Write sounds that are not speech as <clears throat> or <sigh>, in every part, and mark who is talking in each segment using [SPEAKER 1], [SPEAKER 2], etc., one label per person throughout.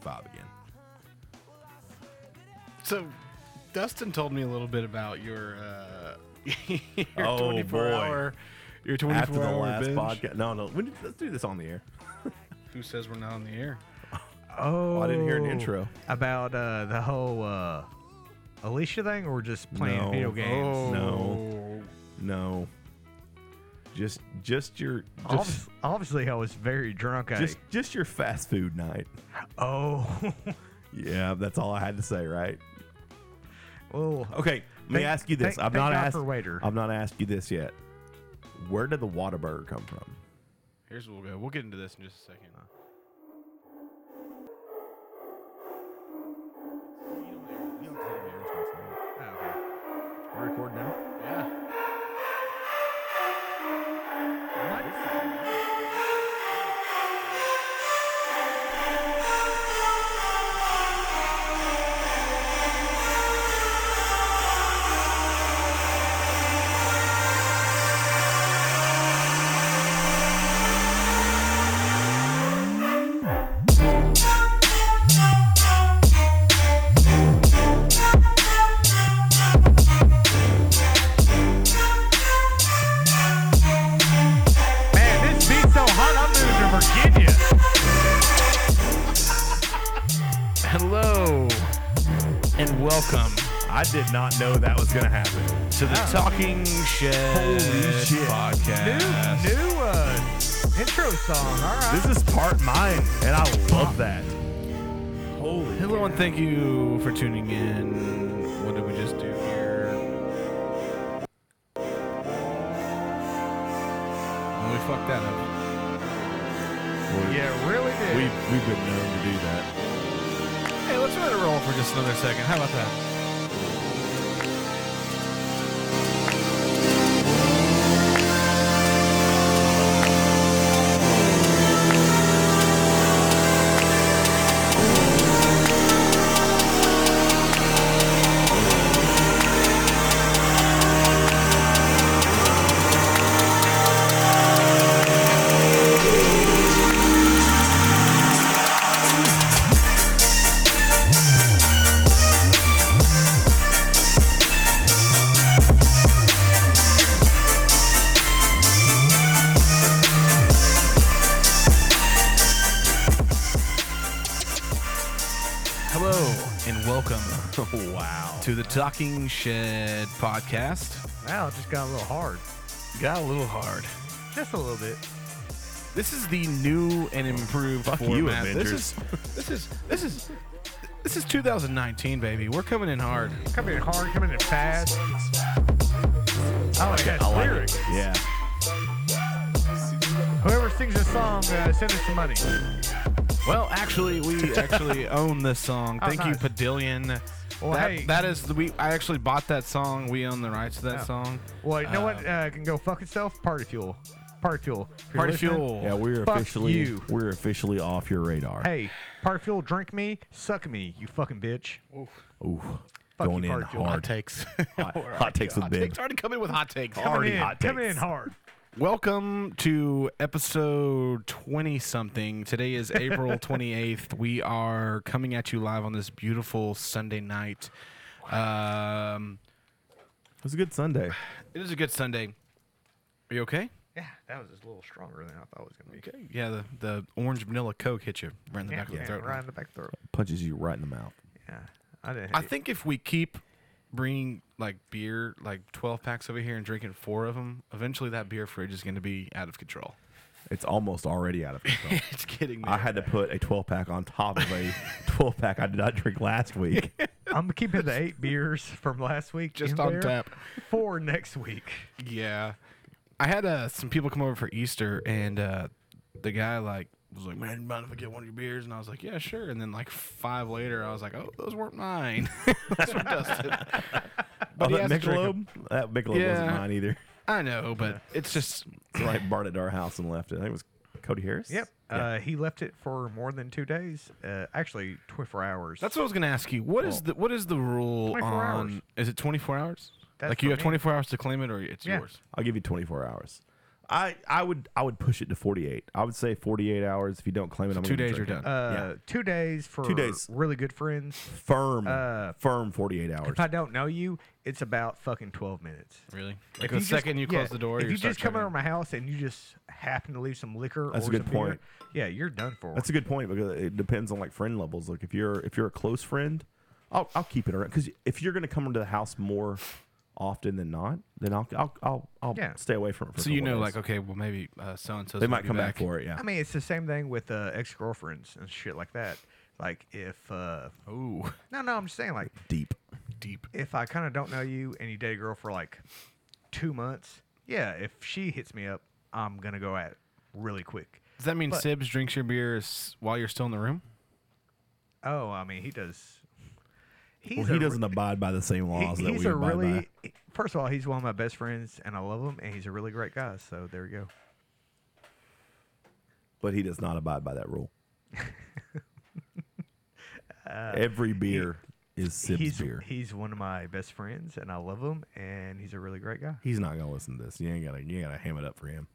[SPEAKER 1] five again.
[SPEAKER 2] So, Dustin told me a little bit about your uh, <laughs> your
[SPEAKER 1] Oh,
[SPEAKER 2] 24
[SPEAKER 1] boy.
[SPEAKER 2] hour your 24
[SPEAKER 1] After the
[SPEAKER 2] hour
[SPEAKER 1] last
[SPEAKER 2] binge.
[SPEAKER 1] podcast, no, no, we- let's do this on the air.
[SPEAKER 2] Who says we're not on the air?
[SPEAKER 3] Oh,
[SPEAKER 1] I didn't hear an intro.
[SPEAKER 3] about uh, the whole uh, Alicia thing, or just playing
[SPEAKER 1] No.
[SPEAKER 3] video games.
[SPEAKER 1] No. No, just just your just
[SPEAKER 3] Obvi- obviously, I was very drunk. I
[SPEAKER 1] just just your fast food night.
[SPEAKER 3] oh, <laughs>
[SPEAKER 1] Yeah, that's all I had to say, right?
[SPEAKER 3] oh,
[SPEAKER 1] Okay, let me
[SPEAKER 3] Thank-
[SPEAKER 1] ask you this.
[SPEAKER 3] thank-
[SPEAKER 1] I've
[SPEAKER 3] thank
[SPEAKER 1] not
[SPEAKER 3] God
[SPEAKER 1] asked.
[SPEAKER 3] for waiter.
[SPEAKER 1] I've not asked you this yet. Where did the Whataburger come from?
[SPEAKER 2] Here's what we'll go. We'll get into this in just a second.
[SPEAKER 3] okay.
[SPEAKER 1] We're recording now.
[SPEAKER 2] Yeah.
[SPEAKER 3] <laughs> Man, this beat's so hot. I'm moving to Virginia.
[SPEAKER 2] Hello and welcome
[SPEAKER 1] I did not know that was going to happen.
[SPEAKER 2] to the Talking Shed
[SPEAKER 1] Holy shit.
[SPEAKER 2] podcast.
[SPEAKER 3] New, new uh, intro song. All right.
[SPEAKER 1] This is part mine, and I love that. Holy.
[SPEAKER 2] Hello and thank you for tuning in. What did we just do here? Oh, we fucked that up.
[SPEAKER 3] yeah, really did.
[SPEAKER 1] We've, we've been known to do that.
[SPEAKER 2] Hey, let's let it roll for just another second. How about that? Hello and welcome
[SPEAKER 1] wow.
[SPEAKER 2] to the Talking Shed podcast.
[SPEAKER 3] wow, it just got a little hard.
[SPEAKER 2] Got a little hard.
[SPEAKER 3] Just a little bit.
[SPEAKER 2] This is the new and improved
[SPEAKER 1] Fuck you,
[SPEAKER 2] format. this
[SPEAKER 1] Avengers.
[SPEAKER 2] is this is this is this is 2019, baby. We're coming in hard.
[SPEAKER 3] Coming in hard, coming in fast. Oh, it has
[SPEAKER 1] I like
[SPEAKER 3] lyrics.
[SPEAKER 1] it. Yeah.
[SPEAKER 3] Whoever sings this song, uh, send us some money.
[SPEAKER 2] Well, actually, we actually own this song.
[SPEAKER 3] Oh,
[SPEAKER 2] Thank you,
[SPEAKER 3] nice.
[SPEAKER 2] Padillion.
[SPEAKER 3] Well,
[SPEAKER 2] that,
[SPEAKER 3] hey.
[SPEAKER 2] that is the, we. I actually bought that song. We own the rights to that
[SPEAKER 3] Oh.
[SPEAKER 2] song.
[SPEAKER 3] Well, you know what?
[SPEAKER 2] Um,
[SPEAKER 3] Uh, can go fuck itself. Party fuel. Party fuel. If you're
[SPEAKER 2] Party
[SPEAKER 3] listening,
[SPEAKER 2] fuel.
[SPEAKER 1] Yeah, we're
[SPEAKER 3] Fuck
[SPEAKER 1] officially
[SPEAKER 3] you.
[SPEAKER 1] we're officially off your radar.
[SPEAKER 3] Hey, party fuel, drink me, suck me, you fucking bitch.
[SPEAKER 1] Ooh,
[SPEAKER 3] Fuck
[SPEAKER 1] going
[SPEAKER 3] you,
[SPEAKER 1] in
[SPEAKER 3] Park Hill.
[SPEAKER 2] hot
[SPEAKER 1] hard.
[SPEAKER 2] <laughs> takes.
[SPEAKER 1] Hot-
[SPEAKER 2] Alright,
[SPEAKER 1] hot takes with
[SPEAKER 2] hot
[SPEAKER 1] Big.
[SPEAKER 2] Takes already coming with hot takes.
[SPEAKER 1] Already
[SPEAKER 3] Coming in,
[SPEAKER 1] hot
[SPEAKER 3] coming
[SPEAKER 1] takes.
[SPEAKER 3] in hard.
[SPEAKER 2] Welcome to episode 20 something. Today is
[SPEAKER 3] <laughs>
[SPEAKER 2] April 28th. We are coming at you live on this beautiful Sunday night. Um,
[SPEAKER 1] It was a good Sunday.
[SPEAKER 2] it is a good Sunday. Are you okay?
[SPEAKER 3] Yeah, that was just a little stronger than I thought it was gonna be.
[SPEAKER 2] Okay. Yeah, the, the orange vanilla Coke hit you right in the
[SPEAKER 3] Yeah,
[SPEAKER 2] back of the
[SPEAKER 3] yeah,
[SPEAKER 2] throat.
[SPEAKER 3] right in the back throat.
[SPEAKER 1] Punches you right in the mouth.
[SPEAKER 3] Yeah, I didn't.
[SPEAKER 2] I
[SPEAKER 3] hate-
[SPEAKER 2] think if we keep bringing like beer, like 12 packs over here and drinking four of them, eventually that beer fridge is going to be out of control. <laughs>
[SPEAKER 1] It's almost already out of control.
[SPEAKER 2] it's kidding me.
[SPEAKER 1] I had to put a 12 pack on top of
[SPEAKER 2] <laughs>
[SPEAKER 1] a 12 pack I did not drink last week.
[SPEAKER 3] I'm keeping the eight beers from last week
[SPEAKER 2] Just
[SPEAKER 3] in
[SPEAKER 2] on
[SPEAKER 3] there
[SPEAKER 2] tap.
[SPEAKER 3] for
[SPEAKER 2] <laughs>
[SPEAKER 3] next week.
[SPEAKER 2] Yeah, I had uh, some people come over for Easter, and uh, the guy like was like, "Man, mind if I get one of your beers?" And I was like, "Yeah, sure." And then like five later, I was like, "Oh, those weren't mine. <laughs> those were Dustin." <laughs>
[SPEAKER 1] Oh,
[SPEAKER 2] he
[SPEAKER 1] that
[SPEAKER 2] has to drink 'em.
[SPEAKER 1] Michelob? That Michelob wasn't
[SPEAKER 2] Yeah.
[SPEAKER 1] mine either. <laughs>
[SPEAKER 2] I know, but it's just
[SPEAKER 1] Somebody brought it to our house and left it. I think it was Cody Harris.
[SPEAKER 3] Yep. Uh, he left it for more than two days. Uh, actually, 24 hours.
[SPEAKER 2] that's what I was gonna ask you. What is the what is the rule
[SPEAKER 3] 24 hours.
[SPEAKER 2] on? Is it twenty four hours?
[SPEAKER 3] That's
[SPEAKER 2] like you
[SPEAKER 3] for
[SPEAKER 2] have
[SPEAKER 3] me.
[SPEAKER 2] twenty four hours to claim it, or it's
[SPEAKER 3] Yeah.
[SPEAKER 2] yours.
[SPEAKER 1] I'll give you 24 hours. I, I would I would push it to 48. I would say 48 hours. If you don't claim it, I'm
[SPEAKER 2] Two
[SPEAKER 1] gonna
[SPEAKER 2] days, you're
[SPEAKER 1] drink it.
[SPEAKER 2] done.
[SPEAKER 3] Uh, Two days for
[SPEAKER 1] Two days.
[SPEAKER 3] really good friends.
[SPEAKER 1] Firm,
[SPEAKER 3] Uh,
[SPEAKER 1] firm 48 hours.
[SPEAKER 3] If I don't know you, it's about fucking 12 minutes.
[SPEAKER 2] really?
[SPEAKER 3] If
[SPEAKER 2] Like the
[SPEAKER 3] just-
[SPEAKER 2] second you
[SPEAKER 3] yeah,
[SPEAKER 2] close the door,
[SPEAKER 3] if
[SPEAKER 2] you're
[SPEAKER 3] you just come over my house and you just happen to leave some liquor
[SPEAKER 1] That's a
[SPEAKER 3] or
[SPEAKER 1] good
[SPEAKER 3] some beer,
[SPEAKER 1] point.
[SPEAKER 3] yeah, you're done for.
[SPEAKER 1] That's a good point because it depends on like friend levels. Like if you're if you're a close friend, I'll I'll keep it around because if you're gonna come into the house more often than not, then I'll I'll I'll, I'll
[SPEAKER 3] Yeah.
[SPEAKER 1] stay away from it. For a
[SPEAKER 2] So you
[SPEAKER 1] couple
[SPEAKER 2] know,
[SPEAKER 1] days.
[SPEAKER 2] like, okay, well, maybe uh, so and so.
[SPEAKER 1] they might come back. for it. Yeah,
[SPEAKER 3] I mean, it's the same thing with uh, ex girlfriends and shit like that. Like if uh,
[SPEAKER 2] Oh,
[SPEAKER 3] no, no, I'm just saying like
[SPEAKER 1] deep.
[SPEAKER 2] deep.
[SPEAKER 3] if I kind of don't know you and you date a girl for like two months, yeah, if she hits me up, I'm gonna go at it really quick.
[SPEAKER 2] Does that mean
[SPEAKER 3] But-
[SPEAKER 2] Sibs drinks your beers while you're still in the room?
[SPEAKER 3] Oh, I mean, he does. He's
[SPEAKER 1] Well, he
[SPEAKER 3] a-
[SPEAKER 1] doesn't abide by the same
[SPEAKER 3] he-
[SPEAKER 1] laws that
[SPEAKER 3] he's
[SPEAKER 1] we
[SPEAKER 3] a
[SPEAKER 1] abide
[SPEAKER 3] really.
[SPEAKER 1] by.
[SPEAKER 3] First of all, he's one of my best friends, and I love him, and he's a really great guy. So there you go.
[SPEAKER 1] But he does not abide by that
[SPEAKER 3] <laughs>
[SPEAKER 1] rule. Every beer is Sib's
[SPEAKER 3] Uh, he's
[SPEAKER 1] beer.
[SPEAKER 3] he's one of my best friends, and I love him, and he's a really great guy.
[SPEAKER 1] He's not gonna listen to this. You ain't gotta you ain't gotta ham it up for him.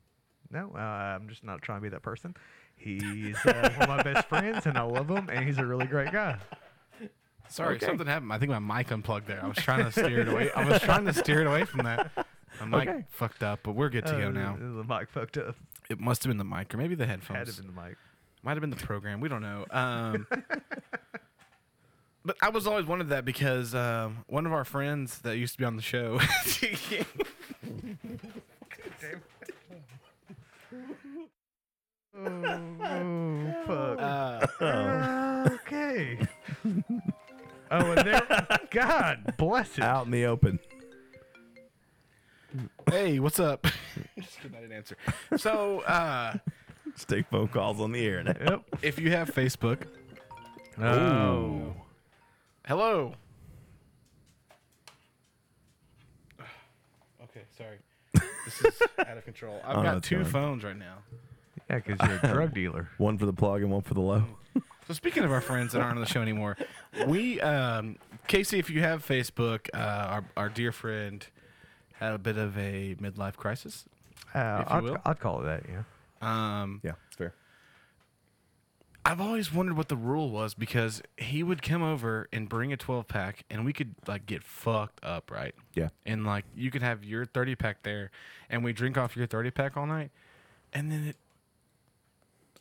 [SPEAKER 3] No, uh, I'm just not trying to be that person. He's uh, one
[SPEAKER 2] <laughs>
[SPEAKER 3] of my best friends, and I love him, and he's a really great guy.
[SPEAKER 2] Sorry,
[SPEAKER 1] Okay.
[SPEAKER 2] something happened. I think my mic unplugged there. I was trying to steer it away. I was trying to steer it away from that. My mic
[SPEAKER 1] Okay.
[SPEAKER 2] fucked up, but we're good to
[SPEAKER 3] Uh,
[SPEAKER 2] go now.
[SPEAKER 3] The mic fucked up.
[SPEAKER 2] It must have been the mic, or maybe the headphones.
[SPEAKER 3] Had it been the mic.
[SPEAKER 2] Might have been the program. We don't know. Um, but I was always wanted that because um, one of our friends that used to be on the show. <laughs>
[SPEAKER 3] Oh, fuck.
[SPEAKER 2] uh,
[SPEAKER 3] okay.
[SPEAKER 2] <laughs>
[SPEAKER 3] oh, and there. God bless
[SPEAKER 1] <laughs>
[SPEAKER 3] it.
[SPEAKER 1] Out in the open.
[SPEAKER 2] hey, what's up? <laughs> Just 'cause I didn't answer. So uh,
[SPEAKER 1] Just take phone calls on the air
[SPEAKER 3] <laughs>
[SPEAKER 1] now.
[SPEAKER 3] Yep.
[SPEAKER 2] if you have Facebook, um,
[SPEAKER 3] Oh.
[SPEAKER 2] hello. Okay, <laughs> sorry. This is out of control. I've
[SPEAKER 1] Oh,
[SPEAKER 2] got
[SPEAKER 1] it's
[SPEAKER 2] two
[SPEAKER 1] fine.
[SPEAKER 2] phones right now.
[SPEAKER 3] Yeah, because you're
[SPEAKER 2] <laughs>
[SPEAKER 3] a drug dealer.
[SPEAKER 1] One for the plug and one for the low.
[SPEAKER 2] So speaking of our friends that aren't on the show anymore, we um, Casey, if you have Facebook, uh, our our dear friend had a bit of a midlife crisis.
[SPEAKER 3] Uh,
[SPEAKER 2] If you
[SPEAKER 3] I'd,
[SPEAKER 2] will.
[SPEAKER 3] I'd call it that, yeah.
[SPEAKER 2] Um,
[SPEAKER 1] Yeah, it's fair.
[SPEAKER 2] I've always wondered what the rule was because he would come over and bring a 12 pack, and we could like get fucked up, right?
[SPEAKER 1] Yeah.
[SPEAKER 2] And like you could have your 30 pack there, and we drink off your 30 pack all night, and then it.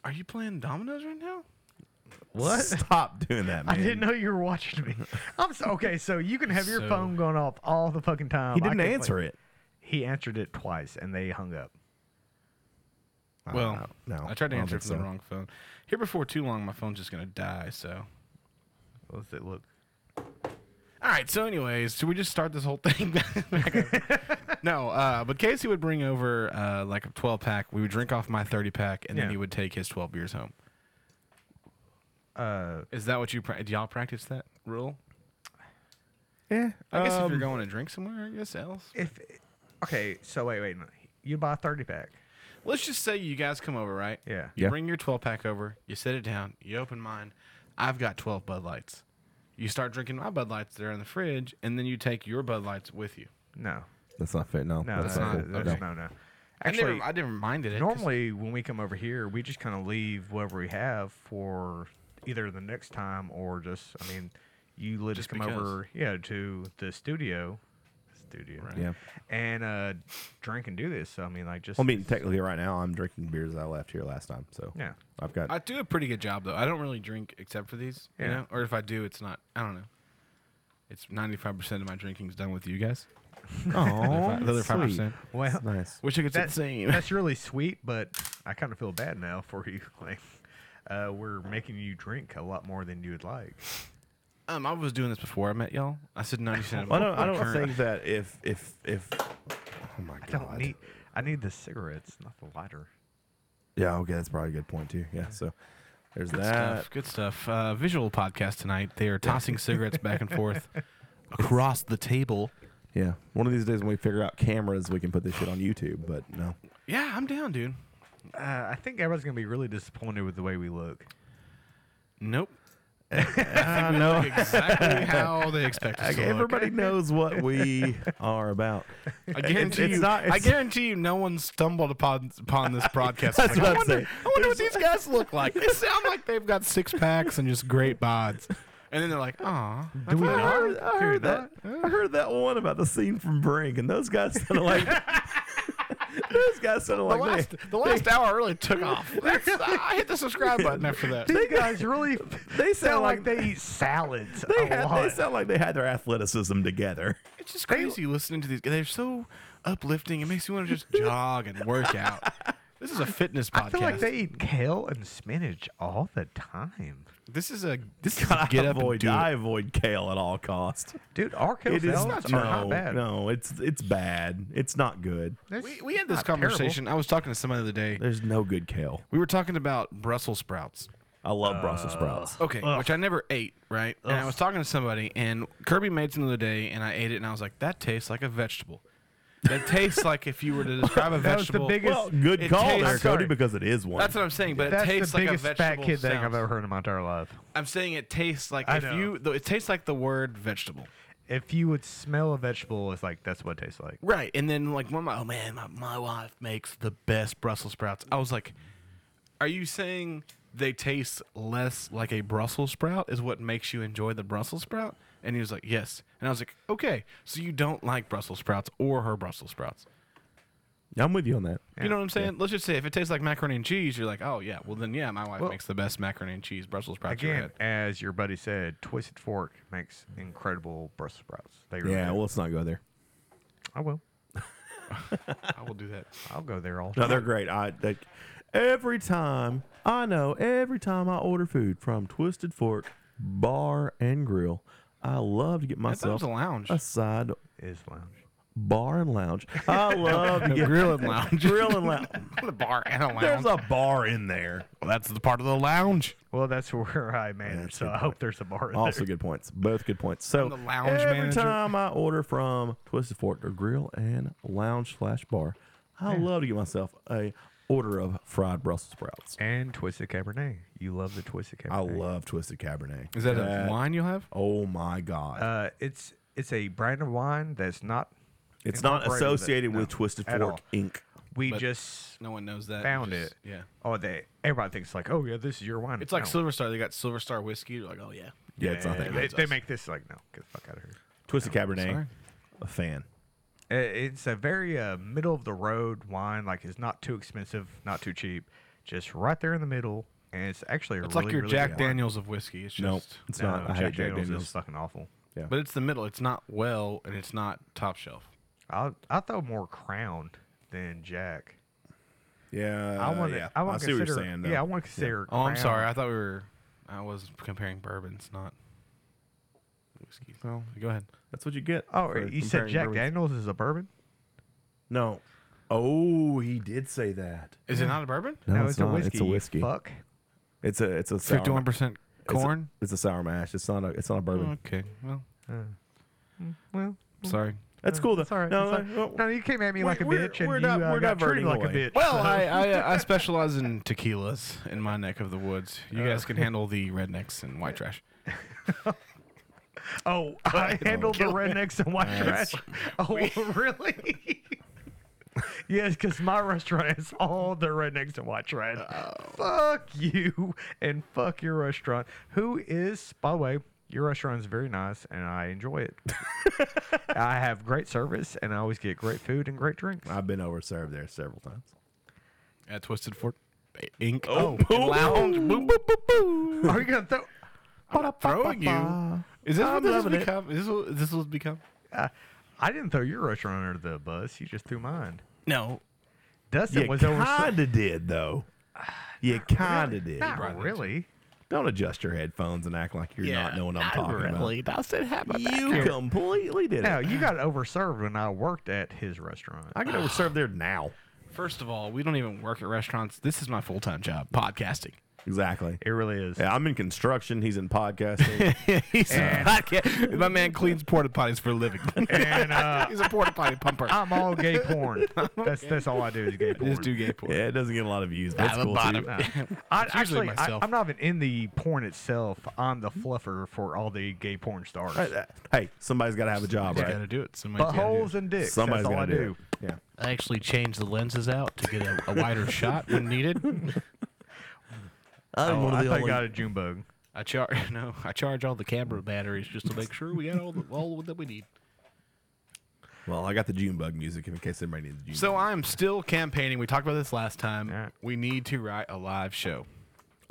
[SPEAKER 2] Are you playing dominoes right now?
[SPEAKER 1] Stop doing that,
[SPEAKER 3] <laughs> I
[SPEAKER 1] man.
[SPEAKER 3] didn't know you were watching me. I'm so, okay, so you can have your
[SPEAKER 2] So-
[SPEAKER 3] phone going off all the fucking time.
[SPEAKER 1] He
[SPEAKER 3] I
[SPEAKER 1] didn't
[SPEAKER 3] can't
[SPEAKER 1] answer
[SPEAKER 3] believe-
[SPEAKER 1] it.
[SPEAKER 3] He answered it twice, and they hung up.
[SPEAKER 2] Well,
[SPEAKER 1] no, no,
[SPEAKER 2] Uh, I tried to
[SPEAKER 1] I don't
[SPEAKER 2] answer
[SPEAKER 1] think
[SPEAKER 2] from the
[SPEAKER 1] so.
[SPEAKER 2] wrong phone. Here before too long, my phone's just gonna die. So,
[SPEAKER 3] Let's see, look.
[SPEAKER 2] all right. So, anyways, should we just start this whole <laughs> thing? back
[SPEAKER 1] <laughs>
[SPEAKER 2] up? no, uh, but Casey would bring over uh, like a twelve pack. We would drink off my thirty pack, and then
[SPEAKER 3] Yeah.
[SPEAKER 2] he would take his twelve beers home.
[SPEAKER 3] Uh,
[SPEAKER 2] Is that what you pra- do? Y'all practice that rule?
[SPEAKER 1] yeah.
[SPEAKER 2] I guess if
[SPEAKER 1] um,
[SPEAKER 2] you're going to drink somewhere, I guess else.
[SPEAKER 3] if okay, so wait, wait, no. you buy a thirty pack.
[SPEAKER 2] Let's just say you guys come over, right?
[SPEAKER 3] Yeah.
[SPEAKER 2] You
[SPEAKER 1] Yeah.
[SPEAKER 2] bring your 12 pack over, you set it down, you open mine. I've got 12 Bud Lights. You start drinking my Bud Lights, they're in the fridge, and then you take your Bud Lights with you.
[SPEAKER 3] No,
[SPEAKER 1] that's not fair. No,
[SPEAKER 3] no,
[SPEAKER 1] that's
[SPEAKER 3] no,
[SPEAKER 1] not.
[SPEAKER 2] not-
[SPEAKER 1] cool.
[SPEAKER 3] that's-
[SPEAKER 2] okay.
[SPEAKER 3] no, no.
[SPEAKER 2] I
[SPEAKER 3] Actually,
[SPEAKER 2] never, I didn't mind it. 'cause-
[SPEAKER 3] normally when we come over here, we just kind of leave whatever we have for either the next time or just. I mean, you let
[SPEAKER 2] Just
[SPEAKER 3] us come
[SPEAKER 2] because.
[SPEAKER 3] over, yeah, to the studio, studio,
[SPEAKER 2] Right.
[SPEAKER 1] Yeah.
[SPEAKER 3] and uh, drink and do this. So I mean, like just
[SPEAKER 1] Well, I mean, technically, right now I'm drinking beers I left here last time, so
[SPEAKER 3] yeah.
[SPEAKER 1] I've got.
[SPEAKER 2] I do a pretty good job, though. I don't really drink except for these, you
[SPEAKER 3] Yeah.
[SPEAKER 2] know? Or if I do, it's not, I don't know. It's 95% of my drinking's done with you
[SPEAKER 3] <laughs>
[SPEAKER 2] guys.
[SPEAKER 1] oh,
[SPEAKER 2] the other five percent.
[SPEAKER 3] Well,
[SPEAKER 1] Nice.
[SPEAKER 2] Wish I could say the
[SPEAKER 3] that's
[SPEAKER 2] same.
[SPEAKER 3] that's really sweet, but I kind of feel bad now for you. <laughs> Like, uh, we're making you drink a lot more than you would like.
[SPEAKER 2] Um, I was doing this before I met y'all. I said 90% of my
[SPEAKER 1] I don't. I
[SPEAKER 2] my
[SPEAKER 1] don't
[SPEAKER 2] current-
[SPEAKER 1] think that if if if. Oh my
[SPEAKER 3] I don't
[SPEAKER 1] god.
[SPEAKER 3] need. I need the cigarettes, not the lighter.
[SPEAKER 1] Yeah. Okay, that's probably a good point too. Yeah. So there's
[SPEAKER 2] Good
[SPEAKER 1] that.
[SPEAKER 2] stuff. Good stuff. Uh, visual podcast tonight. They are tossing cigarettes back and <laughs> forth across the table.
[SPEAKER 1] Yeah. One of these days when we figure out cameras, we can put this shit on YouTube. But no.
[SPEAKER 2] Yeah, I'm down, dude.
[SPEAKER 3] Uh, I think everyone's gonna be really disappointed with the way we look.
[SPEAKER 2] Nope.
[SPEAKER 1] I know.
[SPEAKER 2] <laughs> exactly how they expect us
[SPEAKER 1] Like,
[SPEAKER 2] to look.
[SPEAKER 1] everybody knows what
[SPEAKER 2] <laughs>
[SPEAKER 1] we are about.
[SPEAKER 2] I guarantee
[SPEAKER 1] it's
[SPEAKER 2] you.
[SPEAKER 1] not-
[SPEAKER 2] I
[SPEAKER 1] it's-
[SPEAKER 2] guarantee you. No one stumbled upon
[SPEAKER 1] <laughs>
[SPEAKER 2] upon this broadcast.
[SPEAKER 1] That's
[SPEAKER 2] Like,
[SPEAKER 1] what
[SPEAKER 2] I
[SPEAKER 1] I'm
[SPEAKER 2] wonder.
[SPEAKER 1] saying.
[SPEAKER 2] I wonder what these guys look like.
[SPEAKER 1] <laughs>
[SPEAKER 2] They sound like they've got six packs and just great bods. And then they're like, "Ah, do
[SPEAKER 1] I heard, I heard that. I heard that one about the scene from Brink, and those guys sounded
[SPEAKER 2] <laughs>
[SPEAKER 1] like those guys sounded
[SPEAKER 2] The
[SPEAKER 1] like they-
[SPEAKER 2] last, the last hour really
[SPEAKER 1] <laughs>
[SPEAKER 2] took off. That's, I hit the subscribe button after that.
[SPEAKER 3] These guys really
[SPEAKER 1] They sound
[SPEAKER 3] sound like
[SPEAKER 1] like-
[SPEAKER 3] <laughs> they eat salads
[SPEAKER 1] they
[SPEAKER 3] a
[SPEAKER 1] had,
[SPEAKER 3] lot.
[SPEAKER 1] they sound like they had their athleticism
[SPEAKER 2] <laughs>
[SPEAKER 1] together.
[SPEAKER 2] It's just crazy listening to these. guys. They're so uplifting. It makes you want to <laughs> just jog and work out. This is a fitness podcast.
[SPEAKER 3] I feel like they eat kale and spinach all the time.
[SPEAKER 2] this is a this is
[SPEAKER 1] God,
[SPEAKER 2] get
[SPEAKER 1] I
[SPEAKER 2] up and
[SPEAKER 1] avoid,
[SPEAKER 2] do
[SPEAKER 1] I
[SPEAKER 2] it.
[SPEAKER 1] avoid kale at all costs.
[SPEAKER 3] Dude, our kale
[SPEAKER 1] It is
[SPEAKER 3] salads
[SPEAKER 1] no,
[SPEAKER 3] are not bad.
[SPEAKER 1] no, it's it's bad. It's not good.
[SPEAKER 3] That's
[SPEAKER 2] We, we had this
[SPEAKER 3] not terrible.
[SPEAKER 2] conversation. I was talking to somebody the other day.
[SPEAKER 1] There's no good kale.
[SPEAKER 2] We were talking about Brussels sprouts.
[SPEAKER 1] I love Brussels
[SPEAKER 2] Uh,
[SPEAKER 1] sprouts.
[SPEAKER 2] Okay, which I never ate, right? And I was talking to somebody, and Kirby made some the other day, and I ate it, and I was like, that tastes like a vegetable. That tastes like if you were <laughs> to describe a
[SPEAKER 3] That was the
[SPEAKER 2] vegetable.
[SPEAKER 3] biggest-
[SPEAKER 1] Well, good
[SPEAKER 2] It
[SPEAKER 1] call
[SPEAKER 2] tastes-
[SPEAKER 1] there,
[SPEAKER 2] I'm
[SPEAKER 1] Cody,
[SPEAKER 2] sorry.
[SPEAKER 1] because it is one.
[SPEAKER 2] That's what I'm saying, but
[SPEAKER 3] That's
[SPEAKER 2] it tastes
[SPEAKER 3] the
[SPEAKER 2] like a
[SPEAKER 3] biggest fat
[SPEAKER 2] vegetable.
[SPEAKER 3] kid thing I've
[SPEAKER 2] sounds.
[SPEAKER 3] ever heard in my entire life.
[SPEAKER 2] I'm saying it tastes like
[SPEAKER 3] I
[SPEAKER 2] if
[SPEAKER 3] know.
[SPEAKER 2] you. Though it tastes like the word vegetable.
[SPEAKER 3] If you would smell a vegetable, it's like that's what it tastes like.
[SPEAKER 2] Right, and then like one of my oh man, my, my wife makes the best Brussels sprouts. I was like, are you saying they taste less like a Brussels sprout is what makes you enjoy the Brussels sprout? And he was like, yes. And I was like, okay, so you don't like Brussels sprouts or her Brussels sprouts.
[SPEAKER 1] I'm with you on that.
[SPEAKER 2] You know what I'm saying? Let's just say if it tastes like macaroni and cheese, you're like, oh yeah, well then yeah, my wife
[SPEAKER 3] Well-
[SPEAKER 2] makes the best macaroni and cheese Brussels sprouts. you ever
[SPEAKER 3] Again,
[SPEAKER 2] had.
[SPEAKER 3] as your buddy said, Twisted Fork makes incredible Brussels sprouts. They really
[SPEAKER 1] Yeah,
[SPEAKER 3] do.
[SPEAKER 1] well, let's not go there.
[SPEAKER 3] I will.
[SPEAKER 2] I will
[SPEAKER 1] <laughs>
[SPEAKER 2] do that.
[SPEAKER 3] I'll go there all the
[SPEAKER 1] No,
[SPEAKER 3] time.
[SPEAKER 1] they're great. I like every time I know every time I order food from Twisted Fork Bar and Grill, I love to get
[SPEAKER 2] I thought it
[SPEAKER 1] myself
[SPEAKER 2] was a lounge. <laughs>
[SPEAKER 1] a side
[SPEAKER 3] Is lounge.
[SPEAKER 1] bar and lounge.
[SPEAKER 2] <laughs>
[SPEAKER 1] I love to get <laughs>
[SPEAKER 2] grill and lounge.
[SPEAKER 1] grill and lounge.
[SPEAKER 2] <laughs> the bar and a lounge.
[SPEAKER 1] There's a bar in there.
[SPEAKER 2] well, that's the part of the lounge.
[SPEAKER 3] Well, that's <laughs> where I manage,
[SPEAKER 1] that's
[SPEAKER 3] so
[SPEAKER 1] a good
[SPEAKER 3] I hope there's a bar in there.
[SPEAKER 1] Also, good points. Both good points. So
[SPEAKER 2] I'm the lounge
[SPEAKER 1] every
[SPEAKER 2] manager.
[SPEAKER 1] time I order from Twisted Fork or Grill and Lounge Slash Bar, I love to get myself a order of fried Brussels sprouts.
[SPEAKER 3] And Twisted Cabernet. You love the Twisted Cabernet.
[SPEAKER 1] I love Twisted Cabernet.
[SPEAKER 2] Is that
[SPEAKER 1] That-
[SPEAKER 2] a wine you'll have?
[SPEAKER 1] Oh my God!
[SPEAKER 3] Uh, it's it's a brand of wine that's not.
[SPEAKER 1] it's not
[SPEAKER 3] incorporated with it,
[SPEAKER 1] associated with,
[SPEAKER 3] no,
[SPEAKER 1] Twisted
[SPEAKER 3] at
[SPEAKER 1] Fork
[SPEAKER 3] all.
[SPEAKER 1] Inc.
[SPEAKER 3] We
[SPEAKER 2] But-
[SPEAKER 3] just
[SPEAKER 2] No one knows that.
[SPEAKER 3] found
[SPEAKER 2] Just-
[SPEAKER 3] it.
[SPEAKER 2] Yeah.
[SPEAKER 3] Oh, they everybody thinks like, oh yeah, this is your wine.
[SPEAKER 2] It's like
[SPEAKER 3] No.
[SPEAKER 2] Silver Star. They got Silver Star whiskey. You're like, oh yeah.
[SPEAKER 1] Yeah, it's not that
[SPEAKER 3] They,
[SPEAKER 1] good.
[SPEAKER 3] they make this like no, get the fuck out of here.
[SPEAKER 1] Twisted Cabernet,
[SPEAKER 2] sorry.
[SPEAKER 1] a fan.
[SPEAKER 3] Uh, It's a very uh, middle of the road wine. Like it's not too expensive, not too cheap, just right there in the middle. And it's actually a
[SPEAKER 2] It's
[SPEAKER 3] really,
[SPEAKER 2] like your
[SPEAKER 3] really
[SPEAKER 2] Jack
[SPEAKER 3] good wine.
[SPEAKER 2] Daniels of whiskey. It's just,
[SPEAKER 1] Nope, it's
[SPEAKER 3] No,
[SPEAKER 1] not. I
[SPEAKER 3] Jack
[SPEAKER 1] hate Jack
[SPEAKER 3] Daniels, is
[SPEAKER 1] Daniels.
[SPEAKER 3] fucking awful.
[SPEAKER 1] Yeah.
[SPEAKER 2] but it's the middle. It's not well, and it's not top shelf.
[SPEAKER 3] I I throw more Crown than Jack.
[SPEAKER 1] Yeah,
[SPEAKER 3] I want to.
[SPEAKER 1] yeah.
[SPEAKER 3] Uh, I want to
[SPEAKER 1] see what
[SPEAKER 3] consider.
[SPEAKER 1] you're saying. Though.
[SPEAKER 3] yeah, I want to consider.
[SPEAKER 2] Oh, I'm
[SPEAKER 3] Crown.
[SPEAKER 2] sorry. I thought we were. I was comparing bourbons, not whiskey. Well, go ahead.
[SPEAKER 1] that's what you get.
[SPEAKER 3] Oh,
[SPEAKER 1] for
[SPEAKER 3] you said
[SPEAKER 1] comparing
[SPEAKER 3] Jack
[SPEAKER 1] bourbons.
[SPEAKER 3] Daniels is a bourbon?
[SPEAKER 1] No. Oh, he did say that.
[SPEAKER 2] Is it not a bourbon?
[SPEAKER 1] No, it's, not. It's a
[SPEAKER 3] you
[SPEAKER 1] whiskey.
[SPEAKER 3] Fuck.
[SPEAKER 1] It's a it's a sour.
[SPEAKER 2] Fifty-one percent
[SPEAKER 1] it's a-
[SPEAKER 2] corn.
[SPEAKER 1] It's a, sour mash. It's not a it's not a bourbon.
[SPEAKER 3] Oh,
[SPEAKER 2] okay. Well,
[SPEAKER 3] Well,
[SPEAKER 2] sorry.
[SPEAKER 1] That's cool though.
[SPEAKER 3] that's all right.
[SPEAKER 1] No,
[SPEAKER 3] that's
[SPEAKER 1] no,
[SPEAKER 3] all right.
[SPEAKER 1] no.
[SPEAKER 3] No, you came at me like a
[SPEAKER 1] we're-
[SPEAKER 3] bitch, and
[SPEAKER 1] we're
[SPEAKER 3] you
[SPEAKER 1] not-
[SPEAKER 3] uh,
[SPEAKER 1] we're not
[SPEAKER 3] got treated
[SPEAKER 1] diverting
[SPEAKER 3] like a
[SPEAKER 1] away.
[SPEAKER 3] bitch.
[SPEAKER 2] Well, I, uh, I I specialize in tequilas in my neck of the woods. You guys can handle the rednecks and white trash.
[SPEAKER 3] oh, I handled the rednecks and white trash. Oh, <laughs> really? yes, because my restaurant is all the rednecks and white trash. Fuck you and fuck your restaurant. Who is, by the way, your restaurant is very nice, and I enjoy it. I have great service, and I always get great food and great drinks.
[SPEAKER 1] I've been overserved there several times.
[SPEAKER 2] At Twisted Fork Inc.
[SPEAKER 1] Oh,
[SPEAKER 2] and lounge. Boop, boop, boop, boop.
[SPEAKER 3] Are you gonna throw?
[SPEAKER 2] I'm not throwing you. Is this
[SPEAKER 1] I'm
[SPEAKER 2] what this has
[SPEAKER 1] loving it.
[SPEAKER 2] become? Is this what this will become?
[SPEAKER 3] Uh, I didn't throw your restaurant under the bus. You just threw mine.
[SPEAKER 2] No.
[SPEAKER 3] Dustin
[SPEAKER 1] You
[SPEAKER 3] was over.
[SPEAKER 1] kind of did
[SPEAKER 3] <sighs>
[SPEAKER 1] though. You kind of did.
[SPEAKER 3] Not really.
[SPEAKER 1] Don't adjust your headphones and act like you're not knowing what I'm talking
[SPEAKER 2] That's it
[SPEAKER 1] about.
[SPEAKER 2] happened.
[SPEAKER 1] You completely did
[SPEAKER 3] No,
[SPEAKER 1] it.
[SPEAKER 3] you got overserved when I worked at his restaurant.
[SPEAKER 1] I get overserved there now.
[SPEAKER 2] First of all, we don't even work at restaurants. This is my full time job, podcasting.
[SPEAKER 1] Exactly.
[SPEAKER 3] It really is.
[SPEAKER 1] Yeah, I'm in construction. He's in
[SPEAKER 3] <laughs>
[SPEAKER 1] podcasting.
[SPEAKER 2] He's a podca- My man cleans porta potties for a living. <laughs>
[SPEAKER 3] And uh,
[SPEAKER 2] He's a porta potty pumper.
[SPEAKER 3] I'm all gay porn. That's that's all I do is gay porn.
[SPEAKER 2] Just do gay porn.
[SPEAKER 1] yeah, it doesn't get a lot of views. But
[SPEAKER 2] Ah,
[SPEAKER 1] that's
[SPEAKER 2] the
[SPEAKER 1] cool
[SPEAKER 2] bottom.
[SPEAKER 1] too. <laughs>
[SPEAKER 3] I,
[SPEAKER 2] It's usually
[SPEAKER 3] actually, I,
[SPEAKER 2] myself.
[SPEAKER 3] I'm not even in the porn itself. I'm the fluffer for all the gay porn stars.
[SPEAKER 1] Right, uh, Hey, somebody's got to have a job,
[SPEAKER 2] You
[SPEAKER 1] right?
[SPEAKER 2] gotta do it. Somebody's gotta do it.
[SPEAKER 3] Buttholes and dicks.
[SPEAKER 1] Somebody's
[SPEAKER 3] that's all
[SPEAKER 1] got
[SPEAKER 3] I
[SPEAKER 1] to
[SPEAKER 3] do.
[SPEAKER 1] do. it. Yeah.
[SPEAKER 2] I actually changed the lenses out to get a, a <laughs> wider shot when needed.
[SPEAKER 3] Oh,
[SPEAKER 4] I'm one of
[SPEAKER 3] I
[SPEAKER 4] the
[SPEAKER 3] think I
[SPEAKER 4] only-
[SPEAKER 3] got a June bug.
[SPEAKER 2] I <laughs> charge no, I charge all the camera batteries just to make sure we got all the, all that we need.
[SPEAKER 1] Well, I got the June bug music in case anybody needs June.
[SPEAKER 2] So I'm still campaigning. We talked about this last time.
[SPEAKER 3] Yeah.
[SPEAKER 2] We need to write a live show.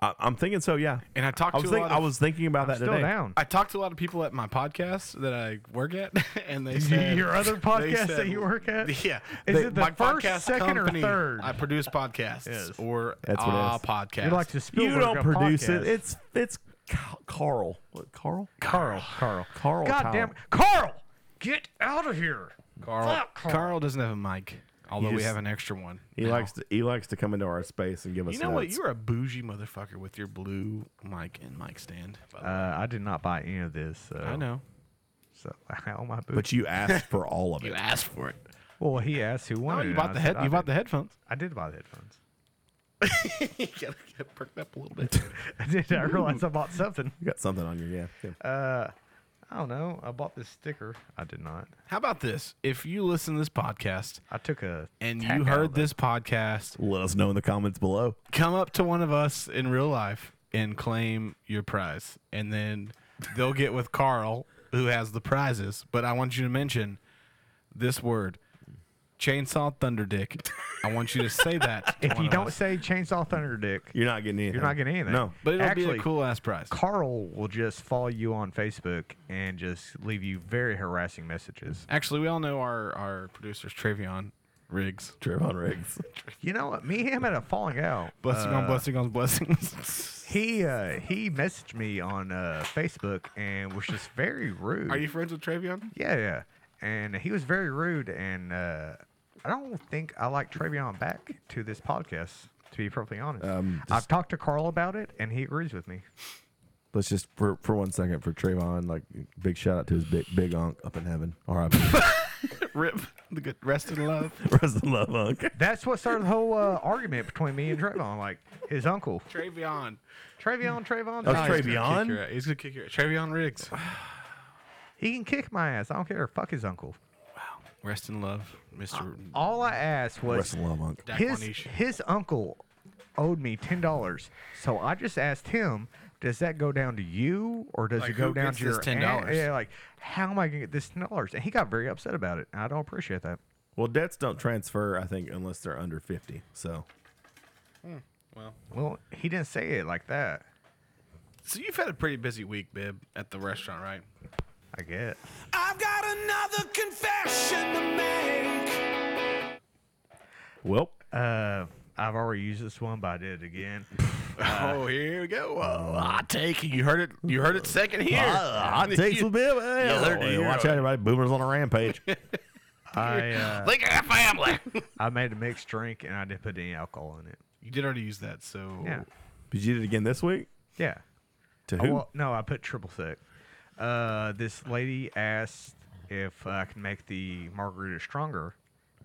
[SPEAKER 1] I, I'm thinking so. Yeah.
[SPEAKER 2] And I talked
[SPEAKER 1] I
[SPEAKER 2] to
[SPEAKER 1] was,
[SPEAKER 2] a
[SPEAKER 1] think,
[SPEAKER 2] lot
[SPEAKER 1] I
[SPEAKER 2] of-
[SPEAKER 1] was thinking about that
[SPEAKER 3] Still
[SPEAKER 1] today.
[SPEAKER 3] down.
[SPEAKER 2] I talked to a lot of people at my podcast that I work at, <laughs> and
[SPEAKER 3] <laughs>
[SPEAKER 2] they said <laughs>
[SPEAKER 3] Your other
[SPEAKER 2] they
[SPEAKER 3] podcast that
[SPEAKER 2] said-
[SPEAKER 3] you work at?
[SPEAKER 2] <laughs> Yeah,
[SPEAKER 3] Is
[SPEAKER 2] They-
[SPEAKER 3] it the
[SPEAKER 2] my
[SPEAKER 3] first,
[SPEAKER 2] podcast
[SPEAKER 3] second, or
[SPEAKER 2] company,
[SPEAKER 3] third?
[SPEAKER 2] I produce podcasts
[SPEAKER 3] Yes.
[SPEAKER 2] or
[SPEAKER 1] That's what it
[SPEAKER 2] ah
[SPEAKER 1] is.
[SPEAKER 2] podcast.
[SPEAKER 3] You're like the Spielberg
[SPEAKER 1] you don't
[SPEAKER 3] of
[SPEAKER 1] produce
[SPEAKER 3] podcasts.
[SPEAKER 1] it. It's it's Ca- Carl. What, Carl?
[SPEAKER 3] Carl. Carl.
[SPEAKER 1] Carl.
[SPEAKER 3] God
[SPEAKER 1] Tyler.
[SPEAKER 3] damn it. Carl! Get out of here.
[SPEAKER 2] Carl.
[SPEAKER 3] Fuck
[SPEAKER 2] Carl. doesn't have a mic, although we
[SPEAKER 1] just-
[SPEAKER 2] have an extra one.
[SPEAKER 1] He
[SPEAKER 2] now.
[SPEAKER 1] likes to he likes to come into our space and give us.
[SPEAKER 2] You know what?
[SPEAKER 1] notes.
[SPEAKER 2] You're a bougie motherfucker with your blue mic and mic stand. by the way.
[SPEAKER 3] Uh, I did not buy any of this. So,
[SPEAKER 2] I know.
[SPEAKER 3] So, <laughs> how my boots.
[SPEAKER 1] But you asked for all <laughs> of it.
[SPEAKER 2] You asked for it.
[SPEAKER 3] Well, he asked who
[SPEAKER 2] No,
[SPEAKER 3] wanted
[SPEAKER 2] you
[SPEAKER 3] it,
[SPEAKER 2] bought
[SPEAKER 3] I
[SPEAKER 2] the
[SPEAKER 3] said
[SPEAKER 2] head.
[SPEAKER 3] I
[SPEAKER 2] You bought the
[SPEAKER 3] did.
[SPEAKER 2] headphones.
[SPEAKER 3] I did buy the headphones. <laughs>
[SPEAKER 2] you <laughs> gotta get perked up a little bit.
[SPEAKER 3] I did. I realized I bought something.
[SPEAKER 1] You got something on your yeah. yeah.
[SPEAKER 3] Uh, I don't know. I bought this sticker. I did not.
[SPEAKER 2] How about this? If you listen to this podcast
[SPEAKER 3] I took a.
[SPEAKER 2] and
[SPEAKER 3] tack
[SPEAKER 2] you
[SPEAKER 3] out
[SPEAKER 2] heard
[SPEAKER 3] of it.
[SPEAKER 2] this podcast,
[SPEAKER 1] Let us know in the comments below.
[SPEAKER 2] come up to one of us in real life and claim your prize, and then they'll get with Carl, who has the prizes. But I want you to mention this word. Chainsaw Thunderdick. I want you to say
[SPEAKER 3] <laughs>
[SPEAKER 2] that. to
[SPEAKER 3] If
[SPEAKER 2] one
[SPEAKER 3] you
[SPEAKER 2] of
[SPEAKER 3] don't
[SPEAKER 2] us.
[SPEAKER 3] say chainsaw thunder dick,
[SPEAKER 1] You're not getting anything.
[SPEAKER 3] you're not getting anything.
[SPEAKER 1] No.
[SPEAKER 2] but it'll be
[SPEAKER 3] actually,
[SPEAKER 2] a cool ass prize.
[SPEAKER 3] Carl will just follow you on Facebook and just leave you very harassing messages.
[SPEAKER 2] Actually, we all know our our producers, Travion
[SPEAKER 3] Uh,
[SPEAKER 2] Riggs.
[SPEAKER 1] Trevon Riggs.
[SPEAKER 3] You know what? Me and him had a falling out.
[SPEAKER 2] Blessing
[SPEAKER 3] Uh,
[SPEAKER 2] on blessing on
[SPEAKER 3] <laughs>
[SPEAKER 2] blessings.
[SPEAKER 3] He uh, he messaged me on uh, Facebook and was just very rude.
[SPEAKER 2] Are you friends with Travion?
[SPEAKER 3] Yeah, yeah. And he was very rude, and uh, I don't think I like Travion back to this podcast. To be perfectly honest,
[SPEAKER 1] Um,
[SPEAKER 3] I've
[SPEAKER 1] just-
[SPEAKER 3] talked to Carl about it, and he agrees with me.
[SPEAKER 1] <laughs> Let's just for for one second for Trayvon. Like big shout out to his big big onk up in heaven. R.I.P.
[SPEAKER 2] Rip <laughs> the good rest in love.
[SPEAKER 1] <laughs> Rest in love, onk.
[SPEAKER 3] That's what started the whole uh, argument between me and Trayvon. Like his uncle,
[SPEAKER 2] Travion.
[SPEAKER 3] Travion, Trayvon,
[SPEAKER 1] Oh,
[SPEAKER 3] Trayvon.
[SPEAKER 1] Travion. Travion?
[SPEAKER 2] He's gonna kick your Travion Riggs.
[SPEAKER 3] he can kick my ass. I don't care. Fuck his uncle.
[SPEAKER 2] Rest in love, Mister.
[SPEAKER 3] All I asked
[SPEAKER 1] Rest
[SPEAKER 3] was
[SPEAKER 1] in love, onk.
[SPEAKER 2] Dak
[SPEAKER 3] his
[SPEAKER 2] Wanish.
[SPEAKER 3] his uncle owed me ten dollars, so I just asked him, "Does that go down to you, or does
[SPEAKER 2] Like,
[SPEAKER 3] it go
[SPEAKER 2] who
[SPEAKER 3] down
[SPEAKER 2] gets
[SPEAKER 3] to
[SPEAKER 2] this
[SPEAKER 3] your
[SPEAKER 2] $10?
[SPEAKER 3] aunt?" Yeah, like how am I gonna get this ten dollars? And he got very upset about it. and I don't appreciate that.
[SPEAKER 1] Well, debts don't transfer, I think, unless they're under fifty. So
[SPEAKER 2] Well,
[SPEAKER 3] Well, he didn't say it like that.
[SPEAKER 2] so you've had a pretty busy week, Bib, at the restaurant, right?
[SPEAKER 3] I get.
[SPEAKER 5] I've got another confession to make.
[SPEAKER 1] well,
[SPEAKER 3] Uh, I've already used this one, but I did
[SPEAKER 2] <laughs>
[SPEAKER 3] it again.
[SPEAKER 2] <laughs> oh, here we go. Oh, hot take. You heard it. You heard it second here. <laughs>
[SPEAKER 1] hot takes with Bib. Hey,
[SPEAKER 2] Yeah, they're-
[SPEAKER 1] hey, watch out, everybody! Boomers on a <laughs> rampage.
[SPEAKER 3] I uh,
[SPEAKER 2] Look at family.
[SPEAKER 3] I made a mixed drink and I didn't put any alcohol in it.
[SPEAKER 2] you did already use that, so
[SPEAKER 3] Yeah,
[SPEAKER 1] But you did it again this week.
[SPEAKER 3] yeah.
[SPEAKER 1] To
[SPEAKER 3] Oh,
[SPEAKER 1] who?
[SPEAKER 3] well, no, I put triple sec. Uh, this lady asked if I could make the margarita stronger,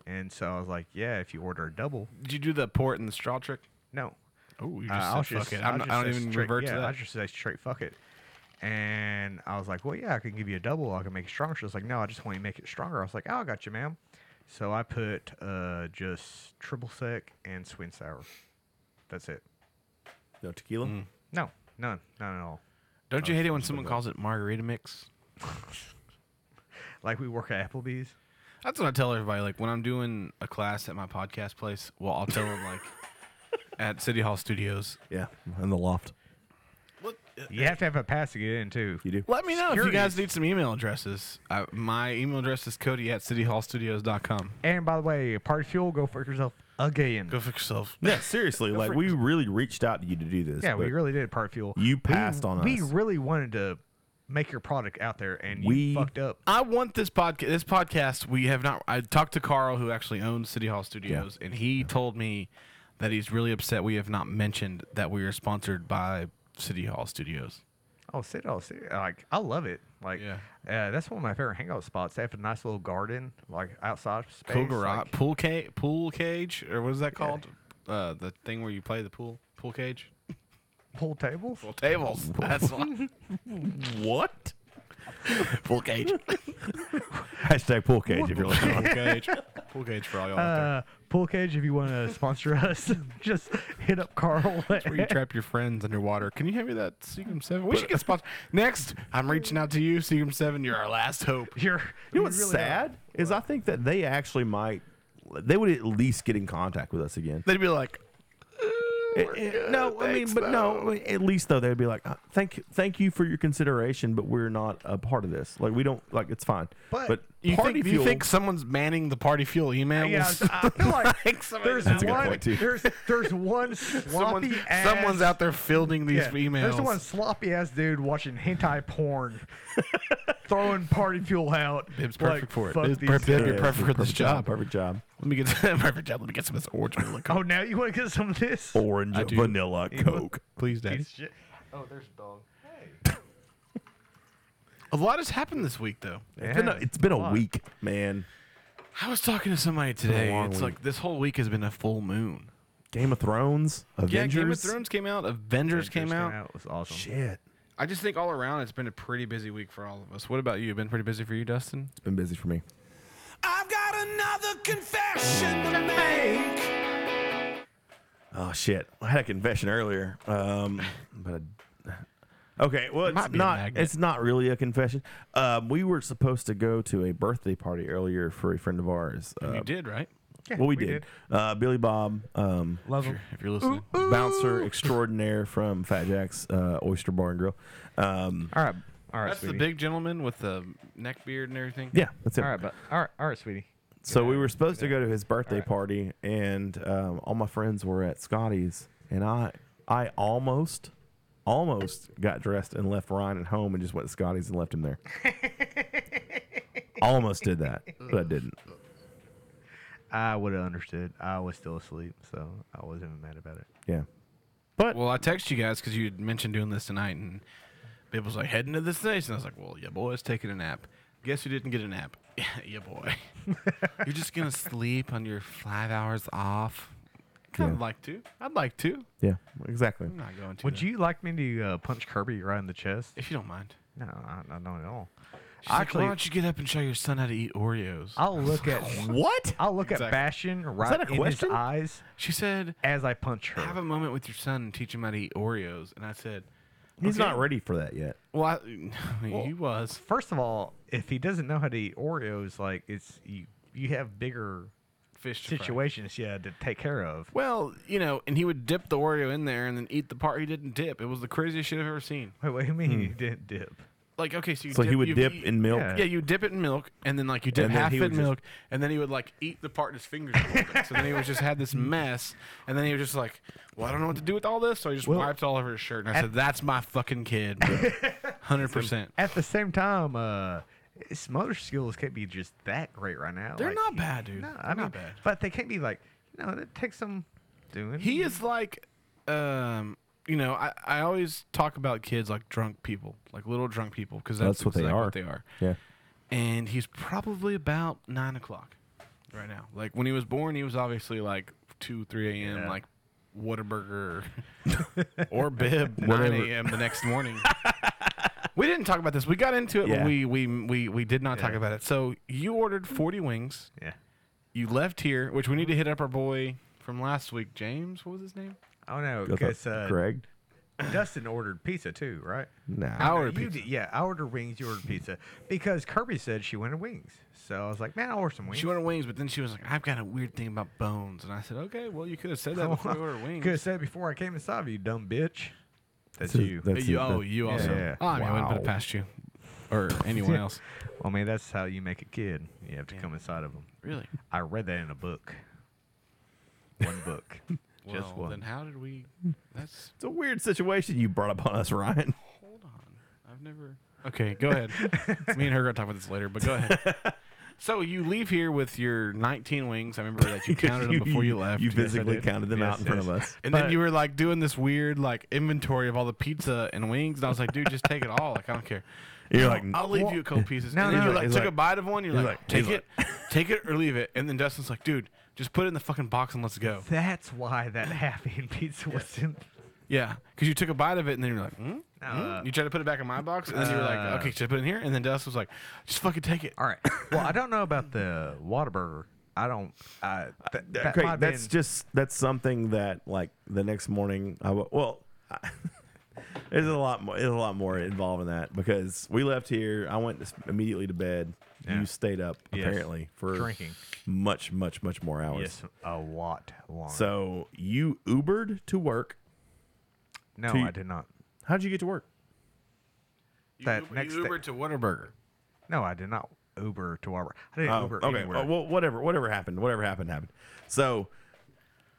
[SPEAKER 3] and so I was like, "Yeah, if you order a double."
[SPEAKER 2] Did you do the port and the straw trick?
[SPEAKER 3] No,
[SPEAKER 2] Oh, you
[SPEAKER 3] Uh,
[SPEAKER 2] just
[SPEAKER 3] I'll
[SPEAKER 2] said fuck it. I'm
[SPEAKER 3] I'll
[SPEAKER 2] not,
[SPEAKER 3] just
[SPEAKER 2] I don't
[SPEAKER 3] say
[SPEAKER 2] even
[SPEAKER 3] straight-
[SPEAKER 2] revert
[SPEAKER 3] yeah,
[SPEAKER 2] to that.
[SPEAKER 3] I just say straight fuck it. And I was like, "Well, yeah, I can give you a double. I can make it stronger." She was like, "No, I just want you to make it stronger." I was like, "Oh, I got you, ma'am." So I put uh, just triple sec and sweet and sour. That's it.
[SPEAKER 1] No tequila.
[SPEAKER 3] No, none, none at all.
[SPEAKER 2] Don't you hate it when someone calls it margarita mix?
[SPEAKER 3] Like we work at Applebee's.
[SPEAKER 2] That's what I tell everybody. Like when I'm doing a class at my podcast place, well, I'll tell them <laughs> like at City Hall Studios.
[SPEAKER 1] Yeah, in the loft.
[SPEAKER 3] You have to have a pass to get in too.
[SPEAKER 1] You do.
[SPEAKER 2] Let me know if you
[SPEAKER 3] Security.
[SPEAKER 2] guys need some email addresses. I, my email address is Cody at cityhallstudios.com.
[SPEAKER 3] And by the way, party fuel, go fuck yourself again.
[SPEAKER 2] Go fix yourself.
[SPEAKER 1] Yeah, seriously. like we really reached out to you to do this.
[SPEAKER 3] yeah, we
[SPEAKER 1] but
[SPEAKER 3] really did party fuel.
[SPEAKER 1] You
[SPEAKER 3] We-
[SPEAKER 1] passed on
[SPEAKER 3] We
[SPEAKER 1] us.
[SPEAKER 3] really wanted to make your product out there, and you
[SPEAKER 1] We-
[SPEAKER 3] fucked up.
[SPEAKER 2] I want this podcast. This podcast we have not. I talked to Carl, who actually owns City Hall Studios, and he told me that he's really upset we have not mentioned that we are sponsored by City Hall Studios.
[SPEAKER 3] Oh, sit all sit. Like I love it. Like
[SPEAKER 2] Yeah.
[SPEAKER 3] uh, that's one of my favorite hangout spots. They have a nice little garden, like outside space.
[SPEAKER 2] Pool garage,
[SPEAKER 3] like-
[SPEAKER 2] pool cage, pool cage, or what is that called? Uh, the thing where you play the pool, pool cage,
[SPEAKER 3] pool tables.
[SPEAKER 2] <laughs> pool tables. That's one.
[SPEAKER 1] What?
[SPEAKER 2] pool cage,
[SPEAKER 1] Hashtag pool cage if you're <laughs> listening.
[SPEAKER 2] pool cage, pool cage for all y'all. out there.
[SPEAKER 3] Uh, pool cage. If you
[SPEAKER 1] <laughs>
[SPEAKER 3] want to sponsor us, <laughs> just hit up Carl.
[SPEAKER 2] Where you trap your friends underwater. Can you hand me that Seagram Seven? We should get sponsored. Next, I'm reaching out to you, Seagram Seven. You're our last hope.
[SPEAKER 3] <laughs> You're.
[SPEAKER 1] You know what's sad is I think that they actually might. They would at least get in contact with us again.
[SPEAKER 2] They'd be like, Eh,
[SPEAKER 1] It- it- Eh, no, I mean, but no, I mean, at least though they'd be like, uh, thank, thank you for your consideration, but we're not a part of this. Like we don't like it's fine.
[SPEAKER 3] But
[SPEAKER 2] you
[SPEAKER 1] party
[SPEAKER 2] think,
[SPEAKER 1] fuel,
[SPEAKER 2] you think someone's manning the party fuel emails?
[SPEAKER 3] Yeah, uh,
[SPEAKER 2] <laughs>
[SPEAKER 3] I feel like there's
[SPEAKER 1] a good
[SPEAKER 3] one.
[SPEAKER 1] point, too.
[SPEAKER 3] There's there's one sloppy
[SPEAKER 2] <laughs> Someone's,
[SPEAKER 3] ass.
[SPEAKER 2] someone's out there fielding these
[SPEAKER 3] yeah,
[SPEAKER 2] emails.
[SPEAKER 3] There's one sloppy ass dude watching
[SPEAKER 2] <laughs>
[SPEAKER 3] hentai porn, throwing party fuel out.
[SPEAKER 2] Bib's
[SPEAKER 3] like,
[SPEAKER 2] perfect for it.
[SPEAKER 3] fuck
[SPEAKER 2] Bib's
[SPEAKER 3] these
[SPEAKER 2] perfect.
[SPEAKER 3] dudes.
[SPEAKER 2] You're perfect for this job.
[SPEAKER 1] perfect job.
[SPEAKER 2] Let me get <laughs> perfect job. Let me get some of this orange vanilla
[SPEAKER 3] Oh, <laughs>
[SPEAKER 2] coke.
[SPEAKER 3] now you want to get some of this?
[SPEAKER 2] Oh,
[SPEAKER 3] <laughs>
[SPEAKER 1] Orange
[SPEAKER 2] do.
[SPEAKER 1] vanilla Coke.
[SPEAKER 2] Please, Daddy.
[SPEAKER 3] Piece of shit. Oh, there's a dog.
[SPEAKER 2] A lot has happened this week, though.
[SPEAKER 1] It's been a,
[SPEAKER 3] Yeah,
[SPEAKER 1] it's been a
[SPEAKER 3] lot.
[SPEAKER 1] week, man.
[SPEAKER 2] I was talking to somebody today.
[SPEAKER 1] long
[SPEAKER 2] It's
[SPEAKER 1] week.
[SPEAKER 2] like this whole week has been a full moon.
[SPEAKER 1] Game of Thrones, Avengers.
[SPEAKER 2] Yeah, Game of Thrones came out. Avengers, came, out.
[SPEAKER 3] It was awesome.
[SPEAKER 1] Shit,
[SPEAKER 2] I just think all around it's been a pretty busy week for all of us. What about you? Been pretty busy for you, Dustin?
[SPEAKER 1] it's been busy for me.
[SPEAKER 5] I've got another confession to make.
[SPEAKER 1] Oh shit! I had a confession earlier, um, but I, okay. Well, it's
[SPEAKER 2] might be a
[SPEAKER 1] not.
[SPEAKER 2] magnet.
[SPEAKER 1] It's not really a confession. Um, we were supposed to go to a birthday party earlier for a friend of ours. Uh,
[SPEAKER 2] you did, right?
[SPEAKER 3] Yeah,
[SPEAKER 1] well, we, did. Uh, Billy Bob, um,
[SPEAKER 2] Love him. If you're listening.
[SPEAKER 1] bouncer extraordinaire from Fat Jack's uh, Oyster Bar and Grill. Um,
[SPEAKER 3] All right. All right,
[SPEAKER 2] That's the
[SPEAKER 3] sweetie.
[SPEAKER 2] big gentleman with the neck beard and everything.
[SPEAKER 1] yeah, that's it.
[SPEAKER 3] All right, but all right, all right, sweetie.
[SPEAKER 1] So we were supposed to go to his birthday party, and um, all my friends were at Scotty's, and I, I almost, almost got dressed and left Ryan at home and just went to Scotty's and left him there. almost did that, but I didn't.
[SPEAKER 3] I would have understood. I was still asleep, so I wasn't even mad about it.
[SPEAKER 1] Yeah,
[SPEAKER 2] Well, I text you guys because you had mentioned doing this tonight, and Bib was like, heading to this place. And I was like, well, yeah, boy, it's taking a nap. Guess who didn't get a nap? <laughs> yeah,
[SPEAKER 3] <laughs>
[SPEAKER 2] boy. You're just going to sleep on your five hours off? Kind of
[SPEAKER 1] Yeah.
[SPEAKER 2] like to. I'd like to.
[SPEAKER 1] yeah, exactly.
[SPEAKER 2] I'm not going to.
[SPEAKER 3] Would
[SPEAKER 2] though,
[SPEAKER 3] you like me to uh, punch Kirby right in the chest?
[SPEAKER 2] If you don't mind.
[SPEAKER 3] No, I, I don't at all.
[SPEAKER 2] She's like, why don't you get up and show your son how to eat Oreos?
[SPEAKER 3] I'll look at
[SPEAKER 1] What?
[SPEAKER 3] I'll look at
[SPEAKER 2] Exactly.
[SPEAKER 3] Bastion right
[SPEAKER 1] that a
[SPEAKER 3] in
[SPEAKER 1] question?
[SPEAKER 3] his eyes
[SPEAKER 2] she said,
[SPEAKER 3] as I punch her.
[SPEAKER 2] have a moment with your son and teach him how to eat Oreos. And I said,
[SPEAKER 1] He's
[SPEAKER 2] okay.
[SPEAKER 1] not ready for that yet.
[SPEAKER 2] Well, I, <laughs> he was.
[SPEAKER 3] First of all, if he doesn't know how to eat Oreos, like it's you, you have bigger
[SPEAKER 2] Fish to fry.
[SPEAKER 3] situations, yeah, to take care of.
[SPEAKER 2] Well, you know, and he would dip the Oreo in there and then eat the part he didn't dip. It was the craziest shit I've ever seen.
[SPEAKER 3] Wait, what do you mean you didn't dip?
[SPEAKER 2] Like, okay, so you
[SPEAKER 1] So
[SPEAKER 2] dip,
[SPEAKER 1] he would
[SPEAKER 2] you
[SPEAKER 1] dip
[SPEAKER 2] eat-
[SPEAKER 1] in milk.
[SPEAKER 3] Yeah.
[SPEAKER 2] Yeah, you dip it in milk, and then like you dip
[SPEAKER 1] And then
[SPEAKER 2] half
[SPEAKER 1] he
[SPEAKER 2] it
[SPEAKER 1] would
[SPEAKER 2] in
[SPEAKER 1] just-
[SPEAKER 2] milk, and then he would like eat the part in his fingers. were open. so then he would just
[SPEAKER 1] <laughs>
[SPEAKER 2] had this mess, and then he was just like, "Well, I don't know what to do with all this," so he just
[SPEAKER 3] Well,
[SPEAKER 2] wiped all over his shirt, and I said, "That's my fucking kid,
[SPEAKER 1] <laughs>
[SPEAKER 2] hundred percent."
[SPEAKER 3] At the same time, uh, his motor skills can't be just that great right now.
[SPEAKER 2] They're
[SPEAKER 3] Like,
[SPEAKER 2] not bad, dude.
[SPEAKER 3] No,
[SPEAKER 2] They're
[SPEAKER 3] I mean,
[SPEAKER 2] not bad.
[SPEAKER 3] but they can't be like, you know, that takes some doing.
[SPEAKER 2] He is like, um, you know, I, I always talk about kids like drunk people, like little drunk people, because that's,
[SPEAKER 1] That's what they
[SPEAKER 2] exactly
[SPEAKER 1] are.
[SPEAKER 2] What they are.
[SPEAKER 1] Yeah.
[SPEAKER 2] and he's probably about nine o'clock right now. Like when he was born, he was obviously like two, three a.m.
[SPEAKER 3] Yeah.
[SPEAKER 2] Like
[SPEAKER 3] <laughs>
[SPEAKER 2] Whataburger or Bib nine
[SPEAKER 1] Whatever.
[SPEAKER 2] a.m. the
[SPEAKER 1] <laughs>
[SPEAKER 2] next morning. we didn't talk about this. We got into it,
[SPEAKER 1] Yeah.
[SPEAKER 2] but we we we we did not talk
[SPEAKER 3] Yeah.
[SPEAKER 2] about it. So you ordered forty wings.
[SPEAKER 3] Yeah.
[SPEAKER 2] You left here, which we need to hit up our boy from last week, James. What was his name?
[SPEAKER 3] I don't know
[SPEAKER 1] Go with
[SPEAKER 3] because
[SPEAKER 1] that.
[SPEAKER 3] Oh, uh,
[SPEAKER 1] Greg.
[SPEAKER 3] Dustin ordered pizza too, right?
[SPEAKER 1] Nah.
[SPEAKER 2] I
[SPEAKER 3] No,
[SPEAKER 2] ordered
[SPEAKER 3] you
[SPEAKER 2] pizza.
[SPEAKER 3] did- yeah, I ordered wings. You ordered pizza because Kirby said she wanted wings. So I was like, man, I will order some wings.
[SPEAKER 2] She wanted wings, but then she was like, "I've got a weird thing about bones," and I said, "Okay, well, you could have said that before you
[SPEAKER 3] <laughs>
[SPEAKER 2] ordered wings."
[SPEAKER 3] Could have said before I came inside of you, dumb bitch. That's
[SPEAKER 1] That's-
[SPEAKER 3] you.
[SPEAKER 1] that's-
[SPEAKER 2] you,
[SPEAKER 1] it.
[SPEAKER 2] oh, you also.
[SPEAKER 3] Yeah.
[SPEAKER 2] Oh, I mean, I wouldn't put it
[SPEAKER 1] Wow.
[SPEAKER 2] past you or anyone else.
[SPEAKER 3] well, I mean, that's how you make a kid. You have to come inside of them.
[SPEAKER 2] Really?
[SPEAKER 3] I read that in a book. One
[SPEAKER 2] <laughs>
[SPEAKER 3] book.
[SPEAKER 2] Well,
[SPEAKER 3] Just one.
[SPEAKER 2] then how did we? That's
[SPEAKER 1] It's a weird situation you brought up on us, Ryan.
[SPEAKER 2] hold on. I've never. Okay, go ahead. Me and her are gonna talk about this later, but go ahead. So you leave here with your 19 wings. I
[SPEAKER 1] <laughs>
[SPEAKER 2] remember that you counted them before you left.
[SPEAKER 1] You
[SPEAKER 2] Yes, I
[SPEAKER 1] physically
[SPEAKER 2] did.
[SPEAKER 1] counted them
[SPEAKER 2] Yes,
[SPEAKER 1] out in front
[SPEAKER 2] yes.
[SPEAKER 1] of us.
[SPEAKER 2] And then you were like doing this weird like inventory of all the pizza and wings, and I was like, dude, just take it all. Like I don't care.
[SPEAKER 1] You're
[SPEAKER 2] "No,
[SPEAKER 1] like,
[SPEAKER 2] I'll leave you a couple pieces.
[SPEAKER 3] No,
[SPEAKER 2] and then
[SPEAKER 3] no,
[SPEAKER 2] you
[SPEAKER 3] no.
[SPEAKER 2] like
[SPEAKER 1] He's
[SPEAKER 2] took
[SPEAKER 1] like-
[SPEAKER 2] a bite of one. You're like,
[SPEAKER 1] like- <laughs>
[SPEAKER 2] take
[SPEAKER 1] he's
[SPEAKER 2] it, take it or leave it. And then Dustin's like, dude, just put it in the fucking box and let's go.
[SPEAKER 3] That's why that <laughs> half eaten pizza was in.
[SPEAKER 2] Yeah, because you took a bite of it and then you're like, hmm?
[SPEAKER 3] Uh,
[SPEAKER 2] Hmm?" you tried to put it back in my box, and then you were
[SPEAKER 3] uh,
[SPEAKER 2] like, okay, should I put it in here? And then Dustin was like, just fucking take it.
[SPEAKER 3] All right. Well, I don't know about the Whataburger. I don't. I, th- that
[SPEAKER 1] Okay,
[SPEAKER 3] might have
[SPEAKER 1] that's
[SPEAKER 3] been-
[SPEAKER 1] just that's something that like the next morning I w- well <laughs> I- there's a lot more there's a lot more involved in that because we left here I went to s- immediately to bed
[SPEAKER 3] Yeah.
[SPEAKER 1] you stayed up
[SPEAKER 3] Yes.
[SPEAKER 1] apparently for
[SPEAKER 3] Drinking.
[SPEAKER 1] much much much more hours
[SPEAKER 3] yes, a lot longer.
[SPEAKER 1] so you Ubered to work
[SPEAKER 3] no,
[SPEAKER 1] to-
[SPEAKER 3] I did not.
[SPEAKER 1] how'd you get to work
[SPEAKER 2] You,
[SPEAKER 3] That
[SPEAKER 2] Uber,
[SPEAKER 3] next
[SPEAKER 2] you
[SPEAKER 3] day-
[SPEAKER 2] Uber to Whataburger.
[SPEAKER 3] No, I did not Uber to Whataburger. I didn't Uber
[SPEAKER 1] okay
[SPEAKER 3] anywhere.
[SPEAKER 1] Uh, well whatever whatever happened whatever happened happened so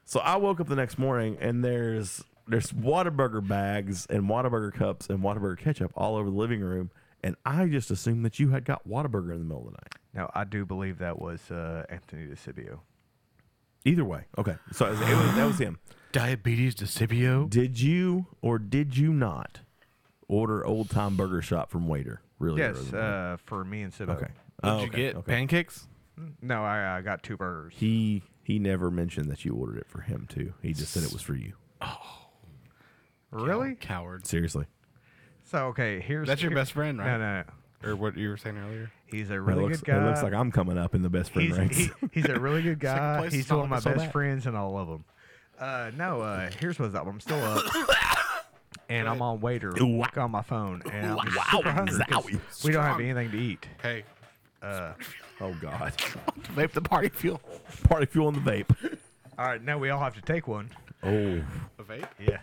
[SPEAKER 1] so I woke up the next morning and there's there's Whataburger bags and Whataburger cups and Whataburger ketchup all over the living room. And I just assumed that you had got Whataburger in the middle of the night.
[SPEAKER 3] no, I do believe that was uh, Anthony DeCibio.
[SPEAKER 1] Either way, okay. So it was, it was- that was him.
[SPEAKER 2] Diabetes Desibio.
[SPEAKER 1] Did you or did you not order Old Time Burger Shop from Waiter? Really? early in
[SPEAKER 3] Yes,
[SPEAKER 1] the morning?
[SPEAKER 3] uh, for me and Sibo. Mm,
[SPEAKER 1] okay.
[SPEAKER 2] Did
[SPEAKER 1] Oh,
[SPEAKER 2] you
[SPEAKER 1] okay,
[SPEAKER 2] get
[SPEAKER 1] okay.
[SPEAKER 2] pancakes?
[SPEAKER 3] No, I, I got two burgers.
[SPEAKER 1] He he never mentioned that you ordered it for him too. He just said it was for you.
[SPEAKER 3] really?
[SPEAKER 2] Cowards.
[SPEAKER 1] Seriously.
[SPEAKER 3] So okay, here's
[SPEAKER 2] That's your
[SPEAKER 3] here-
[SPEAKER 2] best friend,
[SPEAKER 3] No,
[SPEAKER 2] right?
[SPEAKER 3] no, no.
[SPEAKER 2] Or what you were saying earlier.
[SPEAKER 3] He's a
[SPEAKER 1] It
[SPEAKER 3] really
[SPEAKER 1] looks,
[SPEAKER 3] good
[SPEAKER 1] it
[SPEAKER 3] guy.
[SPEAKER 1] looks like I'm coming up in the best friend
[SPEAKER 3] he's,
[SPEAKER 1] ranks.
[SPEAKER 3] he- he's a really good guy.
[SPEAKER 2] place
[SPEAKER 3] He's
[SPEAKER 2] is not
[SPEAKER 3] one of my
[SPEAKER 2] looking so
[SPEAKER 3] best
[SPEAKER 2] bad.
[SPEAKER 3] friends, and I love him. Uh, no, uh, here's what's up. I'm still up, and I'm on waiter like, on my phone, and I'm super hungry 'cause
[SPEAKER 1] Zowie.
[SPEAKER 3] we don't have
[SPEAKER 2] Strong.
[SPEAKER 3] anything to eat.
[SPEAKER 2] Hey,
[SPEAKER 1] <laughs> oh God.
[SPEAKER 2] <laughs> vape the party fuel.
[SPEAKER 1] Party fuel in the vape.
[SPEAKER 2] <laughs>
[SPEAKER 3] All right, now we all have to take one.
[SPEAKER 1] Oh,
[SPEAKER 2] A vape?
[SPEAKER 3] Yeah,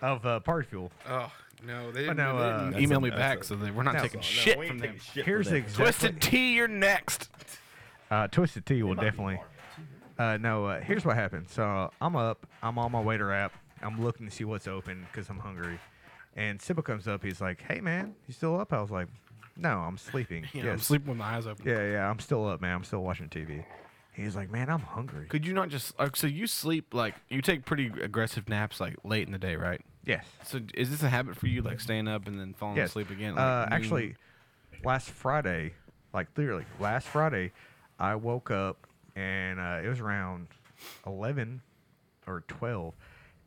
[SPEAKER 3] of uh, party fuel.
[SPEAKER 2] Oh no, they didn't,
[SPEAKER 3] no,
[SPEAKER 2] they
[SPEAKER 3] uh,
[SPEAKER 2] didn't
[SPEAKER 3] That's
[SPEAKER 2] email
[SPEAKER 1] a-
[SPEAKER 2] me
[SPEAKER 1] that's
[SPEAKER 2] back,
[SPEAKER 1] a-
[SPEAKER 2] so they, we're not
[SPEAKER 3] No.
[SPEAKER 2] taking
[SPEAKER 3] Oh, no,
[SPEAKER 2] shit from them.
[SPEAKER 3] Here's exactly
[SPEAKER 2] Twisted Tea, you're next.
[SPEAKER 3] Uh, Twisted Tea will definitely. Uh, no, uh, here's what happened. So I'm up. I'm on my waiter app. I'm looking to see what's open because I'm hungry. And Sibyl comes up. He's like, "Hey, man, you still up?" I was like, "No, I'm sleeping."
[SPEAKER 2] <laughs> Yeah, I'm
[SPEAKER 3] Yes.
[SPEAKER 2] sleeping with my eyes open.
[SPEAKER 3] Yeah, yeah, I'm still up, man. I'm still watching TV. He's like, "Man, I'm hungry."
[SPEAKER 2] Could you not just like so you sleep like you take pretty aggressive naps like late in the day, right?
[SPEAKER 3] Yes.
[SPEAKER 2] So is this a habit for you, like staying up and then falling
[SPEAKER 3] Yes.
[SPEAKER 2] asleep again? like, mm,
[SPEAKER 3] Uh,
[SPEAKER 2] noon?
[SPEAKER 3] actually, last Friday, like literally last Friday, I woke up and uh, it was around eleven or twelve,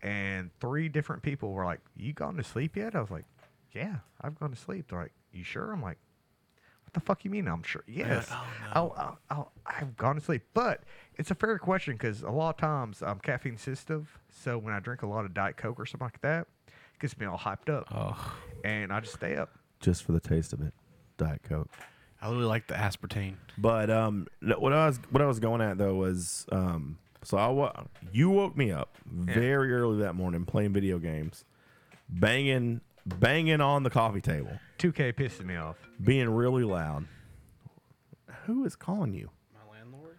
[SPEAKER 3] and three different people were like, "You gone to sleep yet?" I was like, "Yeah, I've gone to sleep." They're like, "You sure?" I'm like, "What the fuck you mean? I'm sure." Yes,
[SPEAKER 2] Oh,
[SPEAKER 3] I'll, I'll, I'll, I've gone to sleep, but it's a fair question because a lot of times I'm caffeine sensitive, so when I drink a lot of Diet Coke or something like that, it gets me all hyped up, and I just stay up.
[SPEAKER 1] just for the taste of it, Diet Coke.
[SPEAKER 2] I really like the aspartame.
[SPEAKER 1] But um, no, what I was what I was going at though was um, so I wa- you woke me up very early that morning playing video games, banging banging on the coffee table,
[SPEAKER 3] 2K pisses me off.
[SPEAKER 1] being really loud. Who is calling you?
[SPEAKER 2] My landlord.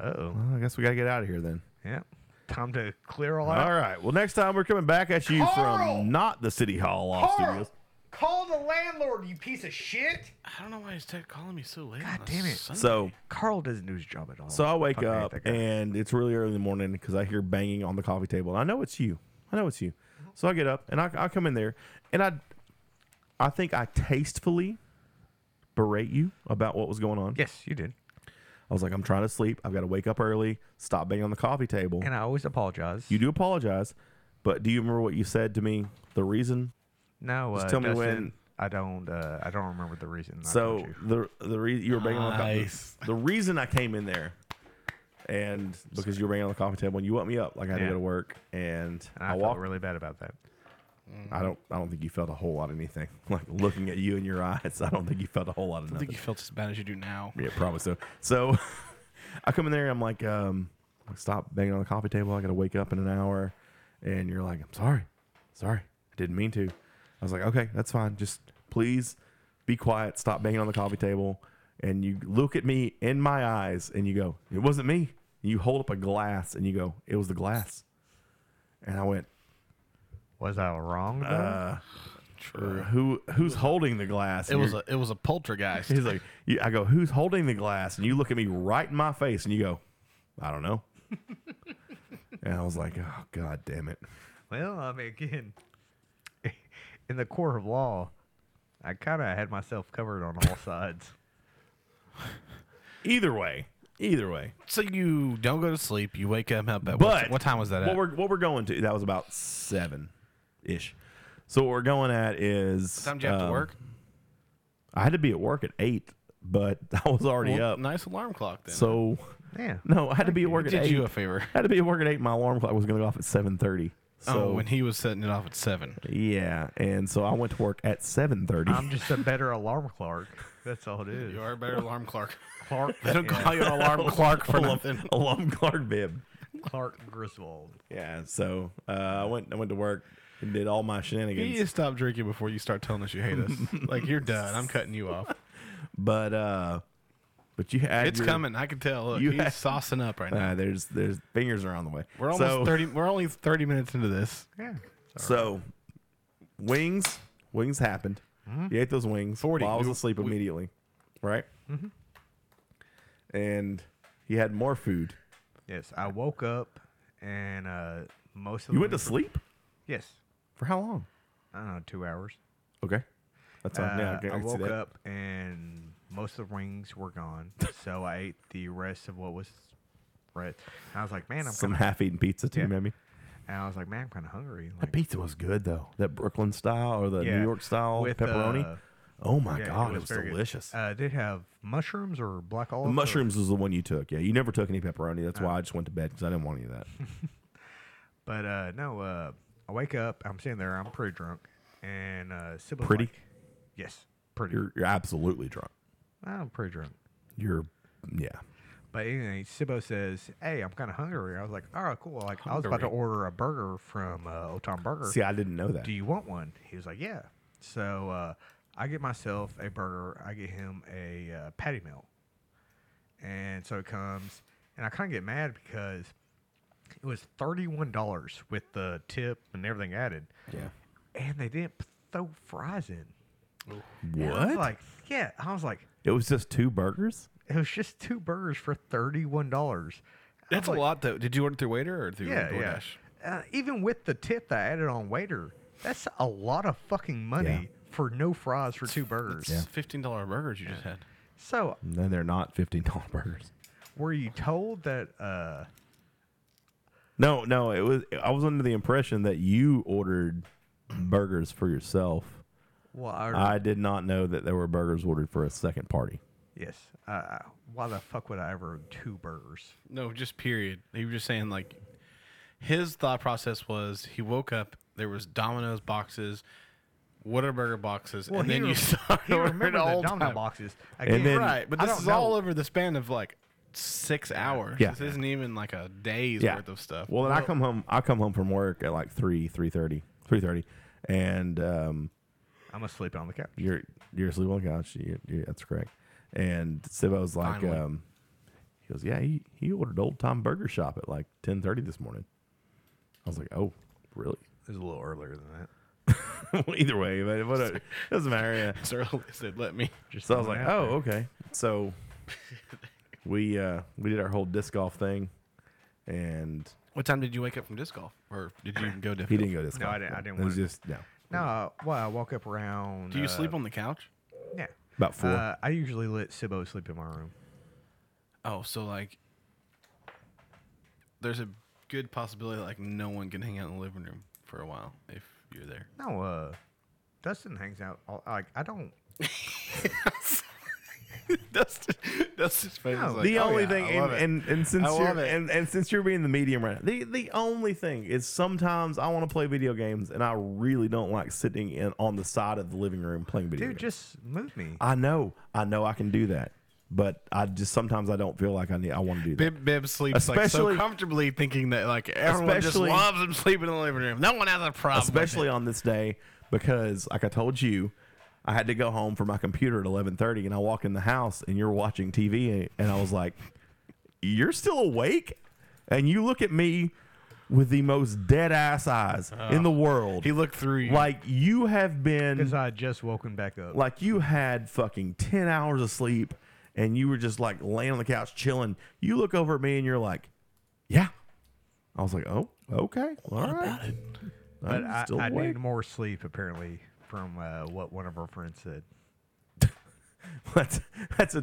[SPEAKER 3] Oh,
[SPEAKER 1] Well, I guess we gotta get out of here then.
[SPEAKER 3] yeah. Time to clear all
[SPEAKER 1] All
[SPEAKER 3] out.
[SPEAKER 1] right. Well, next time we're coming back at you
[SPEAKER 3] Carl!
[SPEAKER 1] from not the City Hall Law Studios.
[SPEAKER 3] Call the landlord, you piece of shit.
[SPEAKER 2] I don't know why he's te- calling me so late.
[SPEAKER 3] God
[SPEAKER 2] on a
[SPEAKER 3] damn it.
[SPEAKER 2] Sunday.
[SPEAKER 1] So
[SPEAKER 3] Carl doesn't do his job at all.
[SPEAKER 1] So I wake
[SPEAKER 3] Fucking hate
[SPEAKER 1] up
[SPEAKER 3] that guy.
[SPEAKER 1] and it's really early in the morning because I hear banging on the coffee table. And I know it's you. I know it's you.
[SPEAKER 3] Mm-hmm.
[SPEAKER 1] So I get up and I, I come in there and I, I think I tastefully berate you about what was going on.
[SPEAKER 3] yes, you did.
[SPEAKER 1] I was like, I'm trying to sleep. I've got to wake up early. Stop banging on the coffee table.
[SPEAKER 3] And I always apologize.
[SPEAKER 1] you do apologize, but do you remember what you said to me? The reason
[SPEAKER 3] no. Uh,
[SPEAKER 1] Just tell me
[SPEAKER 3] Dustin,
[SPEAKER 1] when-
[SPEAKER 3] I don't. Uh, I don't remember the reason. I
[SPEAKER 1] So
[SPEAKER 3] told you.
[SPEAKER 1] the the reason you were banging on the
[SPEAKER 2] Nice.
[SPEAKER 1] coffee, the reason I came in there, and because you were banging on the coffee table, and you woke me up, like I had
[SPEAKER 3] Yeah.
[SPEAKER 1] to go to work, and,
[SPEAKER 3] and I,
[SPEAKER 1] I,
[SPEAKER 3] felt
[SPEAKER 1] walked.
[SPEAKER 3] really bad about that.
[SPEAKER 1] I don't. I don't think you felt a whole lot of anything. <laughs> Like looking at you in your <laughs> eyes, I don't think you felt a whole lot of
[SPEAKER 2] I think
[SPEAKER 1] nothing.
[SPEAKER 2] you felt as bad as you do now.
[SPEAKER 1] Yeah, probably so. So <laughs> I come in there, I'm like, um, like, stop banging on the coffee table. I got to wake up in an hour, and you're like, I'm sorry, sorry, I didn't mean to. I was like, okay, that's fine. Just please be quiet. Stop banging on the coffee table. And you look at me in my eyes, and you go, it wasn't me. You hold up a glass, and you go, it was the glass. And I went, Uh,
[SPEAKER 3] Was I wrong? Though?
[SPEAKER 1] or who who's holding the glass?
[SPEAKER 2] It
[SPEAKER 1] And
[SPEAKER 2] was
[SPEAKER 1] you're-
[SPEAKER 2] a it was a poltergeist.
[SPEAKER 1] he's like, you- I go, who's holding the glass? And you look at me right in my face, and you go, I don't know. <laughs> and I was like, oh god damn it.
[SPEAKER 3] Well, I mean, again, <laughs> in the court of law, I kind of had myself covered on all
[SPEAKER 1] <laughs>
[SPEAKER 3] sides.
[SPEAKER 1] Either way, either way.
[SPEAKER 2] so you don't go to sleep. You wake up. At what,
[SPEAKER 1] But
[SPEAKER 2] what time was that?
[SPEAKER 1] What
[SPEAKER 2] At?
[SPEAKER 1] we're what we're going to? That was about seven ish. So what we're going at is
[SPEAKER 2] time do you have
[SPEAKER 1] um,
[SPEAKER 2] to work?
[SPEAKER 1] I had to be at work at eight, but <laughs> I was already
[SPEAKER 2] Well,
[SPEAKER 1] up.
[SPEAKER 2] Nice alarm clock. Then
[SPEAKER 1] So
[SPEAKER 3] Yeah.
[SPEAKER 1] no, I had to be at work at
[SPEAKER 2] did
[SPEAKER 1] eight.
[SPEAKER 2] you a favor.
[SPEAKER 1] I had to be at work at eight. My alarm clock was going to go off at seven thirty. <laughs> So
[SPEAKER 2] oh, when he was setting it off at seven.
[SPEAKER 1] yeah, and so I went to work at seven thirty.
[SPEAKER 3] I'm just a better alarm clerk. That's all it is.
[SPEAKER 2] You are a better alarm clock.
[SPEAKER 3] Clark,
[SPEAKER 2] They <laughs> don't
[SPEAKER 3] yeah,
[SPEAKER 2] call you an <laughs> alarm clock for nothing.
[SPEAKER 3] <laughs>
[SPEAKER 1] Alarm clock bib.
[SPEAKER 3] Clark Griswold.
[SPEAKER 1] Yeah, so uh, I went. I went to work and did all my
[SPEAKER 2] You
[SPEAKER 1] shenanigans.
[SPEAKER 2] need to stop drinking before you start telling us
[SPEAKER 1] <laughs>
[SPEAKER 2] you hate us. like you're done. I'm cutting you off.
[SPEAKER 1] But uh, but you had
[SPEAKER 2] It's
[SPEAKER 1] your-
[SPEAKER 2] coming. I can tell. Look,
[SPEAKER 1] You
[SPEAKER 2] he's
[SPEAKER 1] had-
[SPEAKER 2] saucing
[SPEAKER 1] <laughs>
[SPEAKER 2] up right now.
[SPEAKER 1] Uh, there's there's fingers are on the way.
[SPEAKER 2] We're almost
[SPEAKER 1] so,
[SPEAKER 2] thirty. We're only thirty minutes into this.
[SPEAKER 3] Yeah.
[SPEAKER 1] So wings wings happened.
[SPEAKER 3] Mm-hmm.
[SPEAKER 1] You ate those wings.
[SPEAKER 2] 40.
[SPEAKER 1] While I was
[SPEAKER 2] We-
[SPEAKER 1] asleep
[SPEAKER 2] we-
[SPEAKER 1] immediately, right?
[SPEAKER 3] Mm-hmm.
[SPEAKER 1] And he had more food.
[SPEAKER 3] Yes, I woke up and uh, most of the
[SPEAKER 1] You went to
[SPEAKER 3] wings were-
[SPEAKER 1] sleep
[SPEAKER 3] Yes.
[SPEAKER 1] for how long?
[SPEAKER 3] I don't know, two hours.
[SPEAKER 1] Okay, that's fine. yeah,
[SPEAKER 3] Uh,
[SPEAKER 1] can-
[SPEAKER 3] I
[SPEAKER 1] can see
[SPEAKER 3] woke
[SPEAKER 1] that.
[SPEAKER 3] up and most of the wings were gone, so I ate the rest of what was right. And I was like, man, I'm
[SPEAKER 1] Some
[SPEAKER 3] kind
[SPEAKER 1] half-eaten pizza too,
[SPEAKER 3] Yeah.
[SPEAKER 1] maybe.
[SPEAKER 3] And I was like, man, I'm kind of hungry.
[SPEAKER 1] That
[SPEAKER 3] Like,
[SPEAKER 1] pizza was good though. That Brooklyn style or the
[SPEAKER 3] Yeah.
[SPEAKER 1] New York style
[SPEAKER 3] With,
[SPEAKER 1] pepperoni.
[SPEAKER 3] uh,
[SPEAKER 1] oh my
[SPEAKER 3] yeah,
[SPEAKER 1] god, it was,
[SPEAKER 3] very good.
[SPEAKER 1] delicious.
[SPEAKER 3] Uh, did it have mushrooms or black olive?
[SPEAKER 1] The
[SPEAKER 3] or-
[SPEAKER 1] mushrooms was the one you took. Yeah, you never took any pepperoni. That's
[SPEAKER 3] Uh,
[SPEAKER 1] why I just went to bed because I didn't want any of that.
[SPEAKER 3] <laughs> But uh, no, uh, I wake up. I'm sitting there. I'm pretty drunk. And uh, Sybil's
[SPEAKER 1] Pretty?
[SPEAKER 3] like- yes, pretty.
[SPEAKER 1] You're you're absolutely drunk.
[SPEAKER 3] I'm pretty drunk.
[SPEAKER 1] You're yeah.
[SPEAKER 3] But anyway, Sibo says, "Hey, I'm kind of hungry." I was like, "Oh, cool!" Like I was about to
[SPEAKER 2] Hungry.
[SPEAKER 3] order a burger from uh, Old Time Burger.
[SPEAKER 1] See, I didn't know that.
[SPEAKER 3] Do you want one? He was like, "Yeah." So uh, I get myself a burger. I get him a uh, patty melt, and so it comes, and I kind of get mad because it was thirty-one dollars with the tip and everything added,
[SPEAKER 1] yeah.
[SPEAKER 3] and they didn't p- throw fries in. And I was
[SPEAKER 1] What?
[SPEAKER 3] like, yeah. I was like,
[SPEAKER 1] it was just two burgers?
[SPEAKER 3] it was just two burgers for thirty-one dollars.
[SPEAKER 2] That's a lot, though. Did you order through waiter or through
[SPEAKER 3] Yeah, yeah.
[SPEAKER 2] DoorDash?
[SPEAKER 3] Uh, even with the tip that I added on waiter, that's a lot of fucking money for no fries for two burgers.
[SPEAKER 2] It's Fifteen dollar burgers you just had.
[SPEAKER 3] So,
[SPEAKER 1] No, they're not fifteen dollar burgers.
[SPEAKER 3] were you told that? Uh,
[SPEAKER 1] No, no, it was I was under the impression that you ordered burgers for yourself.
[SPEAKER 3] well, I,
[SPEAKER 1] I did not know that there were burgers ordered for a second party.
[SPEAKER 3] yes. Uh, uh, why the fuck would I ever own two burgers?
[SPEAKER 2] No, just period. He was just saying like his thought process was he woke up, there was Domino's boxes, Whataburger boxes, and
[SPEAKER 3] he
[SPEAKER 2] then you <laughs>
[SPEAKER 3] rem-
[SPEAKER 2] started
[SPEAKER 3] he
[SPEAKER 2] ordering
[SPEAKER 3] remembered
[SPEAKER 2] all
[SPEAKER 3] the domino
[SPEAKER 2] time.
[SPEAKER 3] boxes
[SPEAKER 1] And
[SPEAKER 3] again.
[SPEAKER 1] then-
[SPEAKER 2] Right, but
[SPEAKER 3] I
[SPEAKER 2] this
[SPEAKER 3] don't
[SPEAKER 2] is all
[SPEAKER 3] know.
[SPEAKER 2] over the span of like six hours.
[SPEAKER 1] Yeah.
[SPEAKER 2] This isn't even like a day's
[SPEAKER 1] Yeah.
[SPEAKER 2] worth of stuff.
[SPEAKER 1] Well, then I come home I come home from work at like three, three thirty. Three thirty. And um
[SPEAKER 3] I'm gonna sleep on the couch.
[SPEAKER 1] You're you're asleep on the couch. You, you, that's correct. And Sibo's like,
[SPEAKER 2] Finally.
[SPEAKER 1] um, he goes, yeah, he, he ordered Old Time Burger Shop at like ten thirty this morning. I was like, oh, really? <laughs>
[SPEAKER 3] It was a little earlier than that.
[SPEAKER 1] well, either way, but what it doesn't matter. Yeah.
[SPEAKER 2] <laughs> Sir said, "Let me."
[SPEAKER 3] Just
[SPEAKER 1] So I was like,
[SPEAKER 3] throwing it out
[SPEAKER 1] oh, okay.
[SPEAKER 3] <laughs>
[SPEAKER 1] So we uh, we did our whole disc golf thing, and
[SPEAKER 2] What time did you wake up from disc golf, or did
[SPEAKER 3] <clears throat>
[SPEAKER 2] you even go to?
[SPEAKER 1] he didn't go disc
[SPEAKER 3] No,
[SPEAKER 1] golf.
[SPEAKER 3] I didn't- I didn't
[SPEAKER 1] It was
[SPEAKER 3] wanna-
[SPEAKER 1] just no.
[SPEAKER 3] there. No, uh, well, I woke up around.
[SPEAKER 2] Do you
[SPEAKER 3] uh,
[SPEAKER 2] sleep on the couch?
[SPEAKER 3] Yeah.
[SPEAKER 1] About four.
[SPEAKER 3] Uh, I usually let Sibo sleep in my room.
[SPEAKER 2] Oh, so like, there's a good possibility like no one can hang out in the living room for a while if you're there.
[SPEAKER 3] No, uh, Dustin hangs out. All, like I don't.
[SPEAKER 2] <laughs> Dustin, Dustin's face
[SPEAKER 3] No,
[SPEAKER 2] is like,
[SPEAKER 1] the
[SPEAKER 2] "Oh,
[SPEAKER 1] only
[SPEAKER 2] yeah,
[SPEAKER 1] thing,
[SPEAKER 2] I
[SPEAKER 1] and,
[SPEAKER 2] love it."
[SPEAKER 1] and and since
[SPEAKER 2] I love
[SPEAKER 1] you're
[SPEAKER 2] it.
[SPEAKER 1] and, and since you're being the medium right, now, the the only thing is sometimes I want to play video games, and I really don't like sitting in on the side of the living room playing video.
[SPEAKER 3] Dude,
[SPEAKER 1] games.
[SPEAKER 3] just move me.
[SPEAKER 1] I know, I know, I can do that, but I just sometimes I don't feel like I need. I want to do that.
[SPEAKER 2] Bib, Bib sleeps like so
[SPEAKER 1] Especially-
[SPEAKER 2] comfortably, thinking that like everyone just
[SPEAKER 1] Especially-
[SPEAKER 2] loves him sleeping in the living room. No one has a problem. with it.
[SPEAKER 1] especially on this day because like i told you i had to go home for my computer at 11.30 and i walk in the house and you're watching tv and i was like you're still awake and you look at me with the most dead ass eyes in the world.
[SPEAKER 2] He looked through you.
[SPEAKER 1] like you have been
[SPEAKER 3] Because I had uh, just woken back up.
[SPEAKER 1] like you had fucking 10 hours of sleep and you were just like laying on the couch chilling. You look over at me and you're like, yeah. I was like, oh, okay. All right.
[SPEAKER 3] but I,
[SPEAKER 1] I'm still
[SPEAKER 3] I
[SPEAKER 1] awake.
[SPEAKER 3] need more sleep, apparently, from uh, what one of our friends said.
[SPEAKER 1] <laughs> That's, that's, a,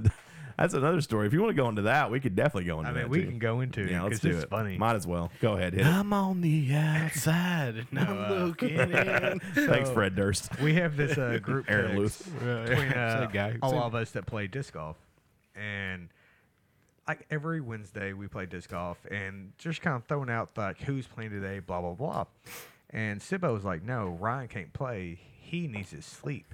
[SPEAKER 1] that's another story. If you want to go into that, we could definitely go into
[SPEAKER 3] I
[SPEAKER 1] that.
[SPEAKER 3] mean, we
[SPEAKER 1] too.
[SPEAKER 3] can go into
[SPEAKER 1] Yeah,
[SPEAKER 3] it
[SPEAKER 1] let's
[SPEAKER 3] because
[SPEAKER 1] do
[SPEAKER 3] it's
[SPEAKER 1] it.
[SPEAKER 3] funny.
[SPEAKER 1] Might as well. Go ahead, hit it.
[SPEAKER 2] I'm on the
[SPEAKER 3] <laughs>
[SPEAKER 2] outside and I'm <laughs> looking in.
[SPEAKER 1] Thanks, Fred Durst.
[SPEAKER 3] we have
[SPEAKER 1] <laughs>
[SPEAKER 3] this uh, group
[SPEAKER 1] Aaron
[SPEAKER 3] text
[SPEAKER 1] Lewis.
[SPEAKER 3] <laughs> between uh,
[SPEAKER 2] Same guy,
[SPEAKER 3] all
[SPEAKER 2] same-
[SPEAKER 3] of us that play disc golf, and like every Wednesday we play disc golf, and just kind of throwing out like who's playing today, blah blah blah. And Sibbo was like, "No, Ryan can't play. He needs his sleep."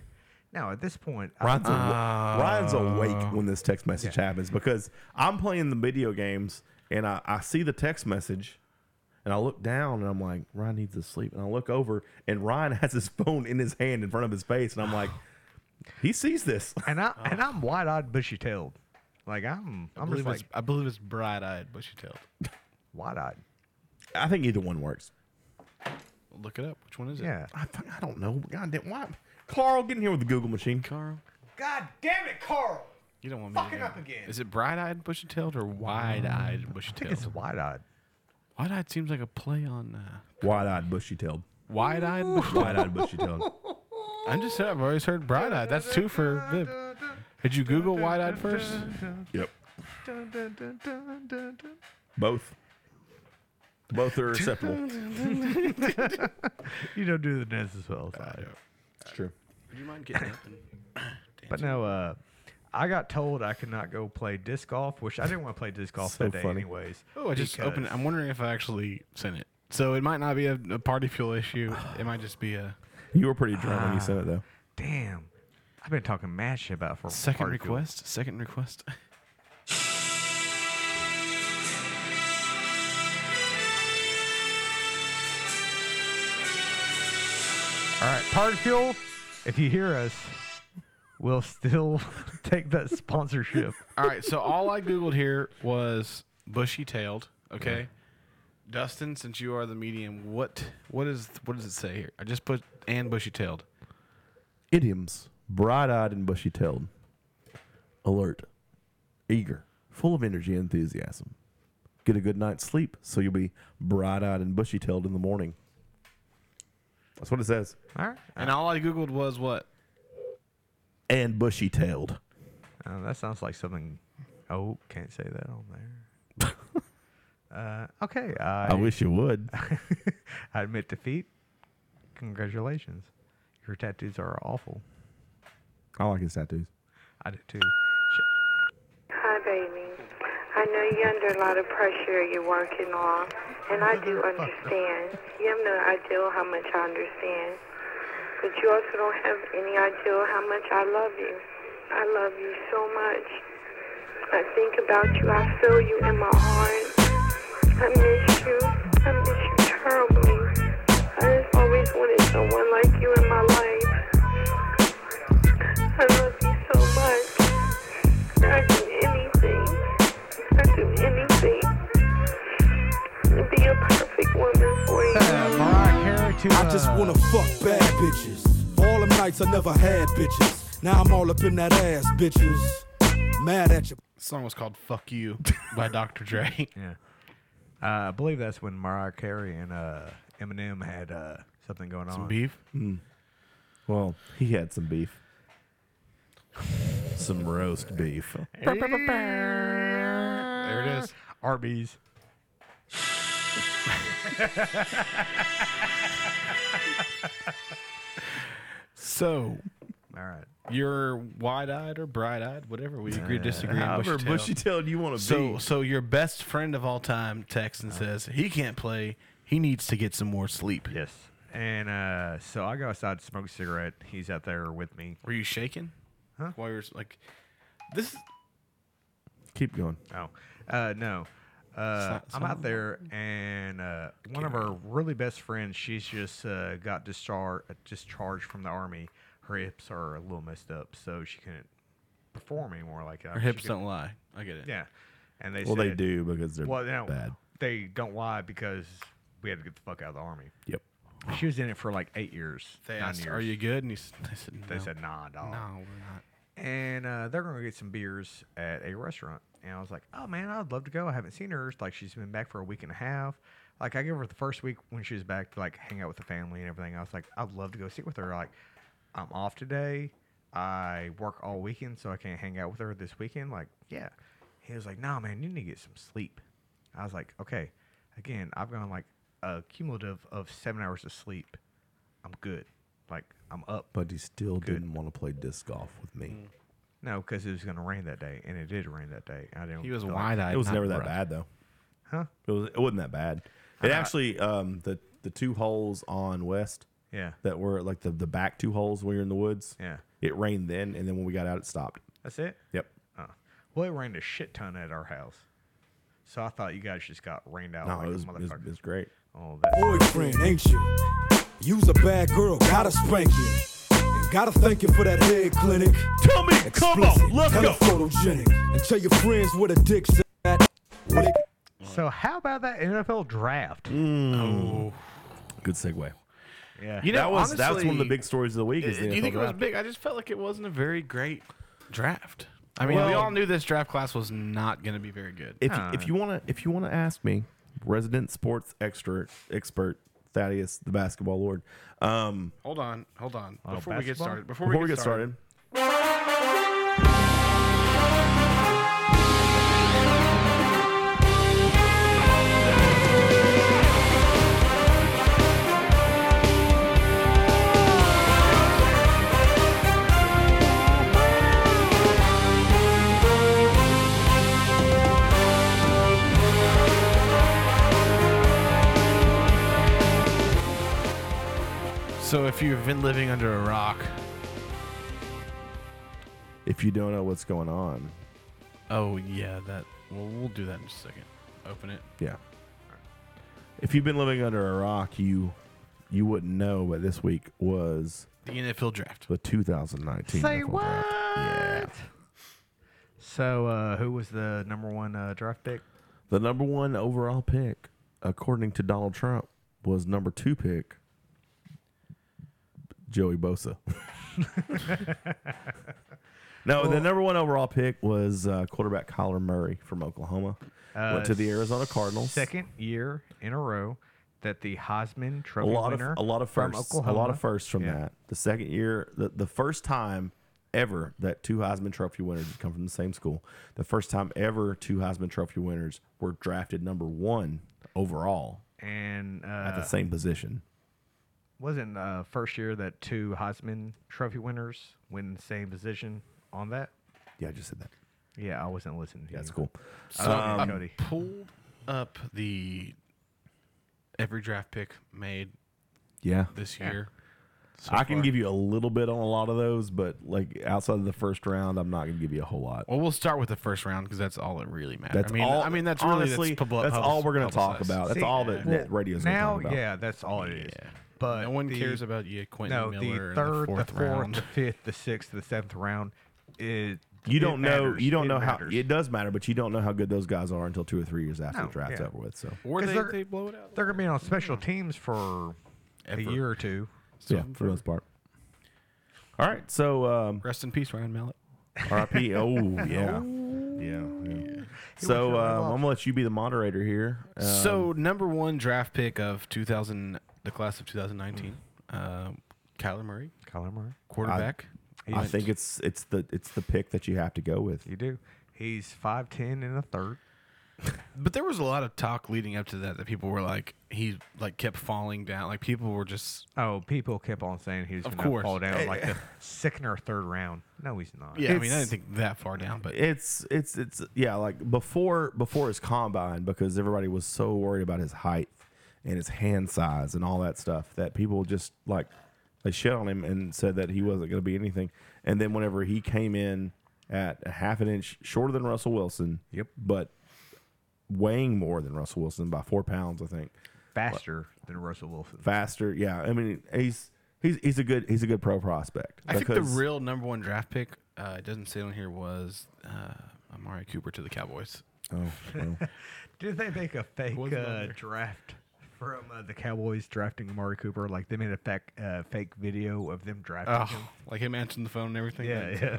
[SPEAKER 3] Now at this point, I-
[SPEAKER 1] Ryan's, awa- Ryan's
[SPEAKER 3] Oh.
[SPEAKER 1] awake when this text message happens because I'm playing the video games and I, I see the text message and I look down and I'm like, Ryan needs to sleep. And I look over and Ryan <laughs> has his phone in his hand in front of his face. And I'm
[SPEAKER 3] <sighs>
[SPEAKER 1] like, he sees this. <laughs>
[SPEAKER 3] and I and I'm wide eyed, bushy tailed, like I'm
[SPEAKER 2] Oh. I
[SPEAKER 3] I'm
[SPEAKER 2] believe,
[SPEAKER 3] just like
[SPEAKER 2] it's, I believe it's bright-eyed, bushy-tailed.
[SPEAKER 3] wide eyed.
[SPEAKER 1] I think either one works.
[SPEAKER 2] Look it up. Which one is it?
[SPEAKER 3] Yeah.
[SPEAKER 1] I, fuck- I don't know. God damn. Why? Carl, get in here with the Google machine.
[SPEAKER 2] Carl,
[SPEAKER 3] God damn it, Carl!
[SPEAKER 2] you don't want me
[SPEAKER 3] Fuck it
[SPEAKER 2] to
[SPEAKER 3] up
[SPEAKER 2] know.
[SPEAKER 3] again. Mm,
[SPEAKER 2] Is it bright-eyed, bushy-tailed, or wide-eyed,
[SPEAKER 3] I think it's
[SPEAKER 2] bushy-tailed?
[SPEAKER 3] wide eyed.
[SPEAKER 2] Wide-eyed seems like a play on uh,
[SPEAKER 1] Wide eyed, bushy <laughs> tailed.
[SPEAKER 2] wide-eyed. bushy-
[SPEAKER 1] Wide eyed, bushy tailed.
[SPEAKER 2] I'm just saying. I've always heard bright-eyed. That's two for Viv. Did you Google wide-eyed first?
[SPEAKER 1] Yep. Both. Both are <laughs> acceptable.
[SPEAKER 3] You don't do the dance as well. it's fine.
[SPEAKER 1] It's true.
[SPEAKER 2] Would you mind getting up and
[SPEAKER 3] But no, uh, I got told I could not go play disc golf, which I didn't want to play disc golf
[SPEAKER 1] So
[SPEAKER 3] that day
[SPEAKER 1] funny.
[SPEAKER 3] anyways.
[SPEAKER 2] <laughs> Oh, I just opened it.
[SPEAKER 3] because-
[SPEAKER 2] I'm wondering if I actually sent it. So it might not be a, a party fuel issue. It might just be a
[SPEAKER 1] You were pretty drunk when you said it, though.
[SPEAKER 3] Damn. I've been talking mad shit about it for
[SPEAKER 2] second
[SPEAKER 3] Party Fuel.
[SPEAKER 2] request. Second request. <laughs>
[SPEAKER 3] All right, Party Fuel, if you hear us, we'll still <laughs> take that sponsorship.
[SPEAKER 2] All right. So all I googled here was bushy tailed. Okay. Dustin, since you are the medium, what what is what does it say here? I just put and bushy tailed.
[SPEAKER 1] Idioms bright eyed and bushy tailed, alert, eager, full of energy and enthusiasm. Get a good night's sleep so you'll be bright eyed and bushy tailed in the morning. That's what it says.
[SPEAKER 3] All right.
[SPEAKER 2] And all I googled was what?
[SPEAKER 1] And bushy tailed.
[SPEAKER 3] Uh, that sounds like something. Oh, can't say that on there.
[SPEAKER 6] <laughs>
[SPEAKER 3] uh, okay. I,
[SPEAKER 1] I wish you would.
[SPEAKER 3] I <laughs> admit defeat. Congratulations. Your tattoos are awful.
[SPEAKER 1] I like his tattoos.
[SPEAKER 3] I do too.
[SPEAKER 4] Hi, baby. I know you're under a lot of pressure you're working on, and I do understand. You have no idea how much I understand. But you also don't have any idea how much I love you. I love you so much. I think about you. I feel you in my heart. I miss you. I miss you terribly. I just always wanted someone like you in my life. I love you so much. I'd do anything. I'd do anything to be a perfect woman for you.
[SPEAKER 3] <laughs> uh,
[SPEAKER 6] I just wanna fuck bad bitches. All them nights I never had bitches. Now I'm all up in that ass, bitches. Mad at you.
[SPEAKER 2] This song was called "Fuck You" by Dr. Dre.
[SPEAKER 3] Yeah. Uh, I believe that's when Mariah Carey and uh, Eminem had uh, something going on.
[SPEAKER 2] Beef.
[SPEAKER 1] Well, he had some beef. <laughs> Some roast beef.
[SPEAKER 2] There it is.
[SPEAKER 3] Arby's.
[SPEAKER 2] So
[SPEAKER 3] All right.
[SPEAKER 2] you're wide-eyed or bright-eyed, whatever. We agree, disagree. and
[SPEAKER 1] However,
[SPEAKER 2] bushy-tailed.
[SPEAKER 1] bushy tailed you want to
[SPEAKER 2] So,
[SPEAKER 1] be.
[SPEAKER 2] so your best friend of all time texts and says he can't play. He needs to get some more sleep.
[SPEAKER 3] Yes. And uh, so I go outside to smoke a cigarette. He's out there with me.
[SPEAKER 2] Were you shaking? Huh? While you're like, this.
[SPEAKER 1] Keep going.
[SPEAKER 3] Oh, uh, no. Uh,
[SPEAKER 2] It's not-
[SPEAKER 3] I'm out there, and uh, one of our really best friends, she's just uh, got dischar- uh, discharged from the army. Her hips are a little messed up, so she couldn't perform anymore. Like uh,
[SPEAKER 2] Her hips don't lie. I get it.
[SPEAKER 3] <laughs> Yeah, and they
[SPEAKER 1] Well, they
[SPEAKER 3] said-
[SPEAKER 1] do because they're
[SPEAKER 3] Well, they don't,
[SPEAKER 1] bad.
[SPEAKER 3] They don't lie because we had to get the fuck out of the army.
[SPEAKER 1] Yep.
[SPEAKER 3] She was in it for like eight years.
[SPEAKER 2] They
[SPEAKER 3] nine
[SPEAKER 2] asked,
[SPEAKER 3] years.
[SPEAKER 2] "Are you good?" And he s- they said,
[SPEAKER 3] They
[SPEAKER 2] "No."
[SPEAKER 3] said, nah, dog.
[SPEAKER 2] "No, we're not."
[SPEAKER 3] and uh, they're gonna get some beers at a restaurant. And I was like, oh man, I'd love to go. I haven't seen her. It's Like she's been back for a week and a half. Like I gave her the first week when she was back to like hang out with the family and everything. I was like, I'd love to go sit with her. Like I'm off today. I work all weekend, so I can't hang out with her this weekend. Like yeah. He was like, nah, man, you need to get some sleep. I was like, okay. Again, I've gone like a cumulative of seven hours of sleep. I'm good. Like I'm up.
[SPEAKER 1] But he still didn't want to play disc golf with me.
[SPEAKER 3] No, because it was going to rain that day, and it did rain that day. I didn't.
[SPEAKER 2] He was
[SPEAKER 3] feel like-
[SPEAKER 2] wide-eyed.
[SPEAKER 1] It was
[SPEAKER 2] not
[SPEAKER 1] never that
[SPEAKER 2] bright.
[SPEAKER 1] bad though.
[SPEAKER 3] Huh?
[SPEAKER 1] It was. It wasn't that bad. It actually, um, the the two holes on West
[SPEAKER 3] Yeah,
[SPEAKER 1] that were like the the back two holes when you're in the woods.
[SPEAKER 3] Yeah.
[SPEAKER 1] It rained then, and then when we got out, it stopped.
[SPEAKER 3] that's it.
[SPEAKER 1] Yep.
[SPEAKER 3] Oh. Well, it rained a shit ton at our house, so I thought you guys just got rained out
[SPEAKER 1] No,
[SPEAKER 3] Oh, like
[SPEAKER 1] it, was,
[SPEAKER 3] a
[SPEAKER 1] it, was,
[SPEAKER 3] motherfucker.
[SPEAKER 1] it was great.
[SPEAKER 3] oh, that's
[SPEAKER 6] boyfriend, ain't you? You's a bad girl, gotta spank you. And gotta thank you for that head clinic.
[SPEAKER 1] Tell me,
[SPEAKER 6] Explicit, kinda photogenic. And tell your friends where the dick's at. Where they-
[SPEAKER 3] so. How about that NFL draft?
[SPEAKER 1] Mm. Good segue.
[SPEAKER 3] Yeah,
[SPEAKER 2] You know,
[SPEAKER 1] That was that was one of the
[SPEAKER 2] honestly,
[SPEAKER 1] big stories of the week. Is
[SPEAKER 2] Do
[SPEAKER 1] the
[SPEAKER 2] you
[SPEAKER 1] NFL
[SPEAKER 2] think it was
[SPEAKER 1] draft.
[SPEAKER 2] big? I just felt like it wasn't a very great draft. I mean, we
[SPEAKER 1] Well-
[SPEAKER 2] all knew this draft class was not going to be very good.
[SPEAKER 1] If you, if you want to if you want to ask me, resident sports expert expert Thaddeus the basketball lord. Um,
[SPEAKER 2] hold on, hold on. Before we get
[SPEAKER 3] basketball?
[SPEAKER 2] started, before,
[SPEAKER 1] Oh, before we get started,
[SPEAKER 2] so if you've been living under a rock,
[SPEAKER 1] if you don't know what's going on,
[SPEAKER 2] oh yeah, that. Well, we'll do that in just a second. Open it.
[SPEAKER 1] yeah. If you've been living under a rock, you you wouldn't know. But this week was
[SPEAKER 2] The NFL draft.
[SPEAKER 1] the 2019.
[SPEAKER 3] say
[SPEAKER 1] NFL
[SPEAKER 3] what?
[SPEAKER 1] draft. Yeah.
[SPEAKER 3] So, uh, who was the number one uh, draft pick?
[SPEAKER 1] The number one overall pick, according to Donald Trump, was number two pick, Joey Bosa. <laughs> no, the number one overall pick was uh, quarterback Kyler Murray from Oklahoma.
[SPEAKER 3] Uh,
[SPEAKER 1] Went to the Arizona Cardinals.
[SPEAKER 3] Second year in a row that the Heisman
[SPEAKER 1] A
[SPEAKER 3] Trophy
[SPEAKER 1] lot of
[SPEAKER 3] winner,
[SPEAKER 1] a lot of
[SPEAKER 3] from
[SPEAKER 1] firsts. A
[SPEAKER 3] Oklahoma-
[SPEAKER 1] lot of firsts from
[SPEAKER 3] Yeah.
[SPEAKER 1] that. The second year, the, the first time ever that two Heisman Trophy winners had come from the same school. The first time ever two Heisman Trophy winners were drafted number one overall
[SPEAKER 3] and
[SPEAKER 1] at
[SPEAKER 3] uh,
[SPEAKER 1] the same position.
[SPEAKER 3] wasn't uh, first year that two Heisman Trophy winners win the same position on that.
[SPEAKER 1] Yeah, I just said that.
[SPEAKER 3] Yeah, I wasn't listening. To
[SPEAKER 1] That's
[SPEAKER 3] you.
[SPEAKER 1] cool. Um,
[SPEAKER 3] So,
[SPEAKER 2] Um,
[SPEAKER 3] Cody.
[SPEAKER 2] Pulled up the every draft pick made
[SPEAKER 1] Yeah.
[SPEAKER 2] this year. so
[SPEAKER 1] I can
[SPEAKER 2] far.
[SPEAKER 1] give you a little bit on a lot of those, but like outside of the first round, I'm not going to give you a whole lot.
[SPEAKER 2] Well, we'll start with the first round because that's all that really matters.
[SPEAKER 1] That's
[SPEAKER 2] I mean,
[SPEAKER 1] all.
[SPEAKER 2] I mean, that's
[SPEAKER 1] honestly,
[SPEAKER 2] really that's, publi-
[SPEAKER 1] that's all we're going to talk
[SPEAKER 2] publicized.
[SPEAKER 1] about. That's
[SPEAKER 3] See,
[SPEAKER 1] all that,
[SPEAKER 3] well,
[SPEAKER 1] that radio's going to
[SPEAKER 3] now.
[SPEAKER 1] talk about.
[SPEAKER 3] Yeah, that's all it is.
[SPEAKER 2] uh, Yeah.
[SPEAKER 3] But
[SPEAKER 2] No one
[SPEAKER 3] the-
[SPEAKER 2] cares about you, Quentin
[SPEAKER 3] No,
[SPEAKER 2] Miller.
[SPEAKER 3] the
[SPEAKER 2] in
[SPEAKER 3] third, the
[SPEAKER 2] fourth,
[SPEAKER 3] fourth,
[SPEAKER 2] round.
[SPEAKER 3] the fifth, the sixth, the seventh round. It
[SPEAKER 1] You
[SPEAKER 3] it
[SPEAKER 1] don't know.
[SPEAKER 3] matters.
[SPEAKER 1] You don't
[SPEAKER 3] It
[SPEAKER 1] know
[SPEAKER 3] matters.
[SPEAKER 1] how it does matter, but you don't know how good those guys are until two or three years after
[SPEAKER 3] No,
[SPEAKER 1] the draft's
[SPEAKER 3] yeah.
[SPEAKER 1] over with. So
[SPEAKER 2] Or
[SPEAKER 3] 'Cause
[SPEAKER 2] they,
[SPEAKER 3] they're-
[SPEAKER 2] they blow it out.
[SPEAKER 3] They're gonna be on special teams for
[SPEAKER 2] Ever.
[SPEAKER 3] a year or two.
[SPEAKER 1] yeah, for the most
[SPEAKER 3] <laughs>
[SPEAKER 1] part. All right. So um,
[SPEAKER 2] Rest in peace, Ryan Mallett.
[SPEAKER 1] RIP. Oh
[SPEAKER 3] <laughs>
[SPEAKER 1] yeah. Yeah. yeah. So um,
[SPEAKER 3] really
[SPEAKER 1] I'm
[SPEAKER 3] lost.
[SPEAKER 1] gonna let you be the moderator here. Um,
[SPEAKER 2] so number one draft pick of 2000, the class of 2019,
[SPEAKER 1] Mm.
[SPEAKER 2] uh, Kyler Murray,
[SPEAKER 3] Kyler Murray.
[SPEAKER 2] quarterback.
[SPEAKER 1] Um, I think it's it's the it's the pick that you have to go with.
[SPEAKER 3] You do. He's five ten and a third.
[SPEAKER 2] but there was a lot of talk leading up to that that people were like he like kept falling down. Like people were just
[SPEAKER 3] Oh, people kept on saying he was
[SPEAKER 2] Of
[SPEAKER 3] going to fall
[SPEAKER 2] course.
[SPEAKER 3] down
[SPEAKER 2] <laughs>
[SPEAKER 3] like the second or third round. No, he's not.
[SPEAKER 2] yeah. I mean, I
[SPEAKER 1] It's-
[SPEAKER 2] didn't think that far down, but
[SPEAKER 1] It's it's it's yeah, like before before his combine because everybody was so worried about his height and his hand size and all that stuff that people just like they shit on him and said that he wasn't going to be anything. And then whenever he came in at a half an inch shorter than Russell Wilson,
[SPEAKER 3] Yep.
[SPEAKER 1] but weighing more than Russell Wilson by four pounds, I think
[SPEAKER 3] faster than Russell Wilson.
[SPEAKER 1] faster. Yeah, I mean he's he's he's a good he's a good pro prospect.
[SPEAKER 2] I think the
[SPEAKER 1] because-
[SPEAKER 2] real number one draft pick, uh, it doesn't say on here, was uh, Amari Cooper to the Cowboys.
[SPEAKER 1] Oh, well.
[SPEAKER 3] Did they make a fake
[SPEAKER 2] Wasn't on
[SPEAKER 3] uh,
[SPEAKER 2] there.
[SPEAKER 3] draft from uh, the Cowboys drafting Amari Cooper. Like they made a fake, uh, fake video of them drafting
[SPEAKER 2] Oh,
[SPEAKER 3] him.
[SPEAKER 2] like him answering the phone and everything.
[SPEAKER 3] Yeah, yeah.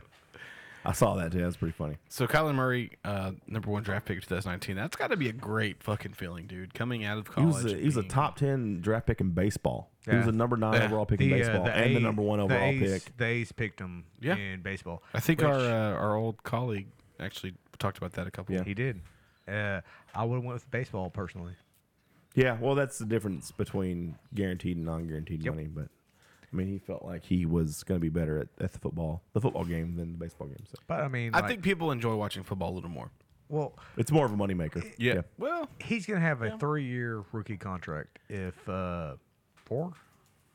[SPEAKER 1] I saw that too. That's pretty funny.
[SPEAKER 2] So Kyler Murray, uh, number one draft pick of 2019. That's got to be a great fucking feeling, dude. Coming out of
[SPEAKER 1] He
[SPEAKER 2] college,
[SPEAKER 1] was a, he was a
[SPEAKER 2] being-
[SPEAKER 1] top ten draft pick in baseball. He was
[SPEAKER 3] Yeah. uh,
[SPEAKER 1] the number nine
[SPEAKER 2] Yeah.
[SPEAKER 1] overall pick in baseball and the
[SPEAKER 3] A-
[SPEAKER 1] number one
[SPEAKER 3] the
[SPEAKER 1] overall
[SPEAKER 3] A's-
[SPEAKER 1] pick.
[SPEAKER 3] The A's picked him
[SPEAKER 2] Yeah.
[SPEAKER 3] in baseball.
[SPEAKER 2] I think
[SPEAKER 3] which
[SPEAKER 2] our uh, our old colleague actually talked about that a couple.
[SPEAKER 1] Yeah.
[SPEAKER 3] he did. Uh, I would have went with baseball personally.
[SPEAKER 1] Yeah, well, that's the difference between guaranteed and non-guaranteed money. But I mean, he felt like he was going to be better at, at the football, the football game than the baseball game. So
[SPEAKER 3] But I mean,
[SPEAKER 2] I
[SPEAKER 3] like,
[SPEAKER 2] think people enjoy watching football a little more.
[SPEAKER 3] well,
[SPEAKER 1] it's more of a moneymaker.
[SPEAKER 2] Well,
[SPEAKER 3] he's gonna have a three-year rookie contract. If uh, four,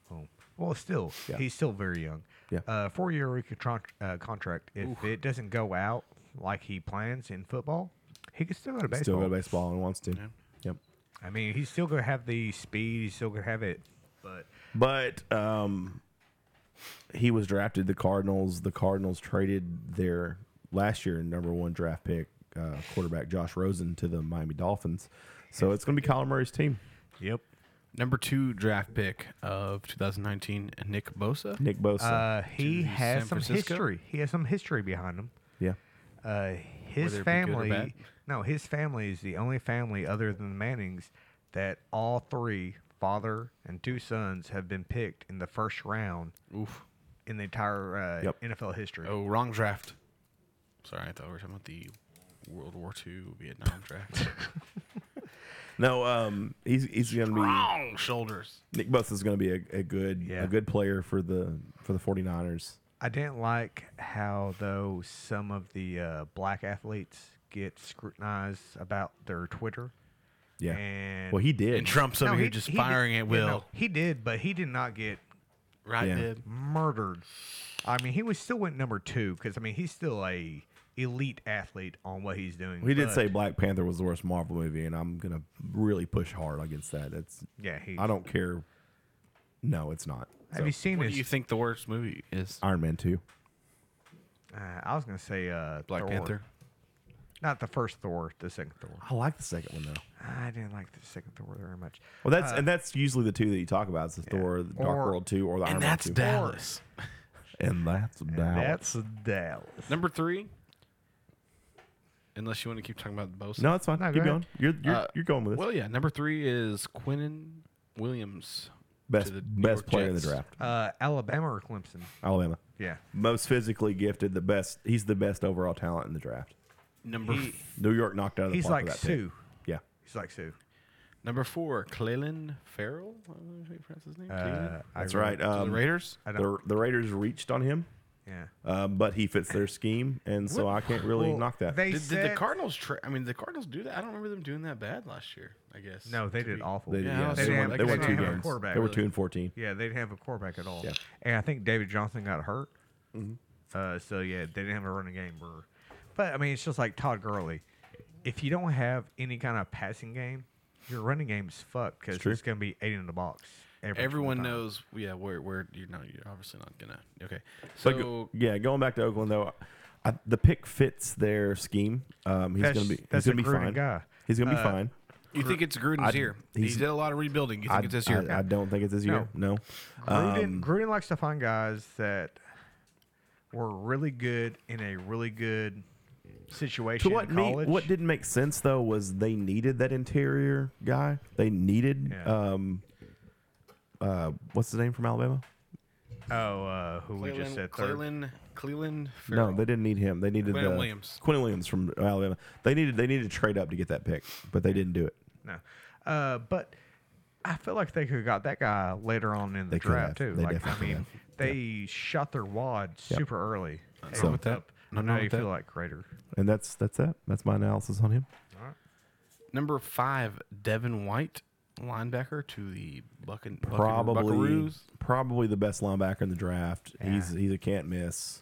[SPEAKER 3] oh, well, still,
[SPEAKER 1] Yeah.
[SPEAKER 3] he's still very young.
[SPEAKER 1] Yeah.
[SPEAKER 3] uh, four-year rookie tron- uh, contract. If it doesn't go out like he plans in football, he could still go to baseball.
[SPEAKER 1] still go to baseball and wants to. Yep.
[SPEAKER 3] I mean, he's still gonna have the speed. He's still gonna have it. But
[SPEAKER 1] But um, he was drafted the Cardinals. The Cardinals traded their last year number one draft pick uh, quarterback Josh Rosen to the Miami Dolphins. So it's going to be Kyler Murray's team.
[SPEAKER 3] yep.
[SPEAKER 2] number two draft pick of 2019, Nick Bosa.
[SPEAKER 1] Nick Bosa.
[SPEAKER 3] Uh, he
[SPEAKER 2] to
[SPEAKER 3] has
[SPEAKER 2] San
[SPEAKER 3] some
[SPEAKER 2] Francisco?
[SPEAKER 3] history. He has some history behind him.
[SPEAKER 1] yeah.
[SPEAKER 3] Uh,
[SPEAKER 2] Whether it be good
[SPEAKER 3] his
[SPEAKER 2] or bad.
[SPEAKER 3] family, no, his family is the only family other than the Mannings that all three, father and two sons, have been picked in the first round
[SPEAKER 2] Oof.
[SPEAKER 3] in the entire uh,
[SPEAKER 1] Yep.
[SPEAKER 3] NFL history.
[SPEAKER 2] Oh, wrong draft. Sorry, I thought we were talking about the World War II Vietnam
[SPEAKER 3] <laughs>
[SPEAKER 2] draft.
[SPEAKER 1] No, um, he's he's going to be.
[SPEAKER 2] wrong shoulders.
[SPEAKER 1] Nick Bosa is going to be a, a good
[SPEAKER 3] Yeah.
[SPEAKER 1] a good player for the for the 49ers.
[SPEAKER 3] I didn't like how though some of the uh, black athletes get scrutinized about their Twitter.
[SPEAKER 1] Yeah.
[SPEAKER 3] And
[SPEAKER 1] well, he did.
[SPEAKER 2] And Trump's over
[SPEAKER 3] No,
[SPEAKER 2] here
[SPEAKER 3] he-
[SPEAKER 2] just
[SPEAKER 3] he did-
[SPEAKER 2] firing
[SPEAKER 3] yeah,
[SPEAKER 2] at will.
[SPEAKER 3] no, he did, but he did not get
[SPEAKER 2] Right,
[SPEAKER 1] Yeah.
[SPEAKER 2] Dib?
[SPEAKER 3] murdered. I mean, he was still went number two because I mean he's still a elite athlete on what he's doing.
[SPEAKER 1] he did
[SPEAKER 3] but-
[SPEAKER 1] say Black Panther was the worst Marvel movie, and I'm going to really push hard against that. That's
[SPEAKER 3] "Yeah, he."
[SPEAKER 1] I don't care. No, it's not.
[SPEAKER 3] Have you seen
[SPEAKER 2] What
[SPEAKER 3] his?
[SPEAKER 2] do you think the worst movie is?
[SPEAKER 1] Iron Man 2.
[SPEAKER 3] uh, I was gonna say uh,
[SPEAKER 2] Black
[SPEAKER 3] Thor.
[SPEAKER 2] Panther.
[SPEAKER 3] not the first Thor, the second Thor.
[SPEAKER 1] I like the second one though.
[SPEAKER 3] I didn't like the second Thor very much.
[SPEAKER 1] Well, that's and that's usually the two that you talk about: is the Thor, the Dark
[SPEAKER 3] Uh, Or-
[SPEAKER 1] World two, or the Iron
[SPEAKER 2] And
[SPEAKER 1] Man
[SPEAKER 2] that's
[SPEAKER 1] two.
[SPEAKER 2] Dallas.
[SPEAKER 1] and that's Dallas.
[SPEAKER 3] Uh, That's Dallas.
[SPEAKER 2] Number three. Unless you want to keep talking about Bosa.
[SPEAKER 1] No, that's fine.
[SPEAKER 3] No,
[SPEAKER 1] Keep
[SPEAKER 3] go
[SPEAKER 1] going.
[SPEAKER 3] ahead.
[SPEAKER 1] You're you're,
[SPEAKER 2] Uh,
[SPEAKER 1] you're going with it.
[SPEAKER 2] Well, yeah. Number three is Quinnen Williams.
[SPEAKER 1] best
[SPEAKER 2] to the New
[SPEAKER 1] best
[SPEAKER 2] York
[SPEAKER 1] player in the
[SPEAKER 2] Jets.
[SPEAKER 1] draft.
[SPEAKER 3] Uh, Alabama or Clemson?
[SPEAKER 1] Alabama.
[SPEAKER 3] Yeah.
[SPEAKER 1] Most physically gifted. The best. He's the best overall talent in the draft.
[SPEAKER 2] Number
[SPEAKER 3] He-
[SPEAKER 2] f-
[SPEAKER 1] New York knocked out of the
[SPEAKER 3] He's
[SPEAKER 1] park
[SPEAKER 3] like
[SPEAKER 1] with that pick.
[SPEAKER 3] Sue.
[SPEAKER 1] Yeah.
[SPEAKER 3] He's like Sue.
[SPEAKER 2] number four, Clelin Farrell. I don't know how you pronounce
[SPEAKER 3] Uh,
[SPEAKER 2] his name. Cleland?
[SPEAKER 1] That's right.
[SPEAKER 2] To
[SPEAKER 1] Um,
[SPEAKER 2] the Raiders.
[SPEAKER 3] I
[SPEAKER 1] the,
[SPEAKER 3] don't-
[SPEAKER 1] the Raiders reached on him,
[SPEAKER 3] Yeah.
[SPEAKER 1] um, but he fits their scheme, and so I can't really
[SPEAKER 3] Well,
[SPEAKER 1] knock that.
[SPEAKER 3] They
[SPEAKER 2] Did,
[SPEAKER 3] said,
[SPEAKER 2] did the Cardinals? Tra- I mean, did the Cardinals do that. I don't remember them doing that bad last year. I guess.
[SPEAKER 3] No, they
[SPEAKER 2] to
[SPEAKER 3] did
[SPEAKER 2] be-
[SPEAKER 3] awful.
[SPEAKER 1] They,
[SPEAKER 2] Yeah,
[SPEAKER 1] yeah, they,
[SPEAKER 2] they didn't
[SPEAKER 1] won,
[SPEAKER 2] have-
[SPEAKER 1] they
[SPEAKER 2] they
[SPEAKER 1] won
[SPEAKER 2] didn't
[SPEAKER 1] two
[SPEAKER 2] have a
[SPEAKER 1] games.
[SPEAKER 3] quarterback,
[SPEAKER 1] They were
[SPEAKER 3] really.
[SPEAKER 1] two and fourteen.
[SPEAKER 3] Yeah, they didn't have a quarterback at all.
[SPEAKER 1] Yeah. Mm-hmm.
[SPEAKER 3] And I think David Johnson got hurt. Uh, so yeah, they didn't have a running game. Or, but I mean, it's just like Todd Gurley. If you don't have any kind of passing game, your running game's fucked because
[SPEAKER 1] It's true.
[SPEAKER 3] it's going to be eight in the box. every single
[SPEAKER 2] Everyone
[SPEAKER 3] time.
[SPEAKER 2] knows. Yeah, where where you're not. You're obviously not gonna. Okay. So
[SPEAKER 1] But go- yeah, going back to Oakland though, I, the pick fits their scheme. Um, he's
[SPEAKER 3] That's-
[SPEAKER 1] gonna be he's
[SPEAKER 3] that's a
[SPEAKER 1] gonna be
[SPEAKER 3] Gruden
[SPEAKER 1] fine.
[SPEAKER 3] guy.
[SPEAKER 1] He's gonna be fine.
[SPEAKER 2] you think it's Gruden's
[SPEAKER 1] I'd-
[SPEAKER 2] year? He
[SPEAKER 1] he's-
[SPEAKER 2] did a lot of rebuilding. You think
[SPEAKER 1] I,
[SPEAKER 2] it's this year?
[SPEAKER 1] I, I don't think it's his year. No.
[SPEAKER 3] Gruden,
[SPEAKER 1] Um,
[SPEAKER 3] Gruden likes to find guys that were really good in a really good situation.
[SPEAKER 1] to what
[SPEAKER 3] in
[SPEAKER 1] me,
[SPEAKER 3] college.
[SPEAKER 1] what didn't make sense though was they needed that interior guy. They needed
[SPEAKER 3] Yeah.
[SPEAKER 1] um, uh, what's the name from Alabama?
[SPEAKER 3] Oh, uh, who we just said third?
[SPEAKER 2] Cleland, Cleland,
[SPEAKER 1] No, they didn't need him. They needed
[SPEAKER 2] Quentin
[SPEAKER 1] uh,
[SPEAKER 2] Williams.
[SPEAKER 1] Quentin Williams from Alabama. They needed they needed to trade up to get that pick, but they didn't do it.
[SPEAKER 3] No. Uh, but I feel like they could have got that guy later on in the
[SPEAKER 1] They could have.
[SPEAKER 3] draft too.
[SPEAKER 1] They
[SPEAKER 3] like I
[SPEAKER 1] definitely
[SPEAKER 3] mean, they shot their wad super early.
[SPEAKER 2] Nothing wrong with that.
[SPEAKER 3] I
[SPEAKER 2] Nothing
[SPEAKER 3] know
[SPEAKER 2] wrong
[SPEAKER 3] you
[SPEAKER 2] with that.
[SPEAKER 3] feel like greater.
[SPEAKER 1] And that's that's that. That's my analysis on him.
[SPEAKER 2] Number five, Devin White, linebacker to the Buccan- Buccan-
[SPEAKER 1] Probably
[SPEAKER 2] Buckaroos.
[SPEAKER 1] probably the best linebacker in the draft. He's he's a can't miss.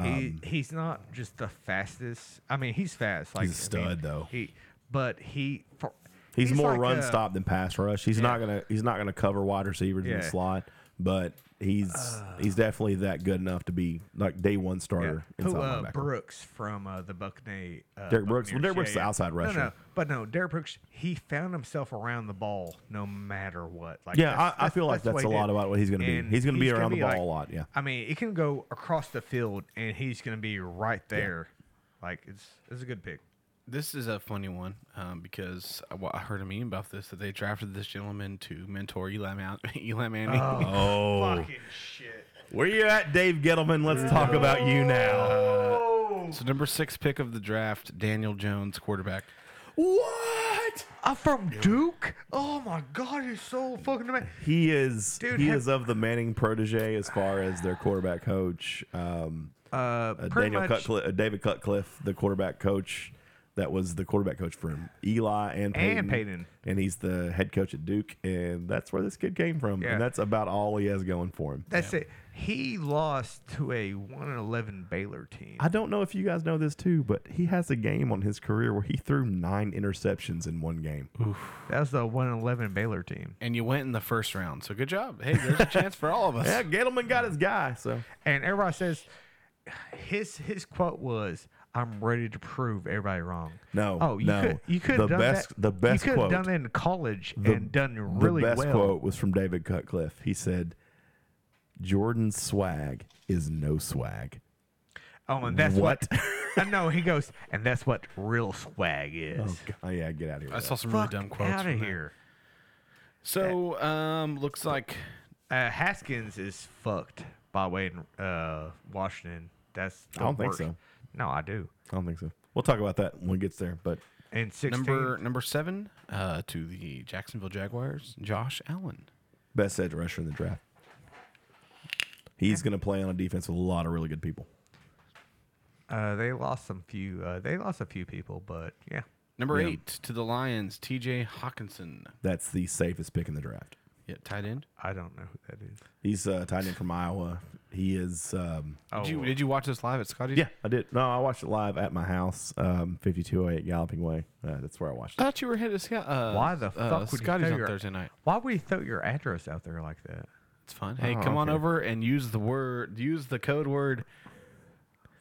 [SPEAKER 3] he he's not just the fastest. I mean, he's fast. Like
[SPEAKER 1] Um, a
[SPEAKER 3] I mean,
[SPEAKER 1] stud, though.
[SPEAKER 3] He but he for,
[SPEAKER 1] He's, more
[SPEAKER 3] like
[SPEAKER 1] run
[SPEAKER 3] a-
[SPEAKER 1] stop than pass rush. He's not gonna he's not gonna cover wide receivers in the
[SPEAKER 3] Yeah. Uh.
[SPEAKER 1] slot. but he's he's definitely that good enough to be like day one starter
[SPEAKER 3] Who,
[SPEAKER 1] inside
[SPEAKER 3] uh,
[SPEAKER 1] linebacker.
[SPEAKER 3] Brooks from uh, the Buckney. Uh,
[SPEAKER 1] Derrick Brooks? Well,
[SPEAKER 3] Buccaneers.
[SPEAKER 1] Derrick Brooks is the outside
[SPEAKER 3] No, no,
[SPEAKER 1] rusher.
[SPEAKER 3] but no, Derrick Brooks. He found himself around the ball no matter what. Like
[SPEAKER 1] Yeah,
[SPEAKER 3] that's-
[SPEAKER 1] I, I feel like
[SPEAKER 3] the
[SPEAKER 1] that's,
[SPEAKER 3] way
[SPEAKER 1] a
[SPEAKER 3] he
[SPEAKER 1] lot
[SPEAKER 3] did.
[SPEAKER 1] about what he's going to be.
[SPEAKER 3] And
[SPEAKER 1] He's going to be
[SPEAKER 3] he's gonna
[SPEAKER 1] around the ball
[SPEAKER 3] like-
[SPEAKER 1] a lot. Yeah,
[SPEAKER 3] I mean, it can go across the field, and he's going to be right there. Like it's it's a good pick.
[SPEAKER 2] This is a funny one um, because I, wa- I heard a meme about this that they drafted this gentleman to mentor Eli, Man- <laughs> Eli Manning.
[SPEAKER 1] Oh,
[SPEAKER 3] Fucking shit.
[SPEAKER 1] where you at, Dave Gettleman? Let's talk about you now.
[SPEAKER 3] Oh,
[SPEAKER 2] So number six pick of the draft, Daniel Jones, quarterback.
[SPEAKER 1] What?
[SPEAKER 3] I'm Uh, from Duke. Oh my god, he's so fucking amazing.
[SPEAKER 1] He is.
[SPEAKER 3] Dude,
[SPEAKER 1] he
[SPEAKER 3] have-
[SPEAKER 1] is of the Manning protege as far as their quarterback coach. Um,
[SPEAKER 3] Uh,
[SPEAKER 1] uh,
[SPEAKER 3] pretty
[SPEAKER 1] Daniel
[SPEAKER 3] much,
[SPEAKER 1] Cutcliffe, uh, David Cutcliffe, the quarterback coach, that was the quarterback coach for him, Eli and Peyton,
[SPEAKER 3] And Peyton.
[SPEAKER 1] and he's the head coach at Duke, and that's where this kid came from,
[SPEAKER 3] Yeah.
[SPEAKER 1] and that's about all he has going for him.
[SPEAKER 3] That's it. He lost to a one and eleven Baylor team.
[SPEAKER 1] I don't know if you guys know this too, but he has a game on his career where he threw nine interceptions in one game.
[SPEAKER 3] That was the one and eleven Baylor team.
[SPEAKER 2] And you went in the first round, so good job. Hey, there's a chance for all of us.
[SPEAKER 1] Yeah, Gettleman got his guy. So
[SPEAKER 3] And everybody says his his quote was, "I'm ready to prove everybody wrong."
[SPEAKER 1] No,
[SPEAKER 3] Oh, you
[SPEAKER 1] no.
[SPEAKER 3] could you could
[SPEAKER 1] The
[SPEAKER 3] done
[SPEAKER 1] best-
[SPEAKER 3] that-
[SPEAKER 1] the best
[SPEAKER 3] you could
[SPEAKER 1] quote-
[SPEAKER 3] done it in college and done really
[SPEAKER 1] the best
[SPEAKER 3] well.
[SPEAKER 1] quote was from David Cutcliffe. He said, "Jordan's swag is no swag."
[SPEAKER 3] Oh, and that's what.
[SPEAKER 1] What?
[SPEAKER 3] I know he goes, and that's what real swag is.
[SPEAKER 1] Oh, God. oh yeah, get out of here.
[SPEAKER 2] I
[SPEAKER 1] with
[SPEAKER 2] saw
[SPEAKER 1] that.
[SPEAKER 2] some really dumb quotes.
[SPEAKER 3] out
[SPEAKER 2] from
[SPEAKER 3] of
[SPEAKER 2] that.
[SPEAKER 3] here.
[SPEAKER 2] So um, looks like
[SPEAKER 3] Uh, Haskins is fucked by way in uh, Washington. That's the
[SPEAKER 1] I don't think
[SPEAKER 3] worst.
[SPEAKER 1] so.
[SPEAKER 3] No, I do.
[SPEAKER 1] I don't think so. We'll talk about that when it gets there. But
[SPEAKER 3] And sixteen.
[SPEAKER 2] number number seven uh, to the Jacksonville Jaguars, Josh Allen.
[SPEAKER 1] best edge rusher in the draft. He's going to play on a defense with a lot of really good people.
[SPEAKER 3] Uh, they lost some few. Uh, they lost a few people, but yeah.
[SPEAKER 2] Number
[SPEAKER 1] Yeah.
[SPEAKER 2] eight to the Lions, T.J. Hawkinson.
[SPEAKER 1] That's the safest pick in the draft.
[SPEAKER 2] Yeah, tight end.
[SPEAKER 3] I don't know who that is.
[SPEAKER 1] He's uh, tight end from Iowa. He is. Um,
[SPEAKER 2] Did you did you watch this live at Scotty's?
[SPEAKER 1] yeah, I did. No, I watched it live at my house, um, 5208 Galloping Way. Uh, that's where I watched
[SPEAKER 2] I
[SPEAKER 1] it.
[SPEAKER 2] thought you were headed to Scott. Uh,
[SPEAKER 3] Why the
[SPEAKER 2] uh,
[SPEAKER 3] fuck would
[SPEAKER 2] Scotty's
[SPEAKER 3] you throw
[SPEAKER 2] on
[SPEAKER 3] your,
[SPEAKER 2] Thursday night?
[SPEAKER 3] Why would you throw your address out there like that?
[SPEAKER 2] It's fine. Hey,
[SPEAKER 1] Oh,
[SPEAKER 2] come on
[SPEAKER 1] okay.
[SPEAKER 2] over and use the word. Use the code word.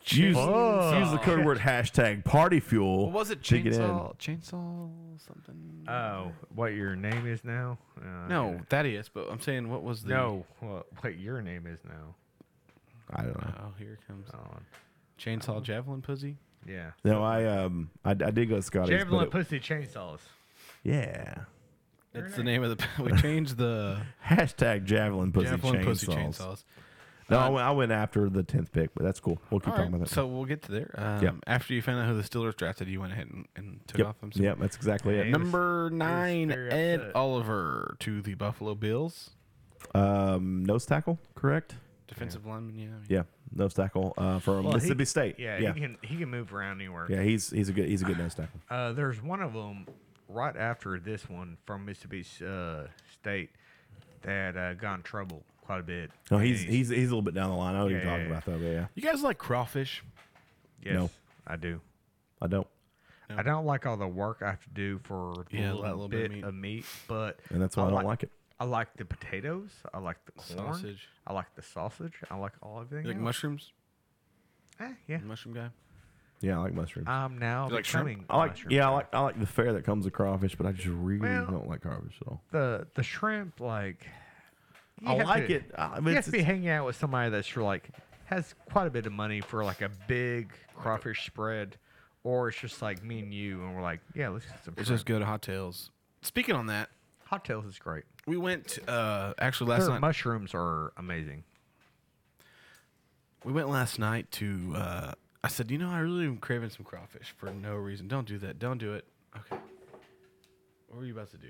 [SPEAKER 1] Use,
[SPEAKER 3] Chainsaw.
[SPEAKER 1] use the code word hashtag party fuel.
[SPEAKER 2] Oh. What was it?
[SPEAKER 1] to get in.
[SPEAKER 2] Chainsaw. Chainsaw something.
[SPEAKER 3] Oh, what your name is now? Uh,
[SPEAKER 2] no, that is. But I'm saying, what was the?
[SPEAKER 3] no. What, what your name is now?
[SPEAKER 1] I don't know.
[SPEAKER 2] Oh, here it comes.
[SPEAKER 3] Oh,
[SPEAKER 2] Chainsaw javelin pussy.
[SPEAKER 3] yeah.
[SPEAKER 1] No, I um, I, I did go to Scotty's. but
[SPEAKER 3] Javelin
[SPEAKER 1] it-
[SPEAKER 3] pussy chainsaws.
[SPEAKER 1] yeah.
[SPEAKER 2] That's the name of the. <laughs> We changed the
[SPEAKER 1] Hashtag javelin pussy
[SPEAKER 2] javelin
[SPEAKER 1] chainsaws.
[SPEAKER 2] pussy chainsaws.
[SPEAKER 3] Uh,
[SPEAKER 1] No, I went, I went after the tenth pick, but that's cool. We'll keep
[SPEAKER 2] All
[SPEAKER 1] talking
[SPEAKER 2] right,
[SPEAKER 1] about that.
[SPEAKER 2] so we'll get to there. Um,
[SPEAKER 1] Yep.
[SPEAKER 2] After you found out who the Steelers drafted, you went ahead and, and took
[SPEAKER 1] yep,
[SPEAKER 2] off them.
[SPEAKER 1] yep, that's exactly it.
[SPEAKER 2] Number nine,
[SPEAKER 3] very
[SPEAKER 2] Ed
[SPEAKER 3] upset.
[SPEAKER 2] Oliver to the Buffalo Bills.
[SPEAKER 1] Um, nose tackle, correct?
[SPEAKER 2] Defensive lineman, yeah.
[SPEAKER 1] Yeah, nose tackle uh, from
[SPEAKER 3] Well, he-
[SPEAKER 1] Mississippi State.
[SPEAKER 3] Yeah,
[SPEAKER 1] yeah,
[SPEAKER 3] he can he can move around anywhere.
[SPEAKER 1] yeah. He's he's a good he's a good nose tackle.
[SPEAKER 3] Uh, there's one of them right after this one from Mississippi uh, State that uh, got in trouble quite a bit.
[SPEAKER 1] No,
[SPEAKER 3] And
[SPEAKER 1] he's he's he's a little bit down the line. I know what you're
[SPEAKER 3] Yeah,
[SPEAKER 1] talking
[SPEAKER 3] yeah,
[SPEAKER 1] about though. But yeah,
[SPEAKER 2] You guys like crawfish?
[SPEAKER 3] yes,
[SPEAKER 1] no.
[SPEAKER 3] I do.
[SPEAKER 1] I don't.
[SPEAKER 3] I don't like all the work I have to do for the
[SPEAKER 2] Yeah,
[SPEAKER 3] little,
[SPEAKER 2] that little bit
[SPEAKER 3] bit,
[SPEAKER 2] of meat.
[SPEAKER 3] of meat, but
[SPEAKER 1] And that's why I don't like it.
[SPEAKER 3] I like the potatoes. I like the corn.
[SPEAKER 2] Sausage.
[SPEAKER 3] I like the sausage. I like all everything.
[SPEAKER 2] You like
[SPEAKER 3] else.
[SPEAKER 2] mushrooms?
[SPEAKER 3] Eh, yeah.
[SPEAKER 2] Mushroom guy?
[SPEAKER 1] Yeah, I like mushrooms.
[SPEAKER 3] I'm now
[SPEAKER 2] You like shrimp?
[SPEAKER 3] becoming.
[SPEAKER 1] I like
[SPEAKER 3] mushroom
[SPEAKER 1] yeah, I
[SPEAKER 3] guy.
[SPEAKER 1] like I like the fare that comes with crawfish, but I just really
[SPEAKER 3] Well-
[SPEAKER 1] don't like crawfish at all.
[SPEAKER 3] the the shrimp like you
[SPEAKER 1] I
[SPEAKER 3] have
[SPEAKER 1] like
[SPEAKER 3] to-
[SPEAKER 1] it. I mean,
[SPEAKER 3] you
[SPEAKER 1] it's-
[SPEAKER 3] have to be
[SPEAKER 1] it's-
[SPEAKER 3] hanging out with somebody that's your, like has quite a bit of money for like a big crawfish spread, or it's just like me and you, and we're like, yeah, let's get some
[SPEAKER 2] Let's
[SPEAKER 3] shrimp.
[SPEAKER 2] just go to hot tails. Speaking on that,
[SPEAKER 3] Hot tails is great.
[SPEAKER 2] we went uh actually last
[SPEAKER 3] Their
[SPEAKER 2] night.
[SPEAKER 3] mushrooms are amazing.
[SPEAKER 2] we went last night to uh I said, you know, I really am craving some crawfish for no reason. Don't do that. Don't do it. Okay. What were you about to do?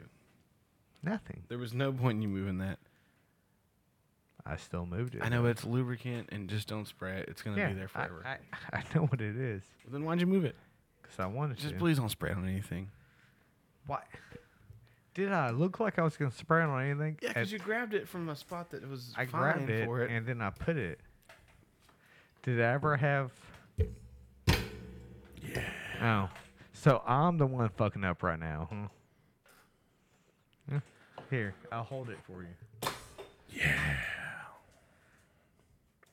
[SPEAKER 3] Nothing.
[SPEAKER 2] There was no <laughs> point in you moving that.
[SPEAKER 3] I still moved it.
[SPEAKER 2] I know it's lubricant and just don't spray it. It's gonna
[SPEAKER 3] Yeah,
[SPEAKER 2] be there
[SPEAKER 3] I,
[SPEAKER 2] forever.
[SPEAKER 3] I, I <laughs> know what it is
[SPEAKER 2] then why'd you move it?
[SPEAKER 3] because I wanted
[SPEAKER 2] Just
[SPEAKER 3] to.
[SPEAKER 2] please don't spray it on anything.
[SPEAKER 3] Why? Did I look like I was gonna spray it on anything?
[SPEAKER 2] Yeah,
[SPEAKER 3] At-
[SPEAKER 2] because you grabbed it from a spot that was
[SPEAKER 3] I
[SPEAKER 2] fine
[SPEAKER 3] grabbed it,
[SPEAKER 2] for it.
[SPEAKER 3] and then I put it. Did I ever have? Yeah. Oh, so I'm the one fucking up right now. Huh? Yeah. Here, I'll hold it for you. Yeah.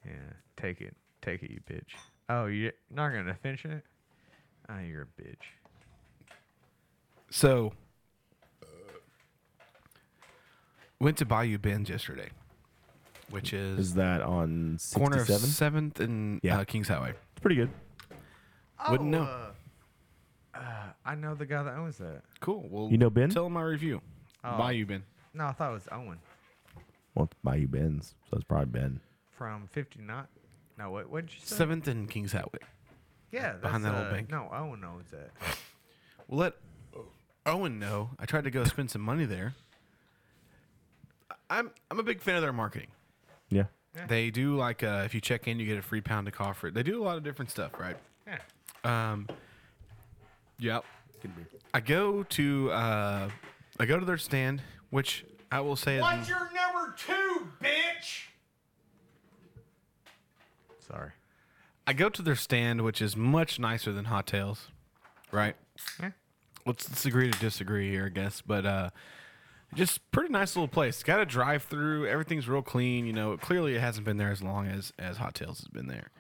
[SPEAKER 3] Yeah, take it, take it, you bitch. Oh, you're not gonna finish it? Oh, you're a bitch.
[SPEAKER 2] So, went to Bayou Bend yesterday, which is,
[SPEAKER 1] Is that on
[SPEAKER 2] corner
[SPEAKER 1] 67?
[SPEAKER 2] of Seventh and
[SPEAKER 1] Yeah.
[SPEAKER 2] uh, Kings Highway.
[SPEAKER 1] It's pretty good.
[SPEAKER 2] Wouldn't know.
[SPEAKER 3] I know the guy that owns that.
[SPEAKER 2] cool. Well,
[SPEAKER 1] You know Ben?
[SPEAKER 2] Tell him my review. Bayou Bend.
[SPEAKER 3] No, I thought it was Owen
[SPEAKER 1] Well, it's Bayou Ben's, so it's probably Ben.
[SPEAKER 3] from 59. No, what? What'd you say?
[SPEAKER 2] Seventh and Kings Highway.
[SPEAKER 3] Yeah, that's,
[SPEAKER 2] behind that old
[SPEAKER 3] uh,
[SPEAKER 2] bank.
[SPEAKER 3] No, Owen owns that.
[SPEAKER 2] Well, let Owen know. I tried to go spend some money there. I'm I'm a big fan of their marketing.
[SPEAKER 1] Yeah.
[SPEAKER 2] They do like uh, if you check in, you get a free pound of coffee. They do a lot of different stuff, right?
[SPEAKER 3] Yeah.
[SPEAKER 2] Um, yep. I go to uh, I go to their stand, which I will say is
[SPEAKER 5] your number two, bitch?
[SPEAKER 3] Sorry.
[SPEAKER 2] I go to their stand, which is much nicer than Hot Tails, right?
[SPEAKER 3] Yeah.
[SPEAKER 2] Let's, let's agree to disagree here, I guess. But uh, just pretty nice little place. Got a drive through. Everything's real clean. You know, clearly it hasn't been there as long as as Hot Tails has been there.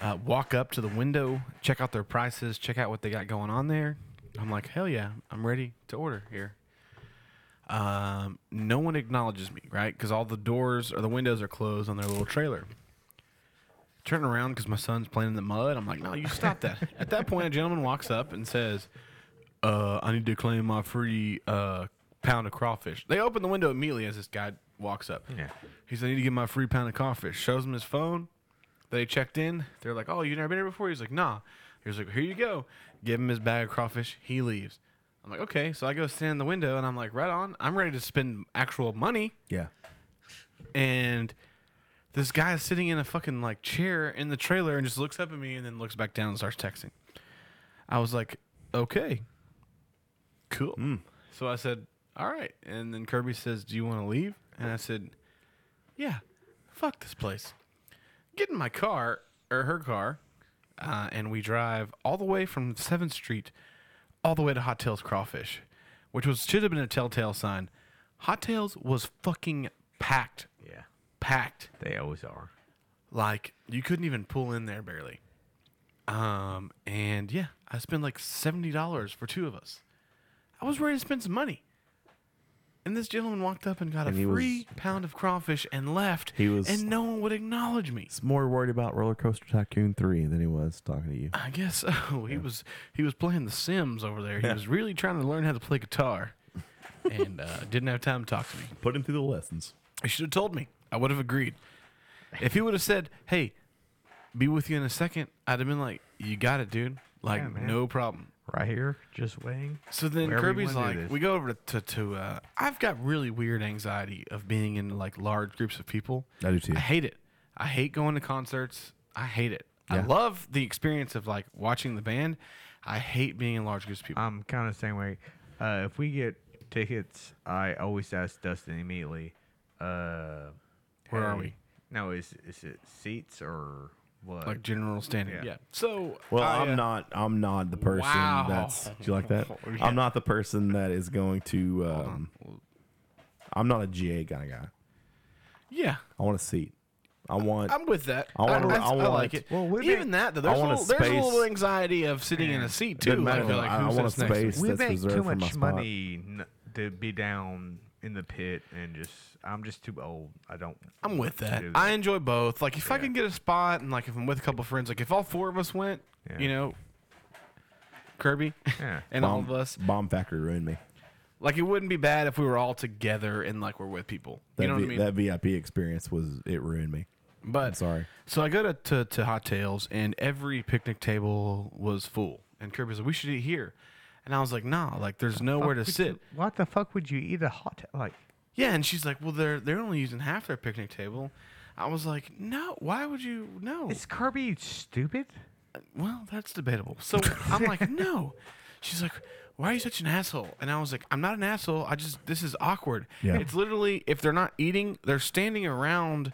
[SPEAKER 2] Uh, walk up to the window, check out their prices, check out what they got going on there. I'm like, hell yeah, I'm ready to order here. Um, no one acknowledges me, right? Because all the doors or the windows are closed on their little trailer. Turn around because my son's playing in the mud. I'm like, no, you stop that. At that point, a gentleman walks up and says, uh, I need to claim my free uh, pound of crawfish. They open the window immediately as this guy walks up.
[SPEAKER 3] Yeah.
[SPEAKER 2] He said, I need to get my free pound of crawfish. Shows him his phone. They checked in. They're like, oh, you've never been here before? He's like, nah. He's like, here you go. Give him his bag of crawfish. He leaves. I'm like, okay. So I go stand in the window and I'm like, right on. I'm ready to spend actual money
[SPEAKER 1] Yeah.
[SPEAKER 2] and this guy is sitting in a fucking like chair in the trailer and just looks up at me and then looks back down and starts texting. I was like, okay, cool. So I said, all right. And then Kirby says, do you want to leave? And I said, yeah, fuck this place. Get in my car or her car, uh, and we drive all the way from Seventh Street, all the way to Hot Tails Crawfish, which was should have been a telltale sign. Hot Tails was fucking packed
[SPEAKER 3] Yeah.
[SPEAKER 2] packed.
[SPEAKER 3] They always are.
[SPEAKER 2] Like you couldn't even pull in there barely. Um, and yeah, I spent like seventy dollars for two of us. I was ready to spend some money. And this gentleman walked up and got
[SPEAKER 1] And
[SPEAKER 2] a
[SPEAKER 1] he was-
[SPEAKER 2] free pound of crawfish and left.
[SPEAKER 1] He was-
[SPEAKER 2] and no one would acknowledge me.
[SPEAKER 1] He's more worried about Roller Coaster Tycoon 3 than he was talking to you.
[SPEAKER 2] I guess <laughs> so. He was he was playing The Sims over there. He was really trying to learn how to play guitar, and uh, didn't have time to talk to me.
[SPEAKER 1] Put him through the lessons.
[SPEAKER 2] He should have told me. I would have agreed. If he would have said, "Hey, be with you in a second, I'd have been like, "You got it, dude. Like,
[SPEAKER 3] Yeah, man.
[SPEAKER 2] no problem."
[SPEAKER 3] Right here, just waiting.
[SPEAKER 2] So then
[SPEAKER 3] Wherever you
[SPEAKER 2] Kirby's
[SPEAKER 3] wanna do
[SPEAKER 2] like,
[SPEAKER 3] this.
[SPEAKER 2] "We go over to to. Uh, I've got really weird anxiety of being in like large groups of people.
[SPEAKER 1] I do too.
[SPEAKER 2] I hate it. I hate going to concerts. I hate it. I
[SPEAKER 1] Yeah.
[SPEAKER 2] love the experience of like watching the band. I hate being in large groups of people.
[SPEAKER 3] I'm kind of the same way. Uh, if we get tickets, I always ask Dustin immediately. Uh,
[SPEAKER 2] Where are
[SPEAKER 3] hey-
[SPEAKER 2] we?
[SPEAKER 3] No, is is it seats or what?
[SPEAKER 2] like general standing. Yeah.
[SPEAKER 3] Uh, Yeah.
[SPEAKER 2] So
[SPEAKER 1] Well,
[SPEAKER 2] I,
[SPEAKER 1] I'm
[SPEAKER 2] uh,
[SPEAKER 1] not. I'm not the person
[SPEAKER 2] Wow. Oh,
[SPEAKER 1] that's. Do you like
[SPEAKER 2] <laughs>
[SPEAKER 1] that?
[SPEAKER 2] Yeah.
[SPEAKER 1] I'm not the person that is going to. Um, I'm not a GA kind of guy.
[SPEAKER 2] Yeah,
[SPEAKER 1] I want a seat. I want.
[SPEAKER 2] I'm with that.
[SPEAKER 1] I wanna-
[SPEAKER 2] that's-
[SPEAKER 1] I wanna-
[SPEAKER 2] like it.
[SPEAKER 3] Well, we've
[SPEAKER 2] Even
[SPEAKER 3] been-
[SPEAKER 2] that though,
[SPEAKER 1] I
[SPEAKER 2] there's, a
[SPEAKER 1] want a
[SPEAKER 2] little, there's a little
[SPEAKER 1] space.
[SPEAKER 2] anxiety of sitting in a seat too.
[SPEAKER 1] doesn't matter.
[SPEAKER 2] Like, you're like,
[SPEAKER 1] I-
[SPEAKER 2] who
[SPEAKER 1] I want a
[SPEAKER 2] sits next to me?
[SPEAKER 1] space
[SPEAKER 3] we
[SPEAKER 1] that's
[SPEAKER 3] make
[SPEAKER 1] reserved
[SPEAKER 3] too
[SPEAKER 1] for my
[SPEAKER 3] much
[SPEAKER 1] spot.
[SPEAKER 3] money n- to be down in the pit and just. I'm just too old. I don't.
[SPEAKER 2] I'm with
[SPEAKER 3] want to
[SPEAKER 2] that.
[SPEAKER 3] do
[SPEAKER 2] I enjoy both. Like if I can get a spot and like if I'm with a couple friends, like if all four of us went,
[SPEAKER 3] Yeah.
[SPEAKER 2] you know, Kirby
[SPEAKER 3] Yeah.
[SPEAKER 2] <laughs> and all
[SPEAKER 1] Bomb,
[SPEAKER 2] of us,
[SPEAKER 1] Bomb Factory ruined me.
[SPEAKER 2] like it wouldn't be bad if we were all together and like we're with people.
[SPEAKER 1] That,
[SPEAKER 2] you know
[SPEAKER 1] V-
[SPEAKER 2] what I mean?
[SPEAKER 1] that VIP experience was it ruined me.
[SPEAKER 2] But
[SPEAKER 1] sorry.
[SPEAKER 2] So I go to, to, to Hot Tails, and every picnic table was full. And Kirby said, "We should eat here," and I was like, "Nah, like there's nowhere to
[SPEAKER 3] Would
[SPEAKER 2] sit."
[SPEAKER 3] you- what the fuck would you eat a hot t- like?
[SPEAKER 2] Yeah, and she's like, "Well, they're they're only using half their picnic table." I was like, "No, why would you? No."
[SPEAKER 3] Is Kirby stupid?
[SPEAKER 2] well, that's debatable. So
[SPEAKER 1] <laughs>
[SPEAKER 2] I'm like, "No." She's like, "Why are you such an asshole?" And I was like, "I'm not an asshole. I just this is awkward.
[SPEAKER 1] Yeah.
[SPEAKER 2] It's literally if they're not eating, they're standing around,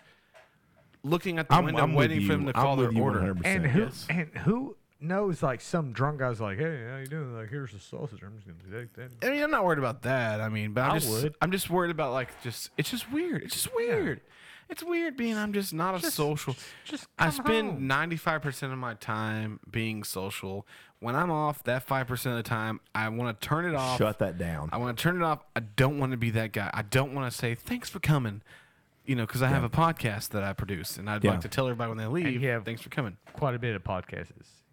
[SPEAKER 2] looking at the
[SPEAKER 1] I'm,
[SPEAKER 2] window,
[SPEAKER 1] I'm with
[SPEAKER 2] waiting
[SPEAKER 1] you.
[SPEAKER 2] for them to
[SPEAKER 1] I'm
[SPEAKER 2] call
[SPEAKER 1] with
[SPEAKER 2] their
[SPEAKER 1] you
[SPEAKER 2] order."
[SPEAKER 1] 100%.
[SPEAKER 3] And who
[SPEAKER 2] yes.
[SPEAKER 3] and who knows? Like some drunk guy's like, hey, how you doing? Like, here's the sausage. I'm just gonna take that.
[SPEAKER 2] I mean, I'm not worried about that. I mean, but I'm
[SPEAKER 1] I
[SPEAKER 2] just,
[SPEAKER 1] would.
[SPEAKER 2] I'm just worried about like just. It's just weird. It's just weird. It's weird being I'm just not a social.
[SPEAKER 3] just
[SPEAKER 2] I
[SPEAKER 3] come
[SPEAKER 2] spend
[SPEAKER 3] home.
[SPEAKER 2] ninety five percent of my time being social. When I'm off that five percent of the time, I want to turn it off.
[SPEAKER 1] Shut that down.
[SPEAKER 2] I want to turn it off. I don't want to be that guy. I don't want to say thanks for coming. You know, because I have a podcast that I produce, and I'd
[SPEAKER 1] Yeah.
[SPEAKER 2] like to tell everybody when they leave,
[SPEAKER 3] you have-
[SPEAKER 2] thanks for coming.
[SPEAKER 3] Quite a bit of podcasts.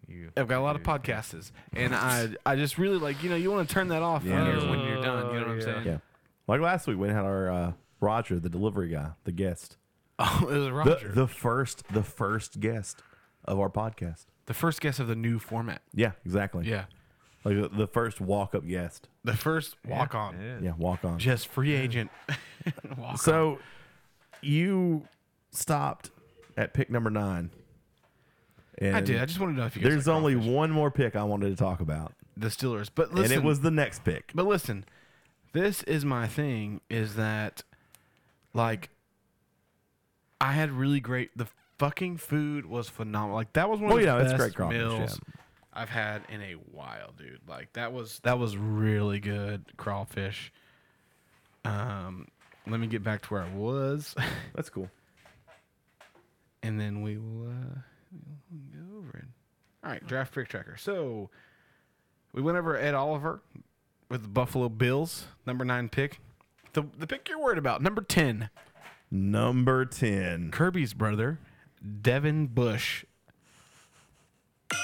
[SPEAKER 3] You.
[SPEAKER 2] I've got a lot of podcasts, and I I just really like you know you want to turn that off when,
[SPEAKER 1] Yeah.
[SPEAKER 2] you're, when you're done. You know what I'm
[SPEAKER 3] Yeah.
[SPEAKER 2] saying?
[SPEAKER 1] Yeah. Like last week, we had our uh, Roger, the delivery guy, the guest,
[SPEAKER 2] Oh, <laughs> it was
[SPEAKER 1] the,
[SPEAKER 2] Roger, the,
[SPEAKER 1] the first, the first guest of our podcast.
[SPEAKER 2] first guest of the new format.
[SPEAKER 1] Yeah, exactly.
[SPEAKER 2] Yeah,
[SPEAKER 1] like the, the first walk-up guest.
[SPEAKER 2] the first walk on,
[SPEAKER 1] Yeah, walk on.
[SPEAKER 2] just
[SPEAKER 1] <laughs>
[SPEAKER 2] free agent. walk on.
[SPEAKER 1] So you stopped at pick number nine. And
[SPEAKER 2] I did. I just wanted to know if you guys
[SPEAKER 1] There's
[SPEAKER 2] like
[SPEAKER 1] only
[SPEAKER 2] crawfish.
[SPEAKER 1] one more pick I wanted to talk about,
[SPEAKER 2] the Steelers, but listen,
[SPEAKER 1] and it was the next pick.
[SPEAKER 2] But listen, this is my thing is that like I had really great the fucking food was phenomenal. Like that was one
[SPEAKER 1] Oh,
[SPEAKER 2] of the
[SPEAKER 1] yeah, it's
[SPEAKER 2] best
[SPEAKER 1] great crawfish,
[SPEAKER 2] meals
[SPEAKER 1] yeah.
[SPEAKER 2] I've had in a while, dude. Like that was that was really good crawfish. Um let me get back to where I was <laughs>
[SPEAKER 1] That's cool.
[SPEAKER 2] and then we will uh, we'll go over it. All right, draft pick tracker. So we went over Ed Oliver with the Buffalo Bills, number nine pick. The, the pick you're worried about, number 10,
[SPEAKER 1] Number ten.
[SPEAKER 2] Kirby's brother, Devin Bush.
[SPEAKER 5] Yeah.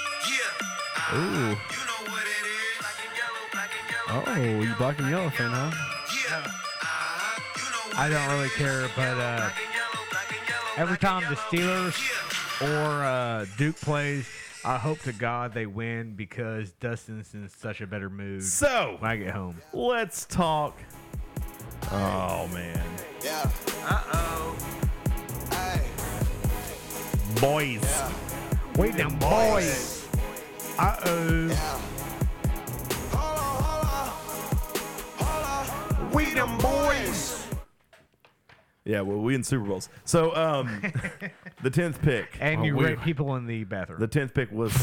[SPEAKER 7] Oh.
[SPEAKER 2] Ooh.
[SPEAKER 5] You know what it is. Black and yellow, black and yellow.
[SPEAKER 2] Oh, you black and yellow fan, huh?
[SPEAKER 5] Yeah. Uh-huh. You know what
[SPEAKER 3] I don't
[SPEAKER 5] it
[SPEAKER 3] really
[SPEAKER 5] is.
[SPEAKER 3] care, but uh,
[SPEAKER 5] Black and yellow, black and yellow,
[SPEAKER 3] every
[SPEAKER 5] black and
[SPEAKER 3] time the
[SPEAKER 5] yellow.
[SPEAKER 3] Steelers or uh, Duke plays, I hope to God they win because Dustin's in such a better mood
[SPEAKER 1] So
[SPEAKER 3] when I get home.
[SPEAKER 1] let's talk. Oh man,
[SPEAKER 7] Yeah. Uh oh. Hey.
[SPEAKER 1] boys.
[SPEAKER 3] We them boys. Uh oh.
[SPEAKER 7] Hold on, hold on. Hold on.
[SPEAKER 1] We them boys. Yeah, well, we in Super Bowls. So
[SPEAKER 2] <laughs>
[SPEAKER 1] um, the tenth pick.
[SPEAKER 3] And
[SPEAKER 2] Oh,
[SPEAKER 3] you
[SPEAKER 2] we-
[SPEAKER 3] rape people in the bathroom.
[SPEAKER 1] The tenth pick was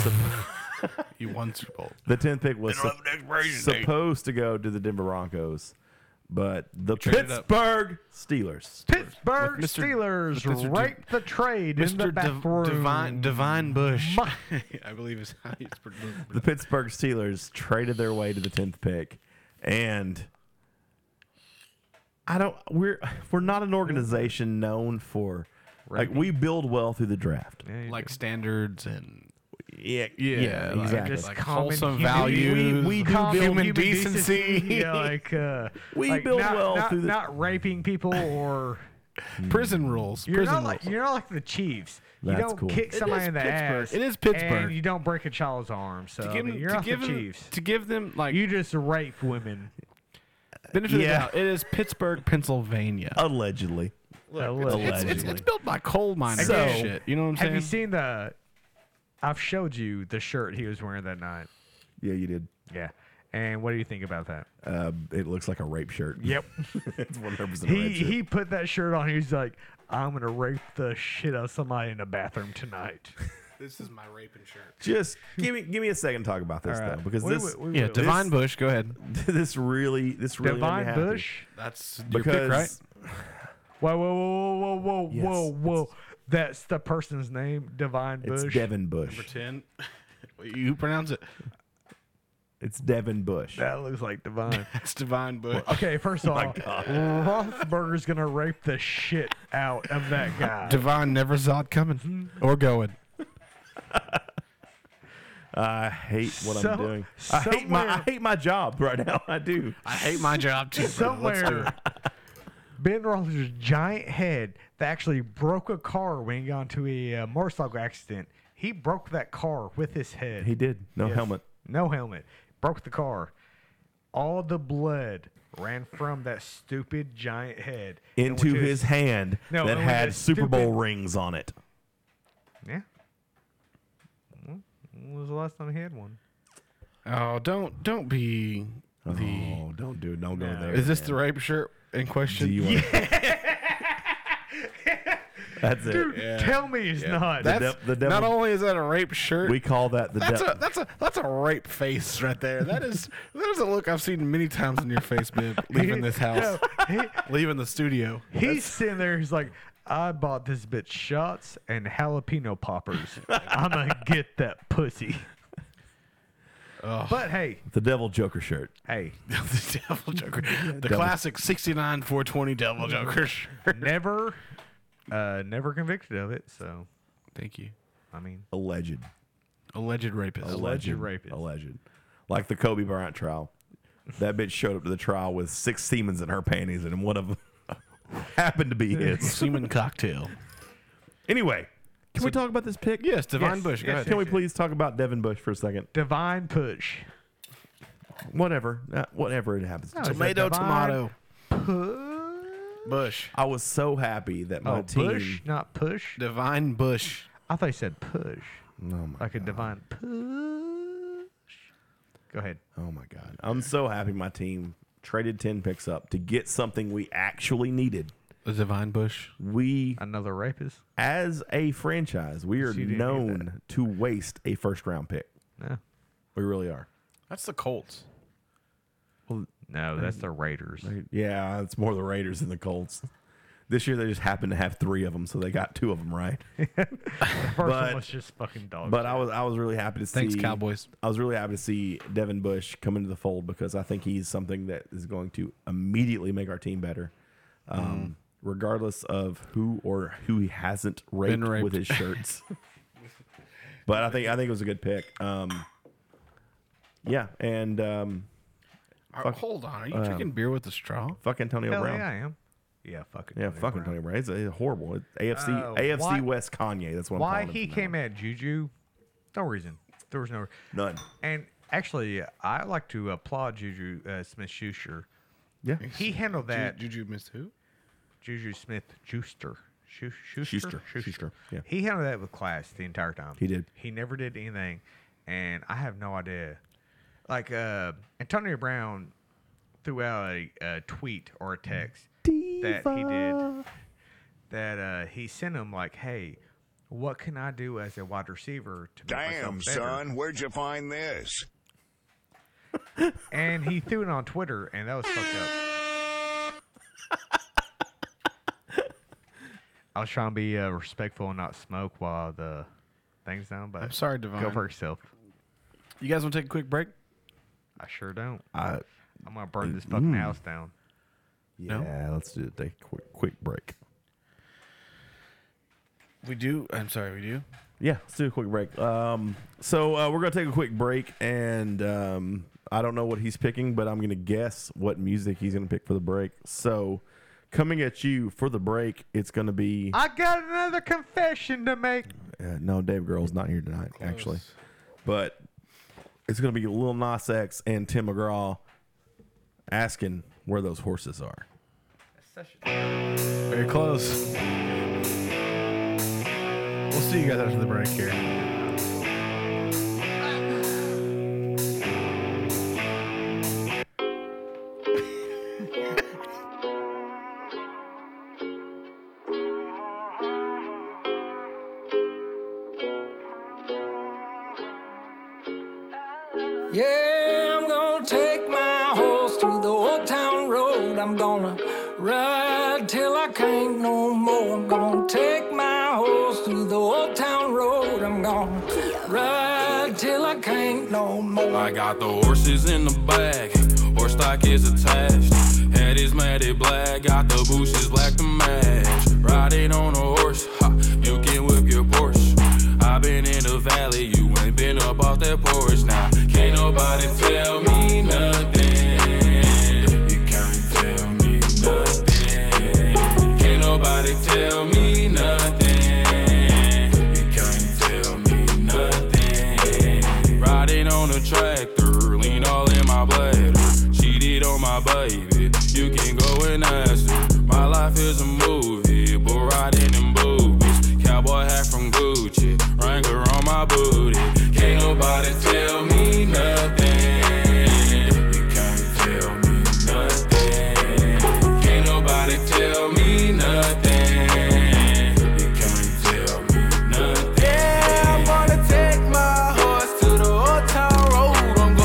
[SPEAKER 2] You won Super Bowl.
[SPEAKER 1] the tenth pick was
[SPEAKER 2] Interrupt expiration date.
[SPEAKER 1] supposed to go to the Denver Broncos, but the
[SPEAKER 2] Traded up.
[SPEAKER 1] Pittsburgh Steelers.
[SPEAKER 3] Pittsburgh
[SPEAKER 2] With Mr.
[SPEAKER 3] Steelers
[SPEAKER 2] with Mr. Div-
[SPEAKER 3] rape the trade in the
[SPEAKER 2] Mr.
[SPEAKER 3] bathroom.
[SPEAKER 2] Div- Divine, Divine Bush.
[SPEAKER 3] My-
[SPEAKER 2] <laughs> I believe is how he's <laughs> pronounced.
[SPEAKER 1] the Pittsburgh Steelers traded their way to the tenth pick, and I don't. We're we're not an organization known for like we build well through the draft.
[SPEAKER 2] like standards and
[SPEAKER 1] Yeah,
[SPEAKER 2] Yeah, like-
[SPEAKER 1] exactly.
[SPEAKER 2] Like
[SPEAKER 3] common
[SPEAKER 2] wholesome
[SPEAKER 3] human-
[SPEAKER 2] values.
[SPEAKER 1] we- we do
[SPEAKER 3] Common
[SPEAKER 1] build
[SPEAKER 2] human <laughs> decency.
[SPEAKER 3] <laughs> yeah, like uh,
[SPEAKER 1] We
[SPEAKER 3] like
[SPEAKER 1] build
[SPEAKER 3] not,
[SPEAKER 1] well
[SPEAKER 3] not,
[SPEAKER 1] through the-
[SPEAKER 3] not
[SPEAKER 2] <laughs>
[SPEAKER 3] raping people or
[SPEAKER 2] prison rules.
[SPEAKER 3] you're
[SPEAKER 2] prison
[SPEAKER 3] not
[SPEAKER 2] rules.
[SPEAKER 3] like you're not like the Chiefs. You
[SPEAKER 1] That's
[SPEAKER 3] don't
[SPEAKER 1] cool.
[SPEAKER 3] kick
[SPEAKER 1] It
[SPEAKER 3] somebody
[SPEAKER 2] is
[SPEAKER 3] in the
[SPEAKER 2] Pittsburgh.
[SPEAKER 3] ass.
[SPEAKER 2] It is Pittsburgh.
[SPEAKER 3] And you don't break a child's arm. So I
[SPEAKER 2] give
[SPEAKER 3] mean,
[SPEAKER 2] them-
[SPEAKER 3] you're
[SPEAKER 2] to
[SPEAKER 3] not the
[SPEAKER 2] give them-
[SPEAKER 3] Chiefs.
[SPEAKER 2] to give them like
[SPEAKER 3] <laughs> You just rape women.
[SPEAKER 2] benefit of the
[SPEAKER 1] Yeah.
[SPEAKER 2] doubt, It is Pittsburgh, Pennsylvania.
[SPEAKER 1] allegedly.
[SPEAKER 3] Allegedly.
[SPEAKER 2] it's, it's,
[SPEAKER 1] allegedly.
[SPEAKER 2] it's built by coal miners
[SPEAKER 1] So-
[SPEAKER 2] and shit. You know what I'm saying?
[SPEAKER 3] Have you seen the? I've showed you the shirt he was wearing that night.
[SPEAKER 1] Yeah, you did.
[SPEAKER 3] Yeah. And what do you think about that?
[SPEAKER 1] Uh, it looks like a rape shirt.
[SPEAKER 3] Yep.
[SPEAKER 1] <laughs> it's one hundred percent
[SPEAKER 3] he
[SPEAKER 1] rape shirt.
[SPEAKER 3] he put that shirt on. He's like, I'm gonna rape the shit out of somebody in the bathroom tonight.
[SPEAKER 2] this is my raping shirt.
[SPEAKER 1] Just give me give me a second to talk about this though, because
[SPEAKER 3] We-
[SPEAKER 1] this
[SPEAKER 3] we- we
[SPEAKER 2] Yeah,
[SPEAKER 3] will.
[SPEAKER 2] Divine
[SPEAKER 1] This-
[SPEAKER 2] Bush. Go ahead.
[SPEAKER 1] <laughs> this really this <laughs> really made me
[SPEAKER 3] Divine
[SPEAKER 1] happy.
[SPEAKER 3] Bush.
[SPEAKER 2] That's your
[SPEAKER 1] because
[SPEAKER 2] pick, right?
[SPEAKER 3] Whoa, whoa, whoa, whoa, whoa, whoa,
[SPEAKER 1] Yes,
[SPEAKER 3] whoa,
[SPEAKER 1] it's-
[SPEAKER 3] whoa. That's the person's name, Divine
[SPEAKER 1] it's
[SPEAKER 3] Bush.
[SPEAKER 1] Devin Bush.
[SPEAKER 2] Pretend. <laughs> you pronounce it. <laughs>
[SPEAKER 1] It's Devin Bush.
[SPEAKER 3] That looks like
[SPEAKER 1] <laughs>
[SPEAKER 3] Divine.
[SPEAKER 2] That's Divine Bush.
[SPEAKER 3] okay, first
[SPEAKER 1] Oh
[SPEAKER 3] of all, Rothberger's gonna rape the shit out of
[SPEAKER 1] <laughs>
[SPEAKER 3] that guy. Hmm?
[SPEAKER 2] Divine never saw it coming or going.
[SPEAKER 1] I hate what
[SPEAKER 3] So-
[SPEAKER 1] I'm doing. I hate my I
[SPEAKER 3] somewhere-
[SPEAKER 1] hate my job right now. <laughs> I do.
[SPEAKER 2] I hate my job too. bro. Let's do
[SPEAKER 3] Somewhere, Ben Roethlisberger's giant head that actually broke a car when he got into a uh, motorcycle accident. He broke that car with his head.
[SPEAKER 1] He did. No helmet.
[SPEAKER 3] No helmet. Broke the car. All the blood ran from that stupid giant head and went
[SPEAKER 1] Into
[SPEAKER 3] to
[SPEAKER 1] his hand
[SPEAKER 3] No,
[SPEAKER 1] that
[SPEAKER 3] it was
[SPEAKER 1] had
[SPEAKER 3] a
[SPEAKER 1] Super
[SPEAKER 3] stupid-
[SPEAKER 1] Bowl rings on it.
[SPEAKER 3] Yeah. Well, When was the last time he had one?
[SPEAKER 2] it. <laughs> Oh, don't don't be the.
[SPEAKER 1] Oh, don't do it. Don't go there.
[SPEAKER 2] Is this the rape shirt in question?
[SPEAKER 1] Do you want That's it.
[SPEAKER 3] Dude, tell me he's not.
[SPEAKER 1] That-
[SPEAKER 2] That's,
[SPEAKER 1] dev- the
[SPEAKER 2] not
[SPEAKER 1] devil-
[SPEAKER 2] only is that a rape shirt,
[SPEAKER 1] We call that the
[SPEAKER 2] That's
[SPEAKER 1] de-
[SPEAKER 2] a that's a that's a rape face right there. That <laughs> is that is a look I've seen many times <laughs> on your face, man. Leaving this house,
[SPEAKER 3] No, he-
[SPEAKER 2] leaving the studio. <laughs>
[SPEAKER 3] he's sitting there. He's like, I bought this bitch shots and jalapeno poppers. I'm going to get that pussy. But hey,
[SPEAKER 1] The Devil Joker shirt.
[SPEAKER 3] hey,
[SPEAKER 2] the Devil Joker. The classic 69 420 Devil Joker. <laughs> shirt.
[SPEAKER 3] never, uh, never convicted of it. So,
[SPEAKER 2] Thank you.
[SPEAKER 3] I mean,
[SPEAKER 1] Alleged.
[SPEAKER 2] Alleged rapist.
[SPEAKER 1] Alleged
[SPEAKER 3] rapist.
[SPEAKER 1] Alleged. Like the Kobe Bryant trial. That bitch showed up to the trial with six Siemens in her panties, and one of them <laughs> happened to be his.
[SPEAKER 2] Semen <laughs> cocktail.
[SPEAKER 1] <laughs> anyway, can we talk about this pick?
[SPEAKER 2] Yes, Devon Bush. Go
[SPEAKER 3] yes,
[SPEAKER 2] ahead.
[SPEAKER 1] Can we please talk about Devin Bush for a second?
[SPEAKER 3] divine push.
[SPEAKER 1] Whatever, Uh, whatever it happens.
[SPEAKER 3] No,
[SPEAKER 1] to.
[SPEAKER 3] it's-
[SPEAKER 2] Tomato,
[SPEAKER 3] Divine
[SPEAKER 2] tomato. Oh, Bush.
[SPEAKER 1] I was so happy that my
[SPEAKER 3] Oh,
[SPEAKER 1] team.
[SPEAKER 3] push, not push.
[SPEAKER 2] Divine Bush.
[SPEAKER 3] I thought you said push,
[SPEAKER 1] Oh my
[SPEAKER 3] like a divine push. Go ahead.
[SPEAKER 1] Oh my god. I'm so happy my team traded 10 picks up to get something we actually needed.
[SPEAKER 2] The Divine Bush.
[SPEAKER 1] We
[SPEAKER 3] Another rapist.
[SPEAKER 1] as a franchise, we are
[SPEAKER 3] you didn't need
[SPEAKER 1] known to waste a first round pick.
[SPEAKER 3] No,
[SPEAKER 1] We really are.
[SPEAKER 2] That's the Colts.
[SPEAKER 3] no, that's the Raiders. <laughs>
[SPEAKER 1] Yeah, it's more the Raiders than the Colts. This year they just happened to have 3 of them, so they got 2 of them right.
[SPEAKER 3] First
[SPEAKER 1] but-
[SPEAKER 3] one was just fucking dog.
[SPEAKER 1] But I was I was really happy to see
[SPEAKER 2] Thanks, Cowboys.
[SPEAKER 1] I was really happy to see Devin Bush come into the fold because I think he's something that is going to immediately make our team better,
[SPEAKER 2] Mm.
[SPEAKER 1] um, regardless of who or who he hasn't raped,
[SPEAKER 2] Been raped.
[SPEAKER 1] with his
[SPEAKER 2] <laughs>
[SPEAKER 1] shirts. but I think I think it was a good pick. Um, yeah, and um,
[SPEAKER 2] hold on. Are you drinking beer with a straw?
[SPEAKER 1] fuck Antonio
[SPEAKER 3] Hell
[SPEAKER 1] Brown.
[SPEAKER 3] yeah, I am. Yeah, fucking.
[SPEAKER 1] Yeah, fuck
[SPEAKER 3] Brown.
[SPEAKER 1] Antonio Brown. He's, he's horrible. It's AFC
[SPEAKER 3] Uh,
[SPEAKER 1] AFC
[SPEAKER 3] why-
[SPEAKER 1] West Kanye. That's what I'm
[SPEAKER 3] Why
[SPEAKER 1] calling him
[SPEAKER 3] he
[SPEAKER 1] from now
[SPEAKER 3] came
[SPEAKER 1] on.
[SPEAKER 3] at Juju? No reason. There was no.
[SPEAKER 1] None.
[SPEAKER 3] And actually, I like to applaud Juju uh, Smith Schuster.
[SPEAKER 1] Yeah.
[SPEAKER 3] He handled that.
[SPEAKER 2] Juju missed who?
[SPEAKER 3] Juju Smith Schuster. Schu- Schuster?
[SPEAKER 1] Schuster, Schuster, yeah.
[SPEAKER 3] He handled that with class the entire time.
[SPEAKER 1] He did.
[SPEAKER 3] He never did anything, and I have no idea. Like uh, Antonio Brown threw out a, a tweet or a text that he did that uh, he sent him like, "Hey, what can I do as a wide receiver to make myself
[SPEAKER 7] Damn,
[SPEAKER 3] better?"
[SPEAKER 7] son, where'd you find this?
[SPEAKER 3] And he threw it on Twitter, and that was fucked up. I was trying to be uh, respectful and not smoke while the thing's down, but
[SPEAKER 2] I'm sorry, Devon.
[SPEAKER 3] go for yourself.
[SPEAKER 2] You guys want to take a quick break?
[SPEAKER 3] I sure don't.
[SPEAKER 1] I,
[SPEAKER 3] I'm gonna burn this fucking house down.
[SPEAKER 1] yeah, let's do take a quick quick break.
[SPEAKER 2] We do. I'm sorry, we do.
[SPEAKER 1] Yeah, let's do a quick break. Um, so uh, we're gonna take a quick break, and um, I don't know what he's picking, but I'm gonna guess what music he's gonna pick for the break. So, coming at you for the break, it's gonna be
[SPEAKER 3] I got another confession to make.
[SPEAKER 1] uh, no Dave Grohl's not here tonight, actually, but it's gonna be Lil Nas X and Tim McGraw asking where those horses are.
[SPEAKER 2] Very close. We'll see you guys after the break here.
[SPEAKER 6] Yeah, I'm gonna take my horse through the old town road. I'm gonna ride till I can't no more. I'm gonna take my horse through the old town road. I'm gonna ride till I can't no more.
[SPEAKER 5] I got the horses in the back, horse stock is attached. Head is matted black, got the bushes black to match. Riding on a horse, ha, you can whip your Porsche. i been in the valley, you ain't been up off that porch now. Can't nobody tell me nothing. You can't tell me nothing. Can't nobody tell me nothing. You can't tell me nothing. Riding on a tractor, lean all in my bladder. Cheated on my baby, you can go and ask her. My life is a movie, but riding in boobies. Cowboy hat from Gucci, Wrangler on my booty. Can't nobody tell me nothing. You can't tell me nothing. Can't nobody tell me nothing. You can't tell me nothing. Yeah, I'm gonna take my horse to the old town road. I'm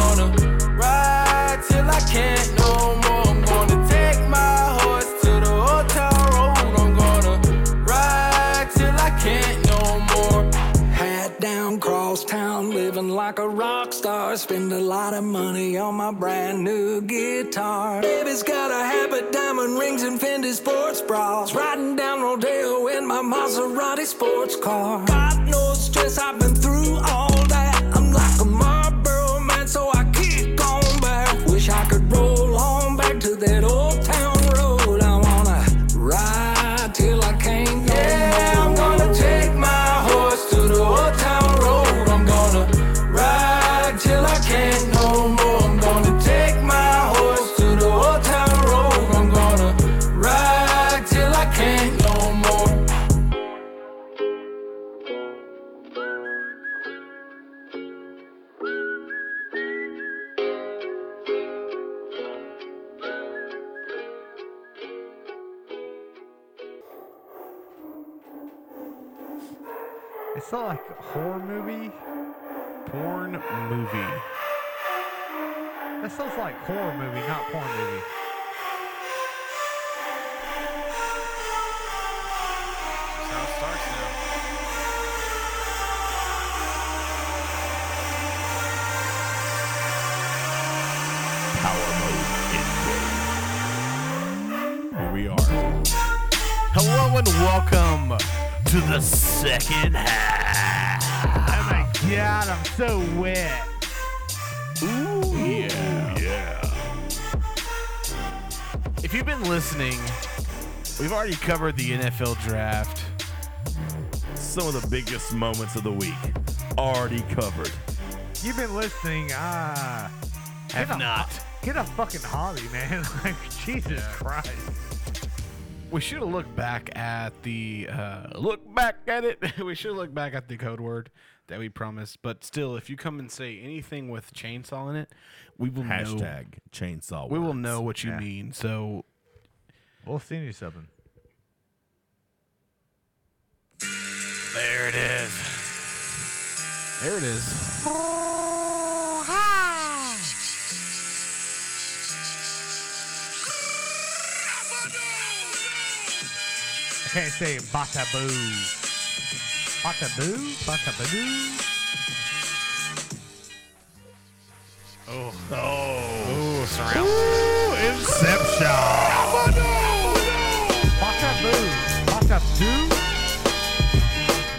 [SPEAKER 5] a rock star. Spend a lot of money on my brand new guitar. Baby's got a habit, diamond rings, and Fendi sports bras. Riding down Rodeo in my Maserati sports car. Got no stress, I've been through all that. I'm like a Marlboro man, so I kick on back. Wish I could roll on back to that old town road. I wanna ride till I can't no yeah, I'm gonna take my horse to the old town road. I'm gonna ride till I can't no more. I'm gonna take my horse to the old town road. I'm gonna ride till I can't no more.
[SPEAKER 3] It's not like a horror movie.
[SPEAKER 2] Porn movie.
[SPEAKER 3] That sounds like horror movie, not porn movie.
[SPEAKER 2] Sound starts now.
[SPEAKER 1] Here we are.
[SPEAKER 8] Hello and welcome to the second half.
[SPEAKER 3] Oh my god, I'm so wet.
[SPEAKER 8] Ooh, yeah. If you've been listening, we've already covered the NFL draft.
[SPEAKER 1] Some of the biggest moments of the week already covered.
[SPEAKER 3] You've been listening. Ah,
[SPEAKER 8] Have
[SPEAKER 3] a-
[SPEAKER 8] not.
[SPEAKER 3] get a fucking hobby, man. <laughs> Like Jesus Christ.
[SPEAKER 2] We should have looked back at the uh, look back at it. <laughs> we should look back at the code word that we promised. But still, if you come and say anything with chainsaw in it, we will know.
[SPEAKER 1] Hashtag chainsaw.
[SPEAKER 2] We will
[SPEAKER 1] words. <laughs>
[SPEAKER 2] know what you
[SPEAKER 3] Yeah.
[SPEAKER 2] mean. So
[SPEAKER 3] We'll send you something.
[SPEAKER 8] There it is.
[SPEAKER 2] there it is.
[SPEAKER 3] I can't say bata boo. Bata boo? Bata boo? Bata boo. Bata boo?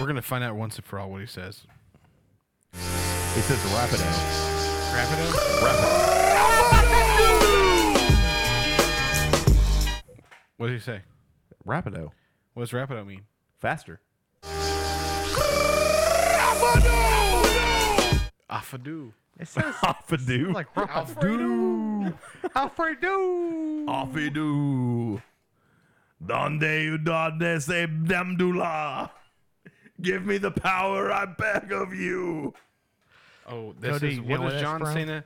[SPEAKER 2] We're gonna find out once and for all what he says.
[SPEAKER 1] It says Rapido.
[SPEAKER 2] What did he say?
[SPEAKER 1] Rapido.
[SPEAKER 2] What does rapido mean?
[SPEAKER 1] Faster.
[SPEAKER 2] Afadu.
[SPEAKER 8] <laughs>
[SPEAKER 3] It sounds
[SPEAKER 1] Offadoo.
[SPEAKER 3] like Alfredo. Alfredo.
[SPEAKER 1] Offidu. Donde donde se damdula. Give me the power I beg of you.
[SPEAKER 2] Oh,
[SPEAKER 3] No,
[SPEAKER 2] this
[SPEAKER 3] do
[SPEAKER 2] is
[SPEAKER 3] you know
[SPEAKER 2] what
[SPEAKER 3] where
[SPEAKER 2] does
[SPEAKER 3] that's
[SPEAKER 2] John
[SPEAKER 3] from?
[SPEAKER 2] Cena?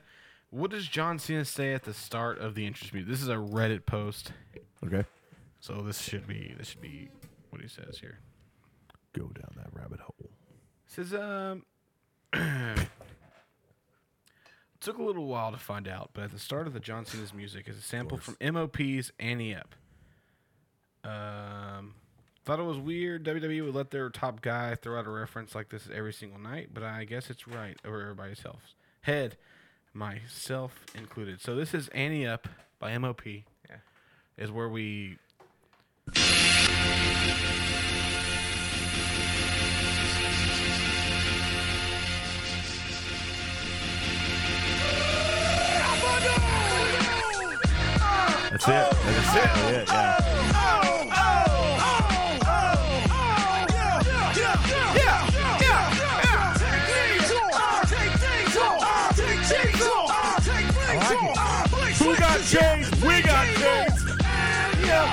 [SPEAKER 2] What does John Cena say at the start of the interest meeting? This is a Reddit post,
[SPEAKER 1] Okay.
[SPEAKER 2] so this should be this should be what he says here.
[SPEAKER 1] Go down that rabbit hole.
[SPEAKER 2] says um <clears throat> took a little while to find out but at the start of the john cena's music is a sample from mop's annie up um thought it was weird wwe would let their top guy throw out a reference like this every single night but i guess it's right over everybody's else head myself included so this is annie up by mop yeah. is where we
[SPEAKER 1] That's it. That's it. That's it. Yeah. oh, Who got chains? We got chains.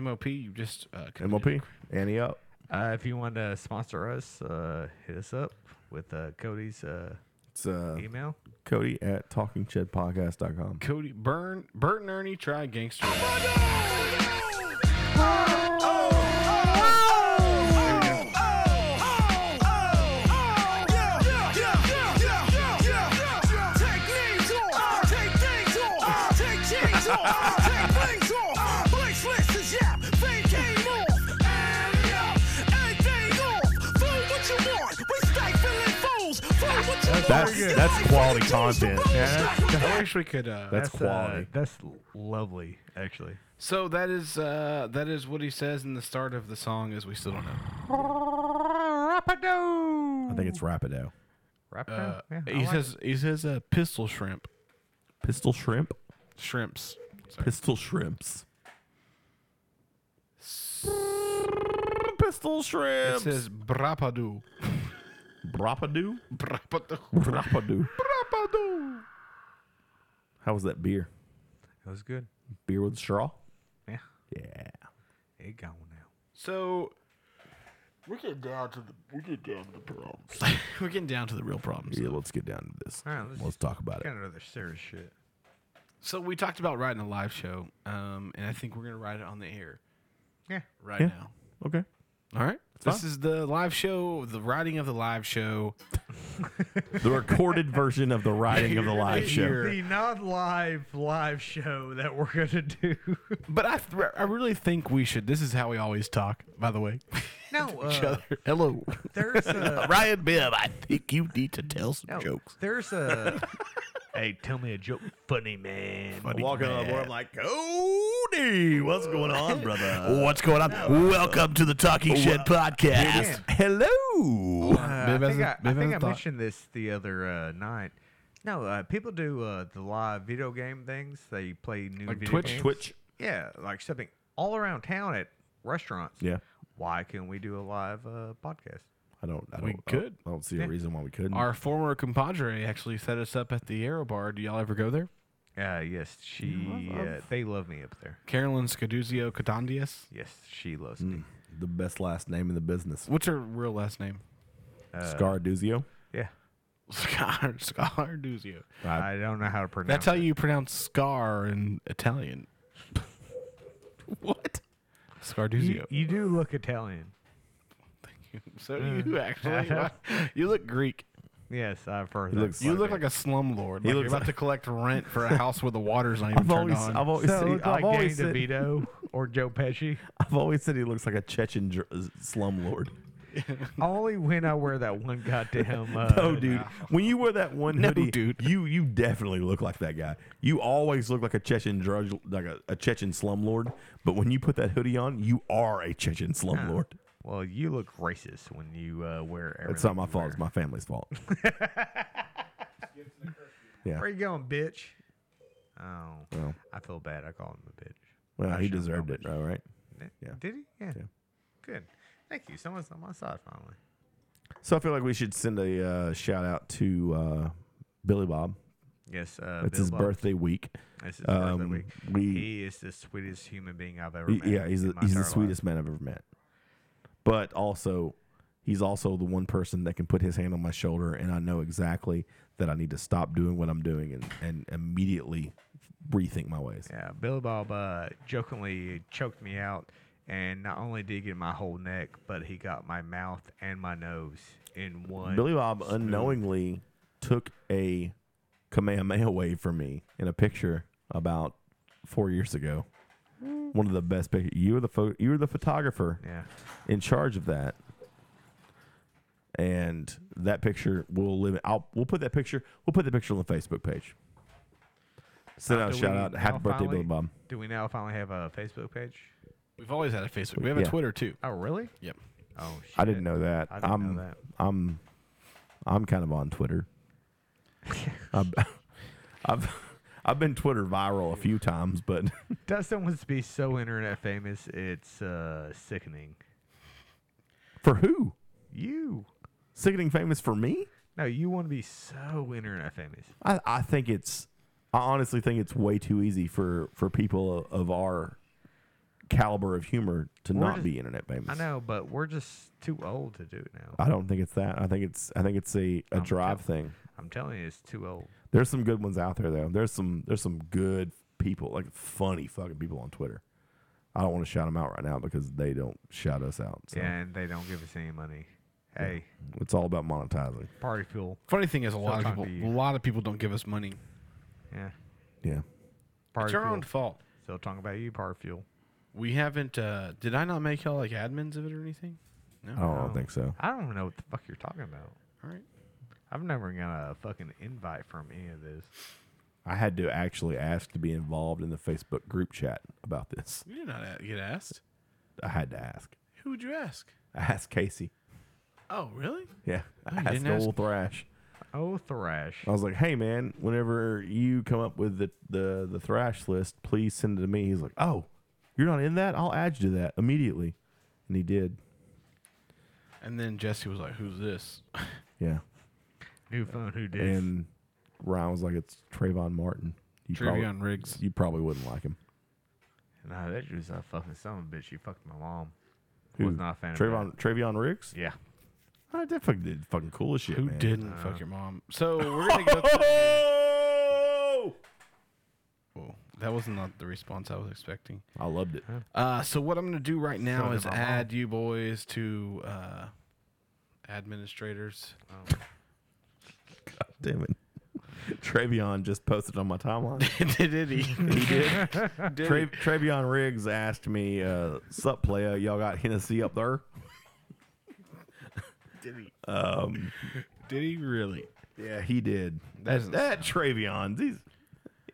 [SPEAKER 2] mop you just uh, committed.
[SPEAKER 1] MOP. Annie up.
[SPEAKER 3] Uh, if you want to sponsor us, uh, hit us up with uh, Cody's uh,
[SPEAKER 1] It's
[SPEAKER 2] Oh.
[SPEAKER 1] uh,
[SPEAKER 3] email.
[SPEAKER 1] Cody at talkingchedpodcast.com.
[SPEAKER 2] cody burn bert and ernie try gangster Rap.
[SPEAKER 7] Take things off, blink, slices, yeah, fame came off. And yeah, anything
[SPEAKER 1] That's that's quality content.
[SPEAKER 2] I wish we could. Uh,
[SPEAKER 1] That's quality.
[SPEAKER 3] that's l- lovely, actually.
[SPEAKER 2] so that is uh, that is what he says in the start of the song, as we still don't know.
[SPEAKER 1] I think it's Rapido.
[SPEAKER 2] Uh,
[SPEAKER 3] yeah, I
[SPEAKER 2] he
[SPEAKER 3] like
[SPEAKER 2] says he says uh, pistol shrimp,
[SPEAKER 1] Pistol shrimp.
[SPEAKER 2] shrimps.
[SPEAKER 1] Pistol shrimps. Pistol
[SPEAKER 2] It
[SPEAKER 1] shrimps.
[SPEAKER 2] says brapadu,
[SPEAKER 1] Brapado.
[SPEAKER 2] brapadu,
[SPEAKER 1] Brapado.
[SPEAKER 2] brapadu.
[SPEAKER 1] How was that beer?
[SPEAKER 3] That was good.
[SPEAKER 1] Beer with straw.
[SPEAKER 3] Yeah.
[SPEAKER 1] Yeah.
[SPEAKER 3] It gone now.
[SPEAKER 2] So we get down to the we get down to the problems. <laughs> We're getting down to the real problems.
[SPEAKER 1] Yeah. Let's get down to this.
[SPEAKER 3] All right,
[SPEAKER 1] let's,
[SPEAKER 3] let's-
[SPEAKER 1] talk about it.
[SPEAKER 3] Kind of other serious shit.
[SPEAKER 2] So we talked about writing a live show, um, and I think we're gonna write it on the air
[SPEAKER 3] Yeah.
[SPEAKER 2] right
[SPEAKER 1] Yeah.
[SPEAKER 2] now.
[SPEAKER 1] Okay.
[SPEAKER 2] All right.
[SPEAKER 1] fine.
[SPEAKER 2] this is the live show, the writing of the live show.
[SPEAKER 1] The recorded version of the writing <laughs> of the live show.
[SPEAKER 2] Here.
[SPEAKER 3] The non-live live show that we're gonna do.
[SPEAKER 2] But I, th- I really think we should. This is how we always talk, by the way. <laughs>
[SPEAKER 3] no,
[SPEAKER 2] Each
[SPEAKER 3] uh,
[SPEAKER 2] other. Hello.
[SPEAKER 3] there's <laughs> a
[SPEAKER 9] Ryan Bibb, I think you need to tell some
[SPEAKER 3] no,
[SPEAKER 9] jokes.
[SPEAKER 3] There's a. hey, tell me a joke, funny man.
[SPEAKER 1] I'm walking up where I'm like, Cody, what's going <laughs> on, brother?
[SPEAKER 9] What's going on? Welcome to the Talking Shed podcast.
[SPEAKER 3] Man.
[SPEAKER 1] Hello.
[SPEAKER 3] Uh, I
[SPEAKER 2] Maybe
[SPEAKER 3] think, I,
[SPEAKER 2] that's a-
[SPEAKER 3] I,
[SPEAKER 2] maybe
[SPEAKER 3] think
[SPEAKER 2] that's
[SPEAKER 3] I
[SPEAKER 2] thought.
[SPEAKER 3] mentioned this the other uh, night. No, uh, people do uh, the live video game things. They play new
[SPEAKER 2] Like
[SPEAKER 3] video
[SPEAKER 2] Twitch?
[SPEAKER 3] games.
[SPEAKER 1] Twitch.
[SPEAKER 3] Yeah, like something all around town at restaurants.
[SPEAKER 1] Yeah.
[SPEAKER 3] Why can not we do a live uh, podcast?
[SPEAKER 1] I don't. I don't.
[SPEAKER 2] We
[SPEAKER 1] I don't-
[SPEAKER 2] could.
[SPEAKER 1] I don't see a
[SPEAKER 3] Yeah.
[SPEAKER 1] reason why we couldn't.
[SPEAKER 2] Our former compadre actually set us up at the Arrow Bar. Do y'all ever go there?
[SPEAKER 3] Uh, yes, she. Uh, they love me up there.
[SPEAKER 2] Carolyn Scaduzio Cadandias.
[SPEAKER 3] Yes, she loves me.
[SPEAKER 1] the best last name in the business.
[SPEAKER 2] What's her real last name? <laughs> Uh,
[SPEAKER 1] Scarduzio.
[SPEAKER 3] Yeah,
[SPEAKER 2] Scar Scarduzio.
[SPEAKER 3] I don't know how to pronounce.
[SPEAKER 2] That's how you pronounce scar in Italian. <laughs> what?
[SPEAKER 3] it. You,
[SPEAKER 2] Scarduzio.
[SPEAKER 3] you do look Italian.
[SPEAKER 2] so do
[SPEAKER 3] Uh.
[SPEAKER 2] you actually. <laughs> Wow. you look Greek.
[SPEAKER 3] Yes, I've heard.
[SPEAKER 1] He
[SPEAKER 3] that
[SPEAKER 1] looks
[SPEAKER 2] You
[SPEAKER 3] before.
[SPEAKER 2] look like a slumlord.
[SPEAKER 1] He
[SPEAKER 2] Like you're
[SPEAKER 1] looks
[SPEAKER 2] about
[SPEAKER 1] like-
[SPEAKER 2] to collect rent for <laughs> a house where the water's not even
[SPEAKER 1] I've
[SPEAKER 2] turned
[SPEAKER 1] always,
[SPEAKER 2] on.
[SPEAKER 1] I've always,
[SPEAKER 3] So
[SPEAKER 1] said,
[SPEAKER 3] it
[SPEAKER 1] he-
[SPEAKER 3] looked
[SPEAKER 1] I've,
[SPEAKER 3] like
[SPEAKER 1] always
[SPEAKER 3] Danny
[SPEAKER 1] said,
[SPEAKER 3] <laughs> DeVito or Joe Pesci.
[SPEAKER 1] I've always said he looks like a Chechen dr- uh,
[SPEAKER 3] <laughs>
[SPEAKER 1] slumlord.
[SPEAKER 3] Only when I wear that one goddamn. <laughs> Uh,
[SPEAKER 1] <laughs> Oh, dude, when you wear that one
[SPEAKER 2] No,
[SPEAKER 1] hoodie,
[SPEAKER 2] dude.
[SPEAKER 1] you you definitely look like that guy. You always look like a Chechen drudge, like a, a Chechen slumlord. But when you put that hoodie on, you are a Chechen
[SPEAKER 3] Ah,
[SPEAKER 1] slumlord.
[SPEAKER 3] Well, you look racist when you uh, wear.
[SPEAKER 1] It's
[SPEAKER 3] everything
[SPEAKER 1] not my
[SPEAKER 3] you
[SPEAKER 1] fault.
[SPEAKER 3] wear.
[SPEAKER 1] It's my family's
[SPEAKER 3] <laughs>
[SPEAKER 1] fault. yeah.
[SPEAKER 3] Where you going, bitch? Oh,
[SPEAKER 1] Well.
[SPEAKER 3] I feel bad. I called him a bitch.
[SPEAKER 1] Well,
[SPEAKER 3] I
[SPEAKER 1] he
[SPEAKER 3] shouldn't
[SPEAKER 1] deserved
[SPEAKER 3] call
[SPEAKER 1] it, all right.
[SPEAKER 3] Did-
[SPEAKER 1] Yeah.
[SPEAKER 3] Did he? Yeah.
[SPEAKER 1] Yeah.
[SPEAKER 3] Good. Thank you. Someone's on my side finally.
[SPEAKER 1] So I feel like we should send a uh, shout out to uh, Billy Bob.
[SPEAKER 3] Yes. Uh,
[SPEAKER 1] It's
[SPEAKER 3] Bill
[SPEAKER 1] his
[SPEAKER 3] Bob-
[SPEAKER 1] birthday week.
[SPEAKER 3] It's his birthday
[SPEAKER 1] Um,
[SPEAKER 3] week.
[SPEAKER 1] we
[SPEAKER 3] He is the sweetest human being I've ever
[SPEAKER 1] He-
[SPEAKER 3] met.
[SPEAKER 1] yeah, he's
[SPEAKER 3] in
[SPEAKER 1] the,
[SPEAKER 3] my
[SPEAKER 1] he's the
[SPEAKER 3] entire life.
[SPEAKER 1] sweetest man I've ever met. But also, he's also the one person that can put his hand on my shoulder, and I know exactly that I need to stop doing what I'm doing and, and immediately rethink my ways.
[SPEAKER 3] Yeah, Bill Bob uh, jokingly choked me out, and not only did he get my whole neck, but he got my mouth and my nose in one.
[SPEAKER 1] Billy Bob unknowingly took a Kamehameha wave from me in a picture about four years ago. One of the best pictures. You were the pho- you were the photographer.
[SPEAKER 3] Hmm. Yeah.
[SPEAKER 1] in charge of that. And that picture will live. I'll we'll put that picture. We'll put the picture on the Facebook page. Send out a
[SPEAKER 3] Do
[SPEAKER 1] shout
[SPEAKER 3] we
[SPEAKER 1] out.
[SPEAKER 3] now
[SPEAKER 1] Happy birthday,
[SPEAKER 3] finally-
[SPEAKER 1] Billy Bob.
[SPEAKER 3] Do we now finally have a Facebook page?
[SPEAKER 2] We've always had a Facebook. We have a
[SPEAKER 1] Yeah.
[SPEAKER 2] Twitter too.
[SPEAKER 3] Oh, really?
[SPEAKER 2] Yep.
[SPEAKER 3] Oh, shit.
[SPEAKER 1] I didn't know that.
[SPEAKER 3] I didn't
[SPEAKER 1] am
[SPEAKER 3] know that.
[SPEAKER 1] I'm I'm kind of on
[SPEAKER 3] <laughs>
[SPEAKER 1] Twitter. I've, I've I've been Twitter viral a few times, but <laughs>
[SPEAKER 3] Dustin wants to be so internet famous, it's uh, sickening.
[SPEAKER 1] for who?
[SPEAKER 3] You.
[SPEAKER 1] Sickening famous for me?
[SPEAKER 3] No, you want to be so internet famous.
[SPEAKER 1] I, I think it's I honestly think it's way too easy for for people of, of our caliber of humor to
[SPEAKER 3] We're
[SPEAKER 1] not
[SPEAKER 3] just-
[SPEAKER 1] be internet famous.
[SPEAKER 3] I know, but we're just too old to do it now.
[SPEAKER 1] I don't think it's that. I think it's I think it's a, a
[SPEAKER 3] I'm
[SPEAKER 1] drive
[SPEAKER 3] telling-
[SPEAKER 1] thing.
[SPEAKER 3] I'm telling you, it's too old.
[SPEAKER 1] There's some good ones out there though. There's some there's some good people like funny fucking people on Twitter. I don't want to shout them out right now because they don't shout us out. So
[SPEAKER 3] Yeah, and they don't give us any money. Hey,
[SPEAKER 1] it's all about monetizing.
[SPEAKER 3] party fuel.
[SPEAKER 2] Funny thing is, a lot of
[SPEAKER 3] talk to
[SPEAKER 2] people,
[SPEAKER 3] you.
[SPEAKER 2] a lot of people don't give us money.
[SPEAKER 3] Yeah,
[SPEAKER 1] Yeah.
[SPEAKER 3] party
[SPEAKER 2] it's our
[SPEAKER 3] fuel.
[SPEAKER 2] own fault.
[SPEAKER 3] Still talking about you, party fuel.
[SPEAKER 2] We haven't. Uh, did I not make y'all like admins of it or anything?
[SPEAKER 3] Oh.
[SPEAKER 1] I don't, I don't think so.
[SPEAKER 3] I don't even know what the fuck you're talking about.
[SPEAKER 2] All right.
[SPEAKER 3] I've never got a fucking invite from any of this.
[SPEAKER 1] I had to actually ask to be involved in the Facebook group chat about this.
[SPEAKER 2] You did not a- get asked.
[SPEAKER 1] I had to ask.
[SPEAKER 2] Who would you ask?
[SPEAKER 1] I asked Casey.
[SPEAKER 2] Oh, really?
[SPEAKER 1] Yeah,
[SPEAKER 2] Oh,
[SPEAKER 1] I
[SPEAKER 2] you
[SPEAKER 1] asked
[SPEAKER 2] didn't
[SPEAKER 1] old
[SPEAKER 2] ask-
[SPEAKER 1] Thrash.
[SPEAKER 3] Oh, Thrash.
[SPEAKER 1] I was like, "Hey, man, whenever you come up with the the the Thrash list, please send it to me." He's like, "Oh, you're not in that? I'll add you to that immediately," and he did.
[SPEAKER 2] And then Jesse was like, "Who's this?"
[SPEAKER 1] Yeah,
[SPEAKER 3] New phone, who did?
[SPEAKER 1] and Ryan was like, "It's Trayvon Martin." You
[SPEAKER 2] Trayvon Riggs.
[SPEAKER 1] You probably wouldn't like him.
[SPEAKER 3] Nah, that dude's a fucking son of a bitch. You fucked my mom.
[SPEAKER 1] Who?
[SPEAKER 3] Was not a fan
[SPEAKER 1] Trayvon
[SPEAKER 3] of
[SPEAKER 1] Trayvon Riggs.
[SPEAKER 3] that. Yeah.
[SPEAKER 1] Oh, that fucking did fucking cool as shit.
[SPEAKER 2] Who
[SPEAKER 1] man.
[SPEAKER 2] didn't fuck your mom? So we're gonna <laughs> go. Oh! Whoa, that was not the response I was expecting.
[SPEAKER 1] I loved it.
[SPEAKER 2] Uh, so what I'm gonna do right now
[SPEAKER 3] Son
[SPEAKER 2] is
[SPEAKER 3] of a
[SPEAKER 2] add you boys to uh, administrators. <laughs>
[SPEAKER 1] Damn it. <laughs> Travion just posted on my timeline.
[SPEAKER 2] Did he?
[SPEAKER 1] He <laughs> did. Tra- Travion Riggs asked me, uh, "Sup, playa? Y'all got Hennessy up there?"
[SPEAKER 2] <laughs> Did he really?
[SPEAKER 1] Yeah, he did. That
[SPEAKER 2] Doesn't
[SPEAKER 1] that Travion, he's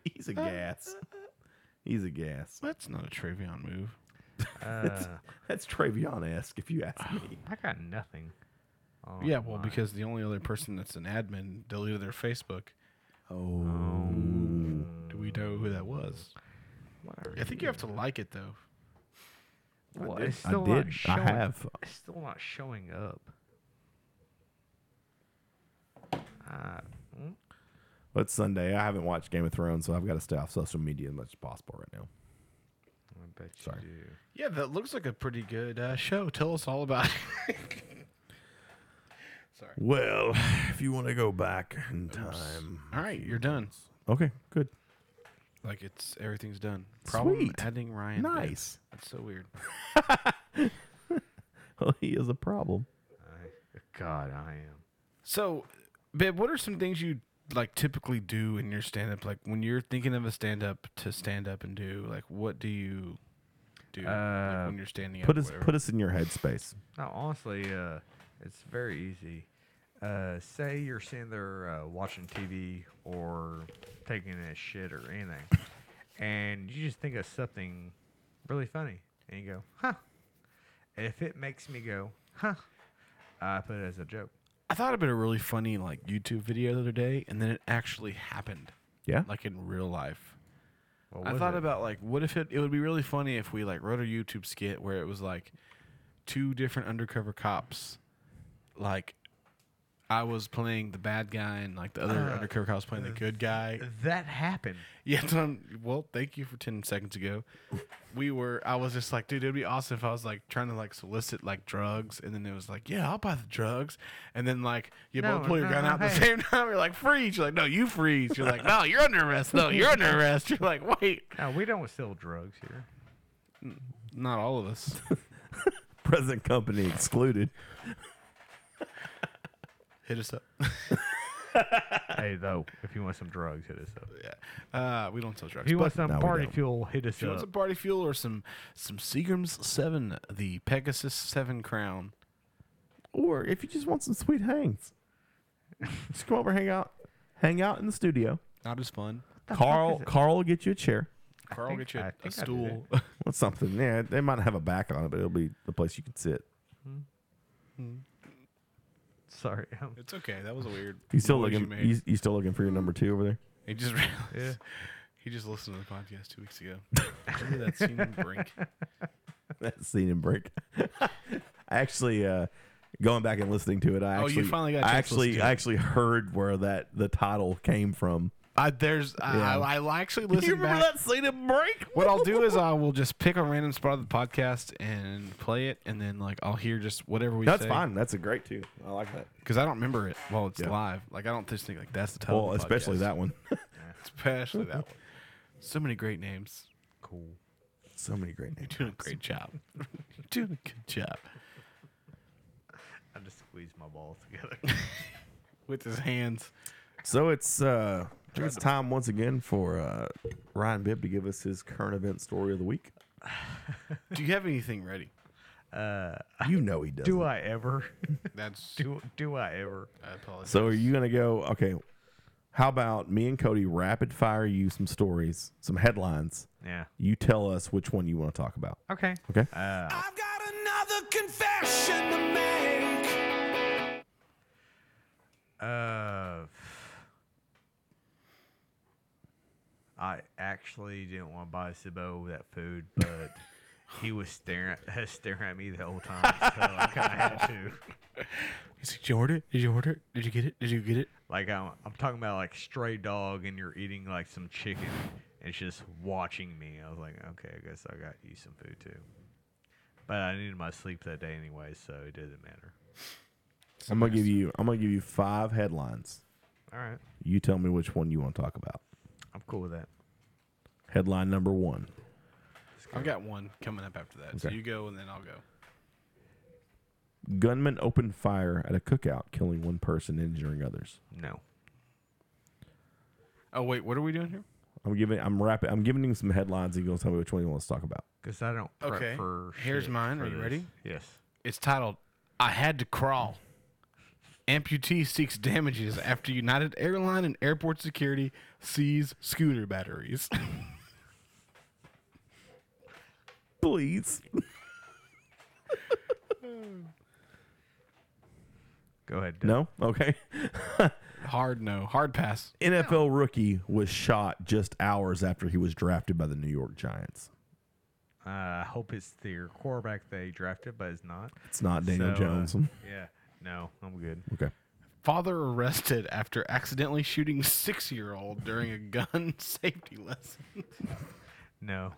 [SPEAKER 1] he's a gas. He's a gas.
[SPEAKER 2] That's not a Travion move.
[SPEAKER 3] Uh,
[SPEAKER 1] That's Travion esque, if you ask me.
[SPEAKER 3] I got nothing. Oh,
[SPEAKER 2] yeah, well,
[SPEAKER 3] my.
[SPEAKER 2] because the only
[SPEAKER 1] <laughs>
[SPEAKER 2] other person that's an admin deleted their Facebook.
[SPEAKER 1] Oh,
[SPEAKER 2] Do we know who that was?
[SPEAKER 3] Whatever.
[SPEAKER 2] I think you have to like it though.
[SPEAKER 3] Well,
[SPEAKER 1] did-
[SPEAKER 3] it's
[SPEAKER 1] I
[SPEAKER 3] still
[SPEAKER 1] did. I
[SPEAKER 3] Not showing,
[SPEAKER 1] have.
[SPEAKER 3] It's still not showing up. Uh, mm,
[SPEAKER 1] but it's Sunday. I haven't watched Game of Thrones, so I've got to stay off social media as much as possible right now.
[SPEAKER 3] I bet you
[SPEAKER 1] Sorry.
[SPEAKER 3] do.
[SPEAKER 2] Yeah, that looks like a pretty good uh, show. Tell us all about it. <laughs>
[SPEAKER 1] Well, if you want to go back in time,
[SPEAKER 2] all right, you're done.
[SPEAKER 1] okay, good.
[SPEAKER 2] Like it's everything's done. Problem
[SPEAKER 1] Sweet.
[SPEAKER 2] adding Ryan. Bates.
[SPEAKER 1] Nice.
[SPEAKER 2] That's so weird.
[SPEAKER 1] Well, <laughs> he is a problem.
[SPEAKER 3] I, God, I am.
[SPEAKER 2] So, babe, what are some things you like typically do in your stand up? Like when you're thinking of a stand up to stand up and do, like what do you do like,
[SPEAKER 3] Uh,
[SPEAKER 2] when you're standing up?
[SPEAKER 1] Put
[SPEAKER 2] or
[SPEAKER 1] us,
[SPEAKER 2] whatever?
[SPEAKER 1] put us in your headspace.
[SPEAKER 3] No, honestly, uh, it's very easy. Uh, say you're sitting there uh, watching TV or taking a shit or anything, and you just think of something really funny, and you go, "Huh." If it makes me go, "Huh," I put it as a joke.
[SPEAKER 2] I thought about a really funny like YouTube video the other day, and then it actually happened.
[SPEAKER 1] Yeah?
[SPEAKER 2] like in real life.
[SPEAKER 3] What
[SPEAKER 2] I
[SPEAKER 3] was
[SPEAKER 2] thought
[SPEAKER 3] it?
[SPEAKER 2] about like what if it it would be really funny if we like wrote a YouTube skit where it was like two different undercover cops. Like I was playing the bad guy and like the other
[SPEAKER 3] Uh,
[SPEAKER 2] undercover cop was playing the good guy.
[SPEAKER 3] that happened.
[SPEAKER 2] <laughs> Yeah, that's what I'm- well, thank you for ten seconds ago. We were I was just like, dude, it'd be awesome if I was like trying to like solicit like drugs and then it was like, Yeah, I'll buy the drugs and then like you
[SPEAKER 3] No,
[SPEAKER 2] both pull your
[SPEAKER 3] no,
[SPEAKER 2] gun
[SPEAKER 3] no,
[SPEAKER 2] out at the
[SPEAKER 3] hey.
[SPEAKER 2] same <laughs> time, you're like, freeze. You're like, No, you freeze. You're like, No, you're under arrest. No, you're
[SPEAKER 3] <laughs>
[SPEAKER 2] under arrest. You're like, wait.
[SPEAKER 3] No, we don't sell drugs
[SPEAKER 2] <laughs>
[SPEAKER 3] here.
[SPEAKER 2] Not all of us.
[SPEAKER 1] Present company excluded.
[SPEAKER 2] <laughs> Hit us up.
[SPEAKER 3] hey, though, if you want some drugs, hit us up.
[SPEAKER 2] Uh, we don't sell drugs.
[SPEAKER 3] If you
[SPEAKER 2] but
[SPEAKER 3] want some
[SPEAKER 1] No, we
[SPEAKER 3] party
[SPEAKER 1] don't.
[SPEAKER 3] fuel, hit us
[SPEAKER 2] if you want
[SPEAKER 3] up.
[SPEAKER 2] some party fuel or some some Seagram's Seven, the Pegasus Seven Crown.
[SPEAKER 1] Or if you just want some sweet hangs, <laughs> just come over, hang out, hang out in the studio.
[SPEAKER 2] Not as fun.
[SPEAKER 1] Carl, Carl will get you a <laughs> chair.
[SPEAKER 2] Carl, will
[SPEAKER 3] think-
[SPEAKER 2] get you
[SPEAKER 3] I
[SPEAKER 2] a, a
[SPEAKER 3] think I did
[SPEAKER 2] stool.
[SPEAKER 1] Well, something. Yeah, they might not have a back on it, but it'll be the place you can sit.
[SPEAKER 3] Sorry.
[SPEAKER 2] <laughs>
[SPEAKER 3] I'm-
[SPEAKER 2] it's okay. That was a weird.
[SPEAKER 1] You still
[SPEAKER 2] noise
[SPEAKER 1] looking?
[SPEAKER 2] made.
[SPEAKER 1] You, you still looking for your number two over there?
[SPEAKER 2] He just <laughs> realized.
[SPEAKER 3] Yeah.
[SPEAKER 2] He just listened to the podcast two weeks <laughs> ago. Remember that scene in Brink?
[SPEAKER 1] <laughs> That scene in <laughs> break. actually, uh, going back and listening to it, I
[SPEAKER 2] Oh, you
[SPEAKER 1] actually,
[SPEAKER 2] finally got a
[SPEAKER 1] I
[SPEAKER 2] chance to listen
[SPEAKER 1] actually,
[SPEAKER 2] to
[SPEAKER 1] I
[SPEAKER 2] it.
[SPEAKER 1] actually heard where that the title came from.
[SPEAKER 2] <laughs> I, there's. I,
[SPEAKER 1] Yeah.
[SPEAKER 2] I, I <laughs> actually listen.
[SPEAKER 1] you remember
[SPEAKER 2] back.
[SPEAKER 1] that scene in break?
[SPEAKER 2] What I'll do <laughs> is I will just pick a random spot of the podcast and play it, and then like I'll hear just whatever we.
[SPEAKER 1] That's
[SPEAKER 2] say.
[SPEAKER 1] fine. That's a great too. I like that.
[SPEAKER 2] because I don't remember it while it's
[SPEAKER 1] Yeah.
[SPEAKER 2] live. Like I don't just think like that's the title.
[SPEAKER 1] Well, especially that one. <laughs>
[SPEAKER 2] that, especially that <laughs> one. So many great names.
[SPEAKER 3] cool.
[SPEAKER 1] so many great names.
[SPEAKER 2] You're doing a great job. <laughs> You're doing a good job
[SPEAKER 3] I just squeezed my balls together.
[SPEAKER 2] with his hands.
[SPEAKER 1] So it's uh I think it's time once again for uh Ryan Bibb to give us his current event story of the week.
[SPEAKER 2] Do you have anything ready?
[SPEAKER 3] Uh,
[SPEAKER 1] You know he doesn't.
[SPEAKER 3] Do I ever? <laughs>
[SPEAKER 2] That's
[SPEAKER 3] do do I ever?
[SPEAKER 2] I apologize.
[SPEAKER 1] So are you gonna go? Okay. How about me and Cody rapid fire you some stories, some headlines?
[SPEAKER 3] Yeah.
[SPEAKER 1] You tell us which one you want to talk about.
[SPEAKER 3] Okay.
[SPEAKER 1] Okay.
[SPEAKER 3] Uh,
[SPEAKER 5] I've got another confession to make.
[SPEAKER 3] Uh, I actually didn't want to buy Sibo that food, but he was staring at, <laughs> staring at me the whole time, so I kind of had to.
[SPEAKER 2] He's like, Did you order it? Did you order it? Did you get it? Did you get it?
[SPEAKER 3] Like I'm, I'm talking about like stray dog, and you're eating like some chicken, and it's just watching me. I was like, okay, I guess I got you some food too. But I needed my sleep that day anyway, so it doesn't matter.
[SPEAKER 1] I'm gonna give you. I'm gonna give you five headlines.
[SPEAKER 3] All right,
[SPEAKER 1] You tell me which one you want to talk about.
[SPEAKER 3] I'm cool with that.
[SPEAKER 1] Headline number one.
[SPEAKER 2] I've got one coming up after that. So
[SPEAKER 1] Okay.
[SPEAKER 2] you go and then I'll go.
[SPEAKER 1] Gunman opened fire at a cookout, killing one person and injuring others.
[SPEAKER 3] No.
[SPEAKER 2] Oh wait, what are we doing here?
[SPEAKER 1] I'm giving. I'm wrapping. I'm giving him some headlines. He's gonna tell me which one he wants to talk about.
[SPEAKER 3] Because I don't prep
[SPEAKER 2] Okay.
[SPEAKER 3] for
[SPEAKER 2] Here's
[SPEAKER 3] shit
[SPEAKER 2] mine.
[SPEAKER 3] for
[SPEAKER 2] Are you
[SPEAKER 3] this.
[SPEAKER 2] ready?
[SPEAKER 3] Yes.
[SPEAKER 2] It's titled I Had to Crawl. Amputee seeks damages after United Airline and airport security seize scooter batteries. <laughs>
[SPEAKER 1] Please.
[SPEAKER 3] Go ahead. Doug.
[SPEAKER 1] No.
[SPEAKER 3] <laughs>
[SPEAKER 1] Okay.
[SPEAKER 2] Hard no. Hard pass.
[SPEAKER 1] NFL rookie was shot just hours after he was drafted by the New York Giants.
[SPEAKER 3] Uh, I hope it's their quarterback they drafted, but it's not.
[SPEAKER 1] It's not Daniel
[SPEAKER 3] So, uh,
[SPEAKER 1] Jones. <laughs>
[SPEAKER 3] yeah. No, I'm good.
[SPEAKER 1] okay.
[SPEAKER 2] Father arrested after accidentally shooting six year old during a gun <laughs> safety lesson.
[SPEAKER 3] No.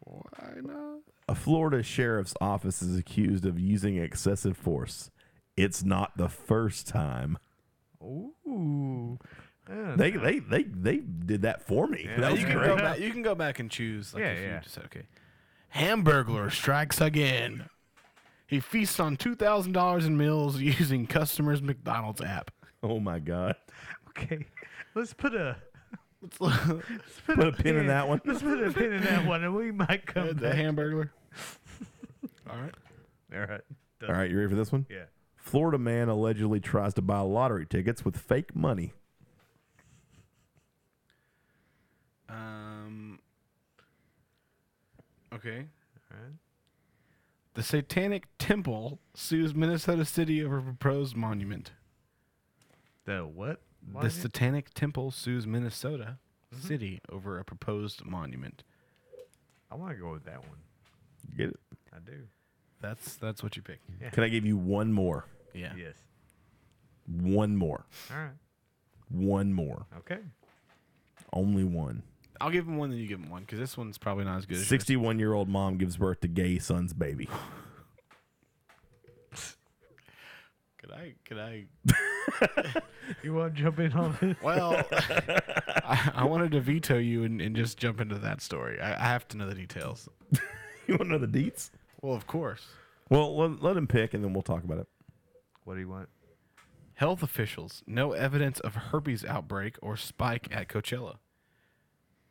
[SPEAKER 2] Why not?
[SPEAKER 1] A Florida sheriff's office is accused of using excessive force. It's not the first time.
[SPEAKER 3] Ooh. Uh,
[SPEAKER 1] They they they they did that for me. that was
[SPEAKER 2] you, can
[SPEAKER 1] great.
[SPEAKER 2] go back, you can go back and choose. Like,
[SPEAKER 3] Yeah,
[SPEAKER 2] if
[SPEAKER 3] yeah.
[SPEAKER 2] You just, okay. Hamburglar strikes again. He feasts on $2,000 in meals <laughs> using customers' McDonald's
[SPEAKER 1] <laughs>
[SPEAKER 2] app. <laughs>
[SPEAKER 1] Oh my god.
[SPEAKER 3] okay. <laughs> Let's put a
[SPEAKER 2] the
[SPEAKER 3] let's put,
[SPEAKER 1] Put a pin in that one.
[SPEAKER 3] Let's <laughs> put a pin in that one, and we might come back.
[SPEAKER 2] hamburger. All right.
[SPEAKER 3] All right. Done.
[SPEAKER 1] All right, you ready for this one?
[SPEAKER 3] Yeah.
[SPEAKER 1] Florida man allegedly tries to buy lottery tickets with fake money.
[SPEAKER 2] Um. Okay.
[SPEAKER 3] Alright.
[SPEAKER 2] The Satanic Temple sues Minnesota City over proposed monument.
[SPEAKER 3] The what?
[SPEAKER 2] the
[SPEAKER 3] What?
[SPEAKER 2] Satanic Temple sues Minnesota
[SPEAKER 3] Mm-hmm.
[SPEAKER 2] City over a proposed monument.
[SPEAKER 3] I want to go with that one.
[SPEAKER 1] You Get it?
[SPEAKER 3] I do.
[SPEAKER 2] That's that's what you pick.
[SPEAKER 1] Can I give you one more?
[SPEAKER 2] Yeah.
[SPEAKER 3] Yes.
[SPEAKER 1] One more.
[SPEAKER 3] All right.
[SPEAKER 1] One more.
[SPEAKER 3] Okay.
[SPEAKER 1] Only one.
[SPEAKER 2] I'll give him one, then you give him one, because this one's probably not as good. as yours.
[SPEAKER 1] 61 year old mom gives birth to gay son's baby. <laughs>
[SPEAKER 2] Could I? Could I?
[SPEAKER 3] You want to jump in on it?
[SPEAKER 2] Well, I, I wanted to veto you and, and just jump into that story. I, I have to know the details.
[SPEAKER 1] You want to know the deets?
[SPEAKER 2] Well, of course.
[SPEAKER 1] Well, let, let him pick and then we'll talk about it.
[SPEAKER 3] <laughs> What do you want?
[SPEAKER 2] Health officials no evidence of herpes outbreak or spike at Coachella.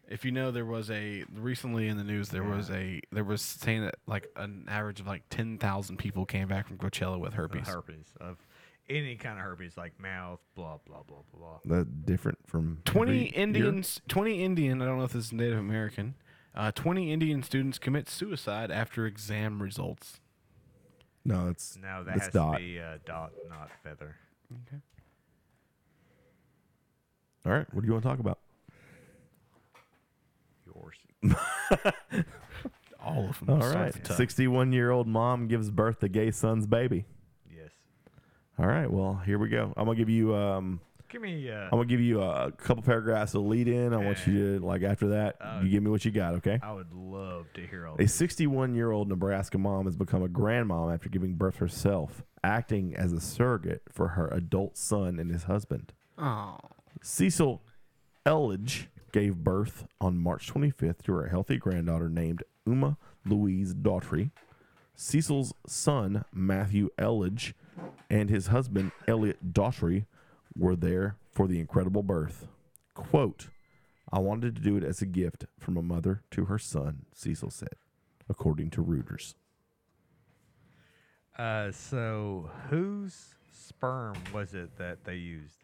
[SPEAKER 2] If you know, there was a recently in the news there was a there was saying that like an average of like ten thousand people came back from Coachella with herpes.
[SPEAKER 3] Herpes of any kind of herpes, like mouth, blah blah blah blah.
[SPEAKER 1] That's different from
[SPEAKER 2] Twenty
[SPEAKER 1] every year.
[SPEAKER 2] Indians, twenty Indian. I don't know if this is Native American. Uh, twenty Indian students commit suicide after exam results.
[SPEAKER 1] No, it's
[SPEAKER 3] No, that
[SPEAKER 1] that's
[SPEAKER 3] has
[SPEAKER 1] dot.
[SPEAKER 3] to be uh, dot, not feather.
[SPEAKER 2] Okay.
[SPEAKER 1] All right, what do you want to talk about?
[SPEAKER 3] Yours.
[SPEAKER 2] All of them.
[SPEAKER 1] All
[SPEAKER 2] start
[SPEAKER 1] right,
[SPEAKER 2] at the top.
[SPEAKER 1] sixty-one-year-old mom gives birth to gay son's baby.
[SPEAKER 3] Yes.
[SPEAKER 1] All right, well here we go. I'm gonna give you um,
[SPEAKER 3] Give me. Uh,
[SPEAKER 1] I'm gonna give you a couple paragraphs of lead in. I want you to like after that,
[SPEAKER 3] Oh,
[SPEAKER 1] you give me what you got, okay?
[SPEAKER 3] I would love to hear all.
[SPEAKER 1] A
[SPEAKER 3] This.
[SPEAKER 1] 61 year old Nebraska mom has become a grandmom after giving birth herself, acting as a surrogate for her adult son and his husband.
[SPEAKER 2] Oh,
[SPEAKER 1] Cecil Elledge gave birth on March 25th to her healthy granddaughter named Uma Louise Daughtry. Cecil's son, Matthew Elledge, and his husband, Elliot Daughtry, were there for the incredible birth. Quote, I wanted to do it as a gift from a mother to her son, Cecil said, according to Reuters.
[SPEAKER 3] Uh, so whose sperm was it that they used?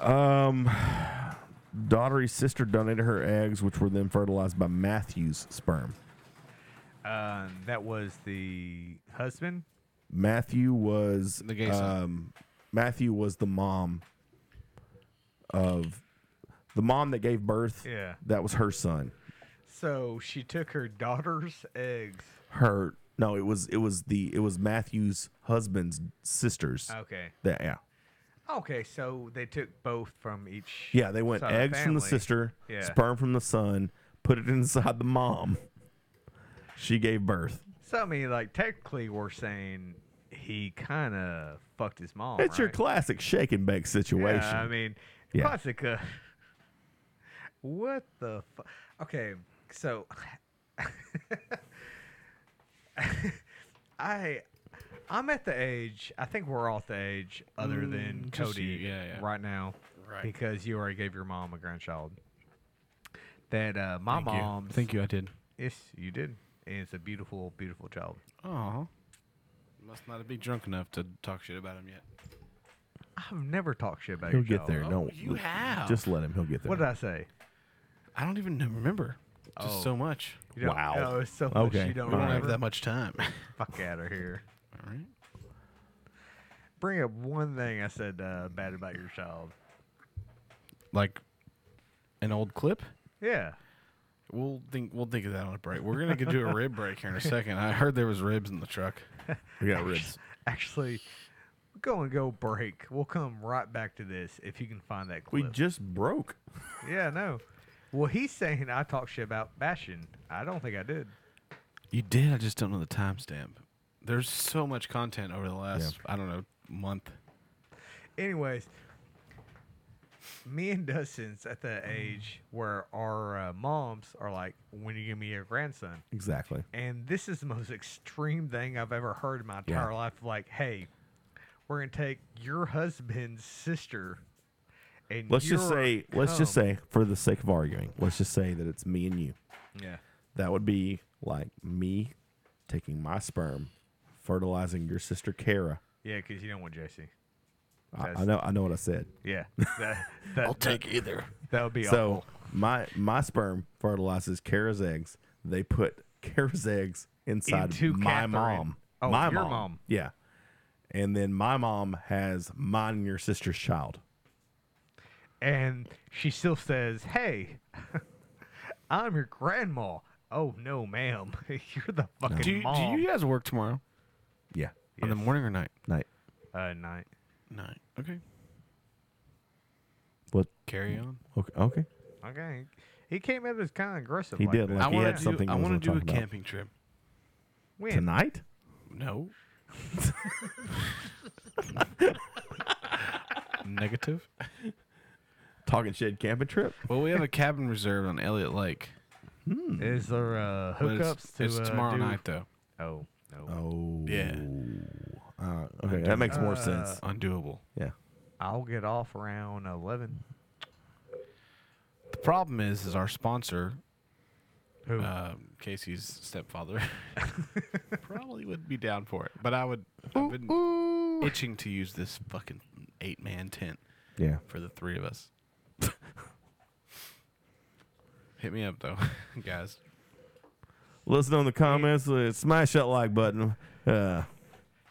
[SPEAKER 1] Um, Daughtery's sister donated her eggs, which were then fertilized by Matthew's sperm.
[SPEAKER 3] Uh, that was the husband.
[SPEAKER 1] Matthew was
[SPEAKER 3] The gay son.
[SPEAKER 1] um, Matthew was the mom of the mom that gave birth.
[SPEAKER 3] Yeah.
[SPEAKER 1] that was her son.
[SPEAKER 3] So she took her daughter's eggs.
[SPEAKER 1] Her no, it was it was the it was Matthew's husband's sisters.
[SPEAKER 3] Okay.
[SPEAKER 1] That yeah.
[SPEAKER 3] Okay, so they took both from each.
[SPEAKER 1] Yeah, they went
[SPEAKER 3] side of
[SPEAKER 1] eggs from the
[SPEAKER 3] family.
[SPEAKER 1] sister,
[SPEAKER 3] Yeah.
[SPEAKER 1] sperm from the son, put it inside the mom. She gave birth.
[SPEAKER 3] So I mean, like technically, we're saying he kind of fucked his mom.
[SPEAKER 1] it's your
[SPEAKER 3] right?
[SPEAKER 1] classic shake and bake situation.
[SPEAKER 3] Yeah, I mean,
[SPEAKER 1] Yeah.
[SPEAKER 3] Classica. What the fu- Okay, so <laughs> I I'm at the age, I think we're all at the age other than
[SPEAKER 2] Mm, just
[SPEAKER 3] Cody
[SPEAKER 2] you, yeah, yeah.
[SPEAKER 3] right now
[SPEAKER 2] Right.
[SPEAKER 3] because you already gave your mom a grandchild. That uh my
[SPEAKER 2] Thank you.
[SPEAKER 3] mom
[SPEAKER 2] Thank you, I did.
[SPEAKER 3] Yes, you did. And it's a beautiful beautiful child.
[SPEAKER 2] Oh, must not be drunk enough to talk shit about him yet.
[SPEAKER 3] I've never talked shit about
[SPEAKER 1] He'll
[SPEAKER 3] your
[SPEAKER 1] get
[SPEAKER 3] child.
[SPEAKER 1] there.
[SPEAKER 2] Oh,
[SPEAKER 1] Don't
[SPEAKER 2] you have.
[SPEAKER 1] Just let him. He'll get there.
[SPEAKER 3] What did I say?
[SPEAKER 2] I don't even remember. Just
[SPEAKER 3] Oh.
[SPEAKER 2] so much.
[SPEAKER 3] You don't-
[SPEAKER 1] Wow.
[SPEAKER 3] Oh, it's so much
[SPEAKER 1] Okay.
[SPEAKER 3] you don't
[SPEAKER 2] We don't
[SPEAKER 3] remember.
[SPEAKER 2] have that much <laughs> time.
[SPEAKER 3] Fuck out of here.
[SPEAKER 2] All right.
[SPEAKER 3] Bring up one thing I said uh, bad about your child.
[SPEAKER 2] Like an old clip.
[SPEAKER 3] Yeah.
[SPEAKER 2] We'll think. We'll think of that on a break. We're gonna do a rib break here in a second. I heard there was ribs in the truck.
[SPEAKER 1] We got ribs.
[SPEAKER 3] Actually, we're going to go break. We'll come right back to this if you can find that
[SPEAKER 1] We
[SPEAKER 3] clip.
[SPEAKER 1] just broke.
[SPEAKER 3] yeah, no. Well, he's saying I talk shit about bashing. I don't think I did.
[SPEAKER 2] You did. I just don't know the timestamp. There's so much content over the last I don't know month.
[SPEAKER 3] Anyways, me and Dustin's at the age where our uh, moms are like, when you give me your grandson?
[SPEAKER 1] Exactly.
[SPEAKER 3] And this is the most extreme thing I've ever heard in my entire life. Like, hey, we're gonna take your husband's sister, and
[SPEAKER 1] Let's just
[SPEAKER 3] your
[SPEAKER 1] say. Let's just
[SPEAKER 3] cum."
[SPEAKER 1] say, for the sake of arguing, let's just say that it's me and you.
[SPEAKER 3] yeah,
[SPEAKER 1] That would be like me taking my sperm, fertilizing your sister Kara.
[SPEAKER 3] yeah, because you don't want JC.
[SPEAKER 1] I, I
[SPEAKER 3] That's-
[SPEAKER 1] know. I know what I said. <laughs>
[SPEAKER 3] Yeah, that, that, I'll take
[SPEAKER 2] either.
[SPEAKER 3] That would be
[SPEAKER 1] So
[SPEAKER 3] awful.
[SPEAKER 1] my my sperm fertilizes Kara's eggs. They put Kara's eggs inside
[SPEAKER 3] Into
[SPEAKER 1] my
[SPEAKER 3] Catherine.
[SPEAKER 1] mom.
[SPEAKER 3] Oh,
[SPEAKER 1] my
[SPEAKER 3] your
[SPEAKER 1] mom.
[SPEAKER 3] mom.
[SPEAKER 1] Yeah. And then my mom has mine and your sister's child.
[SPEAKER 3] And she still says, "Hey, <laughs> I'm your grandma." Oh no, ma'am, <laughs> you're the fucking
[SPEAKER 2] Do you,
[SPEAKER 3] mom.
[SPEAKER 2] do you guys work tomorrow?
[SPEAKER 1] Yeah.
[SPEAKER 2] In the
[SPEAKER 3] Yes.
[SPEAKER 2] morning or night?
[SPEAKER 1] Night.
[SPEAKER 3] uh, night.
[SPEAKER 2] Night. Okay.
[SPEAKER 1] What?
[SPEAKER 2] Carry
[SPEAKER 1] Mm-hmm.
[SPEAKER 2] on.
[SPEAKER 1] Okay. okay.
[SPEAKER 3] Okay, he came at us kind of aggressive.
[SPEAKER 1] He
[SPEAKER 3] like
[SPEAKER 1] did,
[SPEAKER 3] that.
[SPEAKER 1] like-
[SPEAKER 2] I
[SPEAKER 1] he
[SPEAKER 2] want
[SPEAKER 1] had
[SPEAKER 2] to do.
[SPEAKER 1] something
[SPEAKER 2] I
[SPEAKER 1] he was
[SPEAKER 2] want to do
[SPEAKER 1] gonna
[SPEAKER 2] a
[SPEAKER 1] talk about.
[SPEAKER 2] camping trip.
[SPEAKER 3] When?
[SPEAKER 1] Tonight?
[SPEAKER 2] No. Negative.
[SPEAKER 1] Talking shed camping trip?
[SPEAKER 2] Well, we have a cabin reserved on Elliott Lake.
[SPEAKER 3] Is there uh,
[SPEAKER 2] but
[SPEAKER 3] hookups
[SPEAKER 2] it's,
[SPEAKER 3] to
[SPEAKER 2] it's
[SPEAKER 3] uh,
[SPEAKER 2] tomorrow
[SPEAKER 3] do-
[SPEAKER 2] night though.
[SPEAKER 3] Oh no,
[SPEAKER 1] Oh.
[SPEAKER 2] Yeah.
[SPEAKER 1] Uh, okay. That makes more sense.
[SPEAKER 2] Undoable.
[SPEAKER 1] Yeah.
[SPEAKER 3] I'll get off around eleven.
[SPEAKER 2] The problem is, is our sponsor,
[SPEAKER 3] Who?
[SPEAKER 2] uh, Casey's stepfather, <laughs> probably would be down for it. But I would. I've been itching to use this fucking eight man tent
[SPEAKER 1] Yeah.
[SPEAKER 2] for the three
[SPEAKER 1] <laughs>
[SPEAKER 2] of us. Hit me up though, <laughs> guys.
[SPEAKER 1] Listen on the comments. uh, Smash that like button. Uh,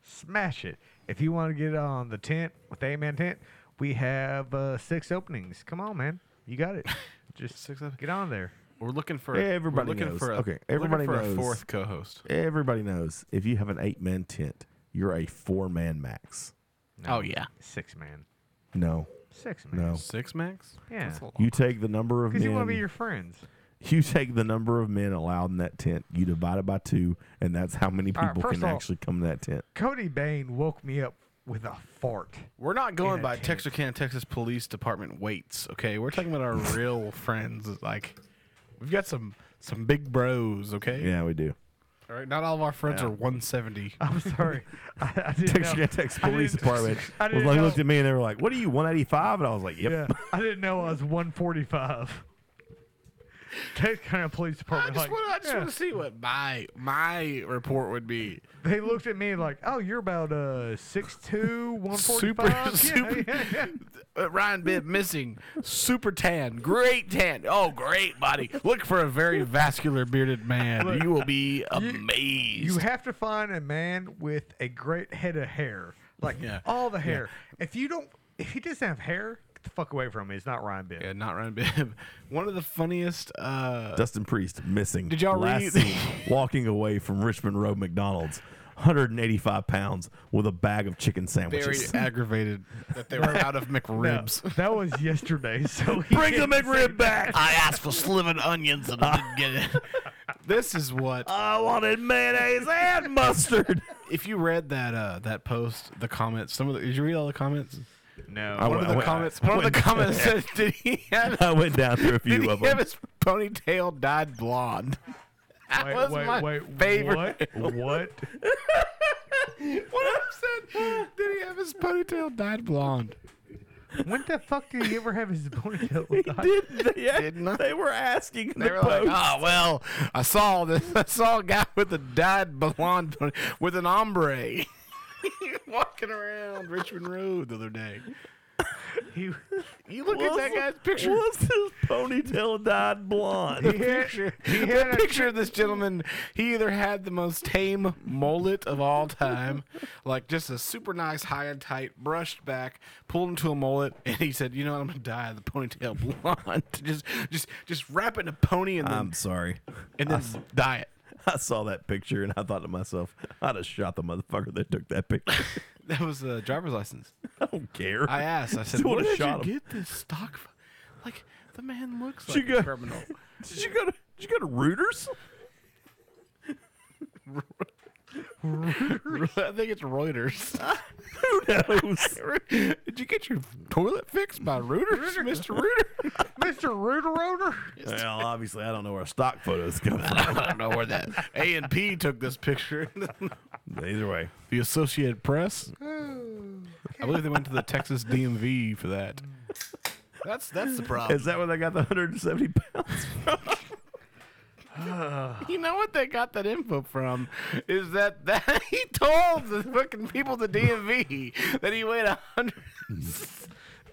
[SPEAKER 3] Smash it! If you want to get on the tent with the Amen tent, we have uh, six openings. Come on, man, you
[SPEAKER 2] <laughs>
[SPEAKER 3] got it. Just
[SPEAKER 2] Six up.
[SPEAKER 3] get on there.
[SPEAKER 2] We're looking for
[SPEAKER 1] Yeah, everybody
[SPEAKER 2] We're looking
[SPEAKER 1] knows.
[SPEAKER 2] for a,
[SPEAKER 1] Okay,
[SPEAKER 2] looking
[SPEAKER 1] everybody
[SPEAKER 2] for
[SPEAKER 1] knows.
[SPEAKER 2] a fourth co-host.
[SPEAKER 1] everybody knows if you have an eight man tent, you're a four man max.
[SPEAKER 2] Oh yeah,
[SPEAKER 3] six man,
[SPEAKER 1] No.
[SPEAKER 3] six man.
[SPEAKER 1] No.
[SPEAKER 2] six max.
[SPEAKER 3] Yeah.
[SPEAKER 2] That's a lot.
[SPEAKER 1] You take the number of men.
[SPEAKER 3] because you want to be your friends.
[SPEAKER 1] you take the number of men allowed in that tent, you divide it by two, and that's how many
[SPEAKER 3] All right,
[SPEAKER 1] people
[SPEAKER 3] first
[SPEAKER 1] can
[SPEAKER 3] of all-
[SPEAKER 1] actually come to that tent.
[SPEAKER 3] Cody Bain woke me up with a fart. <laughs>
[SPEAKER 2] We're not going
[SPEAKER 3] a
[SPEAKER 2] by
[SPEAKER 3] tent.
[SPEAKER 2] Texarkana, Texas Police Department weights. Okay, we're talking <laughs> about our real friends. Like, we've got some some big bros. Okay,
[SPEAKER 1] Yeah, we <laughs> do.
[SPEAKER 2] all right. Not all of our friends are <laughs> 170.
[SPEAKER 3] I'm sorry. I, I didn't know.
[SPEAKER 1] Texas Texas Police
[SPEAKER 3] didn't-
[SPEAKER 1] Department
[SPEAKER 3] <laughs> I
[SPEAKER 1] was
[SPEAKER 3] didn't
[SPEAKER 1] like,
[SPEAKER 3] know-
[SPEAKER 1] looked at me and they were like, "What are you, 185?" And I was like, "Yep."
[SPEAKER 3] <laughs> Yeah, I didn't know I was 145. Texas County
[SPEAKER 2] I
[SPEAKER 3] Police Department.
[SPEAKER 2] just
[SPEAKER 3] like,
[SPEAKER 2] want to. I just
[SPEAKER 3] yeah.
[SPEAKER 2] want to see what my my report would be.
[SPEAKER 3] They looked at me like, "Oh, you're about uh six two, one forty
[SPEAKER 2] Super,
[SPEAKER 3] five.
[SPEAKER 2] super. uh, Ryan Bibb missing. Super tan. Great tan. Oh, great body. Look for a very vascular bearded man. you will be amazed.
[SPEAKER 3] You have to find a man with a great head of hair, like
[SPEAKER 2] Yeah.
[SPEAKER 3] all the
[SPEAKER 2] Yeah.
[SPEAKER 3] hair. If you don't, if he doesn't have hair, get the fuck away from me. It's not Ryan Bibb.
[SPEAKER 2] yeah, not Ryan Bibb. <laughs> One of the funniest. Uh,
[SPEAKER 1] Dustin Priest missing.
[SPEAKER 2] Did y'all
[SPEAKER 1] Last
[SPEAKER 2] read-
[SPEAKER 1] seen walking away from Richmond Road McDonald's, 185 pounds with a bag of chicken
[SPEAKER 2] very <laughs>
[SPEAKER 1] sandwiches.
[SPEAKER 2] aggravated that <laughs> they were out of <laughs>
[SPEAKER 3] No,
[SPEAKER 2] McRibs.
[SPEAKER 3] <laughs> that was yesterday. <laughs> So he
[SPEAKER 1] Bring the
[SPEAKER 3] didn't say
[SPEAKER 1] McRib back.
[SPEAKER 9] I asked for slivered onions and I didn't get it.
[SPEAKER 2] <laughs> This is what
[SPEAKER 1] I wanted mayonnaise and mustard. <laughs>
[SPEAKER 2] if you read that uh that post, the comments, some of the did you read all the comments?
[SPEAKER 3] No.
[SPEAKER 1] I
[SPEAKER 2] One
[SPEAKER 1] went-
[SPEAKER 2] of
[SPEAKER 1] I
[SPEAKER 2] the
[SPEAKER 1] went-
[SPEAKER 2] comments
[SPEAKER 1] I
[SPEAKER 2] one of the
[SPEAKER 1] went-
[SPEAKER 2] comments said did he have
[SPEAKER 1] I went down through <laughs> a
[SPEAKER 2] did
[SPEAKER 1] few
[SPEAKER 2] he
[SPEAKER 1] of
[SPEAKER 2] have
[SPEAKER 1] them.
[SPEAKER 2] his ponytail
[SPEAKER 1] <laughs>
[SPEAKER 2] dyed blonde? That was my favorite.
[SPEAKER 3] What? What?
[SPEAKER 2] <laughs> What I said? Did he have his ponytail dyed blonde?
[SPEAKER 3] when the fuck did he ever have
[SPEAKER 2] <laughs>
[SPEAKER 3] his ponytail?
[SPEAKER 1] <laughs> Did they,
[SPEAKER 2] Didn't I?
[SPEAKER 1] they were asking
[SPEAKER 2] They
[SPEAKER 1] the
[SPEAKER 2] were like,
[SPEAKER 1] post.
[SPEAKER 2] oh well, I saw this. <laughs> I saw a guy with a dyed blonde pony- with an ombre <laughs> walking around Richmond Road the other day.
[SPEAKER 3] He,
[SPEAKER 2] You look at
[SPEAKER 1] Was-
[SPEAKER 2] that guy's picture.
[SPEAKER 1] Was his ponytail dyed blonde? <laughs>
[SPEAKER 2] <laughs>
[SPEAKER 3] he had, he
[SPEAKER 2] the
[SPEAKER 3] had a
[SPEAKER 2] picture of this gentleman, he either had the most tame mullet of all time, <laughs> like just a super nice, high and tight, brushed back, pulled into a mullet, and he said, "You know what? I'm gonna dye the ponytail <laughs> blonde. just, just, just wrap it in a pony and then,
[SPEAKER 1] I'm sorry.
[SPEAKER 2] and then dye it."
[SPEAKER 1] I saw that picture and I thought to myself, I'd have shot the motherfucker that took that picture. <laughs>
[SPEAKER 2] That was the driver's license.
[SPEAKER 1] I don't care.
[SPEAKER 2] I asked. <laughs> I said,
[SPEAKER 1] Still
[SPEAKER 2] "Where
[SPEAKER 1] would've
[SPEAKER 2] did
[SPEAKER 1] shot
[SPEAKER 2] you
[SPEAKER 1] him.
[SPEAKER 2] get this stock?" f- Like the man looks
[SPEAKER 1] She
[SPEAKER 2] like a
[SPEAKER 1] go-
[SPEAKER 2] <laughs> criminal.
[SPEAKER 1] Did you go to Did you go to
[SPEAKER 2] <laughs>
[SPEAKER 1] Reuters?
[SPEAKER 2] I think it's Reuters.
[SPEAKER 1] Who knows?
[SPEAKER 2] <laughs> Did you get your toilet fixed <laughs> by Reuters, Mr. <laughs> Reuter?
[SPEAKER 3] Mr. Rooteroder.
[SPEAKER 1] <laughs> well, obviously, I don't know where stock photos come
[SPEAKER 2] <laughs>
[SPEAKER 1] from.
[SPEAKER 2] I don't know where that A and P took this <laughs> picture.
[SPEAKER 1] Either way,
[SPEAKER 2] the Associated Press. I believe they went to the Texas DMV for that. That's that's the problem.
[SPEAKER 1] is that where they got the 170 pounds? <laughs>
[SPEAKER 2] You know what they got that info from is that that <laughs> he told the fucking people at the DMV that he weighed a hundred.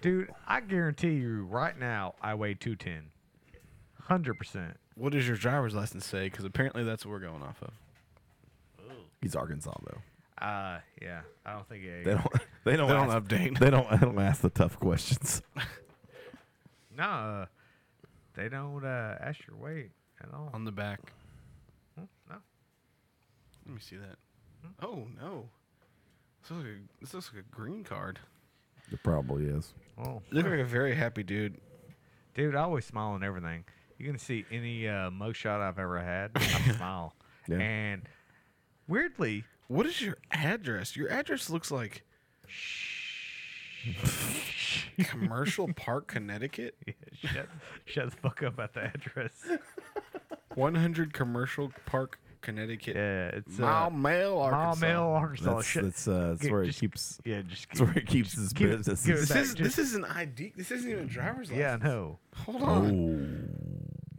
[SPEAKER 3] Dude, I guarantee you right now I weigh 210. 100%.
[SPEAKER 2] What does your driver's license say? Because apparently that's what we're going off of.
[SPEAKER 1] He's Arkansas though.
[SPEAKER 3] Uh, yeah. I don't think it
[SPEAKER 1] They don't. <laughs> They don't.
[SPEAKER 2] They don't
[SPEAKER 1] ask-
[SPEAKER 2] update.
[SPEAKER 1] They don't. They don't ask the tough
[SPEAKER 2] <laughs>
[SPEAKER 1] questions.
[SPEAKER 3] No, uh, they don't uh, ask your weight at all.
[SPEAKER 2] On the back. Hmm?
[SPEAKER 3] no.
[SPEAKER 2] Let me see that. Oh no. This looks like a, this looks like a green card.
[SPEAKER 1] It probably is.
[SPEAKER 3] Oh,
[SPEAKER 2] You look like a very happy dude.
[SPEAKER 3] dude, I always smile on everything. You can see any uh, mugshot I've ever had,
[SPEAKER 1] <laughs>
[SPEAKER 3] I smile.
[SPEAKER 1] Yeah.
[SPEAKER 3] And weirdly,
[SPEAKER 2] What is your address? Your address looks like Commercial Park, <laughs> Connecticut.
[SPEAKER 3] <laughs> shut, shut the fuck up about the address.
[SPEAKER 2] 100 Commercial Park, Connecticut.
[SPEAKER 3] Yeah, it's
[SPEAKER 2] Mile
[SPEAKER 3] uh,
[SPEAKER 2] Mail,
[SPEAKER 3] Mile
[SPEAKER 2] Arkansas.
[SPEAKER 3] Mill, Arkansas.
[SPEAKER 1] That's,
[SPEAKER 3] Shut-
[SPEAKER 1] that's, uh, that's
[SPEAKER 3] get-
[SPEAKER 1] where he
[SPEAKER 3] just-
[SPEAKER 1] keeps.
[SPEAKER 3] yeah, just
[SPEAKER 1] That's where he keeps his
[SPEAKER 3] give it-
[SPEAKER 1] business.
[SPEAKER 3] give it
[SPEAKER 2] This
[SPEAKER 3] back.
[SPEAKER 2] is this is an ID. This isn't even a driver's license.
[SPEAKER 3] <laughs> yeah, no.
[SPEAKER 2] Hold on.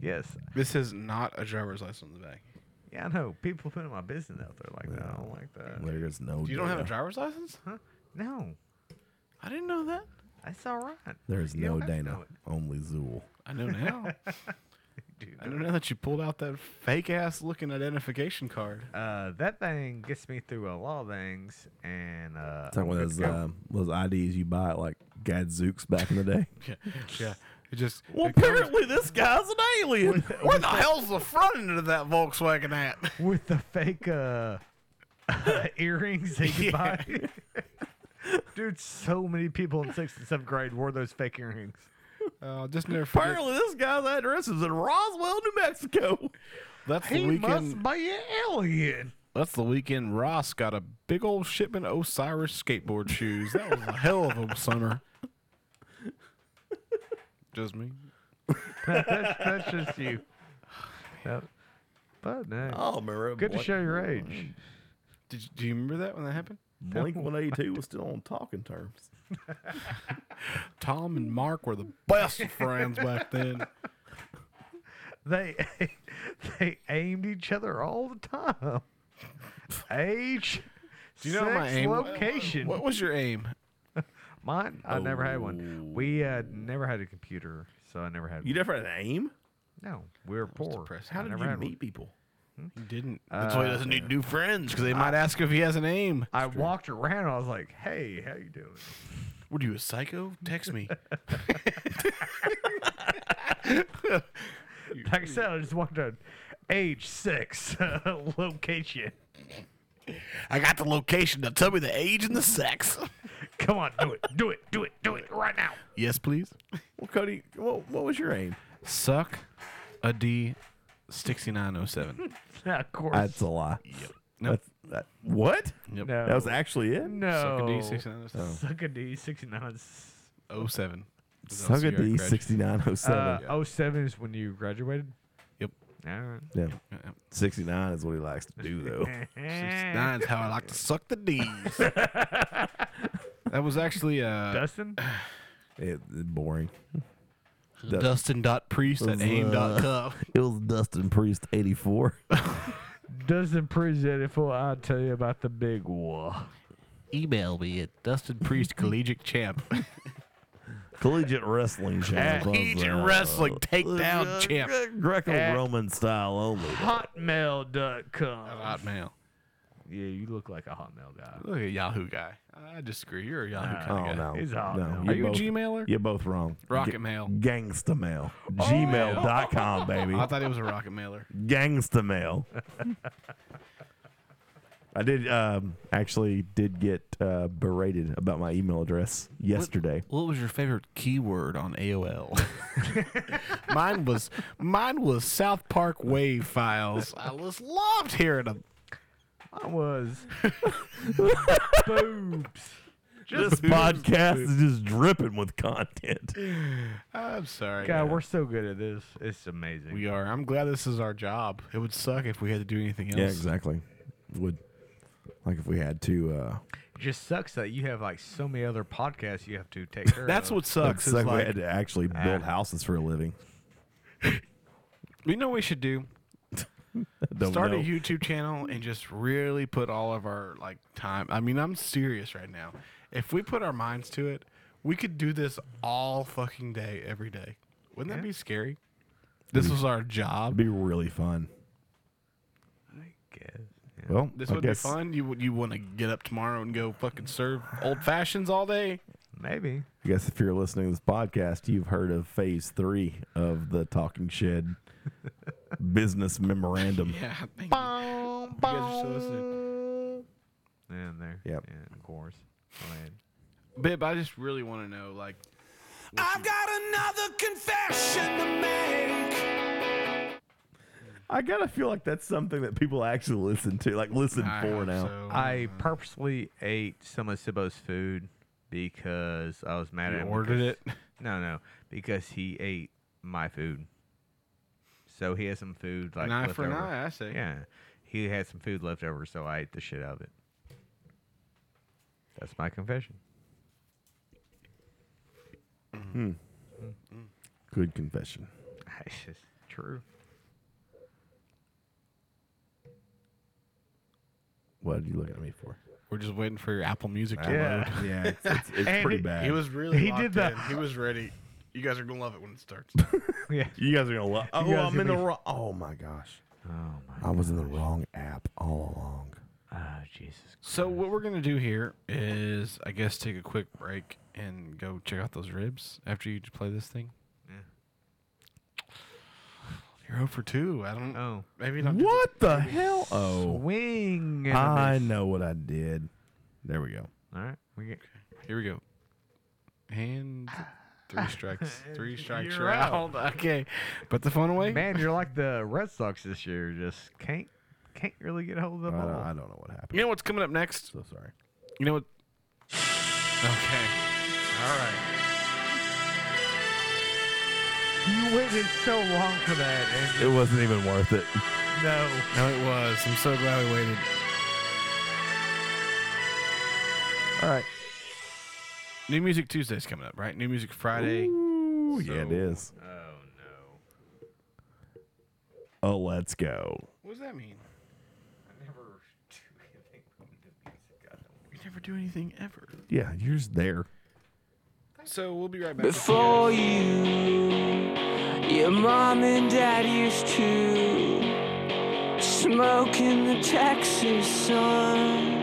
[SPEAKER 3] Yes,
[SPEAKER 2] This is not a driver's license on the back.
[SPEAKER 3] Yeah, I know. People putting my business out there like that. I don't like that.
[SPEAKER 1] There's no.
[SPEAKER 2] You don't have a
[SPEAKER 1] data.
[SPEAKER 2] driver's license?
[SPEAKER 3] No,
[SPEAKER 2] I didn't know that.
[SPEAKER 3] that's all right.
[SPEAKER 1] <laughs> There's
[SPEAKER 3] You
[SPEAKER 1] no
[SPEAKER 3] don't have to
[SPEAKER 1] Dana.
[SPEAKER 3] know it,
[SPEAKER 1] Only Zool.
[SPEAKER 2] I know <laughs> now. I
[SPEAKER 3] dude.
[SPEAKER 2] know now that you pulled out that fake ass looking identification card.
[SPEAKER 3] Uh, that thing gets me through a lot of things, and uh,
[SPEAKER 1] It's like one of those um, those IDs you buy at like Gadzooks back in the <laughs> day.
[SPEAKER 2] Yeah, yeah. It just it comes-
[SPEAKER 1] apparently this guy's an alien.
[SPEAKER 2] Where <laughs> the hell's the front end of that Volkswagen at?
[SPEAKER 3] with the fake uh, <laughs>
[SPEAKER 2] <laughs>
[SPEAKER 3] earrings that you buy. <laughs> Dude, so many people in sixth and seventh grade wore those fake earrings. <laughs>
[SPEAKER 2] Uh, just never
[SPEAKER 1] <laughs> apparently this guy's address is in Roswell, New Mexico.
[SPEAKER 2] That's the
[SPEAKER 3] He
[SPEAKER 2] weekend.
[SPEAKER 3] must be an alien.
[SPEAKER 2] That's the weekend. Ross got a big old shipment of Osiris skateboard shoes. That was a hell of a summer. Just me.
[SPEAKER 3] that's, that's
[SPEAKER 2] <sighs>
[SPEAKER 3] just you. Yep. But no,
[SPEAKER 1] Oh, man,
[SPEAKER 3] good to show your age.
[SPEAKER 2] Did you, do you remember that when that happened?
[SPEAKER 1] Blink 182 was still on talking terms.
[SPEAKER 2] Tom and Mark were the best of friends back then.
[SPEAKER 3] They <laughs> they aimed each other all the
[SPEAKER 2] <laughs>
[SPEAKER 3] time. Age,
[SPEAKER 2] Do you know what my
[SPEAKER 3] sex,
[SPEAKER 2] aim?
[SPEAKER 3] location.
[SPEAKER 2] What was your aim?
[SPEAKER 3] Mine, I never had one. We
[SPEAKER 1] Oh.
[SPEAKER 3] uh, never had a computer, so I never had.
[SPEAKER 1] You
[SPEAKER 3] one.
[SPEAKER 1] never had an aim?
[SPEAKER 3] No, we were poor.
[SPEAKER 1] How
[SPEAKER 3] I
[SPEAKER 1] did
[SPEAKER 3] never
[SPEAKER 1] you
[SPEAKER 3] had
[SPEAKER 1] meet
[SPEAKER 3] one.
[SPEAKER 1] people? Uh,
[SPEAKER 2] You didn't. That's why he doesn't need new friends because they might
[SPEAKER 3] I-
[SPEAKER 2] ask if he has an aim.
[SPEAKER 3] I walked around. I was like, "Hey, how you doing?"
[SPEAKER 2] What are you, a psycho? Text me.
[SPEAKER 3] Like I said, I just walked around. Age six, <laughs> location.
[SPEAKER 2] I got the location. Now tell me the age and the sex.
[SPEAKER 3] Come on, do it, do it, do it,
[SPEAKER 1] <laughs>
[SPEAKER 3] do it right now.
[SPEAKER 2] yes, please.
[SPEAKER 1] <laughs> Well, Cody, what, what was your aim?
[SPEAKER 2] Suck a D 6907.
[SPEAKER 3] Yeah, of course.
[SPEAKER 1] That's a lie.
[SPEAKER 2] Nope.
[SPEAKER 1] That's, that, what?
[SPEAKER 2] Yep.
[SPEAKER 3] no,
[SPEAKER 1] That was actually it?
[SPEAKER 3] no.
[SPEAKER 2] Suck a D 6907.
[SPEAKER 3] Suck a D sixty nine.
[SPEAKER 2] 07.
[SPEAKER 1] Oh. Suck a D 6907.
[SPEAKER 3] Uh, oh seven is when you graduated.
[SPEAKER 2] Yep.
[SPEAKER 3] All right.
[SPEAKER 1] yeah. 69 is what he likes to do, <laughs> though.
[SPEAKER 2] That's how I like to suck
[SPEAKER 1] <laughs>
[SPEAKER 2] the D's. that was actually uh,
[SPEAKER 3] Dustin.
[SPEAKER 1] it, it- boring. Dust-
[SPEAKER 2] Dustin dot Priest at
[SPEAKER 1] Uh,
[SPEAKER 2] aim dot com.
[SPEAKER 1] It was Dustin Priest 84.
[SPEAKER 3] Dustin present it for I'll tell you about the big war.
[SPEAKER 2] Email me at Dustin
[SPEAKER 1] <laughs>
[SPEAKER 2] Priest Collegiate Champ.
[SPEAKER 1] <laughs> Collegiate <laughs> Wrestling Champ.
[SPEAKER 2] Collegiate Wrestling Takedown Champ.
[SPEAKER 1] Greco Roman style only.
[SPEAKER 3] Hotmail.com.
[SPEAKER 2] Hotmail.
[SPEAKER 3] Yeah, you look like a Hotmail guy.
[SPEAKER 2] Look at Yahoo guy. I disagree. You're a Yahoo kind
[SPEAKER 1] Oh,
[SPEAKER 2] of guy.
[SPEAKER 1] no.
[SPEAKER 3] He's hot now.
[SPEAKER 1] no.
[SPEAKER 2] Are you a
[SPEAKER 1] both-
[SPEAKER 2] Gmailer?
[SPEAKER 1] You're both wrong.
[SPEAKER 2] Rocket
[SPEAKER 1] Ga-
[SPEAKER 2] mail. Oh,
[SPEAKER 1] Gangsta mail.
[SPEAKER 2] <laughs>
[SPEAKER 1] Gmail.com, baby.
[SPEAKER 2] I thought it was a rocket mailer.
[SPEAKER 1] Gangsta mail. I did um, actually did get uh, berated about my email address yesterday.
[SPEAKER 2] What was your favorite keyword on AOL? <laughs> mine was mine was South Park wave files. I just loved hearing them.
[SPEAKER 3] I was.
[SPEAKER 2] <laughs>
[SPEAKER 3] Boobs.
[SPEAKER 2] <laughs>
[SPEAKER 1] This podcast is just dripping with content.
[SPEAKER 2] I'm sorry.
[SPEAKER 3] God,
[SPEAKER 2] guys.
[SPEAKER 3] we're so good at this. It's amazing.
[SPEAKER 2] we are. I'm glad this is our job. It would suck if we had to do anything else.
[SPEAKER 1] Yeah, exactly. Would like if we had to. Uh,
[SPEAKER 3] it just sucks that you have like so many other podcasts you have to
[SPEAKER 2] <laughs>
[SPEAKER 3] take care
[SPEAKER 2] That's
[SPEAKER 3] of.
[SPEAKER 2] what sucks. Is
[SPEAKER 1] like we
[SPEAKER 2] like, Ah.
[SPEAKER 1] had to actually build houses for a living.
[SPEAKER 2] we know what we should do.
[SPEAKER 1] Don't
[SPEAKER 2] Start
[SPEAKER 1] know.
[SPEAKER 2] a YouTube channel and just really put all of our like time. I mean, I'm serious right now. If we put our minds to it, we could do this all fucking day, every day. Wouldn't that be scary? This was our
[SPEAKER 1] It'd
[SPEAKER 2] job.
[SPEAKER 1] be really fun.
[SPEAKER 3] what. Guess.
[SPEAKER 1] Well,
[SPEAKER 2] This
[SPEAKER 1] I
[SPEAKER 2] would
[SPEAKER 1] guess
[SPEAKER 2] be fun. You would- you want to get up tomorrow and go fucking serve old fashions all day?
[SPEAKER 3] Maybe.
[SPEAKER 1] I guess if you're listening to this podcast, you've heard of phase three of the Talking Shed business memorandum.
[SPEAKER 2] Yeah. Thank you. You guys are so listening.
[SPEAKER 3] And there.
[SPEAKER 1] Yep.
[SPEAKER 3] Yeah, of course. Go ahead.
[SPEAKER 2] Bib, I just really want to know, like,
[SPEAKER 5] I've got another confession to make.
[SPEAKER 1] I gotta feel like that's something that people actually listen to, like listen
[SPEAKER 2] I
[SPEAKER 1] for
[SPEAKER 2] hope
[SPEAKER 1] now.
[SPEAKER 2] so.
[SPEAKER 3] I purposely ate some of Sibo's food because I was mad
[SPEAKER 2] You
[SPEAKER 3] at him.
[SPEAKER 2] ordered
[SPEAKER 3] because-
[SPEAKER 2] it?
[SPEAKER 1] <laughs>
[SPEAKER 3] No, no, because he ate my food. So he had some food like
[SPEAKER 2] an eye
[SPEAKER 3] left
[SPEAKER 2] for an
[SPEAKER 3] over.
[SPEAKER 2] eye. I say.
[SPEAKER 3] Yeah, he had some food left over, so I ate the shit out of it. That's my confession. <laughs>
[SPEAKER 1] Good confession.
[SPEAKER 3] It's just true.
[SPEAKER 1] What are you looking at me for?
[SPEAKER 2] We're just waiting for your Apple Music to
[SPEAKER 3] Yeah.
[SPEAKER 1] <laughs>
[SPEAKER 2] load.
[SPEAKER 1] Yeah, it's, it's, it's
[SPEAKER 3] And
[SPEAKER 1] pretty
[SPEAKER 3] he-
[SPEAKER 1] bad.
[SPEAKER 2] He was really.
[SPEAKER 3] He
[SPEAKER 2] locked
[SPEAKER 3] did the-
[SPEAKER 2] in. He was ready. You guys are gonna love it when it starts.
[SPEAKER 1] <laughs>
[SPEAKER 3] Yeah.
[SPEAKER 1] you guys are gonna love. Oh,
[SPEAKER 3] guys
[SPEAKER 1] I'm
[SPEAKER 3] gonna
[SPEAKER 1] in the
[SPEAKER 3] be-
[SPEAKER 1] wrong. Oh my gosh,
[SPEAKER 3] Oh my.
[SPEAKER 1] I was in the wrong app all along.
[SPEAKER 3] Oh Jesus.
[SPEAKER 2] so what we're gonna do here is, I guess, take a quick break and go check out those ribs after you play this thing. You're 0 for two. I don't.
[SPEAKER 3] Oh.
[SPEAKER 2] Maybe not.
[SPEAKER 1] What the hell? Oh,
[SPEAKER 3] Wing. and a
[SPEAKER 1] I
[SPEAKER 3] miss.
[SPEAKER 1] know what I did. There we go.
[SPEAKER 3] All right. We get.
[SPEAKER 2] Here we go. And three strikes. <laughs> Three strikes.
[SPEAKER 3] You're
[SPEAKER 2] You're out. Okay. Put the phone away.
[SPEAKER 3] Man, you're like the Red Sox this year. Just can't can't really get a hold of
[SPEAKER 1] I
[SPEAKER 3] the
[SPEAKER 1] don't,
[SPEAKER 10] Oh.
[SPEAKER 3] ball.
[SPEAKER 1] I don't know what happened.
[SPEAKER 2] You know what's coming up next?
[SPEAKER 1] So sorry.
[SPEAKER 2] You know what? Okay. All right.
[SPEAKER 3] You waited so long for that,
[SPEAKER 1] It wasn't even worth <laughs> it.
[SPEAKER 3] and no.
[SPEAKER 2] No, it was. I'm so glad we waited.
[SPEAKER 1] All right.
[SPEAKER 2] New Music Tuesday's coming
[SPEAKER 1] Oh,
[SPEAKER 2] up, right? New Music Friday.
[SPEAKER 1] Ooh, yeah, it
[SPEAKER 2] So-
[SPEAKER 1] is.
[SPEAKER 3] Oh
[SPEAKER 1] a
[SPEAKER 3] no.
[SPEAKER 1] let's go.
[SPEAKER 2] What does that mean? I never do anything We never do anything ever.
[SPEAKER 1] Yeah, you're just there.
[SPEAKER 2] So we'll be right back.
[SPEAKER 5] Before you, your mom and dad used to smoke in the Texas sun.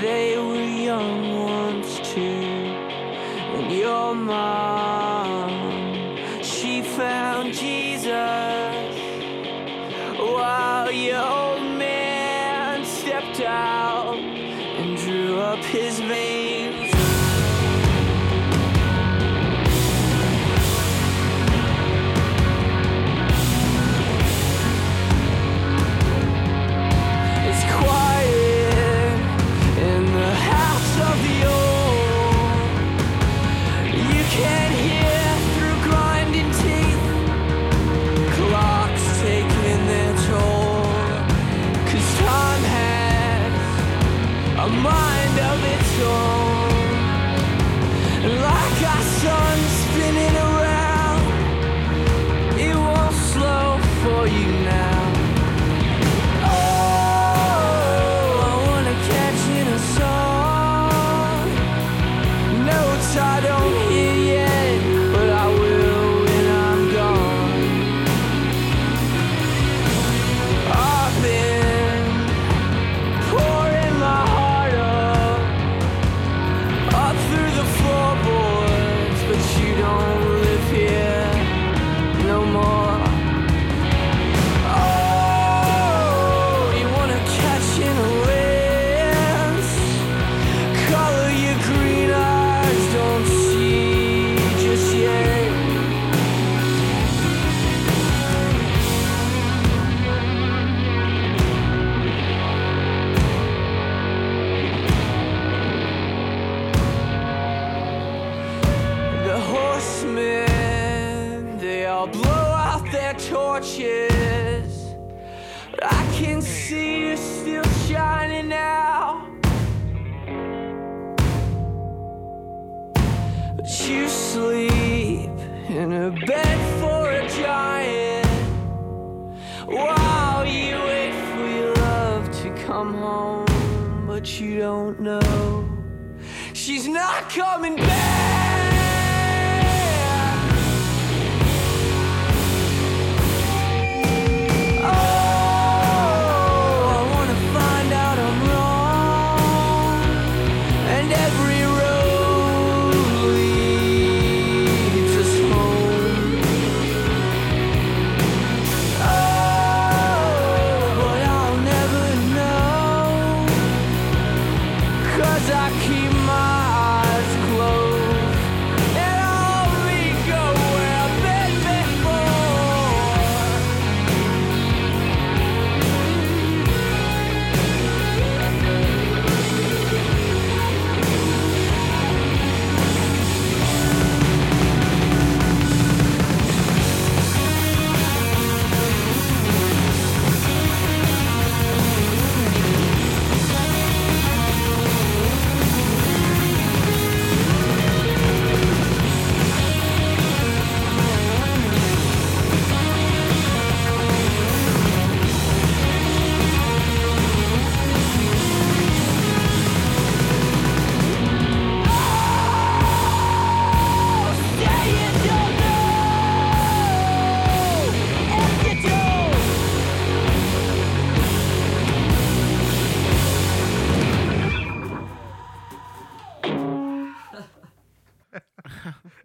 [SPEAKER 5] They were young once too, and your mom, she found Jesus while your old man stepped out and drew up his veins. It's quiet in the house of the old. You can hear through grinding teeth. Clocks taking their toll. 'Cause time has a mind of its own. Like our sun spinning around, it won't slow for you now. I don't hear yet, but I will when I'm gone. I've been pouring my heart up, up through the floorboards, but you don't live here no more. Oh, you wanna catch in a lens? Color your green eyes don't see just yet. The horsemen, they all blow out their torches. But I can see you still shining now. But you sleep in a bed for a giant while you wait for your love to come home. But you don't know she's not coming back. Oh, I wanna find out I'm wrong, and every road leads us home. Oh, but I'll never know, 'cause I keep my eyes closed, and I'll only go where I've been before.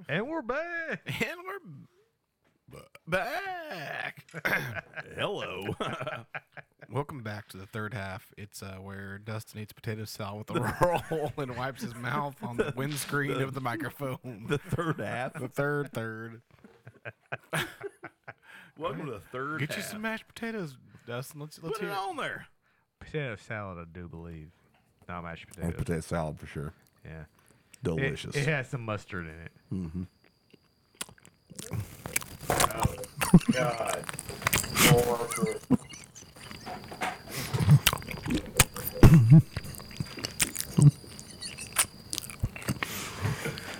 [SPEAKER 3] And we're back.
[SPEAKER 9] And we're b- back.
[SPEAKER 2] <laughs>
[SPEAKER 1] Hello. <laughs>
[SPEAKER 2] Welcome back to the third half. It's uh, where Dustin eats potato salad with a <laughs> roll and wipes his mouth on the windscreen of <laughs> the microphone.
[SPEAKER 1] the third half.
[SPEAKER 2] The third, third.
[SPEAKER 1] <laughs> Welcome to the third
[SPEAKER 2] Get you
[SPEAKER 1] half.
[SPEAKER 2] some mashed potatoes, Dustin. Let's let's
[SPEAKER 9] Put
[SPEAKER 2] hear.
[SPEAKER 9] it
[SPEAKER 2] it.
[SPEAKER 9] on there.
[SPEAKER 3] Potato salad, I do believe. No mashed
[SPEAKER 10] And
[SPEAKER 3] potatoes.
[SPEAKER 10] potato salad for sure.
[SPEAKER 3] Yeah. It-
[SPEAKER 10] Delicious.
[SPEAKER 3] It, has some mustard in it.
[SPEAKER 2] Mm-hmm.
[SPEAKER 3] <laughs>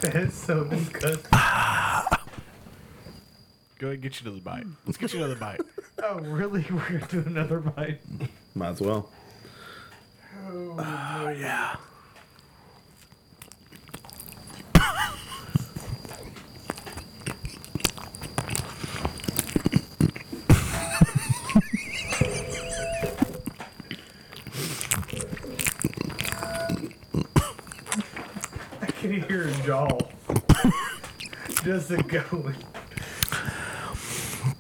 [SPEAKER 3] That's so disgusting.
[SPEAKER 2] <sighs> Go ahead and get you another bite. Let's get you another bite.
[SPEAKER 3] Oh, really? We're going to do another bite.
[SPEAKER 11] Might as well.
[SPEAKER 3] Oh,
[SPEAKER 2] yeah.
[SPEAKER 3] I can hear a jaw. Just a going.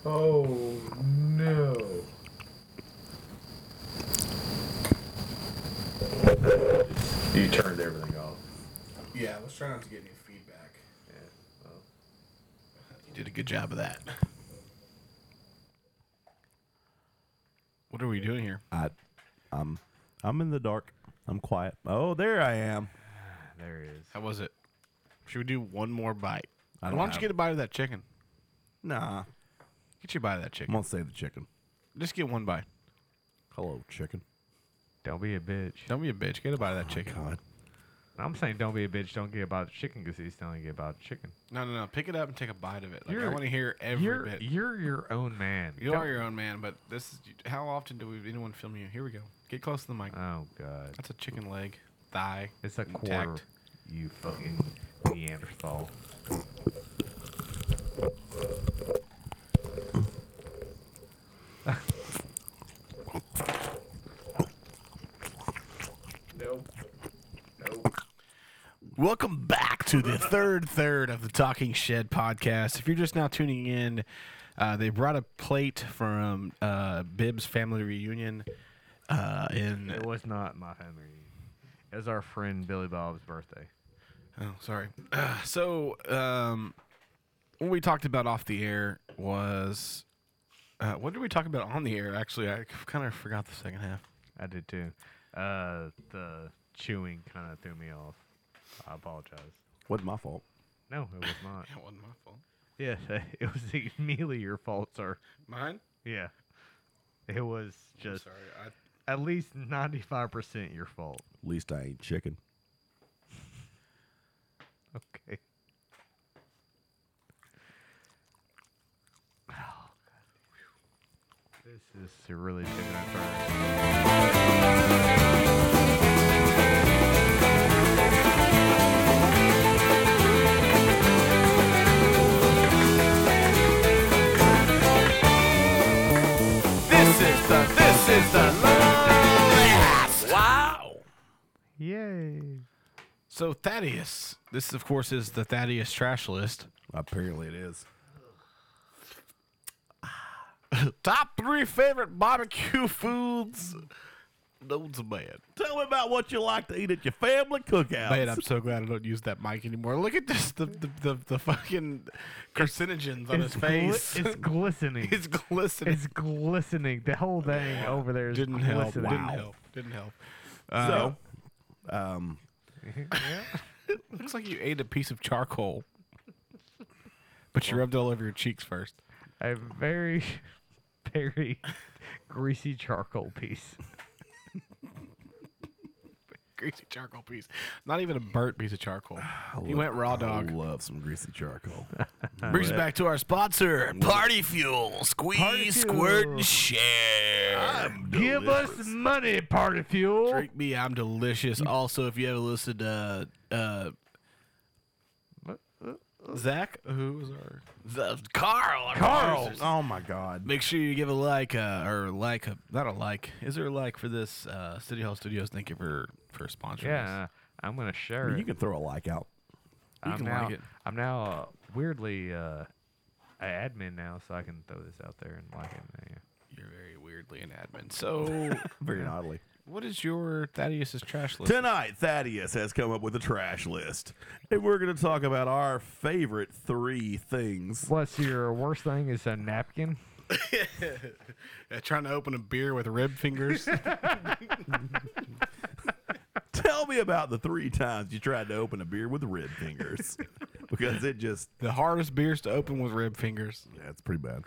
[SPEAKER 3] Oh, no. You turned everything off.
[SPEAKER 2] Yeah, let's try not to get any feedback. You did a good job of that. What are we doing here?
[SPEAKER 1] I,
[SPEAKER 10] Um,
[SPEAKER 1] I'm, I'm in the dark. I'm quiet. Oh, there I am.
[SPEAKER 3] <laughs> There he is.
[SPEAKER 2] How was it? Should we do one more bite?
[SPEAKER 1] I
[SPEAKER 2] Why
[SPEAKER 1] don't
[SPEAKER 2] don't you
[SPEAKER 1] have-
[SPEAKER 2] get a bite of that chicken?
[SPEAKER 1] Nah,
[SPEAKER 2] Get you a bite of that
[SPEAKER 1] I'm
[SPEAKER 2] chicken.
[SPEAKER 1] gonna save the chicken.
[SPEAKER 2] Just get one bite.
[SPEAKER 1] Hello, chicken.
[SPEAKER 3] Don't be a bitch.
[SPEAKER 2] Don't be a bitch. Get a bite of that chicken.
[SPEAKER 3] I'm saying don't be a bitch. Don't get about chicken because he's telling you about chicken.
[SPEAKER 2] No, no, no. Pick it up and take a bite of it. Like, I
[SPEAKER 3] You're-
[SPEAKER 2] want to hear every
[SPEAKER 3] you're,
[SPEAKER 2] bit.
[SPEAKER 3] You're your own man.
[SPEAKER 2] You
[SPEAKER 3] Don't-
[SPEAKER 2] are your own man, but this is how often do we anyone film you? Here we go. Get close to the mic.
[SPEAKER 3] Oh, God.
[SPEAKER 2] That's a chicken leg, thigh.
[SPEAKER 3] It's a
[SPEAKER 2] intact.
[SPEAKER 3] quarter. You fucking Neanderthal.
[SPEAKER 2] Welcome back to the third third of the Talking Shed podcast. If you're just now tuning in, uh, they brought a plate from uh, Bibb's family reunion. Uh, in
[SPEAKER 3] It was not my family. It was our friend Billy Bob's birthday.
[SPEAKER 2] oh, sorry. <clears throat> Uh, so um, what we talked about off the air was uh, what did we talk about on the air? Actually, I kind of forgot the second half.
[SPEAKER 3] I did too. Uh, the chewing kind of threw me off. I apologize.
[SPEAKER 1] Wasn't my fault.
[SPEAKER 3] No, it was <laughs> not.
[SPEAKER 2] That wasn't my fault.
[SPEAKER 3] yeah, <laughs> it was immediately your fault, sir.
[SPEAKER 2] Mine?
[SPEAKER 3] Yeah, it was just
[SPEAKER 2] Sorry, I
[SPEAKER 3] at least ninety-five percent your fault.
[SPEAKER 1] At least I ain't chicken.
[SPEAKER 3] Okay. This is really taking a turn.
[SPEAKER 12] This is the this is the last.
[SPEAKER 13] Wow.
[SPEAKER 3] Yay!
[SPEAKER 2] So Thaddeus, this of course is the Thaddeus trash list.
[SPEAKER 1] Apparently it is. <sighs>
[SPEAKER 2] Top three favorite barbecue foods. Loads of man.
[SPEAKER 1] Tell me about what you like to eat at your family cookout.
[SPEAKER 2] Man, I'm so glad I don't use that mic anymore. Look at this, the the, the, the fucking carcinogens on his
[SPEAKER 3] gli-
[SPEAKER 2] face.
[SPEAKER 3] it's glistening.
[SPEAKER 2] <laughs> He's glistening.
[SPEAKER 3] It's glistening. The whole thing over there is
[SPEAKER 2] didn't help.
[SPEAKER 3] glistening.
[SPEAKER 2] Didn't help. Didn't help. Uh,
[SPEAKER 1] so, um,
[SPEAKER 2] <laughs> Looks like you ate a piece of charcoal, but you rubbed it all over your cheeks first.
[SPEAKER 3] A very, <laughs> very greasy charcoal piece.
[SPEAKER 2] Greasy charcoal piece. Not even a burnt piece of
[SPEAKER 3] <sighs>
[SPEAKER 2] charcoal. He
[SPEAKER 1] love-
[SPEAKER 2] went raw
[SPEAKER 3] oh,
[SPEAKER 1] I
[SPEAKER 2] dog.
[SPEAKER 1] love some greasy charcoal.
[SPEAKER 2] Brings us back to our sponsor,
[SPEAKER 12] Party fuel, squeeze, squirt, and share.
[SPEAKER 3] Ah, Give us money, party fuel.
[SPEAKER 2] Drink me, I'm delicious. Also, if you ever listen to uh, uh, Zach, who was our the, Carl, our
[SPEAKER 3] Carl.
[SPEAKER 2] producers,
[SPEAKER 1] oh my god.
[SPEAKER 2] make sure you give a like uh, or like a not a like. Is there a like for this uh, City Hall Studios? Thank you for for sponsoring. us.
[SPEAKER 3] Yeah, I'm gonna share
[SPEAKER 1] You
[SPEAKER 3] it.
[SPEAKER 1] can throw a like out.
[SPEAKER 2] you
[SPEAKER 3] I'm
[SPEAKER 2] can
[SPEAKER 3] now,
[SPEAKER 2] like it.
[SPEAKER 3] I'm now uh, weirdly uh, a admin now, so I can throw this out there and like it. Yeah.
[SPEAKER 2] you're very weirdly an admin. <laughs> So,
[SPEAKER 1] Very oddly.
[SPEAKER 2] what is your Thaddeus's trash list?
[SPEAKER 1] Tonight, Thaddeus has come up with a trash list. And we're going to talk about our favorite three things.
[SPEAKER 3] What's your worst thing? Is a napkin? <laughs>
[SPEAKER 2] Uh, <laughs> trying to open a beer with rib fingers.
[SPEAKER 1] Tell me about the three times you tried to open a beer with rib <laughs> fingers. because it just,
[SPEAKER 2] <laughs> the hardest beers to open with rib fingers.
[SPEAKER 1] yeah, it's pretty bad.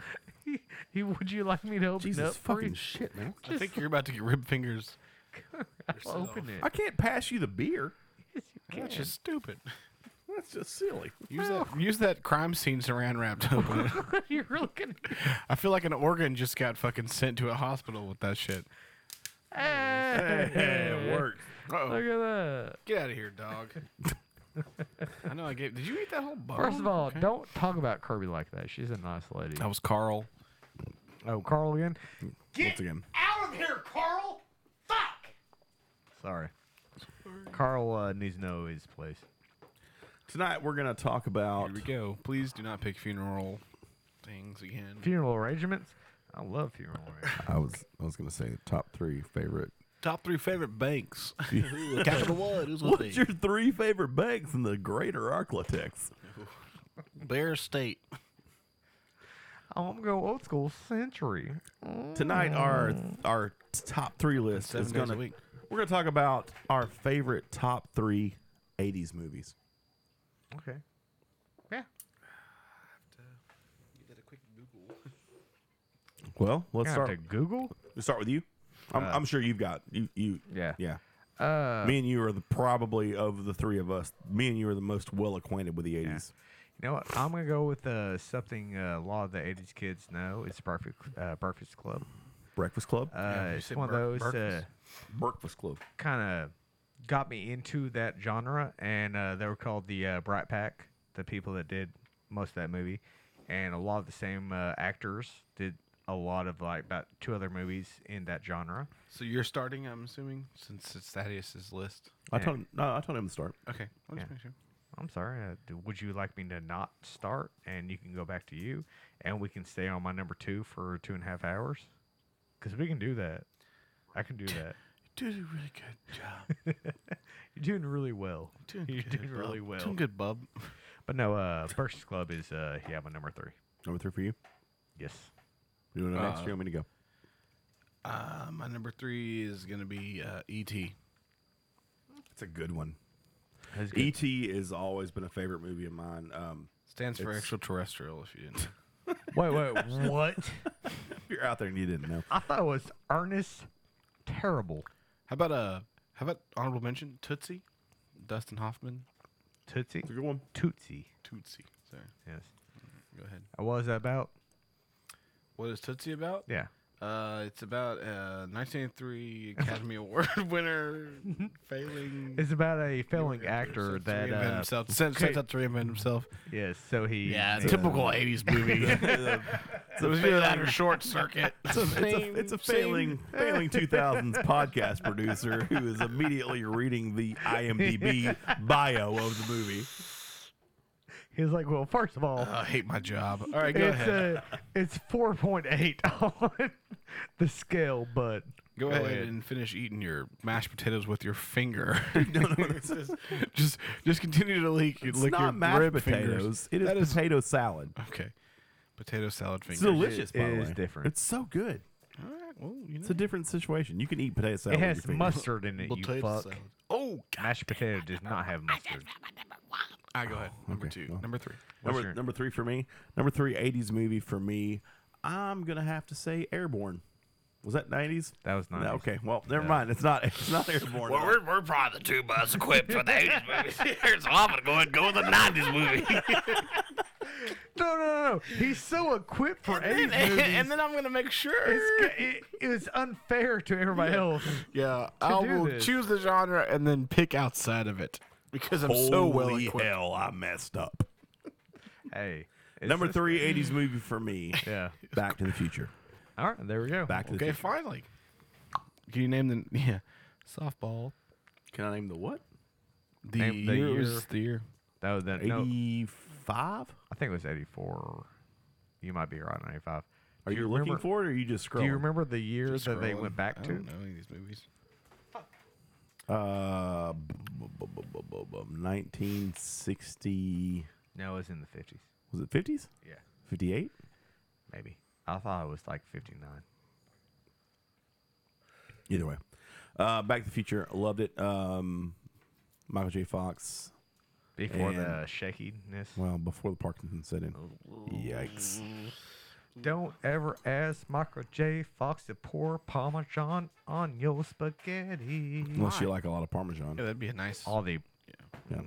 [SPEAKER 3] He- Would you like me to open it up
[SPEAKER 1] Jesus
[SPEAKER 3] for you?
[SPEAKER 1] fucking shit, man.
[SPEAKER 2] I think you're about to get rib fingers.
[SPEAKER 3] I'll open it. <laughs>
[SPEAKER 1] I can't pass you the beer.
[SPEAKER 3] Yes, you
[SPEAKER 2] That's
[SPEAKER 3] can.
[SPEAKER 2] just stupid.
[SPEAKER 1] That's just silly.
[SPEAKER 2] Use that, use that crime scene saran wrapped open.
[SPEAKER 3] You're really gonna.
[SPEAKER 2] I feel like an organ just got fucking sent to a hospital with that shit.
[SPEAKER 3] Hey,
[SPEAKER 2] it worked. Uh-oh.
[SPEAKER 3] Look at that.
[SPEAKER 2] Get out of here, dog. I know I gave. Did you eat that whole bone?
[SPEAKER 3] First of all, don't talk about Kirby like that. She's a nice lady.
[SPEAKER 2] That was Carl.
[SPEAKER 3] Oh, Carl again.
[SPEAKER 1] Once again.
[SPEAKER 14] Out of here, Carl! Fuck!
[SPEAKER 3] Sorry. Carl uh, needs to know his place.
[SPEAKER 1] Tonight we're gonna talk about
[SPEAKER 2] Here we go. Please do not pick funeral things again.
[SPEAKER 3] Funeral arrangements. I love funeral arrangements.
[SPEAKER 1] I was I was gonna say top three favorite.
[SPEAKER 2] Top three favorite <laughs> banks. Capital One. Who's gonna
[SPEAKER 1] What's your three favorite banks in the greater Arklatex?
[SPEAKER 2] Bear State.
[SPEAKER 3] Oh, <laughs> I'm going old school century.
[SPEAKER 1] Tonight our our top three list
[SPEAKER 2] Mm. Seven
[SPEAKER 1] is
[SPEAKER 2] days a
[SPEAKER 1] gonna
[SPEAKER 2] week.
[SPEAKER 1] we're gonna talk about our favorite top three 80s movies.
[SPEAKER 3] Okay. Yeah.
[SPEAKER 1] Well, let's
[SPEAKER 3] Gonna have to
[SPEAKER 1] start.
[SPEAKER 3] Google.
[SPEAKER 1] Let's start with you.
[SPEAKER 2] Uh,
[SPEAKER 1] I'm, I'm sure you've got you you
[SPEAKER 3] Yeah.
[SPEAKER 1] yeah.
[SPEAKER 3] Uh,
[SPEAKER 1] me and you are the probably of the three of us. Me and you are the most well acquainted with the 80s.
[SPEAKER 3] you know what? I'm gonna go with uh, something uh, a lot of the '80s kids know. It's Breakfast uh, Breakfast Club.
[SPEAKER 1] Breakfast Club,
[SPEAKER 3] Uh,
[SPEAKER 2] you
[SPEAKER 3] it's
[SPEAKER 2] said
[SPEAKER 3] one of
[SPEAKER 2] Bre-
[SPEAKER 3] those uh,
[SPEAKER 2] Breakfast.
[SPEAKER 1] Breakfast Club.
[SPEAKER 3] kind of got me into that genre, and uh, they were called the uh, Brat Pack, the people that did most of that movie, and a lot of the same uh, actors did a lot of like about two other movies in that genre.
[SPEAKER 2] So you're starting, I'm assuming, since it's Thaddeus's list.
[SPEAKER 1] I
[SPEAKER 3] Yeah.
[SPEAKER 1] told him, no, I told him to start.
[SPEAKER 2] Okay. I'll just
[SPEAKER 3] Yeah.
[SPEAKER 2] make sure.
[SPEAKER 3] I'm sorry. Uh, d- would you like me to not start, and you can go back to you, and we can stay on my number two for two and a half hours? Because we can do that. I can do that.
[SPEAKER 2] You did a really good job.
[SPEAKER 3] You're doing really well.
[SPEAKER 2] Doing
[SPEAKER 3] <laughs> You're
[SPEAKER 2] good,
[SPEAKER 3] doing
[SPEAKER 2] bub.
[SPEAKER 3] really well.
[SPEAKER 2] Doing good, bub.
[SPEAKER 3] But no, uh, Burst Club is uh, yeah, my number three.
[SPEAKER 1] Number three for you.
[SPEAKER 3] Yes.
[SPEAKER 1] You want to next?
[SPEAKER 2] Uh,
[SPEAKER 1] You want me to go?
[SPEAKER 2] Uh, my number three is gonna be uh, E.T.
[SPEAKER 1] It's a good one.
[SPEAKER 3] That's good.
[SPEAKER 1] E.T. has always been a favorite movie of mine. Um,
[SPEAKER 2] Stands for
[SPEAKER 1] It's-
[SPEAKER 2] extraterrestrial. If you didn't. <laughs>
[SPEAKER 3] Wait, wait, what?
[SPEAKER 1] if you're out there and you didn't know,
[SPEAKER 3] I thought it was Ernest Terrible.
[SPEAKER 2] How about uh? How about honorable mention Tootsie, Dustin Hoffman,
[SPEAKER 3] Tootsie?
[SPEAKER 1] it's a good one.
[SPEAKER 3] Tootsie.
[SPEAKER 2] Tootsie. Sorry,
[SPEAKER 3] Yes.
[SPEAKER 2] go ahead.
[SPEAKER 3] Uh, What was that about?
[SPEAKER 2] What is Tootsie about?
[SPEAKER 3] Yeah.
[SPEAKER 2] Uh, it's about uh <laughs> 1983 Academy Award winner failing.
[SPEAKER 3] It's about a failing actor
[SPEAKER 2] attempts to
[SPEAKER 3] that.
[SPEAKER 2] reinvent
[SPEAKER 3] Uh,
[SPEAKER 2] himself. Attempts
[SPEAKER 3] okay.
[SPEAKER 2] to reinvent himself.
[SPEAKER 3] yes, so he.
[SPEAKER 2] it's typical '80s movie. it was either that or Short Circuit.
[SPEAKER 1] It's a, it's a, it's a failing failing 2000s podcast producer who is immediately reading the IMDb bio of the movie.
[SPEAKER 3] He's like, well, first of all,
[SPEAKER 1] Uh,
[SPEAKER 2] I hate my job. All right, go
[SPEAKER 3] it's
[SPEAKER 2] ahead.
[SPEAKER 3] uh it's four point eight <laughs> on the scale, but
[SPEAKER 2] Go, ahead, and finish eating your mashed potatoes with your finger. just, <laughs> just, just continue to lick,
[SPEAKER 1] It's
[SPEAKER 2] lick your
[SPEAKER 1] not mashed
[SPEAKER 2] rib
[SPEAKER 1] potatoes.
[SPEAKER 2] fingers.
[SPEAKER 1] It is,
[SPEAKER 2] That is-
[SPEAKER 1] potato salad.
[SPEAKER 2] Okay, potato salad fingers.
[SPEAKER 1] It's delicious. by the
[SPEAKER 3] is
[SPEAKER 1] way.
[SPEAKER 3] different.
[SPEAKER 1] It's so good.
[SPEAKER 2] All right, well, you know.
[SPEAKER 1] It's a different situation. You can eat potato salad.
[SPEAKER 3] it
[SPEAKER 1] with
[SPEAKER 3] has
[SPEAKER 1] your fingers.
[SPEAKER 3] mustard in it.
[SPEAKER 2] Potato
[SPEAKER 3] you fuck.
[SPEAKER 2] salad. Oh,
[SPEAKER 3] Mashed potato does not have mustard.
[SPEAKER 2] all right, go ahead. Number
[SPEAKER 1] Okay,
[SPEAKER 2] two,
[SPEAKER 1] well.
[SPEAKER 2] number three.
[SPEAKER 3] What's
[SPEAKER 1] Number,
[SPEAKER 3] your-
[SPEAKER 1] number three for me. Number three, 80s movie for me. I'm gonna have to say Airborne. Was that 90s?
[SPEAKER 3] That was nice.
[SPEAKER 1] No, okay. Well, never mind. It's not. It's not Airborne. well,
[SPEAKER 10] we're probably the two most equipped for the 80s movies here, so I'm gonna go ahead and go with the 90s movie.
[SPEAKER 3] No, no, no, no. He's
[SPEAKER 2] <laughs>
[SPEAKER 3] so equipped for eighties
[SPEAKER 2] And-
[SPEAKER 3] movies.
[SPEAKER 2] and then I'm gonna make sure.
[SPEAKER 3] it's, it, it was unfair to everybody else.
[SPEAKER 2] Yeah, I
[SPEAKER 3] do
[SPEAKER 2] will
[SPEAKER 3] this.
[SPEAKER 2] choose the genre and then pick outside of it because I'm
[SPEAKER 1] Holy
[SPEAKER 2] so well equipped.
[SPEAKER 1] hell! I messed up.
[SPEAKER 3] Hey, it's
[SPEAKER 1] Number
[SPEAKER 3] just-
[SPEAKER 1] three, 80s movie for me.
[SPEAKER 3] Yeah.
[SPEAKER 1] Back to the Future.
[SPEAKER 3] All right, there we go.
[SPEAKER 1] Back to the
[SPEAKER 2] Okay,
[SPEAKER 1] Future.
[SPEAKER 2] finally. Can you name the <laughs> yeah softball?
[SPEAKER 1] Can I name the what?
[SPEAKER 2] The,
[SPEAKER 3] Name the
[SPEAKER 2] year, it was
[SPEAKER 3] year.
[SPEAKER 2] the year.
[SPEAKER 3] That was that. No,
[SPEAKER 1] 85.
[SPEAKER 3] I think it was eighty-four. You might be right on eighty-five.
[SPEAKER 1] Are
[SPEAKER 3] Do
[SPEAKER 1] you, looking
[SPEAKER 3] remember-
[SPEAKER 1] for it, or are you just scrolling?
[SPEAKER 3] Do you remember the year that they
[SPEAKER 2] Scrolling.
[SPEAKER 3] went back
[SPEAKER 2] I
[SPEAKER 3] to?
[SPEAKER 2] don't know any of these movies.
[SPEAKER 1] Uh, bu- bu- bu- bu- bu- bu- 1960.
[SPEAKER 3] No, it was in the fifties.
[SPEAKER 1] Was it 50s?
[SPEAKER 3] Yeah,
[SPEAKER 1] 58.
[SPEAKER 3] maybe. I thought it was like fifty-nine.
[SPEAKER 1] Either way, uh, Back to the Future, loved it. Um, Michael J. Fox.
[SPEAKER 3] Before the
[SPEAKER 1] And-
[SPEAKER 3] shakiness.
[SPEAKER 1] Well, before the Parkinson set in.
[SPEAKER 3] Oh.
[SPEAKER 1] Yikes!
[SPEAKER 3] Don't ever ask Michael J. Fox to pour Parmesan on your spaghetti.
[SPEAKER 1] Unless you like a lot of Parmesan.
[SPEAKER 2] Yeah, that'd be a nice.
[SPEAKER 3] All the
[SPEAKER 1] Yeah.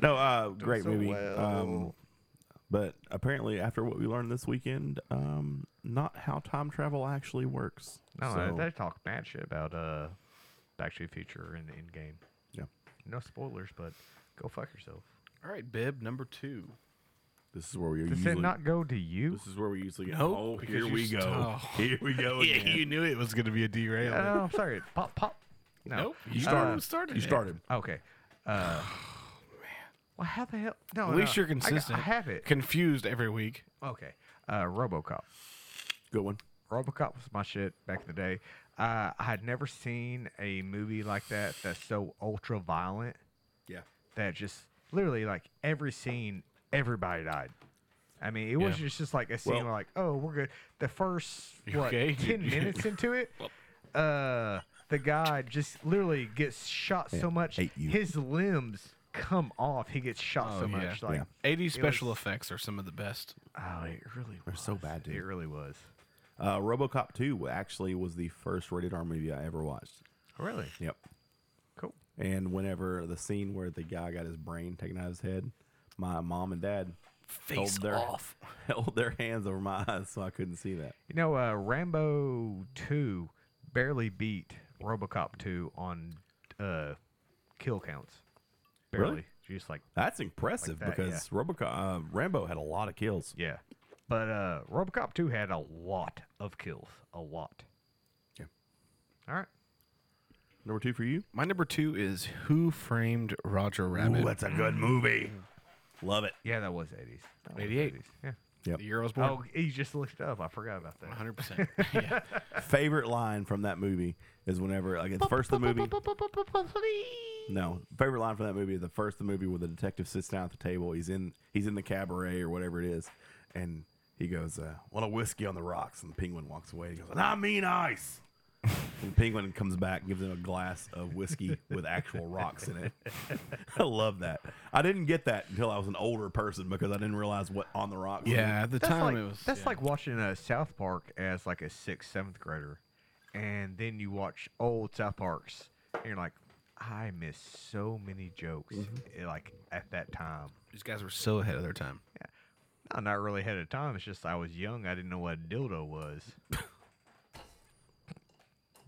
[SPEAKER 1] No, uh, great movie. Um, but apparently, after what we learned this weekend, um, not how time travel actually works.
[SPEAKER 3] No, uh,
[SPEAKER 1] So-
[SPEAKER 3] they talk mad shit about uh, Back to the Future and in game.
[SPEAKER 1] Yeah.
[SPEAKER 3] No spoilers, but go fuck yourself.
[SPEAKER 2] All right, Bib number two.
[SPEAKER 1] This is where we
[SPEAKER 3] Does
[SPEAKER 1] usually
[SPEAKER 3] it not go to you?
[SPEAKER 1] This is where we usually
[SPEAKER 2] Nope,
[SPEAKER 1] Oh,
[SPEAKER 2] because
[SPEAKER 1] here
[SPEAKER 2] you
[SPEAKER 1] we
[SPEAKER 2] st-
[SPEAKER 1] go.
[SPEAKER 2] oh.
[SPEAKER 1] <laughs> Here we go
[SPEAKER 2] <laughs> Yeah,
[SPEAKER 1] again.
[SPEAKER 2] you knew it was going to be a derail.
[SPEAKER 3] Yeah, no, Uh, I'm sorry. Pop, pop. No.
[SPEAKER 2] Nope, you
[SPEAKER 3] Uh,
[SPEAKER 2] started. started
[SPEAKER 1] you
[SPEAKER 2] it.
[SPEAKER 1] started.
[SPEAKER 3] Okay.
[SPEAKER 1] <sighs>
[SPEAKER 3] Uh,
[SPEAKER 1] Oh,
[SPEAKER 3] well, how the hell? No,
[SPEAKER 2] At least
[SPEAKER 3] no,
[SPEAKER 2] you're
[SPEAKER 3] I got-
[SPEAKER 2] consistent.
[SPEAKER 3] I, have it.
[SPEAKER 2] Confused every week.
[SPEAKER 3] Okay. Uh, RoboCop.
[SPEAKER 1] Good one.
[SPEAKER 3] RoboCop was my shit back in the day. Uh, I had never seen a movie like that that's so ultra violent
[SPEAKER 1] Yeah.
[SPEAKER 3] that just literally like every scene, everybody died. I mean, it was
[SPEAKER 2] Yeah.
[SPEAKER 3] just, just like a scene
[SPEAKER 1] Well-
[SPEAKER 3] where like, oh, we're good. The first
[SPEAKER 2] You
[SPEAKER 3] what
[SPEAKER 2] okay? <laughs>
[SPEAKER 3] ten
[SPEAKER 2] You-
[SPEAKER 3] minutes into it, uh, the guy just literally gets shot so much,
[SPEAKER 1] hate you.
[SPEAKER 3] his limbs come off. He gets shot so
[SPEAKER 2] Oh, yeah.
[SPEAKER 3] much, like
[SPEAKER 1] Yeah.
[SPEAKER 2] 80 special effects are some of the best.
[SPEAKER 3] oh, it really was
[SPEAKER 1] so bad, dude.
[SPEAKER 3] It really was.
[SPEAKER 1] Uh, RoboCop 2 actually was the first rated R movie I ever watched.
[SPEAKER 3] Oh, Really
[SPEAKER 1] Yep.
[SPEAKER 3] cool.
[SPEAKER 1] And whenever the scene where the guy got his brain taken out of his head, my mom and dad held
[SPEAKER 2] Face
[SPEAKER 1] their
[SPEAKER 2] off.
[SPEAKER 1] <laughs> held their hands over my eyes so I couldn't see that.
[SPEAKER 3] You know, uh, Rambo 2 barely beat Robocop 2 on uh, kill counts. Barely.
[SPEAKER 1] Really?
[SPEAKER 3] Just like,
[SPEAKER 1] That's impressive
[SPEAKER 3] Like that,
[SPEAKER 1] because RoboCop uh, Rambo had a lot of kills.
[SPEAKER 3] yeah. But uh, Robocop 2 had a lot of kills. A lot.
[SPEAKER 1] Yeah.
[SPEAKER 3] All right.
[SPEAKER 1] Number two for you.
[SPEAKER 2] My number two is Who Framed Roger Rabbit?
[SPEAKER 1] a good movie. Love it.
[SPEAKER 3] Yeah, that was 80s. That was
[SPEAKER 2] 88.
[SPEAKER 3] 80s. Yeah.
[SPEAKER 2] The year I was born.
[SPEAKER 3] Oh, he just looked up. I forgot about that. <laughs>
[SPEAKER 2] 100%. yeah.
[SPEAKER 1] Favorite line from that movie is whenever like at the first of the movie. No, favorite line from that movie is the first of the movie where the detective sits down at the table. He's in he's in the cabaret or whatever it is, and he goes, uh, "Want a whiskey on the rocks?" And the penguin walks away. He goes, "And I mean ice." and the penguin comes back, and gives him a glass of whiskey with actual rocks in it. <laughs> I love that. I didn't get that until I was an older person because I didn't realize what on the rocks. was.
[SPEAKER 2] yeah, at the
[SPEAKER 3] That's
[SPEAKER 2] time
[SPEAKER 3] like,
[SPEAKER 2] it was.
[SPEAKER 3] that's
[SPEAKER 2] yeah.
[SPEAKER 3] like watching uh, South Park as like a sixth, seventh grader, and then you watch old South Parks, and you're like, I miss so many jokes
[SPEAKER 2] Mm-hmm.
[SPEAKER 3] eh, like at that time.
[SPEAKER 2] These guys were so ahead of their time.
[SPEAKER 3] I'm not really ahead of time. It's just I was young. I didn't know what a
[SPEAKER 2] <laughs>
[SPEAKER 3] dildo was.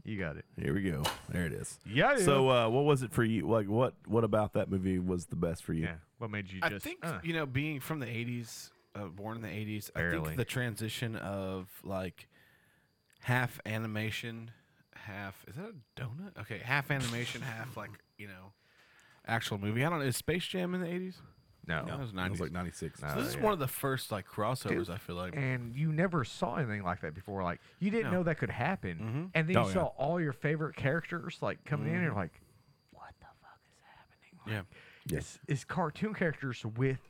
[SPEAKER 3] you got it.
[SPEAKER 1] Here we go. There it is.
[SPEAKER 3] Yeah.
[SPEAKER 1] So, uh, what was it for you? Like, what what about that movie was the best for you?
[SPEAKER 3] yeah. What made you
[SPEAKER 2] I
[SPEAKER 3] just?
[SPEAKER 2] think
[SPEAKER 3] uh,
[SPEAKER 2] you know, being from the '80s, uh, born in the '80s, I
[SPEAKER 3] Barely.
[SPEAKER 2] think the transition of like half animation, half is that a donut? Okay, half animation, half like you know, actual movie. I don't know. Is Space Jam in the '80s?
[SPEAKER 3] no.
[SPEAKER 2] Oh, that was
[SPEAKER 1] I was
[SPEAKER 2] '90s.
[SPEAKER 1] like ninety six.
[SPEAKER 2] so this is one of the first like crossovers. I feel like.
[SPEAKER 3] And you never saw anything like that before. Like you didn't
[SPEAKER 2] No.
[SPEAKER 3] know that could happen, and then you
[SPEAKER 1] Oh, yeah. Mm-hmm.
[SPEAKER 3] saw all your favorite characters like coming in, and you're like, <laughs>
[SPEAKER 2] Yeah.
[SPEAKER 3] Yes, is cartoon characters with,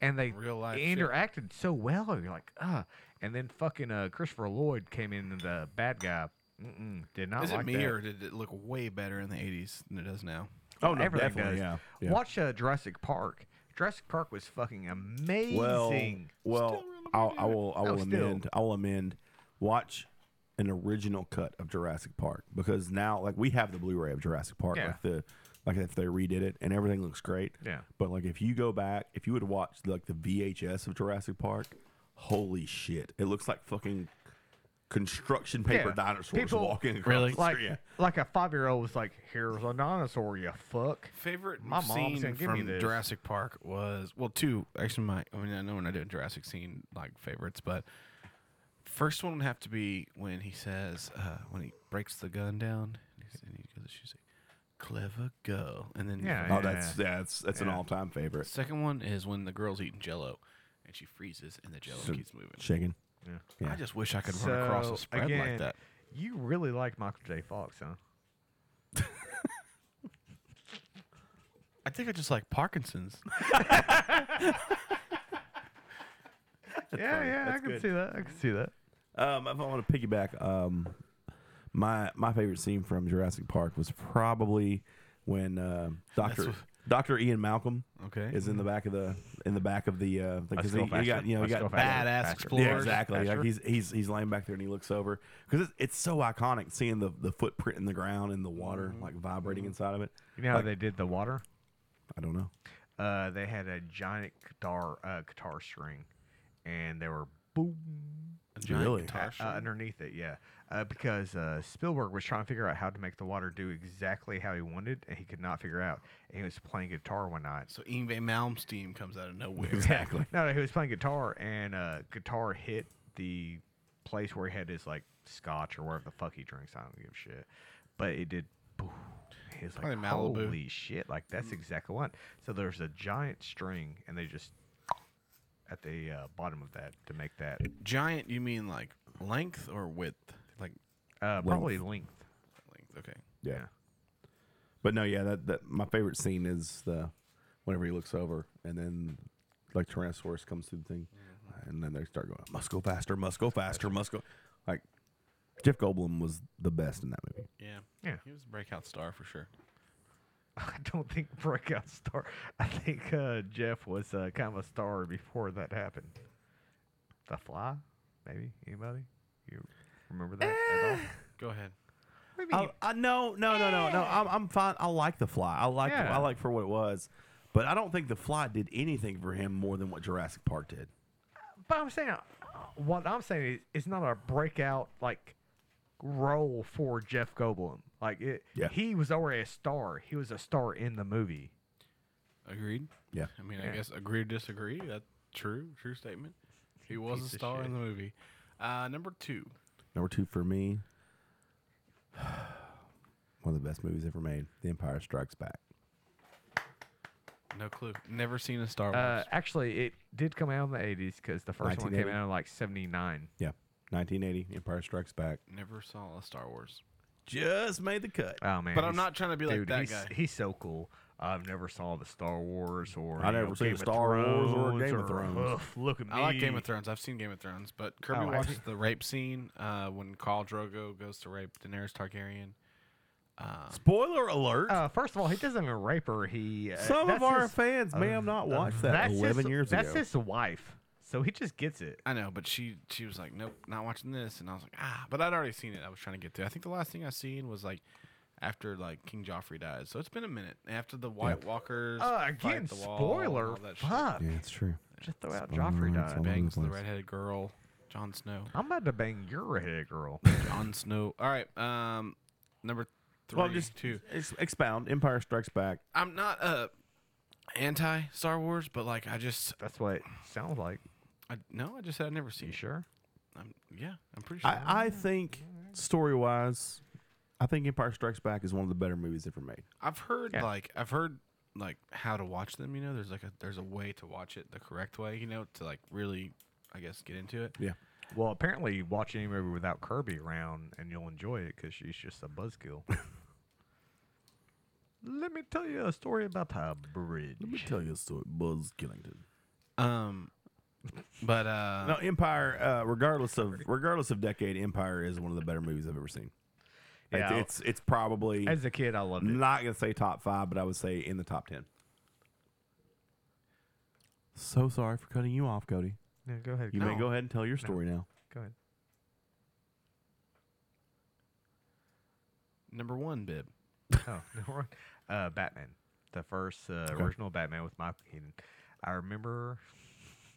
[SPEAKER 3] and they
[SPEAKER 2] Real life shit.
[SPEAKER 3] interacted so well. You're like, ah. And then fucking uh, Christopher Lloyd came in and the bad guy. Mm-mm, did not
[SPEAKER 2] Is
[SPEAKER 3] like
[SPEAKER 2] it me
[SPEAKER 3] that.
[SPEAKER 2] or did it look way better in the '80s than it does now?
[SPEAKER 1] Oh no,
[SPEAKER 3] Everything
[SPEAKER 1] definitely.
[SPEAKER 3] does.
[SPEAKER 1] Yeah, yeah.
[SPEAKER 3] Watch uh, Jurassic Park. Jurassic Park was fucking amazing.
[SPEAKER 1] Well, well, I'll, I will. I
[SPEAKER 3] No,
[SPEAKER 1] will
[SPEAKER 3] still.
[SPEAKER 1] amend. I will amend. Watch an original cut of Jurassic Park because now, like, we have the Blu-ray of Jurassic Park.
[SPEAKER 3] Yeah.
[SPEAKER 1] Like the, like if they redid it and everything looks great.
[SPEAKER 3] Yeah.
[SPEAKER 1] But like, if you go back, if you would watch like the VHS of Jurassic Park, holy shit, it looks like fucking construction paper
[SPEAKER 3] Yeah.
[SPEAKER 1] dinosaurs
[SPEAKER 3] People-
[SPEAKER 1] walking across <laughs>
[SPEAKER 2] Really?
[SPEAKER 1] the
[SPEAKER 3] like
[SPEAKER 1] street.
[SPEAKER 3] like a five year old was like, "Here's a dinosaur, you fuck."
[SPEAKER 2] Favorite
[SPEAKER 3] My mom's
[SPEAKER 2] scene
[SPEAKER 3] gonna give me
[SPEAKER 2] from
[SPEAKER 3] this.
[SPEAKER 2] Jurassic Park was well, two actually. My I mean, I know we're not doing Jurassic scene like favorites, but first one would have to be when he says uh, when he breaks the gun down and, he's, and he goes, "She's like, clever girl," and then
[SPEAKER 3] Yeah,
[SPEAKER 1] Oh, that's yeah, that's that's an all-time favorite.
[SPEAKER 2] Second one is when the girl's eating Jello and she freezes and the Jello
[SPEAKER 1] So-
[SPEAKER 2] keeps moving.
[SPEAKER 1] Shaking. yeah.
[SPEAKER 2] I just wish I could run across
[SPEAKER 3] So,
[SPEAKER 2] a spread
[SPEAKER 3] again,
[SPEAKER 2] like that.
[SPEAKER 3] You really like Michael J. Fox, huh?
[SPEAKER 2] I think I just like Parkinson's.
[SPEAKER 3] yeah, yeah, I can see that. I can see that.
[SPEAKER 1] Um, if I want to piggyback, um, my my favorite scene from Jurassic Park was probably when uh, Doctor Doctor Ian Malcolm
[SPEAKER 2] Okay.
[SPEAKER 1] is in the back of the in the back of the uh,
[SPEAKER 3] Let's
[SPEAKER 1] because
[SPEAKER 3] go
[SPEAKER 1] he, he got
[SPEAKER 3] faster.
[SPEAKER 1] you know he
[SPEAKER 3] Let's
[SPEAKER 1] got
[SPEAKER 3] go
[SPEAKER 1] bad
[SPEAKER 3] faster.
[SPEAKER 2] Badass explorers.
[SPEAKER 1] yeah exactly
[SPEAKER 3] Faster.
[SPEAKER 1] like he's he's he's laying back there and he looks over because it's, it's so iconic seeing the the footprint in the ground and the water like vibrating inside of it.
[SPEAKER 3] You know how
[SPEAKER 1] Like-
[SPEAKER 3] they did the water?
[SPEAKER 1] I don't know.
[SPEAKER 3] Uh, they had a giant guitar uh, guitar string, and they were boom.
[SPEAKER 2] A giant Really? guitar
[SPEAKER 3] Uh,
[SPEAKER 2] string?
[SPEAKER 3] Uh, underneath it, yeah. Uh, because uh, Spielberg was trying to figure out how to make the water do exactly how he wanted, and he could not figure out. And he was playing guitar one night.
[SPEAKER 2] So Ingve Malmsteen comes out of
[SPEAKER 1] <laughs>
[SPEAKER 2] nowhere.
[SPEAKER 3] no, no, he was playing guitar, and uh, guitar hit the place where he had his like scotch or whatever the fuck he drinks. I don't give a shit. But it did. Boom. He was like,
[SPEAKER 2] Probably Malibu. Mm.
[SPEAKER 3] holy shit! Like that's exactly what. So there's a giant string, and they just at the uh, bottom of that to make that
[SPEAKER 2] Giant, you mean like length or width? Like
[SPEAKER 3] uh,
[SPEAKER 1] probably
[SPEAKER 3] length. <laughs>
[SPEAKER 2] Length. Okay.
[SPEAKER 1] Yeah. But no, yeah, that, that my favorite scene is the whenever he looks over and then like Tyrannosaurus comes through the thing and then they start going, Must go faster, must go faster, must go like Jeff Goldblum was the best in that movie.
[SPEAKER 2] Yeah.
[SPEAKER 3] Yeah.
[SPEAKER 2] He was a breakout star for sure.
[SPEAKER 3] I don't think breakout star. <laughs> I think uh, Jeff was uh, kind of a star before that happened. The Fly, maybe anybody? You remember that at
[SPEAKER 2] Eh,
[SPEAKER 3] all?
[SPEAKER 2] Go ahead.
[SPEAKER 1] I, I, no, no, no, no, no. I'm, I'm fine. I like the fly. I like
[SPEAKER 2] Yeah.
[SPEAKER 1] I like for what it was, but I don't think the fly did anything for him more than what Jurassic Park did.
[SPEAKER 3] But I'm saying, uh, what I'm saying is, it's not a breakout like role for Jeff Goldblum. Like it,
[SPEAKER 1] Yeah.
[SPEAKER 3] he was already a star. He was a star in the movie.
[SPEAKER 2] Agreed.
[SPEAKER 1] Yeah.
[SPEAKER 2] I mean, I
[SPEAKER 3] Yeah.
[SPEAKER 2] guess agree or disagree. That's true. True statement. He was
[SPEAKER 3] Piece
[SPEAKER 2] a
[SPEAKER 3] of
[SPEAKER 2] star
[SPEAKER 3] shit.
[SPEAKER 2] in the movie. Uh, number two.
[SPEAKER 1] Number two for me, <sighs> one of the best movies ever made, The Empire Strikes Back.
[SPEAKER 2] No clue. Never seen a Star Wars.
[SPEAKER 3] Uh, actually, it did come out in the 80s because the first one came
[SPEAKER 1] 1980?
[SPEAKER 3] out in like 79.
[SPEAKER 1] Yeah, 1980, Empire Strikes Back.
[SPEAKER 2] Never saw a Star Wars.
[SPEAKER 1] Just made the cut.
[SPEAKER 3] Oh man!
[SPEAKER 2] But I'm
[SPEAKER 3] he's-
[SPEAKER 2] not trying to be like
[SPEAKER 3] dude,
[SPEAKER 2] that
[SPEAKER 3] he's-
[SPEAKER 2] guy.
[SPEAKER 3] He's so cool. I've never saw the Star Wars or
[SPEAKER 1] I
[SPEAKER 3] you
[SPEAKER 1] never
[SPEAKER 3] know,
[SPEAKER 1] seen
[SPEAKER 3] Game
[SPEAKER 1] a
[SPEAKER 3] of
[SPEAKER 1] Star Wars or a
[SPEAKER 3] Thrones
[SPEAKER 1] Game of Thrones. <laughs>
[SPEAKER 3] Ugh, look at me.
[SPEAKER 2] I like Game of Thrones. I've seen Game of Thrones, but Kirby
[SPEAKER 3] Oh, I-
[SPEAKER 2] watches the rape scene uh, when Khal Drogo goes to rape Daenerys Targaryen. Um,
[SPEAKER 1] Spoiler alert.
[SPEAKER 3] Uh, first of all, he doesn't even rape her. He uh,
[SPEAKER 1] Some of
[SPEAKER 3] that's
[SPEAKER 1] our
[SPEAKER 3] his- Uh,
[SPEAKER 1] fans may have not watched that
[SPEAKER 3] that's
[SPEAKER 1] 11
[SPEAKER 3] his,
[SPEAKER 1] years
[SPEAKER 3] that's
[SPEAKER 1] ago.
[SPEAKER 3] That's his wife, so he just gets it.
[SPEAKER 2] I know, but she she was like, "Nope, not watching this," and I was like, "Ah!" But I'd already seen it. I was trying to get to. I think the last thing I seen was like after like King Joffrey dies. So it's been a minute after the White Walkers.
[SPEAKER 3] Uh,
[SPEAKER 2] fight
[SPEAKER 3] again,
[SPEAKER 2] the wall
[SPEAKER 3] spoiler,
[SPEAKER 2] and all that shit.
[SPEAKER 3] fuck.
[SPEAKER 1] yeah, it's true.
[SPEAKER 3] Just throw out
[SPEAKER 1] Spoiler
[SPEAKER 3] Joffrey
[SPEAKER 1] alerts
[SPEAKER 3] died.
[SPEAKER 1] all over
[SPEAKER 2] Bangs the
[SPEAKER 1] place.
[SPEAKER 2] redheaded girl, Jon Snow.
[SPEAKER 3] I'm about to bang your
[SPEAKER 1] <laughs>
[SPEAKER 3] redheaded girl.
[SPEAKER 2] Jon Snow. All right, um, number three,
[SPEAKER 1] Well, just
[SPEAKER 2] two.
[SPEAKER 1] ex- expound. Empire Strikes Back.
[SPEAKER 2] I'm not uh anti Star Wars, but like I just
[SPEAKER 3] That's what it sounds like.
[SPEAKER 2] I, no, I just said I never seen.
[SPEAKER 3] You
[SPEAKER 2] it.
[SPEAKER 3] sure?
[SPEAKER 2] I'm, yeah, I'm pretty sure.
[SPEAKER 1] I, I think story wise, I think Empire Strikes Back is one of the better movies ever made.
[SPEAKER 2] I've heard
[SPEAKER 3] Yeah.
[SPEAKER 2] like I've heard like how to watch them. You know, there's like a there's a way to watch it the correct way. You know, to like really, I guess, get into it.
[SPEAKER 1] Yeah.
[SPEAKER 3] Well, apparently, watch any movie without Kirby around, and you'll enjoy it because she's just a buzzkill.
[SPEAKER 1] <laughs>
[SPEAKER 3] Let me tell you a story about a bridge.
[SPEAKER 1] Let me tell you a story. Buzz Killington.
[SPEAKER 2] Um, but uh,
[SPEAKER 1] <laughs> No, Empire. Uh, regardless of regardless of decade, Empire is one of the better movies I've ever seen. It's-
[SPEAKER 3] Yeah.
[SPEAKER 1] it's it's probably
[SPEAKER 3] As a kid, I loved it.
[SPEAKER 1] not gonna say top five, but I would say in the top ten. So sorry for cutting you off, Cody.
[SPEAKER 3] Yeah, go ahead.
[SPEAKER 1] You may
[SPEAKER 3] No.
[SPEAKER 1] go ahead and tell your story now.
[SPEAKER 3] Go ahead.
[SPEAKER 2] number one, bib.
[SPEAKER 3] Oh, <laughs> no, wrong. Uh, Batman, the first uh, original Batman with Michael Keaton. I remember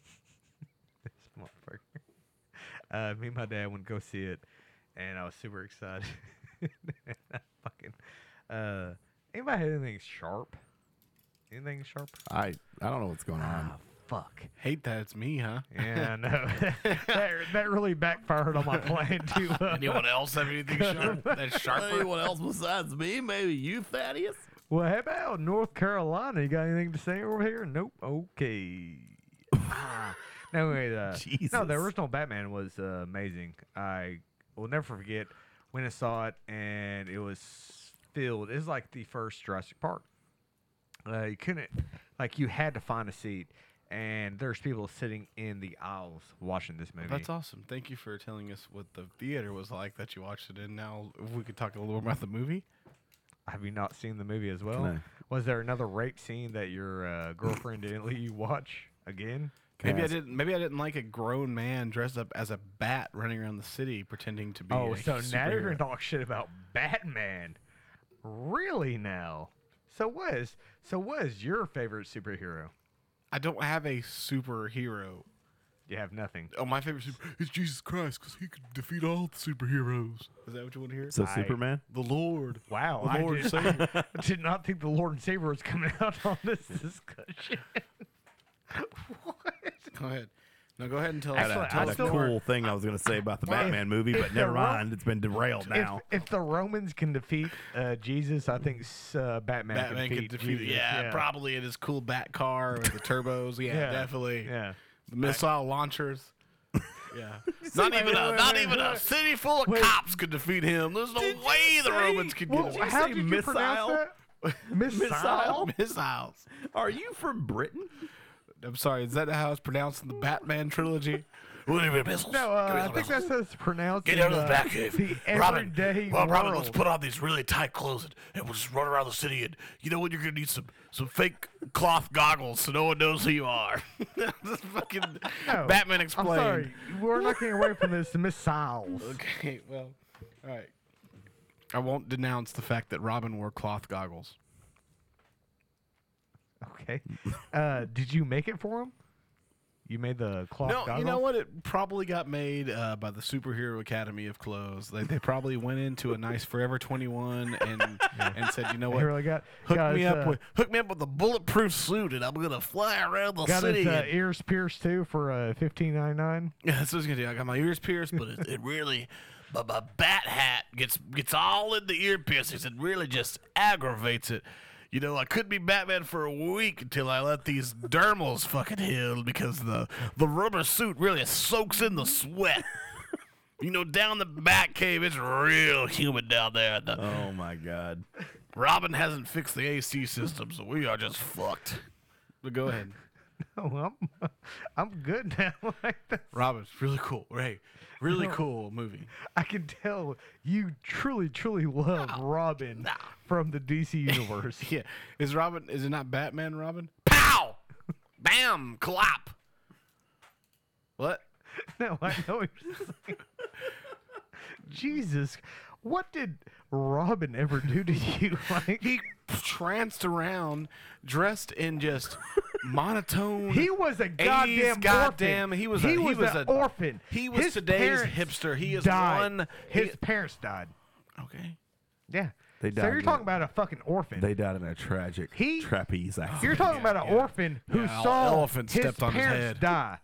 [SPEAKER 3] <laughs> this motherfucker. Uh, me and my dad went to go see it, and I was super excited. <laughs> And I fucking, uh, anybody had anything sharp? Anything sharp?
[SPEAKER 1] I I don't know what's going <sighs> on.
[SPEAKER 2] Ah,
[SPEAKER 3] Fuck.
[SPEAKER 2] Hate that it's me, huh?
[SPEAKER 3] Yeah,
[SPEAKER 2] <laughs>
[SPEAKER 3] I know. <laughs> that, that really backfired on my plan
[SPEAKER 2] <laughs>
[SPEAKER 3] too.
[SPEAKER 2] Anyone else have anything sharp? That's sharper.
[SPEAKER 1] else besides me? Maybe you, Thaddeus.
[SPEAKER 3] well, how about North Carolina? You got anything to say over here? Nope. Okay. Ah. no,
[SPEAKER 1] <laughs>
[SPEAKER 3] wait. Uh, No,
[SPEAKER 1] Jesus.
[SPEAKER 3] the original Batman was uh, amazing. I will never forget when I saw it, and it was filled. It was like the first Jurassic Park. Uh, you couldn't, like, you had to find a seat, and there's people sitting in the aisles watching this movie.
[SPEAKER 2] That's awesome. Thank you for telling us what the theater was like that you watched it in. Now, if we could talk a little more about the movie.
[SPEAKER 3] Have you not seen the movie as well?
[SPEAKER 1] I-
[SPEAKER 3] Was there another rape scene that your uh, girlfriend didn't let you watch again?
[SPEAKER 1] Can I
[SPEAKER 2] Maybe I
[SPEAKER 1] ask-
[SPEAKER 2] didn't. Maybe I didn't like a grown man dressed up as a bat running around the city pretending to be.
[SPEAKER 3] Oh,
[SPEAKER 2] a
[SPEAKER 3] so now you're
[SPEAKER 2] superhero.
[SPEAKER 3] gonna talk shit about Batman? Really now? So what is so what is your favorite superhero?
[SPEAKER 2] I don't have a superhero.
[SPEAKER 3] You have nothing.
[SPEAKER 2] Oh, my favorite super is Jesus Christ because he could defeat all the superheroes. Is that what you want to hear?
[SPEAKER 1] So Superman?
[SPEAKER 2] the Lord.
[SPEAKER 3] Wow,
[SPEAKER 2] the
[SPEAKER 3] I
[SPEAKER 2] Lord
[SPEAKER 3] did,
[SPEAKER 2] Savior.
[SPEAKER 3] I did not think the Lord and Savior was coming <laughs> out on this discussion.
[SPEAKER 2] Go ahead. No, go ahead and tell
[SPEAKER 1] Had a,
[SPEAKER 2] us.
[SPEAKER 1] had
[SPEAKER 2] Tell
[SPEAKER 1] a
[SPEAKER 2] us
[SPEAKER 1] cool
[SPEAKER 2] more.
[SPEAKER 1] thing I was going to say about the
[SPEAKER 3] Well, if-
[SPEAKER 1] Batman movie,
[SPEAKER 3] if
[SPEAKER 1] but
[SPEAKER 3] they're
[SPEAKER 1] never
[SPEAKER 3] wrong-
[SPEAKER 1] mind. It's been derailed <laughs>
[SPEAKER 3] if,
[SPEAKER 1] now.
[SPEAKER 3] if the Romans can defeat uh, Jesus, I think uh, Batman,
[SPEAKER 2] Batman
[SPEAKER 3] can defeat,
[SPEAKER 2] could defeat.
[SPEAKER 3] Jesus.
[SPEAKER 2] Yeah, probably in his cool bat car with the
[SPEAKER 3] <laughs>
[SPEAKER 2] turbos. Yeah,
[SPEAKER 3] Yeah,
[SPEAKER 2] definitely.
[SPEAKER 3] Yeah.
[SPEAKER 2] The missile launchers. <laughs> Yeah. not even a not even
[SPEAKER 3] <laughs>
[SPEAKER 2] a city full of cops could defeat him. There's no way the Romans could get him.
[SPEAKER 3] how did you pronounce
[SPEAKER 2] <laughs>
[SPEAKER 3] that? Missile?
[SPEAKER 2] Missiles.
[SPEAKER 1] Are you from Britain?
[SPEAKER 2] I'm sorry. Is that how it's pronounced in the Batman trilogy? What are your missiles?
[SPEAKER 3] No,
[SPEAKER 2] Give me
[SPEAKER 3] uh, I
[SPEAKER 2] the
[SPEAKER 3] think
[SPEAKER 2] missiles.
[SPEAKER 3] that's how it's pronounced.
[SPEAKER 2] Get
[SPEAKER 3] in,
[SPEAKER 2] out of the
[SPEAKER 3] uh,
[SPEAKER 2] back cave.
[SPEAKER 3] The
[SPEAKER 2] Robin,
[SPEAKER 3] everyday
[SPEAKER 2] well, Robin, let's
[SPEAKER 3] world.
[SPEAKER 2] put on these really tight clothes and, and we'll just run around the city. And you know what? You're going to need some, some fake cloth goggles so no one knows who you are. <laughs> That's fucking
[SPEAKER 3] No,
[SPEAKER 2] Batman
[SPEAKER 3] I'm
[SPEAKER 2] explained.
[SPEAKER 3] sorry. We're not getting away from this. Missiles.
[SPEAKER 2] <laughs> Okay, well, all right. I won't denounce the fact that Robin wore cloth goggles.
[SPEAKER 3] Okay. Uh, did you make it for him? You made the cloth
[SPEAKER 2] No,
[SPEAKER 3] goggles?
[SPEAKER 2] you know what? It probably got made uh, by the Superhero Academy of Clothes. They, they probably went into a nice Forever 21 and and said, you know
[SPEAKER 3] Here
[SPEAKER 2] what?
[SPEAKER 3] I got.
[SPEAKER 2] Hook
[SPEAKER 3] got
[SPEAKER 2] me
[SPEAKER 3] his,
[SPEAKER 2] up
[SPEAKER 3] uh,
[SPEAKER 2] with hook me up with a bulletproof suit, and I'm gonna fly around the
[SPEAKER 3] Got
[SPEAKER 2] city.
[SPEAKER 3] his uh,
[SPEAKER 2] and-
[SPEAKER 3] ears pierced too for uh, fifteen ninety nine.
[SPEAKER 2] yeah, <laughs> that's what I was gonna do. I got my ears pierced, but it, it really, but my bat hat gets gets all in the ear piercings. It really just aggravates it. You know, I could be Batman for a week until I let these dermals fucking heal because the the rubber suit really soaks in the sweat. You know, down the bat cave, it's real humid down there. The,
[SPEAKER 1] Oh my <laughs> God!
[SPEAKER 2] Robin hasn't fixed the AC system, so we are just fucked. But go ahead.
[SPEAKER 3] <laughs> Oh, I'm, I'm good now. <laughs> Like, that's-
[SPEAKER 2] Robin's really cool. Hey, really <laughs> cool movie.
[SPEAKER 3] I can tell you truly, truly love Robin from the
[SPEAKER 2] <laughs>
[SPEAKER 3] DC universe.
[SPEAKER 2] Yeah. Is Robin is it not Batman Robin? Pow! Bam! Clop. What?
[SPEAKER 3] <laughs> no, I know. What you're saying. Jesus, what did Robin ever do to you? <laughs> Like
[SPEAKER 2] He tranced around dressed in just <laughs> monotone.
[SPEAKER 3] He was a
[SPEAKER 2] 80s
[SPEAKER 3] goddamn
[SPEAKER 2] goddamn.
[SPEAKER 3] orphan.
[SPEAKER 2] He was
[SPEAKER 3] He
[SPEAKER 2] a, he
[SPEAKER 3] was
[SPEAKER 2] was
[SPEAKER 3] an
[SPEAKER 2] a-
[SPEAKER 3] orphan.
[SPEAKER 2] He was
[SPEAKER 3] His
[SPEAKER 2] today's
[SPEAKER 3] parents
[SPEAKER 2] hipster. He is
[SPEAKER 3] died.
[SPEAKER 2] one
[SPEAKER 3] His
[SPEAKER 2] he-
[SPEAKER 3] parents died.
[SPEAKER 2] Okay.
[SPEAKER 3] Yeah.
[SPEAKER 1] They
[SPEAKER 3] So
[SPEAKER 1] died
[SPEAKER 3] you're
[SPEAKER 1] in
[SPEAKER 3] talking
[SPEAKER 1] a-
[SPEAKER 3] about a fucking orphan.
[SPEAKER 1] They died in a tragic
[SPEAKER 3] He-
[SPEAKER 1] trapeze accident.
[SPEAKER 3] You're talking about an orphan who
[SPEAKER 2] Yeah,
[SPEAKER 3] saw
[SPEAKER 2] elephant
[SPEAKER 3] his
[SPEAKER 2] stepped on his
[SPEAKER 3] parents
[SPEAKER 2] head. <laughs>
[SPEAKER 3] die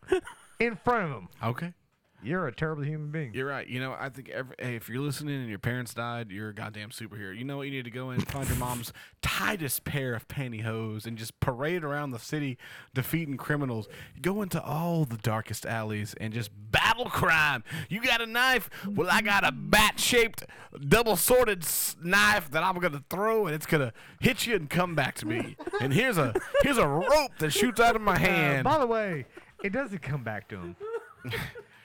[SPEAKER 3] in front of him.
[SPEAKER 2] Okay.
[SPEAKER 3] You're a terrible human being.
[SPEAKER 2] You're right. You know, I think every, hey, if you're listening and your parents died, you're a goddamn superhero. You know what? You need to go in and find your mom's tightest pair of pantyhose and just parade around the city defeating criminals. Go into all the darkest alleys and just battle crime. You got a knife? Well, I got a bat shaped, double sorted knife that I'm going to throw and it's going to hit you and come back to <laughs> me. And here's a here's a rope that shoots out of my
[SPEAKER 3] Uh,
[SPEAKER 2] hand.
[SPEAKER 3] by the way, it doesn't come back
[SPEAKER 2] <laughs>
[SPEAKER 3] to him.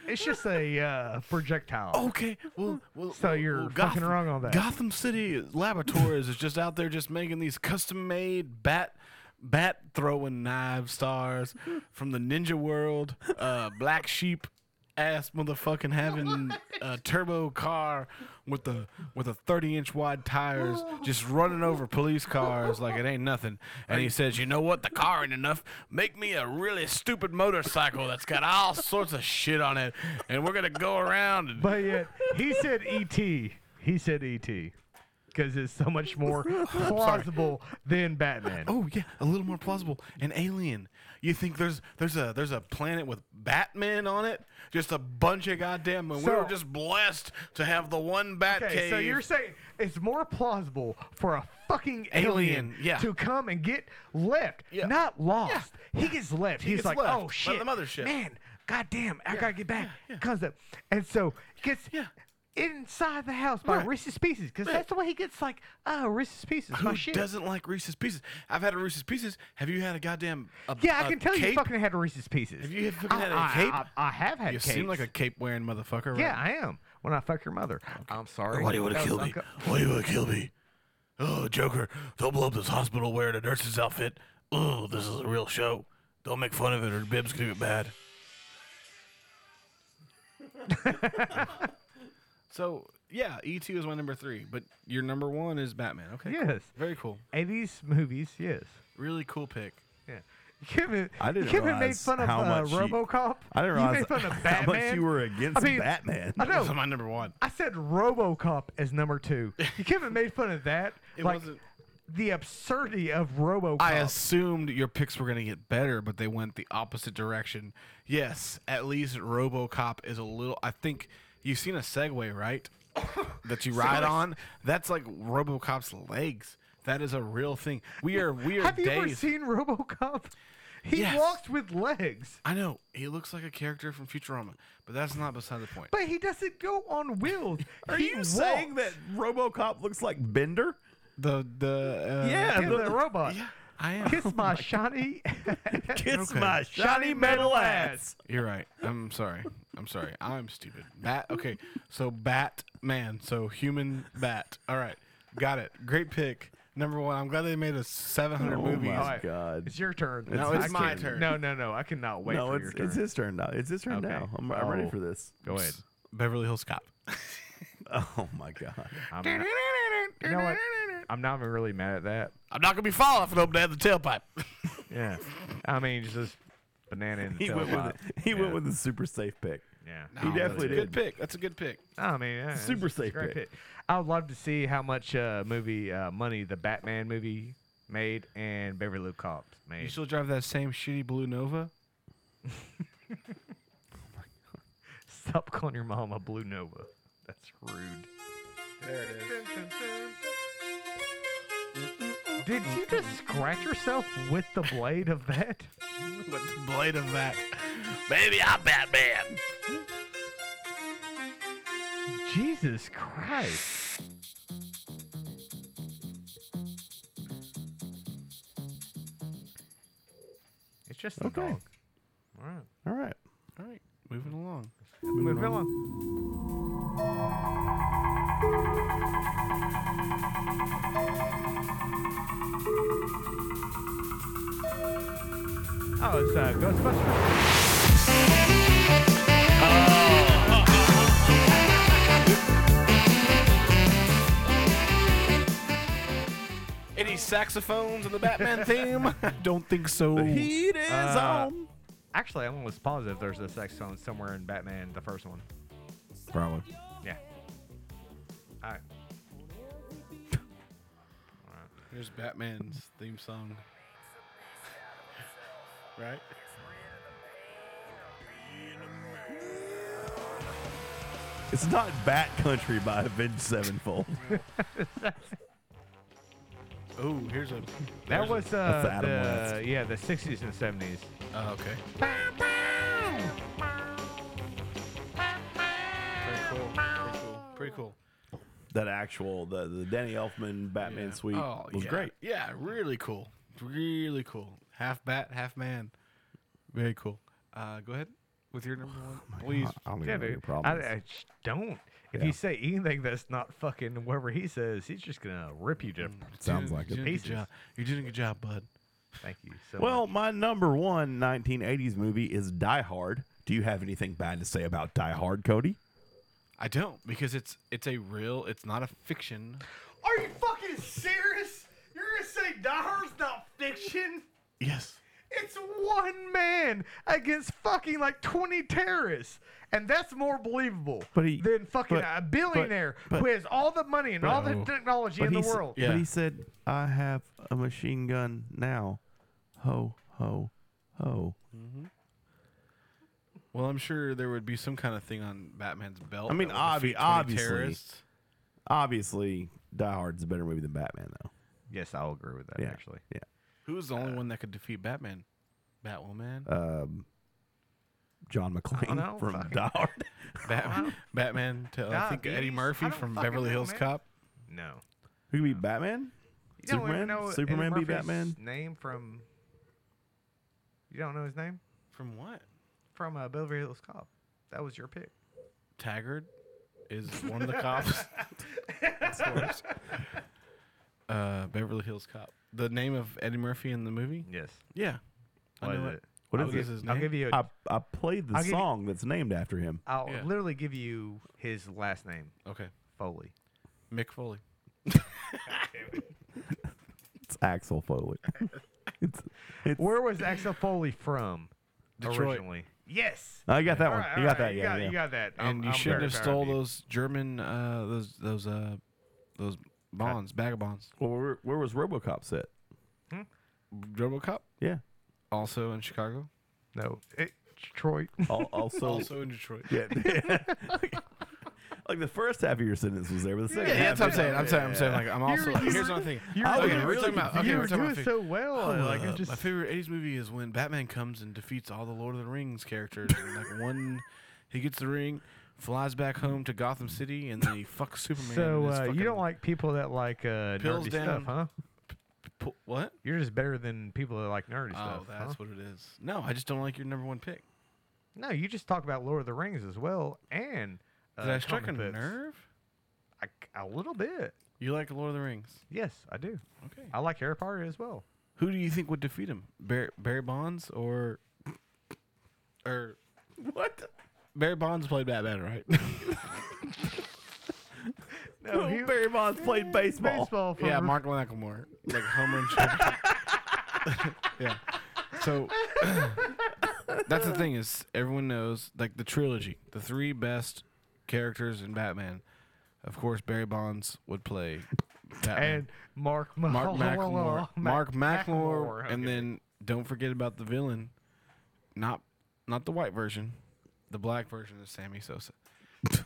[SPEAKER 3] it's just a uh, projectile.
[SPEAKER 2] Okay, well, well
[SPEAKER 3] So
[SPEAKER 2] well,
[SPEAKER 3] you're
[SPEAKER 2] well,
[SPEAKER 3] fucking wrong on that.
[SPEAKER 2] Gotham City Laboratories is just out there just making these custom-made bat bat throwing knife stars from the ninja world. Uh, black sheep ass motherfucking having a turbo car with the with a 30 inch wide tires just running over police cars like it ain't nothing and he says you know what the car ain't enough make me a really stupid motorcycle that's got all sorts of shit on it and we're gonna go around and
[SPEAKER 3] But yet, he said E.T. He said E.T. Because it's so
[SPEAKER 2] <laughs>
[SPEAKER 3] much more plausible than Batman.
[SPEAKER 2] Oh yeah, a little more plausible. An alien. You think there's there's a there's a planet with Batman on it? Just a bunch of goddamn. And we
[SPEAKER 3] So-
[SPEAKER 2] were just blessed to have the one Bat
[SPEAKER 3] Okay,
[SPEAKER 2] cave.
[SPEAKER 3] so you're saying it's more plausible for a fucking alien,
[SPEAKER 2] Alien, yeah.
[SPEAKER 3] to come and get left,
[SPEAKER 2] Yeah.
[SPEAKER 3] not lost. He gets left. He's
[SPEAKER 2] gets
[SPEAKER 3] like,
[SPEAKER 2] left
[SPEAKER 3] oh
[SPEAKER 2] by
[SPEAKER 3] shit,
[SPEAKER 2] the mothership."
[SPEAKER 3] man, goddamn, I gotta get back. Comes up, and so gets
[SPEAKER 2] Yeah.
[SPEAKER 3] inside the house by
[SPEAKER 2] Right.
[SPEAKER 3] Reese's Pieces because that's the way he gets like, oh, Reese's Pieces,
[SPEAKER 2] who
[SPEAKER 3] my shit.
[SPEAKER 2] doesn't like Reese's Pieces? I've had a Reese's Pieces. Have you had a goddamn? A,
[SPEAKER 3] yeah, I
[SPEAKER 2] a
[SPEAKER 3] can tell you
[SPEAKER 2] cape?
[SPEAKER 3] fucking had Reese's Pieces.
[SPEAKER 2] Have you fucking
[SPEAKER 3] I-
[SPEAKER 2] had a
[SPEAKER 3] I-
[SPEAKER 2] cape?
[SPEAKER 3] I, I have had.
[SPEAKER 2] You
[SPEAKER 3] capes.
[SPEAKER 2] seem like a cape wearing motherfucker. Right?
[SPEAKER 3] Yeah, I am. When I fuck your mother, I'm sorry.
[SPEAKER 2] Why do you want to
[SPEAKER 3] That
[SPEAKER 2] kill
[SPEAKER 3] was
[SPEAKER 2] me?
[SPEAKER 3] unco-
[SPEAKER 2] Why do you want to kill me? Oh, Joker, don't blow up this hospital wearing a nurse's outfit. Oh, this is a real show. Don't make fun of it or Bib's gonna get mad. <laughs> so yeah, E two is my number three, but your number one is Batman. Okay, cool.
[SPEAKER 3] Yes.
[SPEAKER 2] very cool,
[SPEAKER 3] And these movies, yes.
[SPEAKER 2] really cool pick.
[SPEAKER 3] Yeah. Kevin,
[SPEAKER 1] I didn't
[SPEAKER 3] Kevin made
[SPEAKER 1] realize
[SPEAKER 3] fun of
[SPEAKER 1] how
[SPEAKER 3] uh,
[SPEAKER 1] much you-
[SPEAKER 3] RoboCop.
[SPEAKER 1] I didn't
[SPEAKER 3] you
[SPEAKER 1] realize
[SPEAKER 3] made fun
[SPEAKER 1] <laughs>
[SPEAKER 3] of
[SPEAKER 1] how
[SPEAKER 3] Batman.
[SPEAKER 1] much you were against
[SPEAKER 3] I mean,
[SPEAKER 1] Batman.
[SPEAKER 3] I know.
[SPEAKER 2] Those are my number one.
[SPEAKER 3] I said RoboCop as number two.
[SPEAKER 2] <laughs>
[SPEAKER 3] Kevin made fun of that.
[SPEAKER 2] It
[SPEAKER 3] like,
[SPEAKER 2] wasn't-
[SPEAKER 3] the absurdity of RoboCop.
[SPEAKER 2] I assumed your picks were going to get better, but they went the opposite direction. Yes, at least RoboCop is a little. I think you've seen a Segway, right? that you ride on. That's like RoboCop's legs. That is a real thing. We are we are
[SPEAKER 3] Have you ever
[SPEAKER 2] dazed.
[SPEAKER 3] seen RoboCop? He
[SPEAKER 2] Yes.
[SPEAKER 3] walks with legs,
[SPEAKER 2] I know he looks like a character from Futurama, but that's not beside the point.
[SPEAKER 3] but he doesn't go on wheels.
[SPEAKER 1] <laughs> <laughs> Are
[SPEAKER 3] He
[SPEAKER 1] you saying that
[SPEAKER 3] walks.
[SPEAKER 1] RoboCop looks like Bender?
[SPEAKER 2] The the uh,
[SPEAKER 1] Yeah,
[SPEAKER 3] Yeah,
[SPEAKER 1] the- <laughs>
[SPEAKER 3] the robot.
[SPEAKER 2] I am.
[SPEAKER 3] <laughs> Kiss my shiny. <laughs>
[SPEAKER 1] Kiss
[SPEAKER 2] Okay.
[SPEAKER 1] my shiny metal ass.
[SPEAKER 2] You're right. I'm sorry. I'm sorry. I'm stupid. Bat. Okay. So Batman. So human bat. All right. Got it. Great pick. Number one. I'm glad they made a 700
[SPEAKER 1] Oh
[SPEAKER 2] movies.
[SPEAKER 1] my
[SPEAKER 3] Alright.
[SPEAKER 1] god.
[SPEAKER 3] It's your turn.
[SPEAKER 2] No, it's
[SPEAKER 3] I
[SPEAKER 2] my
[SPEAKER 3] can't-
[SPEAKER 2] turn.
[SPEAKER 3] No, no, no. I cannot wait
[SPEAKER 1] No,
[SPEAKER 3] for
[SPEAKER 1] it's
[SPEAKER 3] your turn.
[SPEAKER 1] it's his turn now. It's his turn
[SPEAKER 3] Okay.
[SPEAKER 1] now. I'm, I'm ready
[SPEAKER 3] Oh.
[SPEAKER 1] for this. <laughs>
[SPEAKER 3] Go ahead.
[SPEAKER 2] Beverly Hills Cop.
[SPEAKER 1] Oh my god.
[SPEAKER 3] I'm not, you know what? I'm not even really mad at that.
[SPEAKER 9] I'm not gonna be falling for them down the tailpipe.
[SPEAKER 3] <laughs> Yeah. I mean, it's just banana in the
[SPEAKER 1] He went with
[SPEAKER 3] tailpipe.
[SPEAKER 1] it. He
[SPEAKER 3] Yeah. Oh,
[SPEAKER 1] went with the super safe pick.
[SPEAKER 3] Yeah.
[SPEAKER 1] He definitely
[SPEAKER 2] Oh, that's a
[SPEAKER 1] did.
[SPEAKER 2] Good pick. That's a good pick.
[SPEAKER 3] I mean, yeah, it's
[SPEAKER 1] Super
[SPEAKER 3] a
[SPEAKER 1] safe
[SPEAKER 3] great
[SPEAKER 1] pick.
[SPEAKER 3] I would love to see how much uh, movie uh, money the Batman movie made and Beverly Hills Cop
[SPEAKER 2] You
[SPEAKER 3] made.
[SPEAKER 2] still drive that same shitty blue Nova?
[SPEAKER 3] Stop calling your mom a Blue Nova. That's rude.
[SPEAKER 2] There it is.
[SPEAKER 3] Did you just scratch yourself with the blade of that?
[SPEAKER 2] <laughs> With the blade of that.
[SPEAKER 9] Baby, I'm Batman.
[SPEAKER 3] Jesus Christ. It's just the
[SPEAKER 1] Okay.
[SPEAKER 3] dog. All right.
[SPEAKER 1] All right.
[SPEAKER 2] All right. Moving along.
[SPEAKER 3] Moving on. Oh, it's uh, Ghostbusters.
[SPEAKER 2] Any saxophones in the Batman theme? Don't think so.
[SPEAKER 1] Heat is
[SPEAKER 3] Uh,
[SPEAKER 1] on.
[SPEAKER 3] Actually, I'm almost positive there's a sex phone somewhere in Batman, the first one.
[SPEAKER 1] Probably.
[SPEAKER 3] Yeah. All right.
[SPEAKER 2] Here's Batman's theme song. right?
[SPEAKER 1] It's not Bat Country by Avenged Sevenfold. <laughs>
[SPEAKER 2] Oh, here's a.
[SPEAKER 3] That
[SPEAKER 2] there's a-
[SPEAKER 3] was uh,
[SPEAKER 1] Adam West.
[SPEAKER 3] the, yeah the 60s and 70s.
[SPEAKER 2] Oh, okay. Pretty cool. Pretty cool. Pretty cool.
[SPEAKER 1] that actual the, the Danny Elfman Batman
[SPEAKER 2] Yeah.
[SPEAKER 1] suite
[SPEAKER 2] Oh,
[SPEAKER 1] was
[SPEAKER 2] yeah.
[SPEAKER 1] great.
[SPEAKER 2] Yeah, really cool. Really cool. Half bat, half man. Very cool. Uh, go ahead with your
[SPEAKER 1] Oh
[SPEAKER 2] number one, please.
[SPEAKER 1] I don't
[SPEAKER 3] Yeah,
[SPEAKER 1] even know
[SPEAKER 3] dude.
[SPEAKER 1] what your
[SPEAKER 3] I,
[SPEAKER 1] problem is.
[SPEAKER 3] I just don't. If
[SPEAKER 1] Yeah.
[SPEAKER 3] you say anything that's not fucking whatever he says, he's just gonna rip you to.
[SPEAKER 1] Sounds
[SPEAKER 2] You're
[SPEAKER 1] like it.
[SPEAKER 2] doing a good
[SPEAKER 3] Pieces.
[SPEAKER 2] job. You're doing a good job, bud.
[SPEAKER 3] Thank you. So
[SPEAKER 1] Well,
[SPEAKER 3] much.
[SPEAKER 1] my number one 1980s movie is Die Hard. Do you have anything bad to say about Die Hard, Cody?
[SPEAKER 2] I don't because it's it's a real. It's not a fiction.
[SPEAKER 3] are you fucking serious? You're gonna say Die Hard's not fiction?
[SPEAKER 2] Yes.
[SPEAKER 3] It's one man against fucking like 20 terrorists. And that's more believable
[SPEAKER 1] But he-
[SPEAKER 3] than fucking
[SPEAKER 1] but-
[SPEAKER 3] a billionaire
[SPEAKER 1] but-
[SPEAKER 3] who has all the money and all the
[SPEAKER 2] No.
[SPEAKER 3] technology in the world.
[SPEAKER 2] Yeah. he
[SPEAKER 1] said, "I have a machine gun now." Ho ho ho!
[SPEAKER 2] Well, I'm sure there would be some kind of thing on Batman's belt.
[SPEAKER 1] I mean, obvi-
[SPEAKER 2] that would defeat 20
[SPEAKER 1] obviously.
[SPEAKER 2] terrorists.
[SPEAKER 1] Obviously, Die Hard's a better movie than Batman, though.
[SPEAKER 3] Yes, I'll agree with that
[SPEAKER 1] Yeah.
[SPEAKER 3] actually.
[SPEAKER 2] Who's the only one that could defeat Batman? Batwoman,
[SPEAKER 1] Um, John McClane
[SPEAKER 3] know,
[SPEAKER 1] from
[SPEAKER 3] fucking-
[SPEAKER 1] Die Hard. <laughs>
[SPEAKER 2] Batman, Batman. To, I think Eddie
[SPEAKER 3] Diabetes?
[SPEAKER 2] Murphy
[SPEAKER 3] I don't
[SPEAKER 2] from
[SPEAKER 3] fucking
[SPEAKER 2] Beverly
[SPEAKER 3] know,
[SPEAKER 2] Hills
[SPEAKER 3] man.
[SPEAKER 2] Cop.
[SPEAKER 3] No.
[SPEAKER 1] Who could be Batman?
[SPEAKER 3] You don't even
[SPEAKER 1] Superman?
[SPEAKER 3] know Eddie
[SPEAKER 1] Superman be
[SPEAKER 3] Murphy's
[SPEAKER 1] Batman?
[SPEAKER 3] Name from. You don't know his name
[SPEAKER 2] From what?
[SPEAKER 3] from uh, Beverly Hills Cop. That was your pick.
[SPEAKER 2] Taggart is one of the
[SPEAKER 3] <laughs>
[SPEAKER 2] cops. Of course. uh, Beverly Hills Cop. The name of Eddie Murphy in the movie?
[SPEAKER 3] Yes.
[SPEAKER 2] Yeah. I
[SPEAKER 3] What Oh, is
[SPEAKER 2] know
[SPEAKER 3] it?
[SPEAKER 1] What
[SPEAKER 2] What
[SPEAKER 1] is
[SPEAKER 2] is his name?
[SPEAKER 3] I'll give you. A,
[SPEAKER 1] I, I played the
[SPEAKER 3] I'll give you-
[SPEAKER 1] song that's named after him.
[SPEAKER 3] I'll
[SPEAKER 2] yeah.
[SPEAKER 3] literally give you his last name.
[SPEAKER 2] Okay.
[SPEAKER 3] Foley.
[SPEAKER 2] Mick Foley.
[SPEAKER 1] It's Axel
[SPEAKER 3] <laughs>
[SPEAKER 1] Foley. it's, it's,
[SPEAKER 3] Where
[SPEAKER 2] <laughs>
[SPEAKER 3] was Axel Foley from?
[SPEAKER 2] Detroit.
[SPEAKER 3] Originally. Yes.
[SPEAKER 1] I got that
[SPEAKER 3] All
[SPEAKER 1] one.
[SPEAKER 3] right,
[SPEAKER 1] Oh, you
[SPEAKER 3] all
[SPEAKER 1] got
[SPEAKER 3] right,
[SPEAKER 1] that.
[SPEAKER 3] You
[SPEAKER 1] Yeah,
[SPEAKER 3] got,
[SPEAKER 1] yeah.
[SPEAKER 3] you got that.
[SPEAKER 2] and
[SPEAKER 3] I'm-
[SPEAKER 2] you
[SPEAKER 3] I'm
[SPEAKER 2] shouldn't have
[SPEAKER 3] very proud
[SPEAKER 2] stole
[SPEAKER 3] of you.
[SPEAKER 2] those German uh, those those uh, those bonds, bag of bonds.
[SPEAKER 1] Well, where, where was RoboCop set?
[SPEAKER 2] RoboCop
[SPEAKER 1] Yeah.
[SPEAKER 2] also in Chicago.
[SPEAKER 3] No, it,
[SPEAKER 1] <laughs>
[SPEAKER 3] Detroit.
[SPEAKER 1] Al- Also,
[SPEAKER 2] Also in Detroit.
[SPEAKER 1] yeah. like the first half of your sentence was there, but the second
[SPEAKER 2] Yeah,
[SPEAKER 1] half.
[SPEAKER 2] that's what I'm saying. I'm saying. I'm saying. Like I'm also.
[SPEAKER 3] You're-
[SPEAKER 2] like,
[SPEAKER 3] you're-
[SPEAKER 2] here's another thing.
[SPEAKER 3] you're
[SPEAKER 2] okay,
[SPEAKER 1] doing
[SPEAKER 2] we're
[SPEAKER 1] really-
[SPEAKER 2] talking about. Okay,
[SPEAKER 3] you
[SPEAKER 2] we're
[SPEAKER 3] were
[SPEAKER 2] talking
[SPEAKER 3] doing
[SPEAKER 2] about. fi-
[SPEAKER 3] so well.
[SPEAKER 2] uh,
[SPEAKER 3] like, it just,
[SPEAKER 2] my favorite '80s movie is when Batman comes and defeats all the Lord of the Rings characters. and like one, he gets the ring, flies back home to Gotham City, and then he fucks Superman.
[SPEAKER 3] so
[SPEAKER 2] and his
[SPEAKER 3] uh, you
[SPEAKER 2] fucking
[SPEAKER 3] don't like people that like uh,
[SPEAKER 2] Pills
[SPEAKER 3] nerdy
[SPEAKER 2] down.
[SPEAKER 3] stuff, huh?
[SPEAKER 2] pu- what?
[SPEAKER 3] You're just better than people that like nerdy stuff.
[SPEAKER 2] Oh, that's
[SPEAKER 3] huh?
[SPEAKER 2] what it is. No, I just don't like your number one pick.
[SPEAKER 3] No, you just talk about Lord of the Rings as well, and uh,
[SPEAKER 2] Did I strike a
[SPEAKER 3] comic books.
[SPEAKER 2] nerve?
[SPEAKER 3] I- a little bit.
[SPEAKER 2] You like Lord of the Rings?
[SPEAKER 3] Yes, I do.
[SPEAKER 2] Okay.
[SPEAKER 3] I like Harry Potter as well.
[SPEAKER 2] Who do you think would defeat him? Barry, Barry Bonds or or what? Barry Bonds played Batman, right?
[SPEAKER 3] No, he-
[SPEAKER 1] Barry Bonds played baseball.
[SPEAKER 3] baseball.
[SPEAKER 2] <laughs>
[SPEAKER 3] For
[SPEAKER 2] yeah, Mark Lacklemore, like home run. championship. <laughs> yeah. So <coughs> that's the thing is everyone knows like the trilogy, the three best characters in Batman. Of course, Barry Bonds would play Batman.
[SPEAKER 3] and Mark Ma- <laughs>
[SPEAKER 2] Mark McLemore, Mark McLemore,
[SPEAKER 3] okay.
[SPEAKER 2] and then don't forget about the villain, not not the white version, the black version is Sammy
[SPEAKER 3] <laughs>
[SPEAKER 2] Sosa.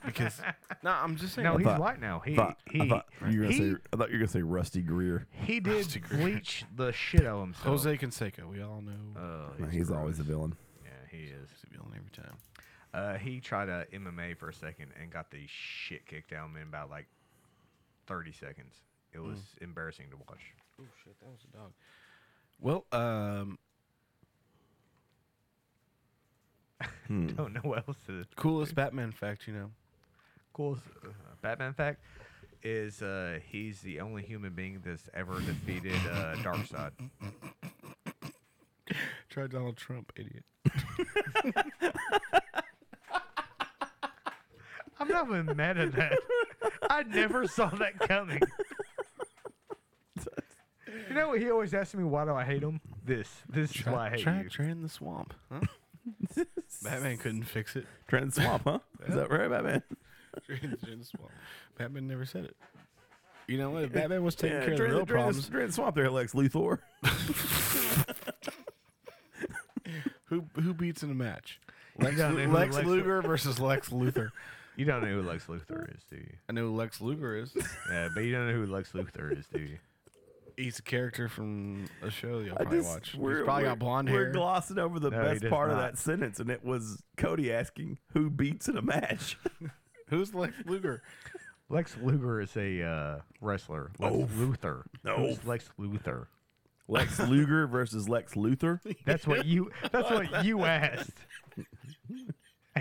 [SPEAKER 2] Because no, I'm just saying.
[SPEAKER 3] no, he's
[SPEAKER 1] thought-
[SPEAKER 3] white now. He
[SPEAKER 1] I thought,
[SPEAKER 3] he
[SPEAKER 1] I thought you were gonna
[SPEAKER 3] he,
[SPEAKER 1] say. I thought you were gonna say Rusty Greer.
[SPEAKER 3] he did bleach the shit out of himself.
[SPEAKER 2] Jose Canseco, we all know
[SPEAKER 3] Oh,
[SPEAKER 1] He's, always a villain.
[SPEAKER 3] yeah, he is.
[SPEAKER 2] he's a villain every time.
[SPEAKER 3] Uh, he tried uh, MMA for a second and got the shit kicked out of him in about like 30 seconds. It was embarrassing to watch.
[SPEAKER 2] Oh shit, that was a dog. Well, um,
[SPEAKER 3] <laughs> Don't know what else to.
[SPEAKER 2] coolest Batman fact, you know.
[SPEAKER 3] Cool uh, Batman fact is uh, he's the only human being that's ever defeated uh, Darkseid.
[SPEAKER 2] Try Donald Trump, idiot.
[SPEAKER 3] I'm not even mad at that. I never saw that coming. You know, he always asks me, "Why do I hate him?" This, this is why I hate
[SPEAKER 2] Try
[SPEAKER 3] you.
[SPEAKER 2] drain the swamp. <laughs>
[SPEAKER 1] <laughs>
[SPEAKER 2] Huh? Batman couldn't fix it. <laughs>
[SPEAKER 1] Trent and Swamp, huh? Is that right, Batman?
[SPEAKER 2] Drain the- drain the swamp. Batman never said it. You know what? If Batman was taking
[SPEAKER 1] Yeah,
[SPEAKER 2] care of the
[SPEAKER 1] drain the-
[SPEAKER 2] real
[SPEAKER 1] drain the-
[SPEAKER 2] problems,
[SPEAKER 1] drain the Swamp there, Lex Luthor.
[SPEAKER 2] Who who beats in a match?
[SPEAKER 3] Lex,
[SPEAKER 2] Lex, Luger versus Lex Luthor.
[SPEAKER 3] You don't know who Lex Luthor is, do you?
[SPEAKER 2] I know who Lex Luger is.
[SPEAKER 3] Yeah, but you don't know who Lex Luthor is, do you?
[SPEAKER 2] He's a character from a show that you'll
[SPEAKER 1] I
[SPEAKER 2] probably
[SPEAKER 1] just-
[SPEAKER 2] watch.
[SPEAKER 1] we're-
[SPEAKER 2] He's probably
[SPEAKER 1] we're-
[SPEAKER 2] got blonde
[SPEAKER 1] We're
[SPEAKER 2] hair.
[SPEAKER 1] glossing over the
[SPEAKER 3] No, he
[SPEAKER 1] best
[SPEAKER 3] does
[SPEAKER 1] part of
[SPEAKER 3] not.
[SPEAKER 1] that sentence, and it was Cody asking who beats in a match.
[SPEAKER 2] Who's Lex <laughs> Luger?
[SPEAKER 3] Lex Luger is a uh, wrestler. Lex
[SPEAKER 2] Oh,
[SPEAKER 3] Luthor. Who's Lex Luthor.
[SPEAKER 1] Lex Luger versus Lex Luthor.
[SPEAKER 3] That's what you.
[SPEAKER 2] <laughs>
[SPEAKER 3] That's what you asked.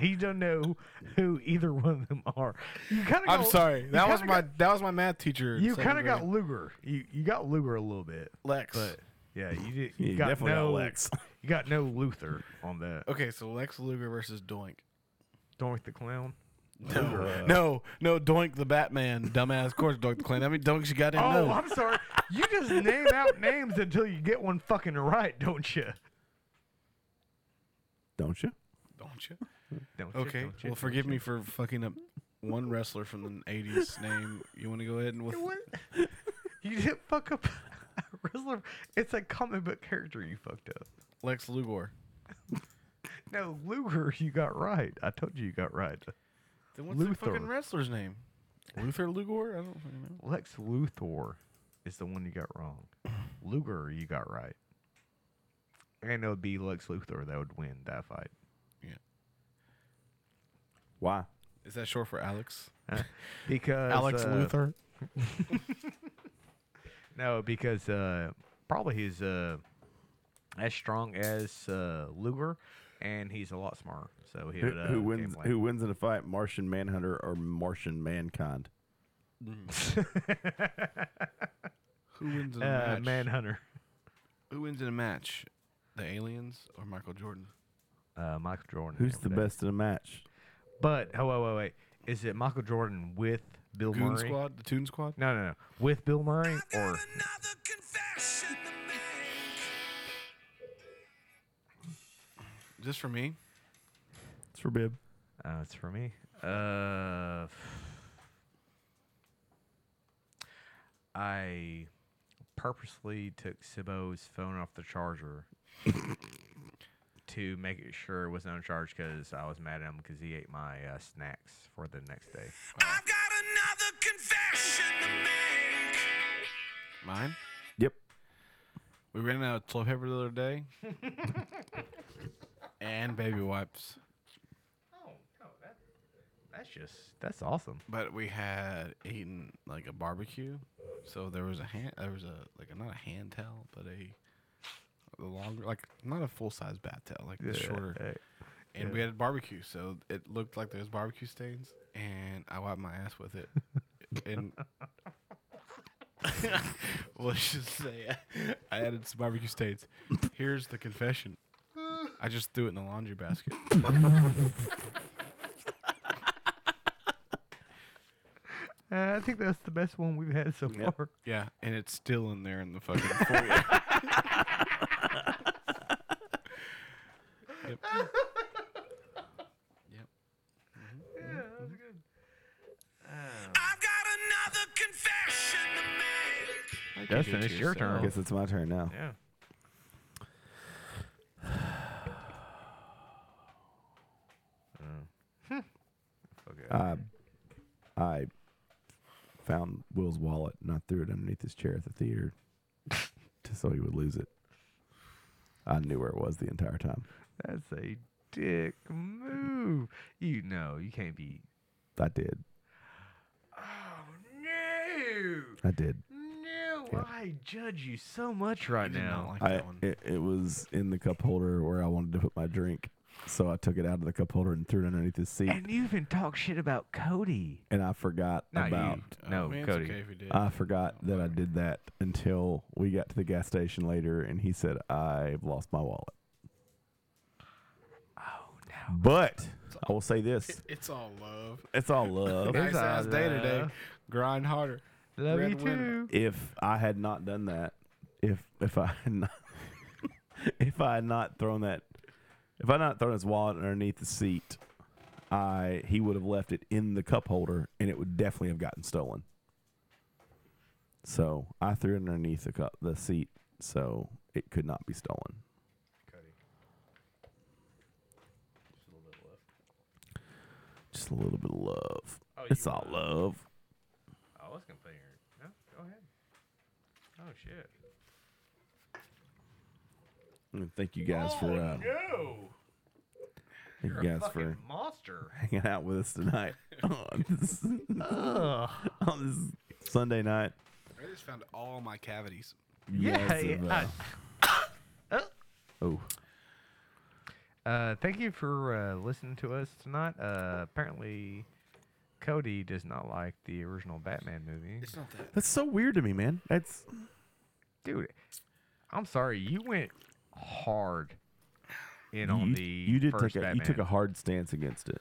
[SPEAKER 3] You don't know who either one of them are. You kind of.
[SPEAKER 2] I'm sorry. That was my
[SPEAKER 3] Got,
[SPEAKER 2] that was my math teacher. in
[SPEAKER 3] you
[SPEAKER 2] second
[SPEAKER 3] kind of got
[SPEAKER 2] grade.
[SPEAKER 3] Luger. You you got Luger a little bit.
[SPEAKER 2] Lex.
[SPEAKER 3] But
[SPEAKER 1] <laughs>
[SPEAKER 3] yeah, you did.
[SPEAKER 1] Yeah,
[SPEAKER 3] You
[SPEAKER 1] you
[SPEAKER 3] got
[SPEAKER 1] definitely got
[SPEAKER 3] no
[SPEAKER 1] Lex.
[SPEAKER 3] You got no Luther on <laughs> that.
[SPEAKER 2] okay, so Lex Luger versus Doink.
[SPEAKER 3] Doink the clown. Uh,
[SPEAKER 2] No, no, no, Doink the Batman, dumbass. Of course, Doink the Clan. I mean, Doink's you goddamn
[SPEAKER 3] Oh,
[SPEAKER 2] know.
[SPEAKER 3] I'm sorry. You just name <laughs> out names until you get one fucking right, don't you?
[SPEAKER 1] Don't you?
[SPEAKER 2] Don't you?
[SPEAKER 3] Don't you?
[SPEAKER 2] Okay.
[SPEAKER 3] Don't you?
[SPEAKER 2] Well, forgive me for fucking up one wrestler from the '80s name. You want to go ahead and with
[SPEAKER 3] <laughs> What? you didn't fuck up <laughs> a wrestler. It's a comic book character you fucked up.
[SPEAKER 2] Lex Luger?
[SPEAKER 3] No, Luger, you got right. I told you you got right.
[SPEAKER 2] Then what's the
[SPEAKER 3] Luthor.
[SPEAKER 2] fucking wrestler's name? Luther Luger? I don't fucking know.
[SPEAKER 3] Lex Luthor is the one you got
[SPEAKER 1] <clears throat>
[SPEAKER 3] wrong. Luger, you got right. And it would be Lex Luthor that would win that fight.
[SPEAKER 1] <laughs> Why?
[SPEAKER 2] Is that short for Alex?
[SPEAKER 3] Because
[SPEAKER 2] Alex
[SPEAKER 3] uh,
[SPEAKER 2] Luthor.
[SPEAKER 3] No, because uh, probably he's uh, as strong as uh, Luger, and he's a lot smarter. So he
[SPEAKER 1] Who,
[SPEAKER 3] would, uh,
[SPEAKER 1] who
[SPEAKER 3] game
[SPEAKER 1] wins?
[SPEAKER 3] plan.
[SPEAKER 1] Who wins in a fight? Martian Manhunter or Martian Mankind?
[SPEAKER 2] Who wins in a
[SPEAKER 3] Uh,
[SPEAKER 2] match?
[SPEAKER 1] <laughs>
[SPEAKER 3] Manhunter.
[SPEAKER 2] Who wins in a match? The aliens or Michael Jordan?
[SPEAKER 3] Uh, Michael Jordan.
[SPEAKER 1] Who's
[SPEAKER 3] every
[SPEAKER 1] the
[SPEAKER 3] day.
[SPEAKER 1] best in a match?
[SPEAKER 3] But oh wait, wait, wait. Is it Michael Jordan with Bill
[SPEAKER 2] Goon
[SPEAKER 3] Murray?
[SPEAKER 2] Squad, the Toon Squad.
[SPEAKER 3] No, no, no. With Bill Murray or
[SPEAKER 2] Just for me.
[SPEAKER 1] It's for Bib.
[SPEAKER 3] Uh, it's for me. Uh, I purposely took Sibo's phone off the charger to make it sure it was on charge because I was mad at him because he ate my uh, snacks for the next day.
[SPEAKER 2] Mine.
[SPEAKER 1] Yep.
[SPEAKER 2] We ran out of toilet paper the other day, and baby wipes.
[SPEAKER 3] Oh, That's just that's awesome.
[SPEAKER 2] But we had eaten like a barbecue, so there was a hand. There was a like not a hand towel, but a the longer like not a full size bath towel, like the
[SPEAKER 1] Yeah,
[SPEAKER 2] shorter.
[SPEAKER 1] hey,
[SPEAKER 2] And we had a barbecue, so it looked like there was barbecue stains, and I wiped my ass
[SPEAKER 1] <laughs>
[SPEAKER 2] with it. and <laughs> let's just say I added some barbecue stains. Here's the confession: I just threw it in the laundry basket.
[SPEAKER 3] Uh, I think that's the best one we've had so far.
[SPEAKER 2] Yeah, and it's still in there in
[SPEAKER 1] <laughs>
[SPEAKER 2] the fucking foyer. yep. Yep. Yeah, that's good. I've got another confession to make.
[SPEAKER 3] Dustin, it's your turn.
[SPEAKER 1] I guess it's my turn now.
[SPEAKER 3] Yeah.
[SPEAKER 1] I, I found Will's wallet and I threw it underneath his chair at the theater just so he would lose it. I knew where it was the entire time.
[SPEAKER 3] That's a dick move. You know, you can't be.
[SPEAKER 1] I did.
[SPEAKER 3] Oh, No,
[SPEAKER 1] I did.
[SPEAKER 3] no,
[SPEAKER 1] Yeah.
[SPEAKER 3] I judge you so much right now.
[SPEAKER 1] I it, it was in the cup holder where I wanted to put my drink, so I took it out of the cup holder and threw it underneath his seat.
[SPEAKER 3] and you even talk shit about Cody.
[SPEAKER 1] And I forgot
[SPEAKER 3] Not you.
[SPEAKER 1] about
[SPEAKER 3] No,
[SPEAKER 2] man, it's
[SPEAKER 3] Cody.
[SPEAKER 2] okay if you did.
[SPEAKER 1] I forgot that I did that until we got to the gas station later, and he said I've lost my wallet. Oh no! But I will say this:
[SPEAKER 2] it's all love.
[SPEAKER 1] it's all love.
[SPEAKER 2] Nice ass day today.
[SPEAKER 3] love.
[SPEAKER 2] Grind harder.
[SPEAKER 3] Love
[SPEAKER 2] Red
[SPEAKER 3] you
[SPEAKER 2] winner.
[SPEAKER 3] too.
[SPEAKER 1] if I had not done that, if if I had not, <laughs> if I had not thrown that, if I had not thrown his wallet underneath the seat, I he would have left it in the cup holder, and it would definitely have gotten stolen. So I threw it underneath the cup, the seat, so it could not be stolen. Just a little bit of love. it's all love.
[SPEAKER 3] I was gonna play your. No, go ahead. Oh shit.
[SPEAKER 1] And Thank you guys for uh,
[SPEAKER 3] no.
[SPEAKER 1] thank you guys for
[SPEAKER 3] monster.
[SPEAKER 1] <laughs> hanging out with us tonight <laughs> on this, <laughs> on this Sunday night.
[SPEAKER 2] I just found all my cavities.
[SPEAKER 1] You
[SPEAKER 3] Yeah,
[SPEAKER 1] guys have,
[SPEAKER 3] yeah.
[SPEAKER 1] uh,
[SPEAKER 3] Oh.
[SPEAKER 1] oh,
[SPEAKER 3] <laughs> Uh, thank you for uh, listening to us tonight. Uh, apparently, Cody does not like the original Batman movie.
[SPEAKER 2] It's not that.
[SPEAKER 1] that's so weird to me, man. That's
[SPEAKER 3] Dude, I'm sorry. You went hard in on
[SPEAKER 1] you,
[SPEAKER 3] the
[SPEAKER 1] you did
[SPEAKER 3] first
[SPEAKER 1] take a, you
[SPEAKER 3] Batman.
[SPEAKER 1] took a hard stance against it.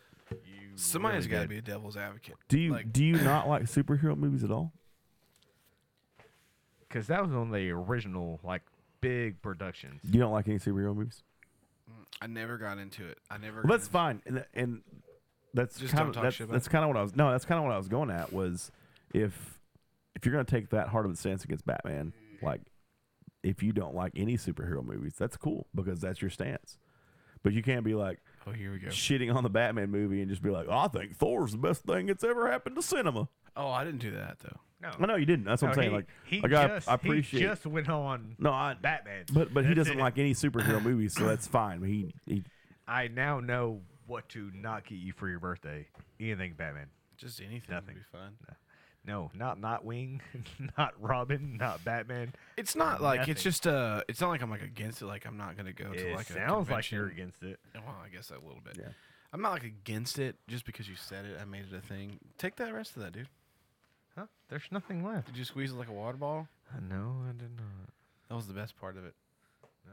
[SPEAKER 2] Somebody's got to be a devil's advocate.
[SPEAKER 1] Do you
[SPEAKER 2] Like-
[SPEAKER 3] <coughs>
[SPEAKER 1] do you not like superhero movies at all?
[SPEAKER 3] Because that was on the original, like, big productions.
[SPEAKER 1] You don't like any superhero movies?
[SPEAKER 2] I never got into it. I
[SPEAKER 1] Well,
[SPEAKER 2] never. got
[SPEAKER 1] that's
[SPEAKER 2] into-
[SPEAKER 1] fine, and, and that's
[SPEAKER 2] Just
[SPEAKER 1] kind
[SPEAKER 2] don't
[SPEAKER 1] of
[SPEAKER 2] talk
[SPEAKER 1] that's,
[SPEAKER 2] shit about
[SPEAKER 1] that's
[SPEAKER 2] it.
[SPEAKER 1] kind of what I was no, that's kind of what I was going at was if if you're gonna take that hard of a stance against Batman, like if you don't like any superhero movies, that's cool because that's your stance. But you can't be like
[SPEAKER 2] Oh, here we go.
[SPEAKER 1] shitting on the Batman movie and just be like, I think Thor's the best thing that's ever happened to cinema.
[SPEAKER 2] Oh, I didn't do that though.
[SPEAKER 3] No,
[SPEAKER 1] I know you didn't. That's what I'm saying.
[SPEAKER 3] he,
[SPEAKER 1] like,
[SPEAKER 3] he
[SPEAKER 1] like I-
[SPEAKER 3] just,
[SPEAKER 1] I, appreciate.
[SPEAKER 3] He just went on.
[SPEAKER 1] no, I
[SPEAKER 3] Batman.
[SPEAKER 1] But but he
[SPEAKER 3] That's
[SPEAKER 1] doesn't
[SPEAKER 3] it.
[SPEAKER 1] like
[SPEAKER 3] <coughs>
[SPEAKER 1] any superhero movies, so that's fine. He he
[SPEAKER 3] I now know what to not get you for your birthday. Anything Batman.
[SPEAKER 2] Just anything
[SPEAKER 3] Nothing.
[SPEAKER 2] would be fun.
[SPEAKER 3] No, not Nightwing, <laughs> not Robin, not Batman.
[SPEAKER 2] It's not like
[SPEAKER 3] Nothing.
[SPEAKER 2] it's just uh it's not like I'm like against it. Like I'm not gonna go to
[SPEAKER 3] it
[SPEAKER 2] like a
[SPEAKER 3] sounds like
[SPEAKER 2] convention.
[SPEAKER 3] you're against it.
[SPEAKER 2] Well, I guess a little bit.
[SPEAKER 1] Yeah.
[SPEAKER 2] I'm not like against it just because you said it. I made it a thing. Take that rest of that, dude.
[SPEAKER 3] Huh? There's nothing left.
[SPEAKER 2] Did you squeeze it like a water bottle?
[SPEAKER 3] No, I did not.
[SPEAKER 2] That was the best part of it.
[SPEAKER 3] No,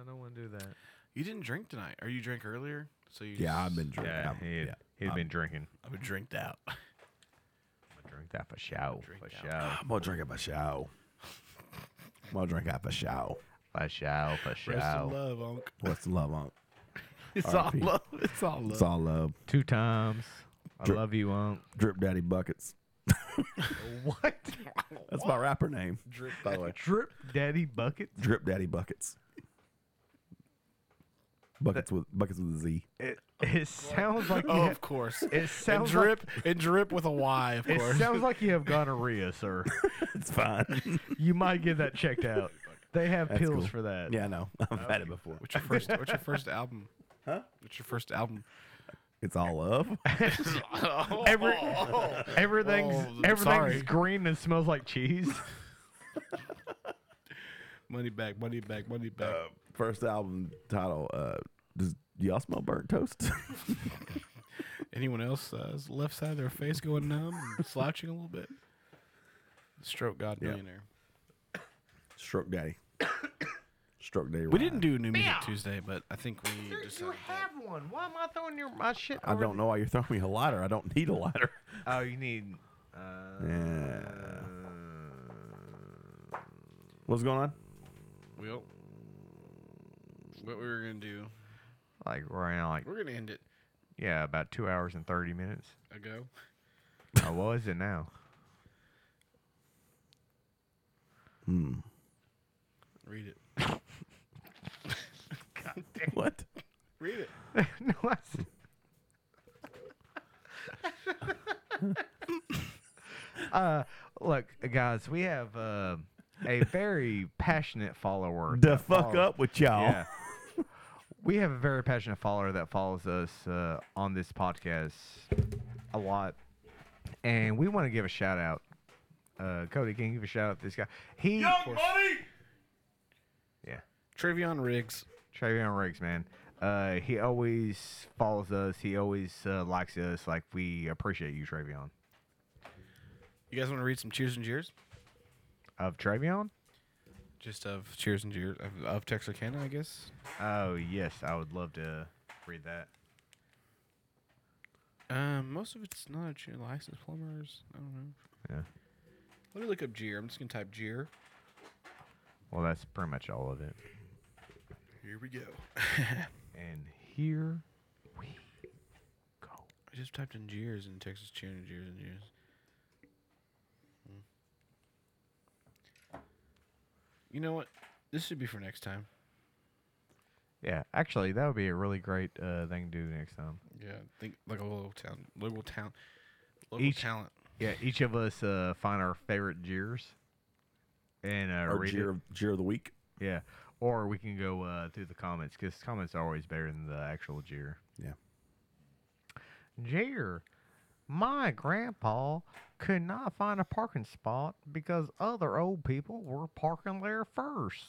[SPEAKER 3] I don't want to do that.
[SPEAKER 2] You didn't drink tonight, or you drank earlier, so you.
[SPEAKER 1] yeah, I've
[SPEAKER 2] just-
[SPEAKER 1] been drinking.
[SPEAKER 3] Yeah,
[SPEAKER 1] I'm-
[SPEAKER 3] he had,
[SPEAKER 1] yeah.
[SPEAKER 3] <laughs> he had been drinking.
[SPEAKER 2] I've been drinked out.
[SPEAKER 3] that for show. For show.
[SPEAKER 1] I'm gonna drink up a show. I'm gonna drink up a show.
[SPEAKER 3] For show. For show.
[SPEAKER 2] love, Unc.
[SPEAKER 1] What's the love on?
[SPEAKER 2] <laughs> It's all
[SPEAKER 1] R.I.P.
[SPEAKER 2] love. It's all love.
[SPEAKER 1] It's all love.
[SPEAKER 3] Two times. I
[SPEAKER 1] Dri-
[SPEAKER 3] love you, Unc.
[SPEAKER 1] Drip Daddy Buckets.
[SPEAKER 3] What?
[SPEAKER 1] That's my rapper name.
[SPEAKER 2] Drip
[SPEAKER 1] By the way,
[SPEAKER 3] Drip Daddy Bucket?
[SPEAKER 1] Drip Daddy Buckets. Buckets with buckets with a Z.
[SPEAKER 3] It, it sounds like you
[SPEAKER 2] Oh,
[SPEAKER 3] ha-
[SPEAKER 2] of course. <laughs>
[SPEAKER 3] it
[SPEAKER 2] And
[SPEAKER 3] sounds like-
[SPEAKER 2] drip and drip with a Y, of
[SPEAKER 3] It
[SPEAKER 2] course.
[SPEAKER 3] sounds like you have gonorrhea, sir.
[SPEAKER 1] It's
[SPEAKER 2] <laughs>
[SPEAKER 1] fine.
[SPEAKER 3] You might get that checked out. They have
[SPEAKER 1] That's
[SPEAKER 3] pills
[SPEAKER 1] cool.
[SPEAKER 3] for that.
[SPEAKER 1] yeah, I know. I've had it before.
[SPEAKER 2] What's your first? <laughs> What's your first album? Huh? What's your first album?
[SPEAKER 1] It's all love.
[SPEAKER 3] <laughs> Every, everything's
[SPEAKER 2] Oh, I'm
[SPEAKER 3] everything's
[SPEAKER 2] sorry.
[SPEAKER 3] green and smells like cheese.
[SPEAKER 2] Money back, money back, money back.
[SPEAKER 1] Uh, first album title. Uh, does y'all smell burnt toast? <laughs>
[SPEAKER 2] Anyone else? Uh, is the left side of their face going numb and <laughs> slouching a little bit? Stroke God
[SPEAKER 1] Yeah.
[SPEAKER 2] Millionaire.
[SPEAKER 1] Stroke Daddy. <coughs> Stroke Daddy.
[SPEAKER 2] We didn't do New Music
[SPEAKER 3] Meow.
[SPEAKER 2] Tuesday, but I think we decided that-
[SPEAKER 3] one. Why am I throwing your my shit?
[SPEAKER 1] I don't know why you're throwing me a lighter. I don't need a lighter.
[SPEAKER 3] Oh, you need. Uh,
[SPEAKER 1] Yeah. What's going on?
[SPEAKER 2] Well, what we were gonna do?
[SPEAKER 3] Like right now, like
[SPEAKER 2] We're gonna end it.
[SPEAKER 3] yeah, about two hours and thirty minutes.
[SPEAKER 2] I go.
[SPEAKER 3] Oh, what is it now? <laughs>
[SPEAKER 2] Read it.
[SPEAKER 1] What?
[SPEAKER 2] Read it.
[SPEAKER 3] no, I s- <laughs> uh, look, guys, we have uh, a very passionate follower.
[SPEAKER 1] The
[SPEAKER 3] that
[SPEAKER 1] fuck
[SPEAKER 3] follows-
[SPEAKER 1] up with y'all.
[SPEAKER 3] Yeah. Oh. <laughs> we have a very passionate follower that follows us uh, on this podcast a lot, and we want to give a shout out. Uh, Cody, can you give a shout out to this guy? He, yeah.
[SPEAKER 2] Trivion Riggs.
[SPEAKER 3] Travion Riggs, man. Uh, he always follows us. He always uh, likes us. Like we appreciate you, Travion.
[SPEAKER 2] You guys want to read some cheers and jeers?
[SPEAKER 3] Of Travion?
[SPEAKER 2] Just of cheers and jeers of, of Texarkana, I guess.
[SPEAKER 3] Oh yes, I would love to read that.
[SPEAKER 2] Um, most of it's not a cheer. Licensed plumbers. I don't know.
[SPEAKER 3] Yeah.
[SPEAKER 2] Let me look up jeer. I'm just gonna type jeer.
[SPEAKER 3] Well, that's pretty much all of it.
[SPEAKER 2] Here we go.
[SPEAKER 3] And here we go.
[SPEAKER 2] I just typed in jeers in Texas cheer and jeers and jeers. Hmm. You know what? This should be for next time.
[SPEAKER 3] Yeah, actually, that would be a really great uh, thing to do next time.
[SPEAKER 2] Yeah, think like a little town, local town, local
[SPEAKER 3] Each-
[SPEAKER 2] talent.
[SPEAKER 3] Yeah, each of us uh, find our favorite jeers and uh,
[SPEAKER 1] Our
[SPEAKER 3] read
[SPEAKER 1] jeer
[SPEAKER 3] it.
[SPEAKER 1] of, jeer of the week.
[SPEAKER 3] Yeah, or we can go uh, through the comments because comments are always better than the actual jeer.
[SPEAKER 1] Yeah.
[SPEAKER 3] Jeer, my grandpa could not find a parking spot because other old people were parking there first.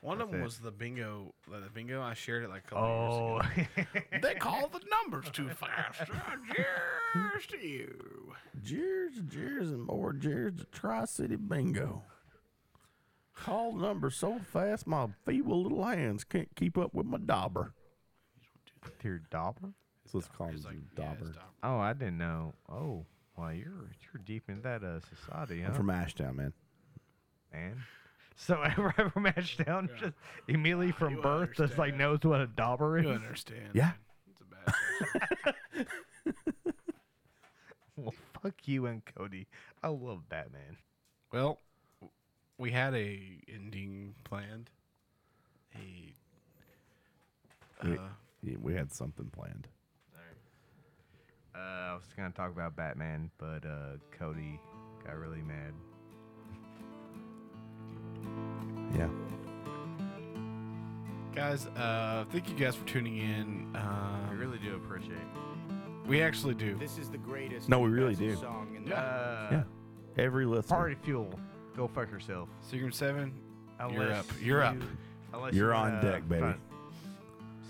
[SPEAKER 2] One of
[SPEAKER 3] That's
[SPEAKER 2] them
[SPEAKER 3] it.
[SPEAKER 2] was the bingo. like the bingo I shared it like a couple
[SPEAKER 3] Oh, <laughs>
[SPEAKER 2] years ago. They call the numbers too <laughs> fast. Cheers to you.
[SPEAKER 1] Jeers, jeers, and more jeers to Tri City Bingo. Call the number so fast my feeble little hands can't keep up with my dauber.
[SPEAKER 3] your dauber?
[SPEAKER 1] So let's call him
[SPEAKER 2] It's like yeah,
[SPEAKER 1] dauber.
[SPEAKER 2] it's dauber.
[SPEAKER 3] Oh, I didn't know. Oh, well, you're you're deep in that uh, society, huh,
[SPEAKER 1] I'm from Ashtown, man.
[SPEAKER 3] man? So <laughs> ever matched down just immediately from birth, just like knows what a dauber is.
[SPEAKER 2] You understand?
[SPEAKER 1] Yeah.
[SPEAKER 2] man. It's a bad. person.
[SPEAKER 3] <laughs> Well, fuck you and Cody. I love Batman.
[SPEAKER 2] well, w- we had a ending planned. A. Uh,
[SPEAKER 1] We- Yeah, we had something planned.
[SPEAKER 3] Uh, I was gonna talk about Batman, but uh, Cody got really mad.
[SPEAKER 1] Yeah.
[SPEAKER 2] guys, uh, thank you guys for tuning in. Um,
[SPEAKER 3] I really do appreciate.
[SPEAKER 2] we actually do.
[SPEAKER 15] This is the greatest.
[SPEAKER 1] No, we really do.
[SPEAKER 15] Song in the-
[SPEAKER 3] Uh,
[SPEAKER 1] yeah. Every listener.
[SPEAKER 3] Party fuel. Go fuck yourself.
[SPEAKER 2] Secret Seven. up. You're up.
[SPEAKER 3] unless
[SPEAKER 1] You're
[SPEAKER 3] you,
[SPEAKER 1] on deck, baby.
[SPEAKER 3] fine.
[SPEAKER 15] long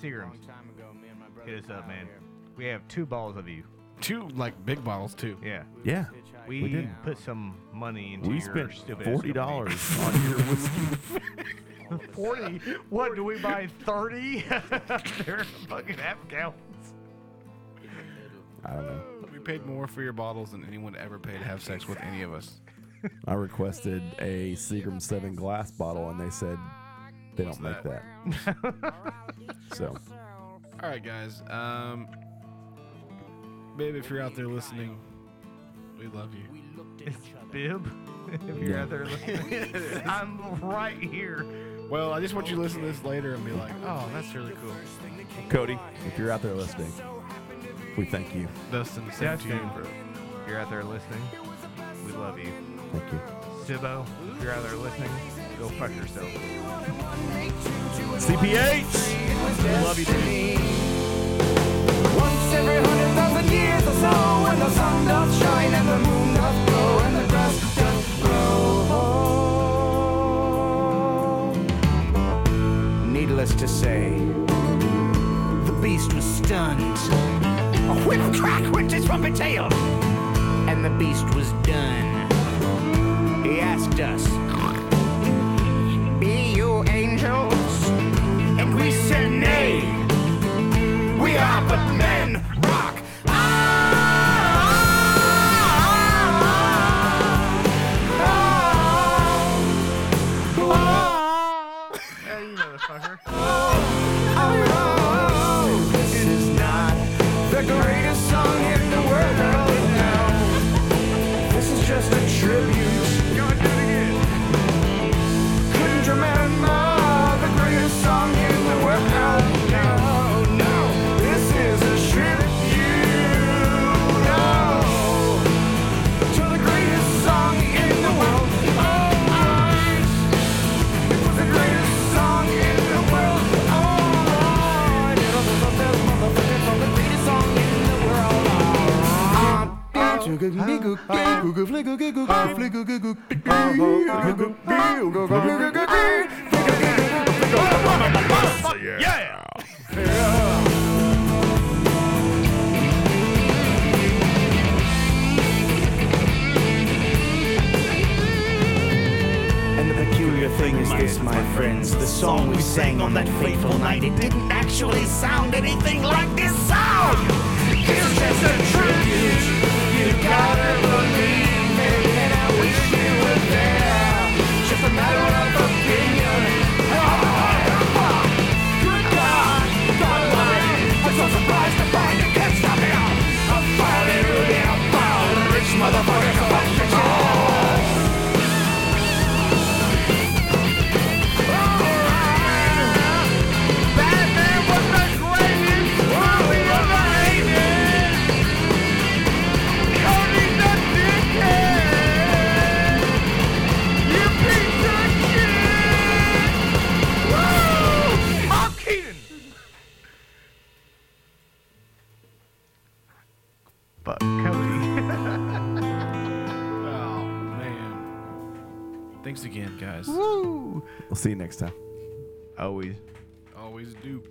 [SPEAKER 3] Seagrams,
[SPEAKER 15] time ago, me and my brother.
[SPEAKER 3] hit us up,
[SPEAKER 15] Kyle
[SPEAKER 3] man.
[SPEAKER 15] here,
[SPEAKER 3] We have two balls of you.
[SPEAKER 2] Two like big bottles too.
[SPEAKER 3] Yeah.
[SPEAKER 15] we was
[SPEAKER 1] Yeah.
[SPEAKER 15] hitchhiking
[SPEAKER 3] We,
[SPEAKER 1] did.
[SPEAKER 15] down.
[SPEAKER 3] put some money into
[SPEAKER 1] we
[SPEAKER 3] your
[SPEAKER 1] spent
[SPEAKER 3] stupid ass
[SPEAKER 1] forty dollars
[SPEAKER 3] <laughs>
[SPEAKER 1] on your whiskey.
[SPEAKER 15] All of a sudden,
[SPEAKER 3] company. What do we buy? <laughs> Thirty? They're fucking half gallons.
[SPEAKER 1] I don't know.
[SPEAKER 2] We
[SPEAKER 10] paid more for your bottles than anyone ever paid to have sex with any of us.
[SPEAKER 1] I requested a Seagram 7 glass bottle, and they said they don't make that. so,
[SPEAKER 10] All right, guys. Um, Bib, if you're out there listening, we love you.
[SPEAKER 3] It's Bib. <laughs> If you're out there listening, I'm right here.
[SPEAKER 10] Well, I just want you to listen to this later and be like, oh, that's really cool.
[SPEAKER 1] Cody, if you're out there listening, we thank you.
[SPEAKER 10] Dustin, same
[SPEAKER 3] Yes,
[SPEAKER 10] to you,
[SPEAKER 3] man.
[SPEAKER 10] bro.
[SPEAKER 16] If you're out there listening, we love you.
[SPEAKER 1] Thank you.
[SPEAKER 3] Dibbo,
[SPEAKER 16] if you're out there listening, go fuck yourself.
[SPEAKER 17] CPH! Love you,
[SPEAKER 7] Once every hundred thousand years or so, when the sun does shine and the moon does glow and the grass does grow.
[SPEAKER 5] Needless to say, the beast was stunned. A whip crack whipped his rumpy tail, and the beast was done. He asked us, Be you angels? And we said, Nay, we are but men. Rock Ah, ah,
[SPEAKER 3] Hey, you motherfucker.
[SPEAKER 7] This is not the greatest song in the world. No, this is just a tribute. God, do it again. Couldn't you remember the greatest song in the world? No, no, this is a tribute. No, to the greatest song in the world. Oh, I- it was the greatest song in the world. Oh, I never thought that motherfucker was the greatest song in the world.
[SPEAKER 17] Yeah!
[SPEAKER 5] And the peculiar thing is this, my friends. The song we sang on that fateful night, it didn't actually sound anything like this sound. It's just a tribute. You gotta believe it, and I wish you were there. Just a matter of opinion. Good God, God Almighty, I'm so surprised to find you can't stop me. I'm filing through the outbound, rich motherfucker, so much control.
[SPEAKER 3] Fuck Cody.
[SPEAKER 10] Oh, man. Thanks again, guys.
[SPEAKER 1] We'll see you next time.
[SPEAKER 16] Always.
[SPEAKER 10] Always do.